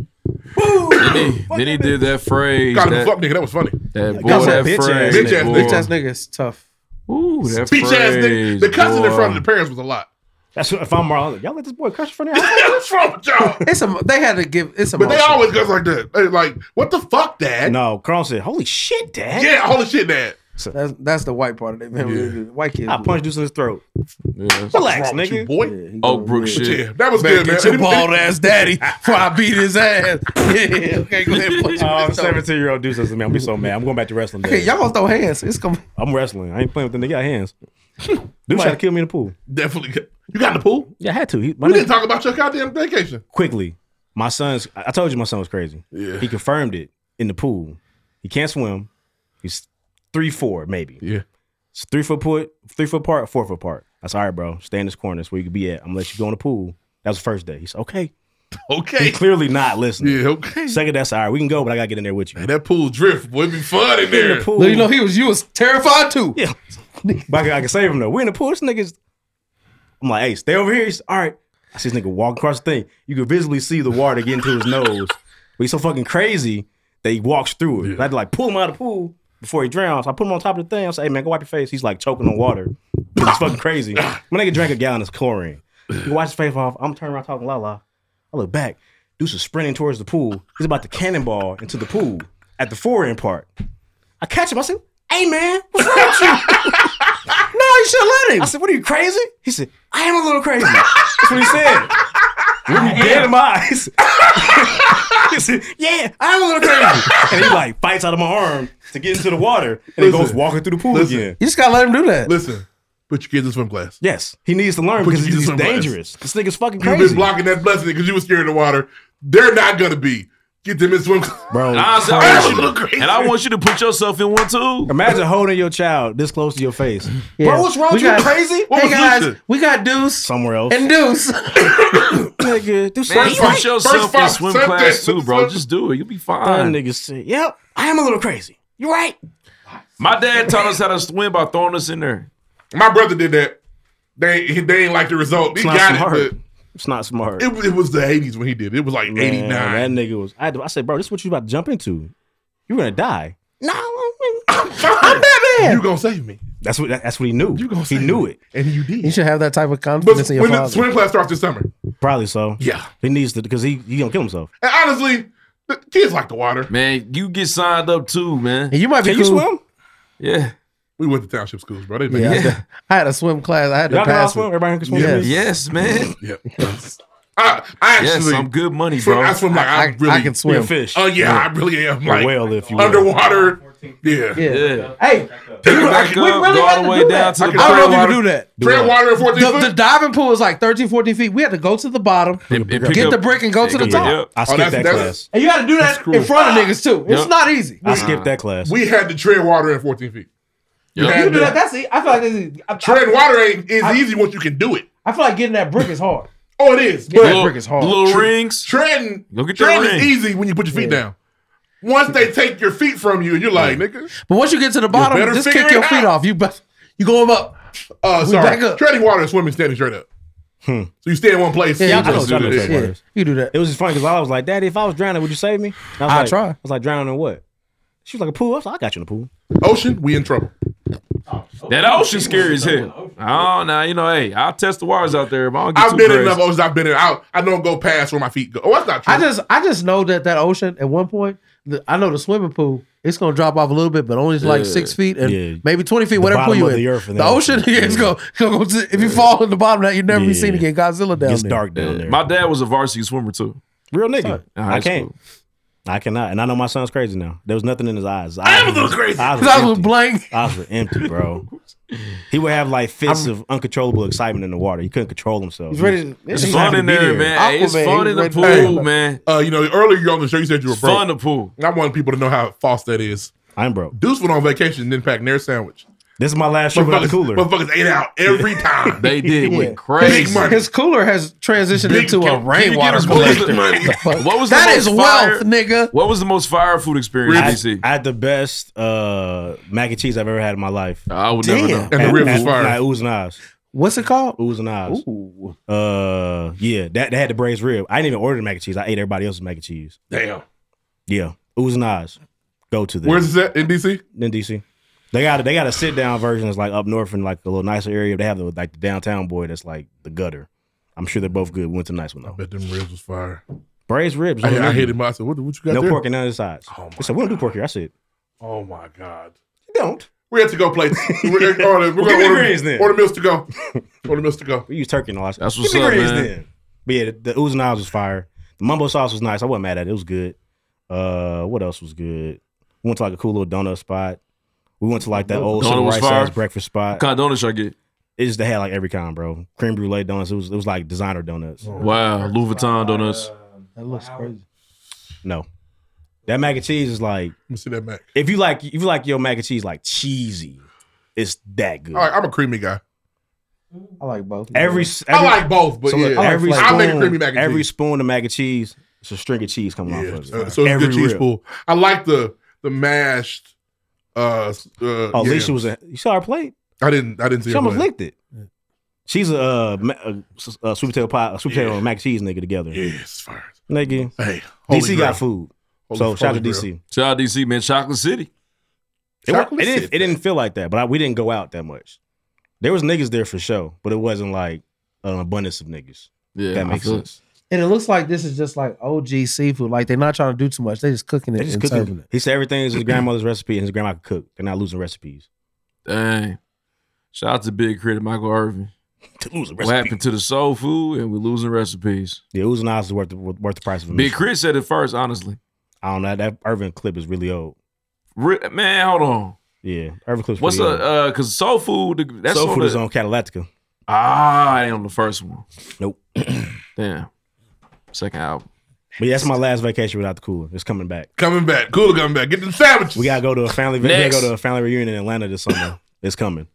S1: Then he did that phrase.
S2: Gotta
S1: that,
S2: fuck nigga. That was funny.
S1: That boy,
S3: Gus
S1: that
S3: said, bitch ass
S1: phrase.
S3: nigga.
S1: boy.
S3: Bitch ass nigga is tough.
S1: Ooh, that
S2: Bitch ass nigga.
S1: phrase,
S2: The cousin in
S1: boy.
S2: front of the parents was a lot.
S4: That's what if I'm wrong. Y'all let this boy crush in front of
S2: What's wrong with y'all?
S3: It's a. They had to give. It's a.
S2: But they always goes like that. They like, what the fuck, dad?
S4: No, Carl said, holy shit, dad.
S2: Yeah, holy shit, dad.
S3: That's that's the white part of it, man. White kids.
S4: I
S3: do.
S4: punched Deuce in his throat.
S2: Relax, nigga. boy.
S1: Oak Brook
S3: Yeah,
S1: shit.
S2: that was
S3: Man,
S2: good, man.
S3: Get your bald ass daddy before I beat his ass. Yeah, okay, go ahead. Punch him in the throat.
S4: 17 year old Uh, Deuce says to me, I'm be so mad. I'm going back to wrestling.
S3: Okay, y'all gonna throw hands? It's coming.
S4: I'm wrestling. I ain't playing with them. They got hands. Dude tried to kill me in the pool.
S2: Definitely. You got in the pool?
S4: Yeah, I had to. He, my
S2: We
S4: nigga-
S2: didn't talk about your goddamn vacation.
S4: quickly. My son's. I I told you my son was crazy.
S2: Yeah.
S4: He confirmed it in the pool. He can't swim. He's three four maybe.
S2: Yeah.
S4: It's three foot put, three foot part, four foot part. That's all right, bro. Stay in this corner. That's where you could be at. I'm gonna let you go in the pool. That was the first day. He's okay.
S2: Okay.
S4: He's clearly not listening.
S2: Yeah. Okay.
S4: Second, that's all right. We can go, but I gotta get in there with you.
S2: that pool drift. Boy, it'd be fun in
S4: In
S2: there.
S4: the pool.
S3: No, you know he was. You was terrified too.
S4: Yeah. But I can, I can save him though. We in the pool. This nigga's. I'm like, hey, stay over here. He's all right. I see this nigga walk across the thing. You can visibly see the water get into his nose. But he's so fucking crazy that he walks through it. I had to like pull him out of the pool before he drowns. I put him on top of the thing. I say, hey man, go wipe your face. He's like choking on water. It's fucking crazy. My nigga drank a gallon of chlorine. He washed his face off. I'm turning around talking la la. I look back. Deuce is sprinting towards the pool. He's about to cannonball into the pool at the forehand part. I catch him. I said, hey man, what's wrong with you? No, you should have let him. I said, what are you crazy? He said, I am a little crazy. That's what he said. Look dead in my eyes. he said, yeah, I am a little crazy. And he like bites out of my arm to get into the water and he goes walking through the pool
S2: Listen.
S4: again.
S3: You just gotta let him do that.
S2: Listen, put your kids in swim class.
S4: Yes, he needs to learn
S2: Put
S4: because
S2: your kids in
S4: he's
S2: swim class.
S4: dangerous. This nigga's fucking
S2: You've
S4: crazy.
S2: been blocking that blessing because you were scared of the water. They're not gonna be. Get them in swim class.
S4: Bro,
S1: And I, said, I
S2: That
S1: want
S2: would
S1: you-
S2: look crazy.
S1: and I want you to put yourself in one too.
S4: Imagine holding your child this close to your face.
S3: Yeah.
S4: Bro, what's wrong
S3: We
S4: with you?
S3: got-
S4: Crazy?
S3: Hey guys,
S4: Lucia?
S3: we got Deuce
S4: Somewhere else.
S3: and Deuce.
S4: nigga, do
S1: Man,
S4: something.
S1: put yourself in
S2: fight,
S1: swim
S2: same
S1: class
S2: thing.
S1: too, bro. Just do it. You'll be
S4: That
S1: fine.
S4: nigga said, yep, I am a little crazy. You're right.
S1: My dad taught us how to swim by throwing us in there.
S2: My brother did that. They he- they ain't like the result. He
S4: It's not
S2: got
S4: smart.
S2: it,
S4: It's not smart.
S2: but it, was- it was the eighties when he did it. It was like eighty
S4: Man, That
S2: nine.
S4: nigga was. I, had to- I said, bro, this is what you about to jump into. You're gonna die. No,
S2: I'm
S3: Batman.
S2: You gonna save me?
S4: That's what. That's what he knew. You he knew it.
S2: And you did.
S3: You should have that type of
S2: But
S3: confidence in your
S2: when the
S3: father.
S2: swim class starts this summer,
S4: Probably so.
S2: Yeah.
S4: He needs to because he he gonna kill himself.
S2: and honestly, the kids like the water.
S1: Man, you get signed up too, man.
S3: And you might be
S4: Can you
S3: cool.
S4: swim?
S1: Yeah.
S2: We went to township schools, bro. They
S3: Yeah,
S2: yeah.
S3: I had a swim class. I had to
S4: Y'all know how to
S3: pass.
S4: swim.
S3: it.
S4: Everybody can swim.
S3: Yeah.
S4: Yeah.
S1: Yes, man.
S2: yeah. I, I
S1: Yes,
S2: actually
S1: I'm good money,
S2: swim,
S1: bro.
S2: I swim like I,
S3: I,
S2: really
S3: I can
S4: You're a
S3: swim.
S4: fish.
S2: Oh yeah, I really am
S4: Or
S2: like
S4: whale if you will.
S2: underwater. Yeah.
S3: Yeah.
S1: Yeah.
S2: Take
S3: Hey,
S1: Back
S2: it
S1: up,
S2: back up.
S3: really
S1: go
S3: had
S1: all the
S3: to
S1: way down
S3: do that.
S1: to
S2: I
S1: the
S2: can
S3: I don't know if
S1: water.
S3: you can do that.
S2: Tread water at fourteen
S3: The, the
S2: foot.
S3: diving pool is like 13, 14 feet. We had to go to the bottom,
S1: And- and pick
S3: get
S1: up-
S3: the brick, and go
S1: and
S3: to the
S1: go-
S3: top. Oh,
S1: yeah.
S4: I
S2: that's-
S4: skipped that
S2: that's-
S4: class.
S3: And you got to do that in front of niggas too. It's
S1: Yep.
S3: not easy.
S4: I skipped that class.
S2: we had to tread water at fourteen feet.
S1: Yep.
S3: You
S2: had
S3: can do
S2: to-
S3: that. That's easy. I feel like this is, I,
S2: tread water ain't is
S3: I-
S2: easy once you can do it.
S3: I feel like getting that brick is hard.
S2: Oh, it is.
S3: Yeah.
S2: But
S3: That brick is hard.
S1: Little rings.
S2: treading,
S1: Go get your
S2: treading is
S1: ring.
S2: easy when you put your feet down. Once they take your feet from you, you're like, nigga.
S3: But once you get to the bottom,
S2: better
S3: just
S2: figure
S3: kick your
S2: it
S3: feet
S2: out.
S3: off. You be- you going up.
S2: Uh,
S3: We
S2: sorry.
S3: back up.
S2: Treading water is swimming standing straight up.
S1: Hmm.
S2: So you stay in one place.
S3: Yeah,
S2: You
S3: I know
S2: just
S4: what
S2: do
S4: y'all
S2: this.
S4: doing.
S3: Yeah,
S4: Waters.
S3: you do that.
S4: It was just funny because I was like, Daddy, if I was drowning, would you save me? And I was
S3: I'd
S4: like,
S3: try.
S4: I was like, drowning in what? She was like, a pool. I was like, I got you in the pool.
S2: Ocean, we in trouble.
S1: That ocean scary as hell. Oh, now you know. Hey, I'll test the waters out there, but I don't get
S2: I've
S1: too
S2: been in
S1: crazy.
S2: enough oceans. I've been in. I, I don't go past where my feet go. Oh, that's not true.
S3: I just I just know that that ocean at one point, the, I know the swimming pool it's gonna drop off a little bit, but only like six feet and
S4: Yeah.
S3: maybe twenty feet, whatever pool
S4: bottom
S3: you
S4: of
S3: in.
S4: the earth and
S3: The
S4: then-
S3: ocean, yeah, it's gonna, gonna go to, if you fall in the bottom of that, you never be seen again. Godzilla down
S4: It's
S3: there.
S4: dark down
S1: Yeah.
S4: there.
S1: My dad was a varsity swimmer too.
S4: Real nigga.
S1: In high
S4: I can't.
S1: school.
S4: I cannot, and I know my son's crazy now. There was nothing in his eyes. His eyes I am a little crazy. Eyes
S3: His eyes
S4: were
S3: were
S4: empty.
S3: blank.
S4: Eyes were empty, bro. He would have like fits of uncontrollable excitement in the water. He couldn't control himself.
S3: He's ready
S1: to- It's fun in there, man. Hey, it's fun in the pool, man.
S2: Uh, you know, earlier you on the show you said you were
S1: It's
S2: broke.
S1: fun to pool.
S2: And I want people to know how false that is.
S4: I'm broke.
S2: Deuce went on vacation and didn't pack their sandwich.
S4: This is my last trip without the cooler.
S2: Motherfuckers ate out every time.
S1: they did.
S3: Yeah.
S1: Went crazy.
S3: His, his cooler has transitioned into a rainwater collector.
S1: What was
S3: That
S1: the
S3: is
S1: most
S3: wealth,
S1: fire-
S3: nigga.
S1: What was the most fire food experience
S4: I,
S1: you see?
S4: I had the best uh, mac and cheese I've ever had in my life.
S1: I would
S3: never Damn. know. And the rib was fire.
S4: Like ooze and eyes.
S3: What's it called?
S4: Ooze and eyes. Uh, yeah, that they had the braised rib. I didn't even order the mac and cheese. I ate everybody else's mac and cheese.
S2: Damn.
S4: Yeah, ooze and eyes. Go to this.
S2: Where's that in DC?
S4: In DC. They got a, they got a sit down version that's like up north in like a little nicer area. They have the like the downtown boy that's like the gutter. I'm sure they're both good. Went to nice one though. I
S2: bet them ribs was fire.
S4: Braised ribs.
S2: I-
S4: on the
S2: I
S4: menu.
S2: hated my- I said, what- what you got
S4: No
S2: there?
S4: pork and none of the sides. they said we don't do pork here. I said
S2: Oh my god.
S4: Don't.
S2: We had to go play. We're, gonna order, we're
S4: Well, give me
S2: gonna order,
S4: greens then.
S2: order meals to go. order meals to go.
S4: We use turkey and all that.
S2: That's
S4: Give
S2: what's
S4: me
S2: up,
S4: greens
S2: man.
S4: But yeah, the, the ooze and eyes was fire. The mumbo sauce was nice. I wasn't mad at it. It was good. Uh, what else was good? We went to like a cool little donut spot. We went to like that old
S1: Donut
S4: civil
S1: was
S4: rights
S1: fire?
S4: ass breakfast spot.
S1: What kind of donuts y'all get?
S4: It just they had like every kind, bro. Cream brulee donuts. It was it was like designer donuts.
S2: Oh,
S1: Wow, Louis Vuitton donuts.
S3: That looks crazy.
S4: No. That mac and cheese is like
S2: see that mac.
S4: If you like if you like your mac and cheese like cheesy, it's that good.
S2: All right, I'm a creamy guy.
S3: I like both.
S4: Every,
S2: I
S4: every-
S2: like both, but
S4: so
S2: yeah,
S4: look, every spoon,
S2: I make a creamy mac and
S4: every
S2: cheese.
S4: spoon of mac and cheese, it's a string of cheese coming off of it.
S2: Uh, so it's
S4: every
S2: a good cheese
S4: rib.
S2: pool. I like the the mashed. Uh, s- uh,
S4: Oh, Alicia
S2: yams.
S4: was a. You saw her plate?
S2: I didn't. I didn't see.
S4: She
S2: her
S4: almost
S2: plate.
S4: licked it. She's a, uh, ma- a, s- a sweet potato pie, a sweet potato and mac and cheese nigga together.
S2: Yes, fire.
S4: Nigga.
S2: Hey, holy
S4: DC
S2: grail.
S4: got food.
S2: Holy-
S4: so shout out to
S2: holy
S4: DC.
S2: grail.
S1: Shout out DC, man. Chocolate City.
S4: It, wa-
S1: Chocolate
S4: it didn't,
S1: City.
S4: it didn't feel like that, but I, we didn't go out that much. There was niggas there for sure, but it wasn't like an abundance of niggas.
S1: Yeah,
S4: that
S1: I
S4: makes
S1: feel
S4: sense.
S3: And it looks like this is just like OG seafood. Like they're not trying to do too much. They just cooking it
S4: They just
S3: and serving
S4: cooking.
S3: it.
S4: He said everything is his grandmother's recipe, and his grandma could cook. They're not losing recipes.
S1: Dang. Shout out to Big Crit and Michael Irvin.
S4: losing
S1: What happened to the soul food and we're losing recipes.
S4: Yeah, it was not is worth the, worth the price of a
S1: Big
S4: mission.
S1: Crit said it first, honestly.
S4: I don't know. That Irvin clip is really old.
S1: Re- man, hold on.
S4: Yeah, Irvin clip's
S1: What's
S4: pretty
S1: up? Uh, cause soul food, the- that's
S4: Soul
S1: on
S4: food
S1: the,
S4: is on Catalactica.
S1: Ah, I ain't on the first one.
S4: Nope.
S1: Damn. Second album.
S4: But yeah, that's my last vacation without the cooler. It's coming back.
S2: Coming back. Cooler coming back. Get them sandwiches.
S4: We gotta go to a family. We gotta
S1: Next.
S4: go to a family reunion in Atlanta this summer. it's coming.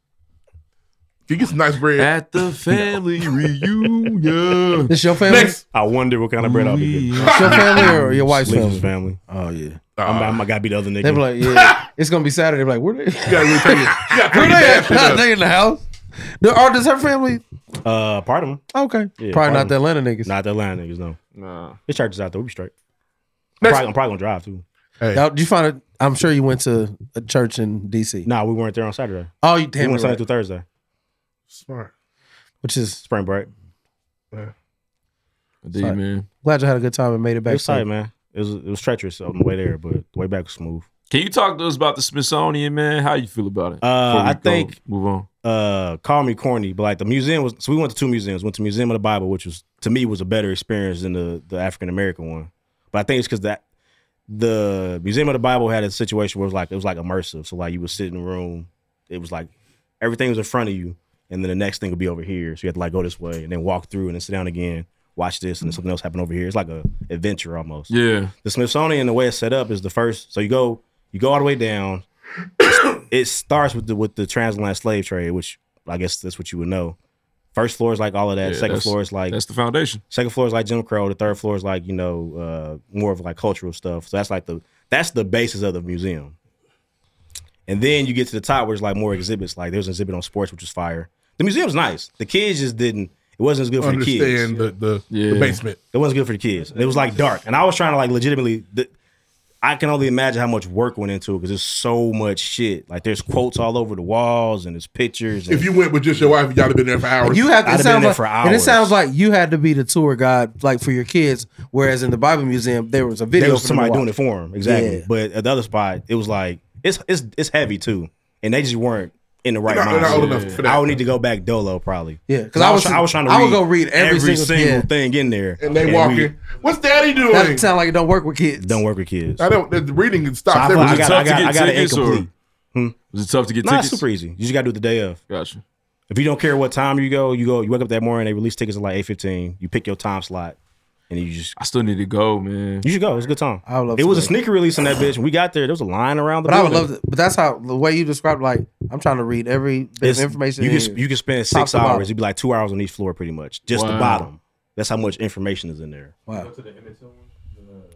S2: You get some nice bread
S1: at the family reunion.
S3: This your family? Next.
S4: I wonder what kind of bread I'll be getting.
S3: It's your family or your wife's
S4: Lisa's
S3: family?
S4: family.
S3: Oh yeah.
S4: I'm, I'm, I gotta be the other nigga.
S3: They be like, yeah, it's gonna be Saturday. Be like, where they?
S2: gotta really take it.
S3: where
S2: take
S3: they?
S2: it
S3: at?
S2: back to the-
S3: They in the house. Do- Or does her family?
S4: uh, part of them.
S3: Okay,
S4: Yeah, part
S3: probably
S4: of
S3: not the
S4: them.
S3: Atlanta niggas.
S4: Not the Atlanta niggas. No.
S1: Nah.
S4: His church is out there. We will be straight. I'm
S3: Next-
S4: probably, I'm probably gonna drive too.
S3: Now, did you find it? I'm sure you went to a church in DC.
S4: Nah, we weren't there on Saturday.
S3: Oh, you
S4: we
S3: damn right.
S4: went Sunday through Thursday,
S2: Smart.
S3: which is
S4: spring break.
S1: Indeed,
S3: Sorry.
S1: man.
S3: glad you had a good time and made it
S4: It
S3: back.
S4: was tight,
S3: safe.
S4: man. It was it was treacherous on the way there, but the way back was smooth.
S1: Can you talk to us about the Smithsonian, man? How you feel about it?
S4: Uh,
S1: Before we
S4: I
S1: go
S4: think
S1: move on.
S4: Uh, call me corny, but like the museum was. So we went to two museums. Went to Museum of the Bible, which was to me was a better experience than the the African American one. But I think it's because that the Museum of the Bible had a situation where it was like it was like immersive. So like you would sit in a room. It was like everything was in front of you, and then the next thing would be over here. So you had to like go this way and then walk through and then sit down again. Watch this and then something else happen over here. It's like a adventure almost.
S1: Yeah.
S4: The Smithsonian, the way it's set up, is the first. So you go, you go all the way down. it starts with the with the transatlantic slave trade, which I guess that's what you would know. First floor is like all of that.
S1: Yeah,
S4: Second
S1: that's-
S4: floor is like
S1: that's the foundation.
S4: Second floor is like Jim Crow. The third floor is like you know uh, more of like cultural stuff. So that's like the that's the basis of the museum. And then you get to the top where it's like more exhibits. Like there's an exhibit on sports, which was fire. The museum's nice. The kids just didn't. It wasn't as good for the kids.
S2: Understand the the, the basement.
S4: It wasn't good for the kids. It was like dark, and I was trying to like legitimately. The, I can only imagine how much work went into it because there's so much shit. Like there's quotes all over the walls and there's pictures. And
S2: If you went with just your wife, y'all have been there for hours.
S3: You have to.
S4: I'd
S3: It
S4: have been
S3: sounds
S4: there
S3: like,
S4: for
S3: And it
S4: hours.
S3: sounds like you had to be the tour guide, like for your kids. Whereas in the Bible Museum, there was a video.
S4: there was
S3: for them to
S4: somebody doing
S3: watch.
S4: it for them exactly.
S3: Yeah.
S4: But at the other spot, it was like it's it's it's heavy too, and they just weren't in the right
S2: They're not-
S4: mind.
S2: they're not old
S4: state.
S2: enough for that.
S4: I would need to go back dolo probably.
S3: Yeah,
S4: because I was I was trying to
S3: I
S4: read
S3: would go read every single- yeah.
S4: thing in there.
S2: And they walk
S4: we
S2: in. What's daddy doing?
S3: That sound like it don't work with kids.
S4: Don't work with kids.
S2: I don't. The reading can
S4: So I
S2: stop.
S4: feel
S2: there.
S4: like I got, I got, I got it
S1: tickets, or-
S4: incomplete.
S1: Was it tough to get
S4: Nah, it's
S1: tickets?
S4: super easy. You just got to do it the day of.
S1: Gotcha.
S4: If you don't care what time you go, you go. You wake up that morning. They release tickets at like eight fifteen. You pick your time slot, and you just.
S1: I still need to go, man.
S4: You should go. It's a good time.
S3: I would love
S4: It
S3: to
S4: was a
S3: go.
S4: sneaker release on that bitch. When we got there, there was a line around the.
S3: But I would
S4: building.
S3: love to. But that's how the way you described. Like I'm trying to read every bit
S4: It's-
S3: of information.
S4: You
S3: in
S4: can
S3: here.
S4: you can spend
S3: Top
S4: six
S3: to bottom.
S4: hours. It'd be like two hours on each floor, pretty much. Just the
S3: Wow.
S4: bottom. That's how much information is in there.
S3: Wow.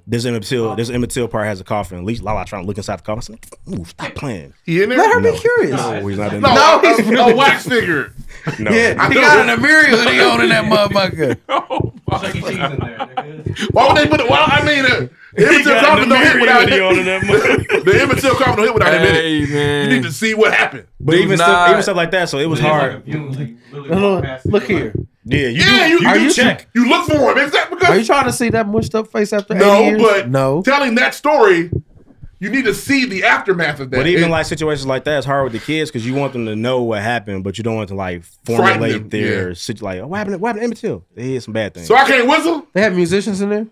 S4: There's Emmett Till. There's Emmett Till part has a coffin. At least Lala trying to look inside the coffin. I said, Ooh, stop playing.
S2: He in there?
S3: Let her be curious.
S4: No, he's not in
S2: No,
S4: there.
S2: no, he's a wax figure.
S4: No.
S3: Yeah,
S2: I
S3: he
S2: know.
S3: got an Amiri hoodie on in that motherfucker.
S2: Why would they put it? Well, I mean, uh, the Emmett Till
S4: got
S2: Coffin don't hit without
S4: him.
S2: the Emmett Till Coffin don't hit without him in it.
S1: Hey, man.
S2: You need to see what happened.
S4: But
S1: Do
S4: even
S1: not-
S4: stuff, even stuff like that. So it was hard.
S3: Look here.
S4: Yeah, you
S2: yeah,
S4: do,
S2: you,
S4: you
S2: you,
S4: do
S2: you
S4: check.
S2: check. You look for him. Is that because
S3: Are you trying to see that mushed up face after
S2: No,
S3: 80 years?
S2: but
S3: no.
S2: telling that story, you need to see the aftermath of that.
S4: But even
S2: It-
S4: like situations like that, it's hard with the kids because you want them to know what happened, but you don't want to like
S2: Frighten
S4: formulate
S2: them,
S4: their sit like, oh, what happened? What happened to Emmett Till? They did some bad things.
S2: so I can't whistle.
S3: They have musicians in there.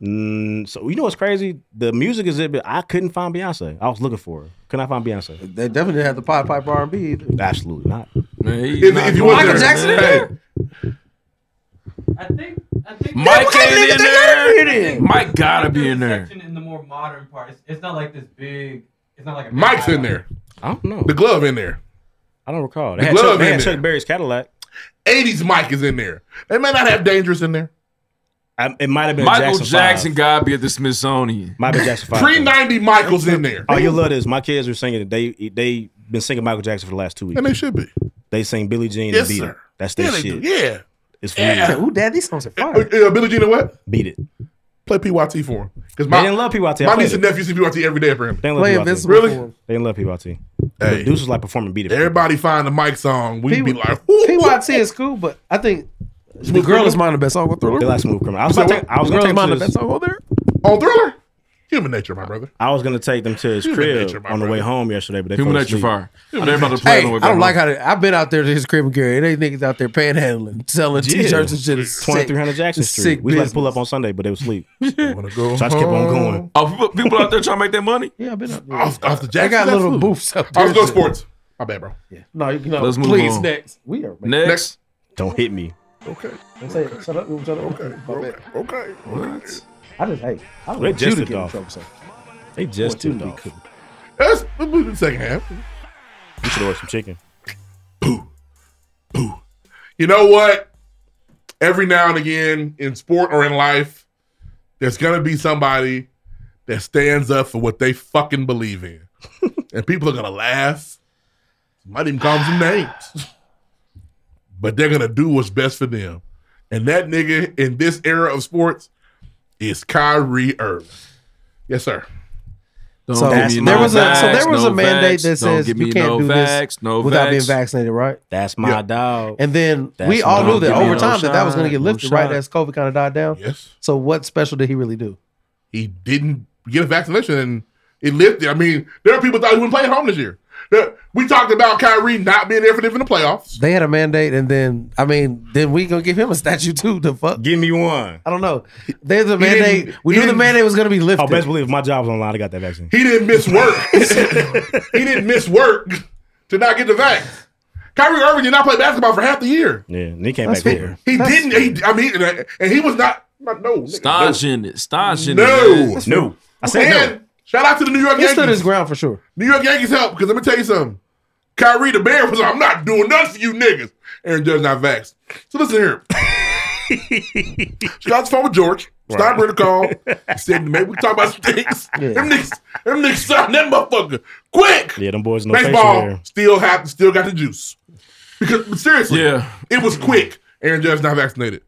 S4: Mm, so you know what's crazy? The music exhibit, I couldn't find Beyonce. I was looking for her. Couldn't I find Beyonce?
S3: They definitely didn't have the Pied Piper R&B. either.
S4: Absolutely not.
S1: Man, he
S2: If,
S1: not
S2: if you
S1: going
S2: was
S1: there,
S2: there,
S3: Jackson in
S1: man.
S3: there?
S1: Mike
S3: They
S1: ain't in
S3: gotta
S1: there.
S3: be in there.
S1: Mike gotta be in there.
S12: In the more modern part, it's, it's not like this big. It's not like a big
S2: Mike's in
S12: highlight.
S2: there.
S4: I don't know.
S2: The glove in there.
S4: I don't recall.
S2: The
S4: They had,
S2: glove
S4: Chuck, they
S2: in
S4: had
S2: there.
S4: Chuck Berry's Cadillac.
S2: 80s Mike is in there. They may not have dangerous in there.
S4: I, Um, it might have been a
S1: Michael
S4: Jackson.
S1: Jackson, gotta be at the Smithsonian.
S4: 5. Might have been Jackson Five.
S2: Pre 90 Michael's in there.
S4: Oh, you love this. My kids are singing. They they been singing Michael Jackson for the last two weeks.
S2: And they should be.
S4: They sing Billie Jean
S2: Yes,
S4: and Beat It.
S2: sir.
S4: That's
S2: Yeah,
S4: their
S2: they
S4: shit.
S2: do. Yeah.
S4: It's
S2: Yeah.
S4: weird.
S3: Ooh, dad, these songs are
S2: Uh,
S3: fire.
S2: uh, Billie Jean and what?
S4: Beat It.
S2: Play PYT for him. Because
S4: They
S2: my,
S4: didn't love PYT. I
S2: my
S4: played
S2: niece
S4: it.
S2: and nephew see PYT every day for him.
S4: They didn't
S3: Play
S4: love PYT.
S3: Invincible.
S2: Really?
S3: for 'em.
S4: They didn't love PYT.
S2: Hey.
S4: Hey. Deuce was like performing Beat It.
S2: Everybody find the Mike song. We be
S3: People-
S2: like,
S3: PYT is cool, but I think The Girl Is Mine the best song on Thriller.
S4: They like smooth criminal. I was
S2: So
S4: gonna
S2: what-
S4: take, I was
S3: The Girl Is
S4: gonna take
S3: Mine
S4: them
S3: the
S4: to
S3: best
S4: his,
S3: song on there.
S2: on Thriller? Human nature, my brother.
S4: I was gonna take them to his
S2: Human
S4: crib
S2: nature, my
S4: on the way
S2: brother.
S4: home yesterday, but they
S1: Human
S4: fell
S1: nature
S4: asleep.
S1: fire. I never about to play
S3: Hey,
S1: on the way
S3: I
S1: back
S3: don't like
S1: home.
S3: how they, I've been out there to his crib and carry. They niggas out there panhandling, selling
S4: Yeah.
S3: t-shirts and shit. It's
S4: Twenty three hundred
S3: sick.
S4: Jackson
S3: It's
S4: Street.
S3: Sick
S4: we was about to
S3: business.
S4: pull up on Sunday, but they was asleep. so
S2: Wanna go
S4: I just kept on
S2: home.
S4: going.
S1: Oh, people, people out there trying to make their money.
S3: Yeah, I've been out there.
S1: Oh,
S2: Off, off the
S3: I
S2: Jackson.
S3: got little
S2: absolutely.
S3: booths up
S2: I
S3: there.
S2: was going sports. My bad, bro.
S3: No, you no,
S1: Let's move
S3: please
S1: on.
S3: next. We are. man.
S1: Next.
S4: Don't hit me.
S2: Okay.
S3: Let's say, shut up, shut up. Okay.
S2: Okay. Okay.
S1: What?
S3: I just hate. I don't
S4: They
S3: want you
S4: just
S3: to
S4: a
S3: get in
S4: dog.
S3: trouble. So.
S4: They just
S3: you to
S4: tipped
S3: be
S4: off.
S3: cool.
S2: That's we'll do the second half.
S4: We should order some chicken.
S2: You know what? Every now and again in sport or in life, there's gonna be somebody that stands up for what they fucking believe in. and people are gonna laugh. Might even call them some names. But they're gonna do what's best for them. And that nigga in this era of sports is Kyrie Irving. Yes, sir.
S1: Don't
S3: So
S1: give me
S3: there
S1: no
S3: was a so there
S1: vax,
S3: was
S1: no
S3: a mandate
S1: vax.
S3: that
S1: Don't
S3: says
S1: give
S3: you
S1: me
S3: can't
S1: no
S3: do this
S1: vax, no
S3: without
S1: vax.
S3: being vaccinated, right?
S4: That's my dog.
S3: And then
S4: That's
S3: we all
S4: not
S3: knew that
S4: giving
S3: over
S4: no
S3: time that that was
S4: shot,
S3: going to get
S4: no
S3: lifted, right?
S4: shot.
S3: As COVID kind of died down.
S2: Yes.
S3: So what special did he really do?
S2: he didn't get a vaccination and it lifted. I mean, there are people thought he wouldn't play at home this year. There- We talked about Kyrie not being there for them in the playoffs.
S3: They had a mandate, and then I mean, then we gonna give him a statue too. The fuck?
S4: Give me one.
S3: I don't know. There's a
S2: didn't-
S3: mandate. We
S2: he
S3: knew the
S2: didn't-
S3: mandate was gonna be lifted.
S4: Oh, best believe my job's online. I got that vaccine.
S2: He didn't miss work. he didn't miss work to not get the vax. Kyrie Irving did not play basketball for half the year.
S4: Yeah, and he came
S3: That's
S4: back
S3: fair.
S4: here.
S2: He
S3: That's-
S2: didn't. He, I mean, and- and he was not. not- No, nigga,
S1: Staunch in it. Staunch in it. man.
S2: no, no.
S4: No, I said no.
S2: And shout out to the New York
S3: he stood
S2: Yankees.
S3: his ground for sure.
S2: New York Yankees help because let me tell you something. Kyrie the Bear was like, I'm not doing nothing for you niggas. Aaron Judge not vaxxed. So listen here. she got the phone with George. Steinbrenner called. Said, man, we talk about sticks. Them niggas, them niggas signed that motherfucker. Quick.
S4: Yeah, them boys no
S2: Baseball
S4: sanctuary.
S2: still have still got the juice. Because but seriously,
S1: Yeah.
S2: it was quick. Aaron Judge not vaccinated.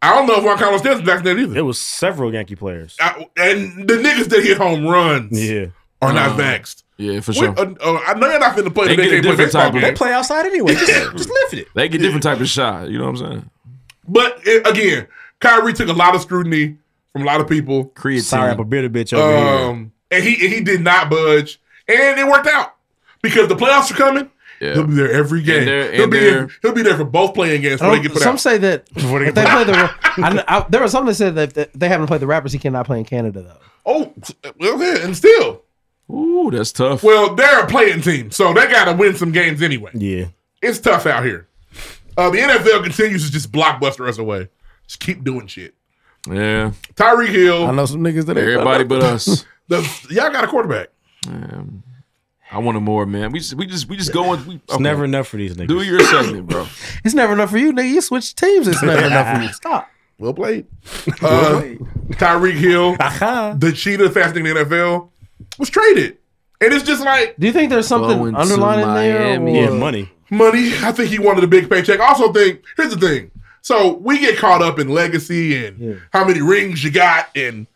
S2: I don't know if Juan Carlos Stanton's vaccinated either.
S4: It was several Yankee players.
S2: I- and the niggas that hit home runs
S4: Yeah, Uh-huh.
S2: are not vaxxed.
S1: Yeah, for
S2: We-
S1: sure.
S2: uh, uh, I know you're not finna play.
S1: They
S2: They, they
S1: get a
S2: can't play
S1: different
S2: baseball
S1: type of-
S2: games.
S4: play outside anyway. Just, just lift it.
S1: They get different type of shot. You know what I'm saying?
S2: But uh, again, Kyrie took a lot of scrutiny from a lot of people,
S1: Creatine.
S4: Sorry, I'm a bitter bitch
S1: Oh,
S4: over here.
S2: um, and he and he did not budge, and it worked out because the playoffs are coming, He'll be there every
S1: And
S2: game.
S1: they're-
S2: he'll
S1: and
S2: be
S1: they're-
S2: there. He'll be there for both playing games. When
S3: I
S2: they
S3: don't-
S2: get put
S3: Oh, some
S2: out.
S3: say that
S2: Before they
S3: if
S2: get
S3: they
S2: put
S3: play
S2: out.
S3: the I, I, there was something that said that, that they haven't played the rappers. He cannot play in Canada though.
S2: Oh, well, yeah, and still.
S1: Ooh, that's tough.
S2: Well, they're a playing team, so they got to win some games anyway.
S4: Yeah.
S2: It's tough out here. Uh, the NFL continues to just blockbuster us away. Just keep doing shit.
S1: Yeah.
S2: Tyreek Hill.
S1: I know some niggas that ain't Everybody but us.
S2: The, y'all got a quarterback.
S1: Man, I wanted more, man. We just, we just, we just go in. We,
S4: It's never enough for these niggas.
S1: Do your segment, bro.
S3: It's never enough for you, nigga. You switch teams. It's never enough for you. Stop.
S2: Well played. Uh, Tyreek Hill, the cheetah fast nigga in the NFL, was traded. And it's just like.
S3: Do you think there's something
S2: Going to
S3: underlying in there?
S2: Miami. Yeah,
S4: money.
S2: Money. I think he wanted a big paycheck. I also think, here's the thing. So we get caught up in legacy and how many rings you got. And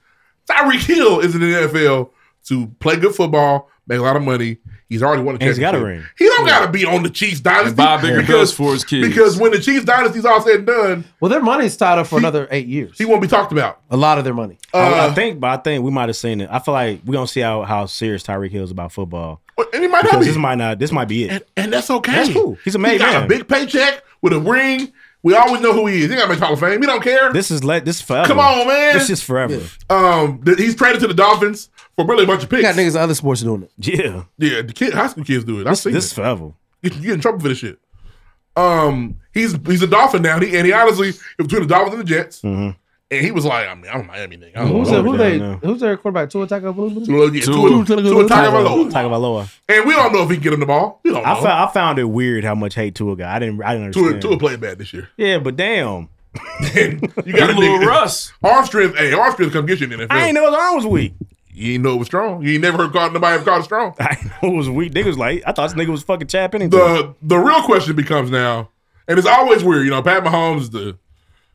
S2: Tyreek Hill is in the NFL to play good football, make a lot of money. He's already won a
S4: And he's got a
S2: championship.
S4: ring.
S2: He don't gotta be on the Chiefs dynasty.
S1: buy bigger
S2: because-
S1: bills for his kids.
S2: Because when the Chiefs dynasty's all said and done,
S3: Well, their money's tied up for another eight years. He
S2: won't be talked about.
S3: A lot of their money.
S4: I, I think, but I think we might have seen it. I feel like we don't see how, how serious Tyreek Hill is about football.
S2: and he might not
S4: Because
S2: be.
S4: This might not. This might be it.
S2: and that's okay.
S4: That's cool. He's a made
S2: He got
S4: man.
S2: a big paycheck with a ring. We always know who he is. He got to make Hall of Fame. He don't care.
S4: This is let. This is forever.
S2: Come on, man.
S4: This is forever.
S2: Um, th- he's traded to the Dolphins for really a bunch of picks.
S3: got niggas in other sports doing it.
S4: Yeah,
S2: yeah. The kid, high school kids do it. I've seen
S4: this
S2: it.
S4: is forever.
S2: You, you get in trouble for this shit. Um, he's he's a Dolphin now. He and he honestly between the Dolphins and the Jets,
S4: Mm-hmm.
S2: and he was like, I mean, I'm a Miami nigga. I don't
S3: Who's
S2: know.
S3: their, who
S2: Yeah, I
S3: they?
S2: know.
S3: Who's their quarterback? Tua Tagovailoa.
S2: Tua, yeah, Tua- Tua Tagovailoa.
S4: Tagovailoa.
S2: And we don't know if he can get him the ball. We don't know.
S4: I found, I found it weird how much hate Tua got. I didn't. I didn't
S2: Tua,
S4: understand.
S2: Tua played bad this year.
S4: Yeah, but damn,
S2: You got a
S1: little
S2: nigga-
S1: Russ.
S2: Arm strength. Hey, arm strength come get you in the NFL.
S4: I ain't know his arm was weak.
S2: You ain't know it was strong. You ain't never heard called nobody ever called it strong.
S4: I ain't know it was weak. Niggas was like, I thought this nigga was fucking Chap Pennington.
S2: The the real question becomes now, and it's always weird. You know, Pat Mahomes is the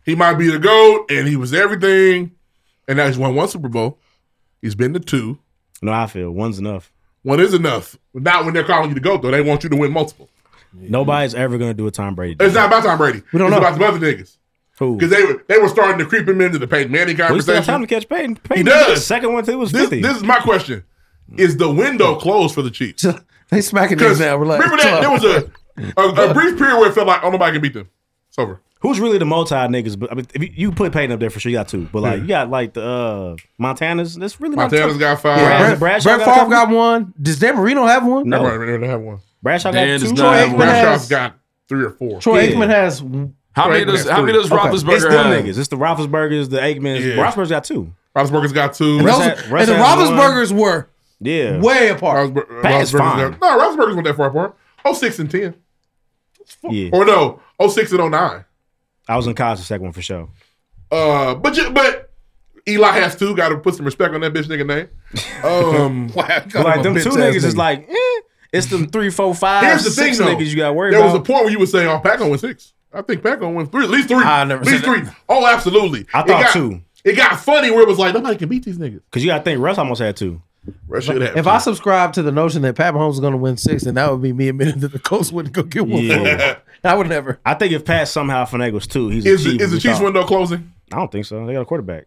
S2: he might be the goat, and he was everything, and now he's won one Super Bowl. He's been to two.
S4: no, I feel one's enough.
S2: One is enough. Not when they're calling you the goat though. They want you to win multiple.
S4: Nobody's ever gonna do a Tom Brady.
S2: It's not about Tom Brady.
S4: We don't
S2: it's
S4: know.
S2: about the other niggas.
S4: Who?
S2: Because they were they were starting to creep him into the Peyton Manning
S4: We still have time
S2: conversation.
S4: to catch Peyton. Peyton
S2: He
S4: did the
S2: does.
S4: Second one too was
S2: This,
S4: fifty.
S2: this is my question: Is the window closed for the Chiefs?
S3: They smacking
S2: Because
S3: niggas now. We're like,
S2: remember that there was a, a a brief period where it felt like oh nobody can beat them. It's over.
S4: Who's really the multi niggas? But I mean, if you, you put Peyton up there for sure, you got two. But like,
S2: Yeah.
S4: you got like the uh, Montana's. That's really not
S2: Montana's
S4: two.
S2: got five.
S4: Brad,
S3: Brett
S4: Bradshaw
S3: Favre
S4: got, a
S3: got,
S4: couple?
S3: one. Does Dan Marino have one?
S4: No.
S2: Everybody really have one.
S4: Bradshaw got
S1: Dan is
S4: two.
S1: not- Troy Aikman
S2: Bradshaw's
S1: has-
S2: got three or four.
S3: Troy
S4: Yeah.
S3: Aikman has.
S1: How many
S2: Aikman
S1: does
S2: has
S1: How many
S2: three.
S1: does
S2: Okay.
S1: Roethlisberger
S4: It's them
S1: have?
S4: niggas. It's the Roethlisbergers, the Aikmans.
S2: Yeah.
S4: Roethlisberger's got two.
S2: Roethlisberger's got two.
S3: And,
S4: Russ
S3: those,
S4: had- Russ
S3: and the
S4: has one.
S3: Roethlisbergers were
S4: Yeah.
S3: way apart.
S2: Roethlisberger-
S4: Pat
S2: Roethlisberger's
S4: is fine.
S2: got- no, Roethlisberger's not that far apart. Oh six and ten,
S4: Yeah.
S2: or no, oh six and oh nine.
S4: I was in college the second one for sure.
S2: Uh, but you, but Eli has two. Got to put some respect on that bitch nigga name. Um,
S4: But like them two niggas is like, eh, it's them three, four, five,
S2: Here's the
S4: six
S2: thing, though.
S4: niggas you got to worry
S2: there
S4: about.
S2: was a point where you would say, "Oh, Pack on win six. I think Pack on win three, at least three,
S4: I never
S2: at least
S4: said
S2: three. Oh, absolutely.
S4: I
S2: It
S4: thought
S2: got-
S4: two.
S2: It got funny where it was like nobody can beat these niggas.
S4: Because you got to think Russ almost had two.
S2: Russ should have.
S3: If I subscribe to the notion that Pat Mahomes is going to win six, then that would be me admitting that the Colts wouldn't go get one.
S4: Yeah.
S3: I would never.
S4: I think if Pat somehow finagles two, he's
S2: is the,
S4: achieved
S2: is the
S4: what we
S2: Chiefs
S4: thought.
S2: window closing?
S4: I don't think so. They got a quarterback.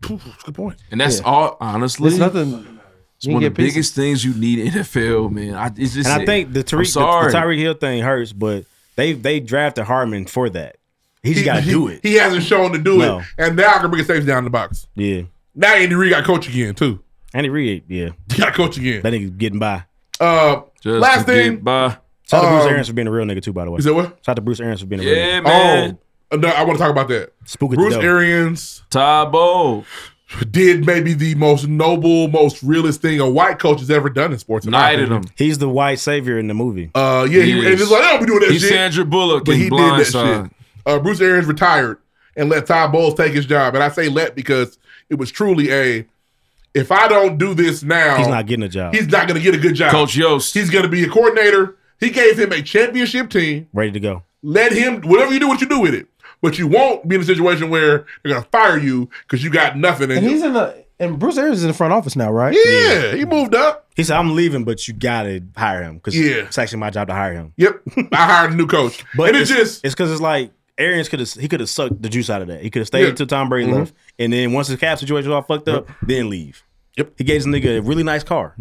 S2: Good point.
S1: And that's
S4: Yeah.
S1: all. Honestly,
S4: There's
S3: nothing.
S1: It's
S4: you
S1: one of
S4: get
S1: the
S4: pieces.
S1: biggest things you need in NFL, man. I, it's just,
S4: and I think the
S1: I'm
S4: Tariq
S1: sorry.
S4: the, the Tyreek Hill thing hurts, but they they drafted Harmon for that. He just got to do it.
S2: He hasn't shown to do
S4: No.
S2: it, and now I can bring a safety down in the box.
S4: Yeah.
S2: Now Andy Reid got coach again too.
S4: Andy Reid, yeah.
S2: He got coach again.
S4: That nigga getting by.
S2: Uh, last thing,
S1: Bye.
S4: Shout out to Bruce
S2: Um,
S4: Arians for being a real nigga too, by the way.
S2: you said what?
S4: Shout out to Bruce Arians for being a real
S1: Yeah,
S4: nigga.
S1: man.
S2: Oh, no, I want to talk about that.
S4: Spook at the
S2: Bruce
S4: dough.
S2: Arians
S1: Tybo.
S2: did maybe the most noble, most realest thing a white coach has ever done in sports. in my
S1: Knighted
S2: opinion.
S1: him.
S4: He's the white savior in the movie.
S2: Uh, yeah, he,
S1: He
S2: and
S1: is.
S2: it's like, I don't be doing that
S1: He's
S2: shit.
S1: Sandra Bullock
S2: but
S1: in
S2: he did that
S1: Blindside.
S2: shit. Uh, Bruce Arians retired and let Ty Bowles take his job. And I say let because it was truly a, if I don't do this now,
S4: He's not getting a job.
S2: he's not going to get a good job.
S1: Coach Yost.
S2: He's going to be a coordinator. He gave him a championship team.
S4: Ready to go.
S2: Let him, whatever you do, what you do with it. But you won't be in a situation where they're going to fire you because you got nothing. in
S3: And
S2: you.
S3: he's in the and Bruce Arians is in the front office now, right?
S2: yeah, he moved up.
S4: He said, "I'm leaving, but you gotta hire him because
S2: Yeah.
S4: it's actually my job to hire him."
S2: Yep, I hired a new coach.
S4: But
S2: and
S4: it's
S2: it's just,
S4: it's because it's like Arians could have he could have sucked the juice out of that. He could have stayed
S2: Yeah.
S4: until Tom Brady
S3: Mm-hmm.
S2: Mhm.
S4: left, and then once his cap situation was all fucked up, then leave.
S2: Yep,
S3: Mm-hmm.
S4: he gave his nigga a really nice car.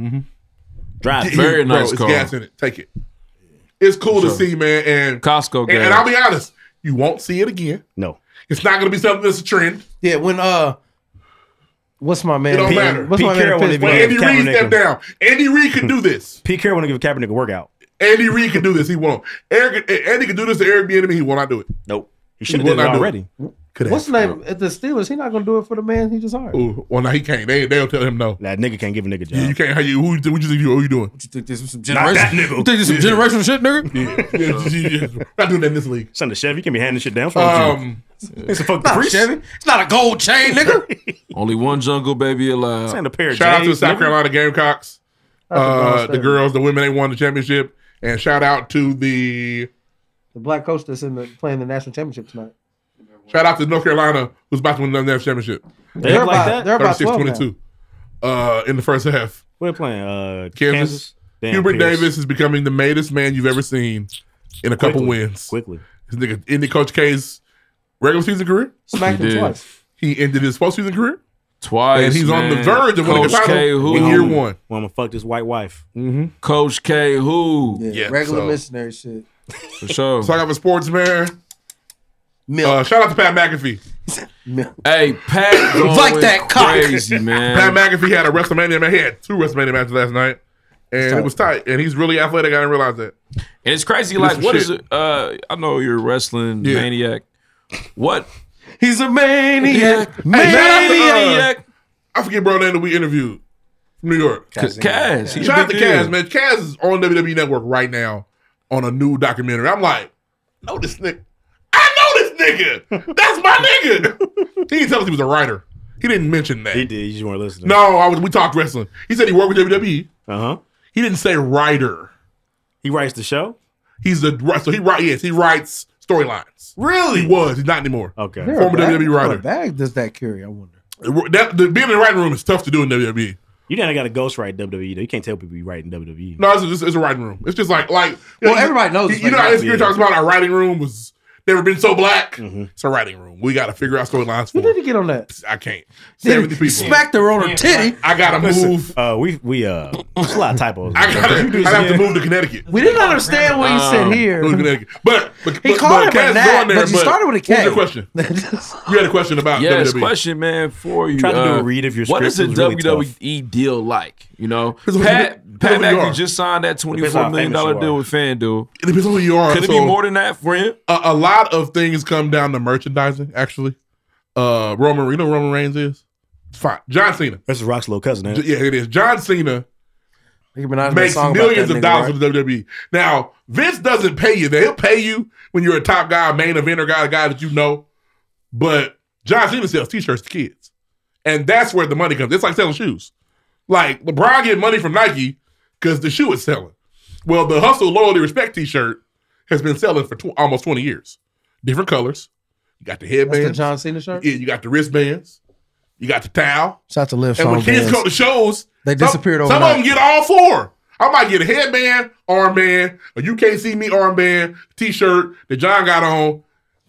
S4: Drive it.
S1: Very nice
S2: it's
S1: call.
S2: gas in it. Take it. it's cool to see, man. And
S1: Costco,
S2: and, and I'll be honest, you won't see it again.
S4: No,
S2: it's not going to be something that's a trend.
S3: Yeah, when uh, what's my man?
S2: it don't
S3: Pete-
S2: matter.
S3: What's my man? in
S2: when
S3: Pittsburgh?
S2: Andy Reid stepped down, Andy Reid can do this.
S4: Pete Carroll want to give Kaepernick a workout.
S2: Andy Reid can do this. He won't. Eric, Andy can do this to Eric Bieniemy. He will not do it.
S4: Nope. He
S3: shoulda
S2: will
S3: did it
S2: not do
S3: already. What's the name at the Steelers? He not gonna do it for the man he just hired.
S2: Ooh, well, now Oh, he can't. They they'll tell him no.
S4: That nigga can't give a nigga job.
S2: You, you can't. How you? Who, you- what you think you? Who you doing? What
S3: you think
S2: this is some
S4: Not that nigga.
S3: shit, nigga?
S2: Not doing that in this league.
S4: Son of Chevy, you can be handing shit down.
S2: Um,
S4: it's a fuck
S3: Not
S4: Caprice.
S3: Chevy. It's not a gold chain, nigga.
S1: Only one jungle baby allowed.
S4: Send a pair of
S2: Shout out to the
S4: J's,
S2: South
S4: nigga.
S2: Carolina Gamecocks.
S4: That's a
S2: Uh,
S4: ball
S2: the
S4: state.
S2: girls, the women, they won the championship. And shout out to the
S3: The black coach that's in the playing the national championship tonight.
S2: shout out to North Carolina who's about to win the national championship.
S3: They They're look like about- that? they're about 12 now.
S2: 22 uh, in the first half.
S4: We're playing uh,
S2: Kansas.
S4: Kansas. Damn,
S2: Hubert
S4: Pierce.
S2: Davis is becoming the maddest man you've ever seen in a couple
S4: Quickly.
S2: wins.
S4: Quickly.
S2: This nigga ended Coach K's regular season career.
S3: Smacked He him did. twice.
S2: He ended his postseason career.
S1: Twice,
S2: And he's on the
S1: man.
S2: verge of winning a
S1: Coach
S2: title
S1: K, who?
S2: in year one.
S4: Well, I'm gonna fuck this white wife.
S1: Coach K, who?
S2: Yeah,
S3: Regular
S2: so-
S3: missionary shit.
S1: For sure.
S2: So I got a sports man. Uh, shout out to Pat McAfee.
S1: Hey, Pat, going crazy, man.
S2: Pat McAfee had a WrestleMania match. He had two WrestleMania matches last night, and it was tight. And he's really athletic. I didn't realize that.
S1: And it's crazy.
S2: This
S1: Like,
S2: is
S1: what
S2: shit.
S1: is it? Uh, I know you're a wrestling
S2: Yeah.
S1: maniac. What?
S3: He's a maniac.
S2: Hey, shout out to, uh,
S1: Maniac.
S2: I forget bro name that we interviewed from New York.
S1: Kaz. Kaz, he's a
S2: Shout out to
S1: big
S2: Kaz,
S1: deal.
S2: man. Kaz is on WWE Network right now on a new documentary. I'm like, know this nigga. I know this nigga. That's my nigga. he didn't tell us he was a writer. He didn't mention that.
S4: He did. You just weren't listening.
S2: No, I was. We talked wrestling. He said he worked with E. WWE.
S4: Uh huh.
S2: He didn't say writer.
S4: He writes the show.
S2: He's the wri- so he writes. Yes, he writes storylines.
S4: Really?
S2: He was. He's not anymore.
S4: Okay.
S3: They're a
S2: Former
S3: bag-
S2: WWE
S3: what a
S2: writer.
S3: bag does that carry? I wonder.
S2: That, the, being in the writing room is tough to do in E. WWE.
S4: You done got a ghostwrite WWE E, though. You can't tell people you write in E. WWE.
S2: No, it's just it's a writing room. It's just like like
S4: Well, everybody knows it's
S2: You, you know,
S4: like
S2: how
S4: that.
S2: Insecure talks about our writing room was never been so black.
S3: Mm-hmm.
S2: It's a writing room. We got to figure out storylines. Who
S3: did he get on that?
S2: I can't. Seventy people
S3: Smacked her on her titty.
S2: I gotta
S4: Listen,
S2: move.
S4: Uh, we we uh, it's a lot of typos.
S2: I gotta. I have to move to Connecticut.
S3: We didn't understand what he said
S2: Um,
S3: here.
S2: move to Connecticut. But, but
S3: He
S2: but, but
S3: called him a
S2: Kaz is
S3: nat,
S2: on there,
S3: but you started with a K.
S2: What was your question? you had a question about
S1: Yes,
S2: WWE.
S1: question, man, for you.
S2: E. Try to do a
S1: Uh,
S2: read of your
S1: What is a
S2: script. It was really
S1: WWE deal like? You know,
S2: Depends on who you-
S1: Pat Pat
S2: depends on who you
S1: McAfee
S2: are.
S1: just signed that twenty
S2: Depends on
S1: four
S2: how
S1: million
S2: famous you
S1: dollar
S2: are.
S1: deal with FanDuel.
S2: It depends on who you are.
S1: Could it be more than that for him?
S2: A, a lot of things come down to merchandising, actually. Uh, Roman, you know who Roman Reigns is? It's fine. John Cena.
S4: That's Rock's little cousin. ain't
S2: J-
S4: it?
S2: Yeah, it is. John Cena
S3: He been out of that
S2: makes
S3: song about
S2: millions
S3: that
S2: of
S3: nigga,
S2: dollars
S3: right?
S2: with the WWE. Now, Vince doesn't pay you. They'll pay you when you're a top guy, main eventer guy, a guy that you know. But John Cena sells t-shirts to kids. And that's where the money comes. It's like selling shoes. Like LeBron getting money from Nike because the shoe is selling. Well, the Hustle Loyalty Respect t-shirt has been selling for tw- almost 20 years. Different colors. You got the
S3: That's the
S2: headbands.
S3: John Cena shirt.
S2: yeah, you got the wristbands. You got the towel.
S3: Shout out to Liv
S2: And when
S3: Sean
S2: kids
S3: Vance.
S2: go to shows,
S3: They disappeared
S2: Some, some of them
S3: overnight.
S2: get all four. I might get a headband, armband, a you can't see me armband, t-shirt that John got on.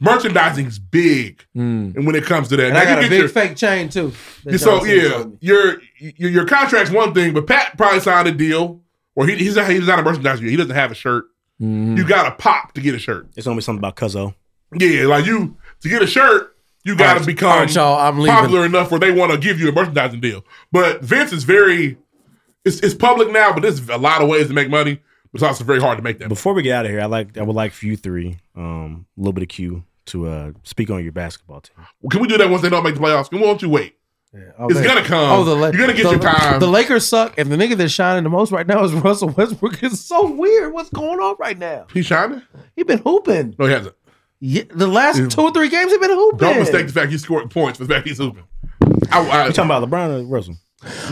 S2: Merchandising's big, and when it comes to that,
S3: Mm. And
S2: Now,
S3: I
S2: you
S3: got a
S2: get
S3: big
S2: your-
S3: fake chain too. that
S2: so
S3: John Cena
S2: yeah,
S3: sold me.
S2: your, your your contract's one thing, but Pat probably signed a deal where he, he's not, he's not a merchandiser. He doesn't have a shirt.
S3: Mm-hmm.
S2: You got to pop to get a shirt.
S4: It's gonna be something about Cuzzo.
S2: Yeah, like you to get a shirt, you got to become
S3: all right, y'all, I'm leaving.
S2: popular enough where they want to give you a merchandising deal. But Vince is very, it's, it's public now, but there's a lot of ways to make money. But it's also very hard to make that.
S4: Before we get out of here, I like I would like for you three, um, a little bit of cue to uh speak on your basketball team.
S2: Well, Can we do that once they don't make the playoffs? Can, why don't you wait?
S3: Oh,
S2: it's
S3: man.
S2: gonna come.
S3: Oh, the La-
S2: You're gonna get
S3: the-
S2: your time.
S3: The Lakers suck, and the nigga that's shining the most right now is Russell Westbrook. It's so weird. What's going on right now?
S2: He's shining.
S3: He been hooping.
S2: No, he hasn't.
S3: Yeah, the last
S2: Yeah.
S3: two or three games he been hooping.
S2: Don't mistake the fact he scored points for the fact he's hooping. I, I,
S4: You talking about LeBron or Russell?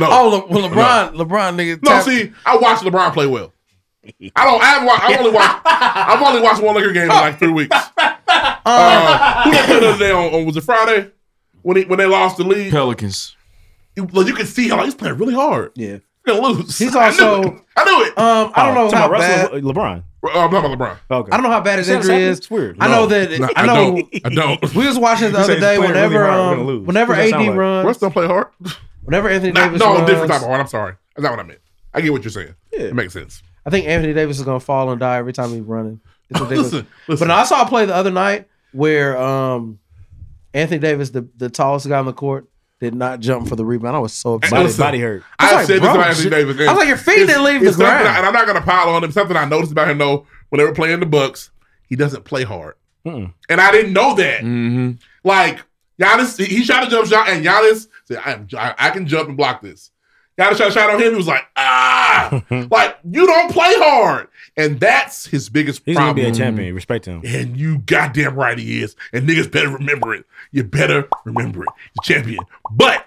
S2: no.
S3: Oh, Le- well, LeBron, LeBron, nigga.
S2: No,
S3: tap-
S2: see, I watched LeBron play well. I don't. I haven't. Watched, I've only watched. I've only watched one Laker game in like three weeks. Uh, who they played the other day on, on- was it Friday when he, when they lost the league?
S1: Pelicans.
S2: You, like, you can see how he's playing really hard.
S3: Yeah,
S2: gonna lose.
S3: He's
S2: I knew
S3: also-
S2: it. I knew it.
S3: Um, I don't
S2: Oh,
S3: know
S4: Talking
S3: how
S4: about
S3: bad.
S4: Russell or LeBron.
S2: Uh, I'm talking about LeBron.
S4: Okay.
S3: I don't know how bad his
S4: See how this
S3: injury
S4: happens?
S3: is.
S4: It's weird.
S3: I know
S2: No,
S3: that.
S2: no,
S3: I know.
S2: I don't.
S3: We was watching the
S2: You say
S3: other
S2: he's
S3: day.
S2: playing really
S3: Whenever,
S2: hard, we're gonna
S3: um,
S2: lose.
S3: whenever
S2: Who's that
S3: AD
S2: sound like?
S3: runs,
S2: Russ don't play hard.
S3: whenever Anthony
S2: Not,
S3: Davis
S2: no,
S3: runs,
S2: different type of hard. I'm sorry. That's not what I meant. I get what you're saying. It makes sense.
S3: I I think Anthony Davis is gonna fall and die every time he's running. It's ridiculous.
S2: Listen, listen.
S3: But I saw a play the other night where um, Anthony Davis, the, the tallest guy on the court, did not jump for the rebound. I was so
S2: And
S3: excited.
S2: listen,
S3: I was
S2: I've
S3: like,
S2: said this
S3: bro,
S2: about Anthony
S3: shit.
S2: Davis.
S3: I was like, your feet didn't leave the ground.
S2: And I'm not going to pile on him. Something I noticed about him, though, when they were playing the Bucks, he doesn't play hard. And I didn't know that.
S1: Mm-hmm.
S2: Like, Giannis, he- he shot a jump shot, and Giannis said, I, am- I, I can jump and block this. Giannis shot a shot on him. He was like, ah! like, you don't play hard. And that's his biggest
S4: He's
S2: problem.
S4: an NBA champion. Respect him.
S2: And you goddamn right he is. And niggas better remember it. You better remember it. You're champion. But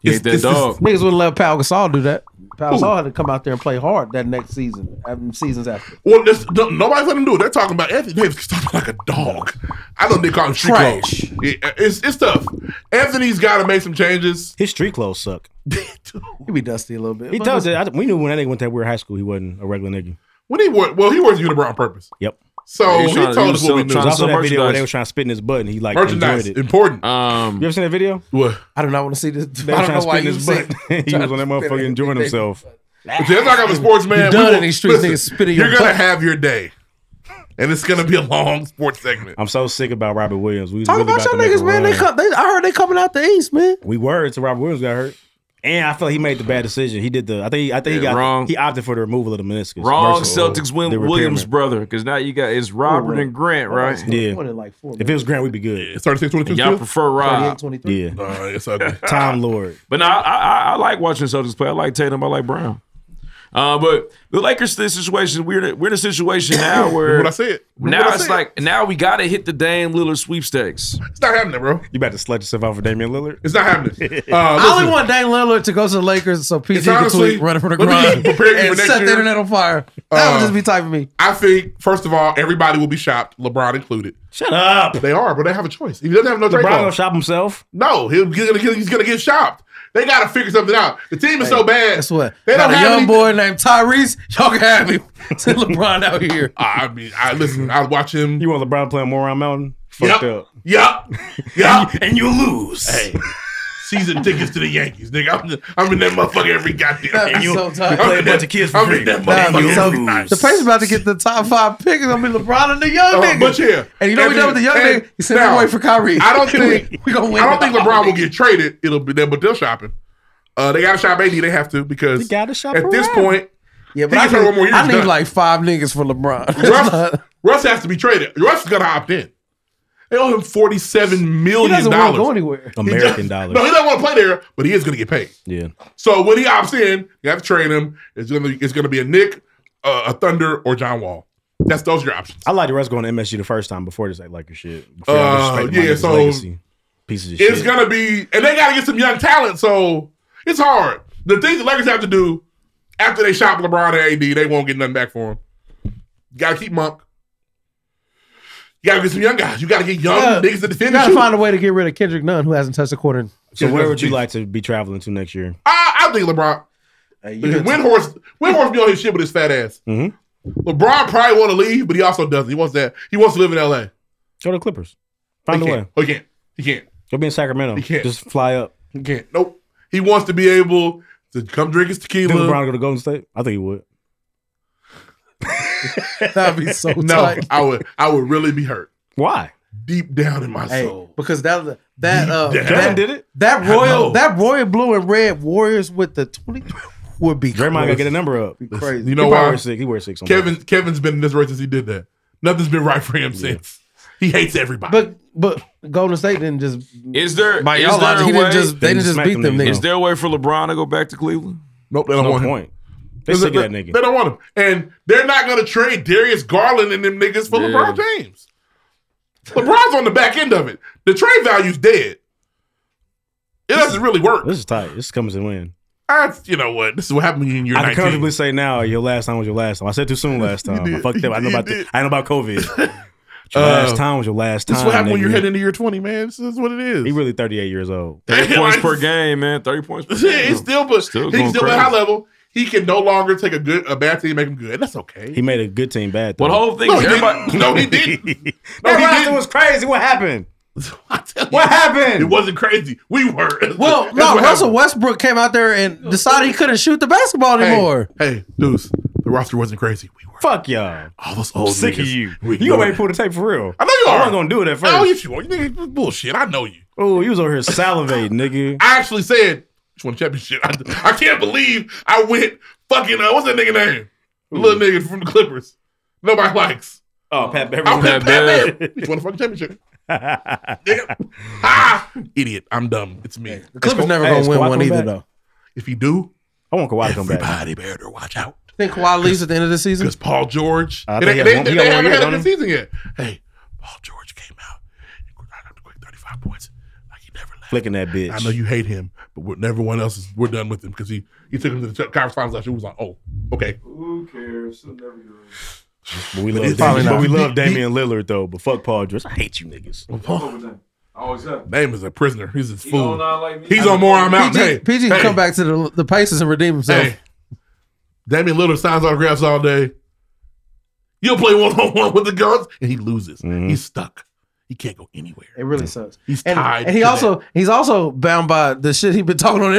S1: He
S3: It's-
S1: ain't that
S3: it's- it's-
S1: dog.
S3: Niggas would let Pau Gasol do that. Pau
S2: Who?
S3: Gasol had to come out there and play hard that next season, um, seasons after.
S2: Well, this, no, nobody's letting him do it. They're talking about Anthony Davis talking like a dog. I know they call him street
S3: Trash.
S2: clothes. Yeah, it's it's tough. Anthony's got to make some changes.
S4: His street clothes suck.
S3: He be dusty a little bit.
S4: He
S3: but
S4: does
S3: listen,
S4: it. I, we knew when that nigga went to that weird high school, he wasn't a regular nigga.
S2: When he wore, well, he wears unibrow on purpose.
S4: Yep.
S2: So he, told us what we
S4: There's
S2: knew.
S4: also that video where they were trying to spit in his butt and he like enjoyed
S2: merchandise
S4: it. Uh,
S2: important.
S1: Um,
S4: You ever seen that video?
S2: What?
S3: I do not want to see this.
S4: They were trying to spit in his butt. he was on that motherfucker enjoying himself.
S2: But that's like I'm a sportsman.
S4: You
S2: We
S4: done
S2: will-
S4: in these streets,
S2: listen,
S4: niggas spit in your
S2: You're gonna
S4: butt.
S2: have your day, and it's gonna be a long sports segment.
S4: I'm so sick about Robert Williams. We was
S3: Talk
S4: really
S3: about
S4: about,
S3: y'all
S4: to make
S3: niggas,
S4: a
S3: man. They
S4: run.
S3: come, they, I heard they coming out the east, man.
S4: We were until Robert Williams got hurt. And I felt he made the bad decision. He did the. I think. I think he
S1: Yeah,
S4: got
S1: wrong.
S4: He opted for the removal of the meniscus.
S1: Wrong
S4: versus
S1: Celtics win
S4: the
S1: Williams
S4: repairment.
S1: brother because now you got it's Robert and Grant, right?
S4: Yeah.
S3: four,
S4: if it was Grant, we'd be good.
S2: It's 36 22
S1: And y'all prefer
S2: Ah.
S1: Rob.
S3: 23.
S4: Yeah.
S2: Uh, it's ugly.
S4: Time Lord.
S1: But no, I, I, I like watching the Celtics play. I like Tatum. I like Brown. Uh, but the Lakers this situation we're in a, we're in a situation now where
S2: Remember what I said. Remember
S1: now
S2: what I
S1: it's
S2: said.
S1: like now we got to hit the Dame Lillard sweepstakes.
S2: It's not happening, bro.
S4: You about to slut yourself out for Damian Lillard?
S2: It's not happening. Uh,
S3: I only want Dan Lillard to go to the Lakers so PG
S2: It's
S3: can
S2: honestly-
S3: tweet running for the
S2: let me
S3: grind
S2: prepare you for
S3: and
S2: next
S3: set the
S2: year. Ah.
S3: internet on fire. That would just be type of me.
S2: I think, first of all, everybody will be shopped, LeBron included.
S4: Shut up.
S2: They are, but they have a choice. If he doesn't have no trade
S4: LeBron
S2: ball,
S4: gonna shop himself.
S2: no, he'll, he's gonna get- he's gonna get shopped. They gotta figure something out. The team is so bad.
S3: Guess what?
S2: They
S3: Got
S2: don't
S3: a
S2: have
S3: young
S2: any-
S3: boy named Tyrese. Y'all can have him. Send LeBron out here.
S2: I mean, I listen. I watch him.
S4: You want LeBron playing Moron Mountain? Fucked
S2: Yep.
S4: up.
S2: Yup, yup.
S4: and you lose.
S2: Hey, season tickets to the Yankees, nigga. I'm, I'm in that motherfucker every goddamn.
S3: That'd be
S2: And you-
S3: so tight.
S2: I'm
S3: Play a
S2: in
S3: bunch
S2: that-
S3: of kids for
S2: I'm
S3: free.
S2: in that
S3: That'd be
S2: motherfucker
S3: so-
S2: every night.
S3: The Pacers about to get the top five pick. It's gonna be LeBron and the young
S2: Uh,
S3: nigga.
S2: But yeah,
S3: and you know what he done with the young
S2: and
S3: nigga? He sent him
S2: now,
S3: away for Kyrie.
S2: I don't think
S3: we gonna win.
S2: I don't think LeBron will get traded. It'll be them, but they're shopping. Uh, they got to shop AD. They have to because
S3: They gotta shop
S2: at this
S3: around.
S2: point.
S3: Yeah,
S2: he
S3: but I
S2: gets hurt
S3: need,
S2: one more year,
S3: I
S2: he's
S3: need
S2: done.
S3: like five niggas for LeBron.
S2: Russ, Russ has to be traded. Russ is gonna opt in. They owe him forty seven
S3: he
S2: million
S3: doesn't want to go
S2: dollars.
S3: anywhere.
S2: No,
S4: American dollars.
S2: he doesn't want to play there, but he is gonna get paid.
S4: Yeah.
S2: So when he opts in, you have to trade him. It's gonna it's gonna be a Nick, uh, a Thunder, or John Wall. That's those are your options.
S4: I liked Russ going to MSU the first time before this like Laker shit. Before
S2: Uh,
S4: I disrespected my
S2: yeah,
S4: nigga's
S2: so
S4: pieces of
S2: It's
S4: shit.
S2: gonna be, and they gotta get some young talent. So it's hard. The thing the Lakers have to do after they shop LeBron and AD, they won't get nothing back for him. You gotta keep Monk. You gotta get some young guys. You gotta get young
S3: Yeah.
S2: niggas to
S3: You
S2: defend.
S3: gotta
S2: and shoot.
S3: find a way to get rid of Kendrick Nunn, who hasn't touched a quarter. in-
S4: so where would you like to be traveling to next year?
S2: I, I think LeBron.
S3: done
S2: Windhorse, Windhorse be on his shit with his fat ass.
S4: Mm-hmm.
S2: LeBron probably want to leave, but he also doesn't. He wants that. He wants to live in L.A.
S4: Go to Clippers. Find
S2: he
S4: a
S2: can't.
S4: way.
S2: Oh, he can't. He can't.
S4: Go be in Sacramento.
S2: He can't.
S4: Just fly up.
S2: He can't. Nope. He wants to be able to come drink his
S4: Did
S2: tequila.
S4: LeBron go to Golden State? I think he would.
S3: That'd be so
S2: no,
S3: tight.
S2: I would. I would really be hurt
S4: Why?
S2: deep down in my
S3: Hey,
S2: soul.
S3: because that was- that uh,
S2: down.
S3: that
S4: did it?
S3: That
S2: I
S3: royal
S2: know.
S3: that royal blue and red Warriors with the twenty would be
S4: Draymond gotta
S3: crazy.
S4: get a number up.
S3: Be crazy.
S2: You
S4: he
S2: know
S4: probably
S2: why?
S4: wears six. He wears six. On
S2: Kevin. Kevin's been in this race since he did that. Nothing's been right for him since. He hates everybody.
S3: But but Golden State didn't just
S1: Is there
S3: By
S1: is
S3: y'all
S1: there
S3: logic,
S1: a
S3: he didn't
S1: way-
S3: just- they didn't just
S4: smack
S3: beat them niggas.
S1: Is there a way for LeBron to go back to Cleveland?
S2: nope, they don't
S4: no
S2: want him.
S4: point. They sick of that
S2: they,
S4: nigga.
S2: they don't want him, and they're not going to trade Darius Garland and them niggas for
S1: Yeah.
S2: LeBron James. LeBron's on the back end of it. The trade value's dead. It doesn't really work.
S4: This is tight. This comes and win.
S2: I, you know what? This is what happened when you're
S4: I can
S2: 19.
S4: comfortably say now your last time was your last time. I said too soon last time. I
S2: did.
S4: fucked up. I know
S2: You
S4: about the,
S2: did.
S4: I know about COVID. But Your
S2: Uh,
S4: last time was your last time.
S2: This is what happened when you're
S4: nigga.
S2: heading into year 20, man. This is what it is.
S4: He really 38 years old.
S1: Thirty points
S2: Like-
S1: per game, man. Thirty points per
S2: Yeah,
S1: game.
S2: he's still, but
S1: Still
S2: he's
S1: going
S2: still at
S1: crazy.
S2: high level. He can no longer take a good, a bad team, and make him good. That's okay.
S4: He made a good team bad.
S1: Well, the whole thing
S2: no,
S1: is
S2: he
S1: everybody.
S2: didn't. no, he didn't. No,
S4: that
S2: he
S4: roster
S2: didn't.
S4: was crazy. What happened?
S2: what
S4: happened?
S2: It wasn't crazy. We were.
S3: Well,
S2: That's
S3: no,
S2: what
S3: Russell
S2: happened.
S3: Westbrook came out there and decided he couldn't shoot the basketball
S2: Hey,
S3: anymore.
S2: Hey, Deuce, the The roster wasn't crazy. We were.
S4: Fuck y'all.
S2: All those
S4: I'm
S2: old
S4: sick
S2: Oh, niggas.
S4: of you.
S2: We
S4: you
S2: were.
S4: already pulled the tape for real.
S2: I know you
S4: I
S2: are.
S4: wasn't gonna do it at first.
S2: Oh, yes, you are. You niggas, this is bullshit. I know you.
S4: Oh, you was over here salivating, nigga.
S2: I actually said, just won a championship. I, I can't believe I went fucking, uh, what's that nigga name? The little nigga from the Clippers. Nobody likes.
S4: Oh, Pat Beverly.
S2: I went Pat
S4: Pat Bev.
S2: Bev. You just won a fucking championship. Nigga. Ah, idiot. I'm dumb. It's me.
S3: The Clippers never gonna win one either, though.
S2: If you do,
S4: I want Kawhi to
S2: come back. Everybody better watch out.
S3: Think Kawhi leaves at the end of the season?
S2: Because Paul George.
S3: Hmm. I
S2: they
S3: think he
S2: they, they,
S3: had one-
S2: they
S3: he had one
S2: haven't
S3: year,
S2: had
S3: don't
S2: the
S3: he?
S2: season yet. Hey,
S4: Flicking that bitch.
S2: I know you hate him, but we're, everyone else is we're done with him because he he took him to the conference finals last year. We was like, oh, okay.
S12: Who cares? He'll never do it.
S4: But we
S2: But
S4: love,
S2: it's probably
S4: Damian,
S2: not.
S4: but we love
S2: He- he-
S4: Damian Lillard though. But fuck Paul George. I hate you niggas.
S12: I always have.
S2: Name is a prisoner. He's a fool.
S12: don't not like me.
S2: He's on more. I'm out.
S3: PG,
S2: Hey,
S3: PG
S2: hey,
S3: can come back to the the Pacers and redeem himself.
S2: Hey, Damian Lillard signs autographs all day. You'll play one on one with the guards, and he loses.
S3: Mm-hmm.
S2: He's stuck. He can't go anywhere.
S3: It really sucks.
S2: He's
S3: and,
S2: tied.
S3: and he
S2: to that.
S3: also he's also bound by the shit he's been talking on the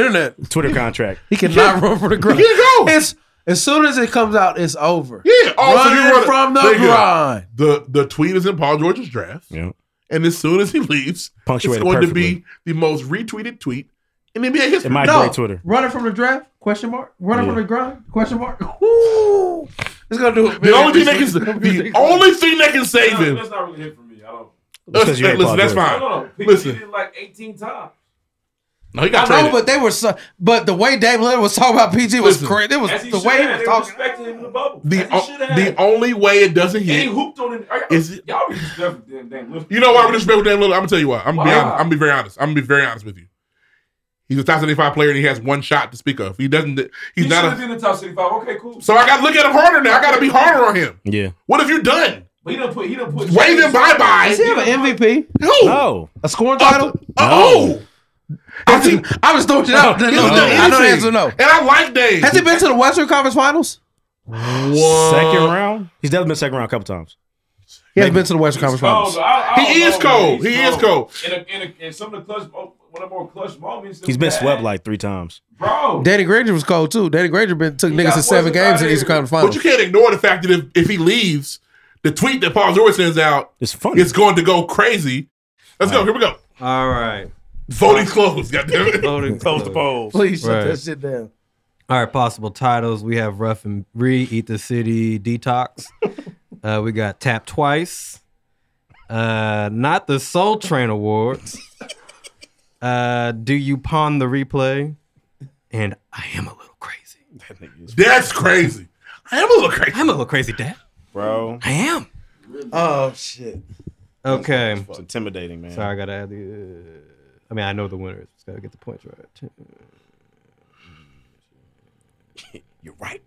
S3: internet.
S4: Twitter contract.
S3: He cannot run for the ground.
S2: He can't go.
S3: It's as soon as it comes out, it's over.
S2: Yeah, also
S3: running from the grind.
S2: The the tweet is in Paul George's draft.
S4: Yeah.
S2: And as soon as he leaves,
S4: Punctuated
S2: it's going to
S4: perfectly.
S2: be the most retweeted tweet in NBA history.
S4: might
S3: No.
S4: break Twitter.
S3: Running from the draft? Question mark. Running
S2: Yeah.
S3: from the grind? Question mark. Woo! It's gonna do it.
S2: The only thing that can the only thing that can save him.
S12: That's not really it for me. I don't.
S2: Listen, listen, that's fine.
S12: No, no, no. He
S2: Listen.
S12: did it like 18 times.
S2: No, he got
S3: I know,
S2: traded.
S3: but they were. So, but the way Dave Leonard was talking about PG was
S2: Listen.
S3: crazy. It was
S12: As he
S3: the
S12: should
S3: way he
S12: have. They
S3: was
S12: were
S3: talking.
S12: respecting him in the bubble.
S2: The,
S12: As he should have.
S2: the only way it doesn't
S12: He ain't
S2: hit
S12: hooped on it.
S2: is it-
S12: Y'all be just deaf- damn, damn. Listen.
S2: You know why we disrespect with Dame Lillard? I'm gonna tell you why. I'm gonna be
S12: Why?
S2: honest. I'm gonna be very honest. I'm gonna be very honest with you. He's a top 75 player and he has one shot to speak of. He doesn't. He's
S12: He should
S2: not
S12: have
S2: a.
S12: been in the top 75. Okay, cool.
S2: So I got to look at him harder now. I got to be harder on him.
S4: Yeah.
S2: What have you done?
S12: But he done put. He done put.
S2: Wave him bye bye.
S3: Does he have an MVP?
S2: No.
S4: No.
S3: A scoring title?
S2: Oh. I think
S3: I was throwing it out.
S2: He
S3: Oh, No,
S2: was doing
S3: I know
S2: anything.
S3: the answer no.
S2: And I like Dave.
S3: Has he been to the Western Conference Finals?
S4: Second round. He's definitely been second round a couple times.
S3: He has been to the Western Conference Finals.
S12: Cold. I, I
S2: He
S12: don't
S2: is
S12: know, man.
S2: cold.
S12: He's
S2: He is cold.
S12: In, a, in, a, in some of the clutch, mo- one of the more clutch moments.
S4: He's been swept like three times.
S12: Bro,
S3: Danny Granger was cold too. Danny Granger been took niggas
S12: got
S3: to seven
S12: wasn't
S3: games
S12: out
S3: in
S12: here.
S3: these Conference
S2: But
S3: Finals.
S2: you can't ignore the fact that if, if he leaves, the tweet that Paul George sends out
S4: is funny.
S2: It's going to go crazy. Let's go. Here we go.
S10: All right.
S2: Voting closed. Goddamn it.
S10: Voting
S4: Close the polls.
S10: closed.
S3: Please shut
S10: Right.
S3: that shit down.
S10: All right, possible titles. We have Rough and Re, Eat the City, Detox. uh, we got Tap Twice. Uh, not the Soul Train Awards. Uh, Do You Pawn the Replay? And I am a little crazy.
S2: That's crazy. I am a little crazy.
S10: I'm a little crazy, Dad.
S4: Bro.
S10: I am.
S3: Oh shit.
S10: Okay.
S4: It's intimidating, man.
S10: Sorry, I gotta add the. Uh, I mean, I know the winners. Just gotta get the points right.
S4: You're right.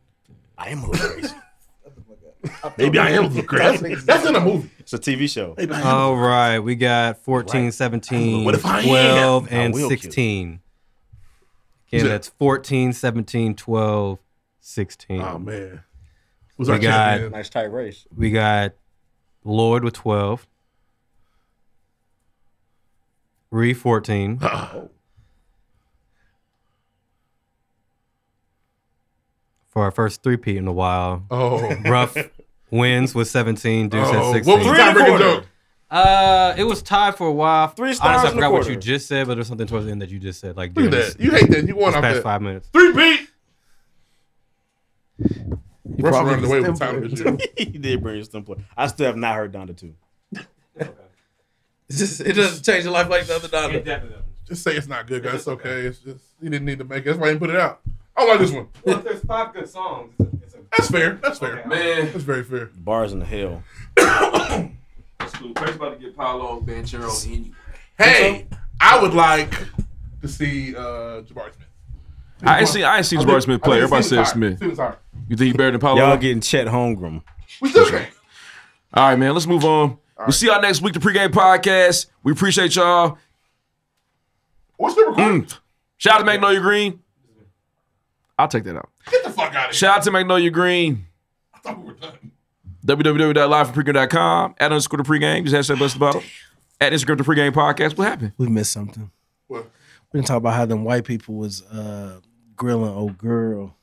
S4: I am a little crazy.
S2: Maybe I am a little crazy. That's in a movie.
S4: It's a TV show.
S2: Maybe I am.
S10: All Oh, right, we got 14, 17,
S2: What if I am?
S10: 12,
S4: I
S10: and
S4: will kill you.
S10: 16.
S2: Is
S10: Again,
S2: it-
S10: that's 14, 17, 12, 16.
S2: oh man. Who's
S10: We
S2: our
S10: got,
S2: champion?
S4: Nice tight race.
S10: we got Lord with 12, Ree 14, for our first 3P in a while.
S2: Oh.
S10: Rough wins with 17, Deuce at
S2: Oh,
S10: 16.
S2: what was the tiebreaker joke?
S10: Uh, it was tied for a while.
S4: Three stars
S10: Honestly,
S4: and
S10: I
S4: a
S10: forgot what
S4: quarter.
S10: you just said, but there's something towards the end that you just said. Like,
S2: Look at
S10: dude,
S2: that. You hate that. You won
S10: this
S2: off
S10: past
S2: that.
S10: five minutes.
S2: Three beat.
S3: You
S2: Russell
S3: probably
S2: running away with
S3: just-
S2: time this year.
S4: he did bring a stem play. I still have not heard Donda two.
S3: It's just- It doesn't change your life like the other dollar.
S12: Definitely.
S2: Just say it's not good, guys. It's okay. It's just you didn't need to make it. That's why you didn't put it out. I like this one.
S12: Well, if there's five good songs, it's a, it's a
S2: That's fair. That's fair.
S12: man.
S2: That's very fair.
S4: Bars in the hell.
S12: That's cool. Craig's about to get Paolo Banchero anyway.
S2: Hey, I would like to see uh, Jabari Smith.
S1: I ain't seen I ain't seen Jabari Smith play.
S2: I think
S1: Everybody said
S2: Steven's
S1: Smith.
S2: Steven's hard.
S1: You think he better than Paolo?
S4: Y'all getting Chet Holmgren.
S2: We still can.
S1: All right, man. Let's move on. We'll see y'all next week, the pregame podcast. We appreciate y'all.
S2: What's the recording?
S1: Mm. Shout out to Magnolia Green. I'll take that out.
S2: Get the fuck out of here.
S1: Shout out to Magnolia Green.
S2: I thought we were done.
S1: www.liveforpregame.com. At underscore the pregame. Just hashtag bless the bottle. At Instagram the pregame podcast. What happened?
S3: We missed something.
S2: What?
S3: We didn't talk about how them white people was uh, grilling old girl.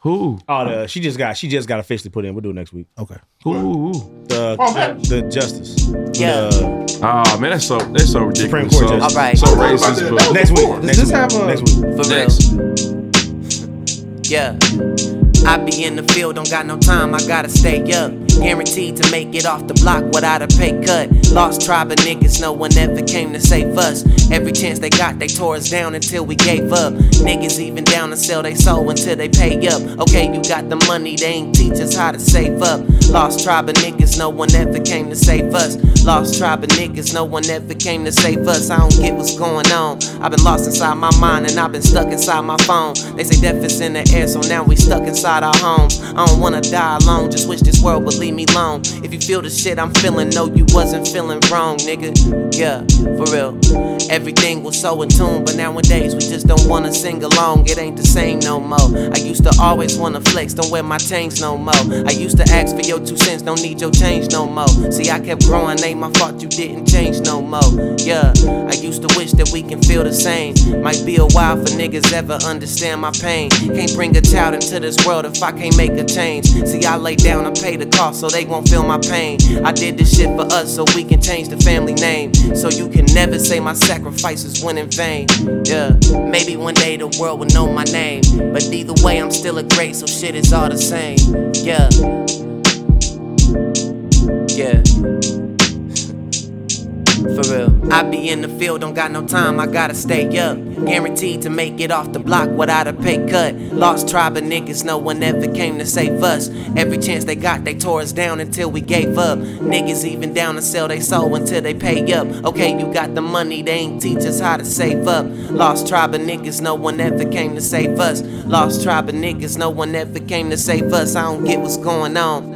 S3: Who?
S4: Oh, the, she just got she just got officially put in. We'll do it next week.
S3: Okay. Who?
S4: The
S9: Oh, man.
S4: the justice.
S9: Yeah.
S1: Ah man, that's so that's so
S4: Supreme
S1: ridiculous.
S4: Court
S1: so,
S4: justice.
S1: So racist. But
S4: Next week. Next week. Next week.
S1: Next.
S9: Yeah. I be in the field, don't got no time, I gotta stay up. Guaranteed to make it off the block without a pay cut. Lost tribe of niggas, no one ever came to save us. Every chance they got, they tore us down until we gave up. Niggas even down to sell they soul until they pay up. Okay, you got the money, they ain't teach us how to save up. Lost tribe of niggas, no one ever came to save us. Lost tribe of niggas, no one ever came to save us. I don't get what's going on. I've been lost inside my mind and I've been stuck inside my phone. They say death is in the air, so now we stuck inside our homes. I don't wanna die alone, just wish this world would leave me alone. If you feel the shit I'm feeling, no, you wasn't feeling wrong, nigga. Yeah, for real. Everything was so in tune, but nowadays we just don't wanna sing along. It ain't the same no more. I used to always wanna flex, don't wear my chains no more. I used to ask for your two cents, don't need your change no more. See, I kept growing, ain't my fault you didn't change no more. Yeah, I used to wish that we can feel the same. Might be a while for niggas ever understand my pain. Can't bring a child into this world if I can't make a change. See, I lay down and pay the cost so they won't feel my pain. I did this shit for us so we can change the family name. So you can never say my sacrifices went in vain. Yeah, maybe one day the world will know my name. But either way, I'm still a great, so shit is all the same. Yeah. Yeah. For real. I be in the field, don't got no time, I gotta stay up. Guaranteed to make it off the block without a pay cut. Lost tribe of niggas, no one ever came to save us. Every chance they got, they tore us down until we gave up. Niggas even down to sell they soul until they pay up. Okay, you got the money, they ain't teach us how to save up. Lost tribe of niggas, no one ever came to save us. Lost tribe of niggas, no one ever came to save us. I don't get what's going on.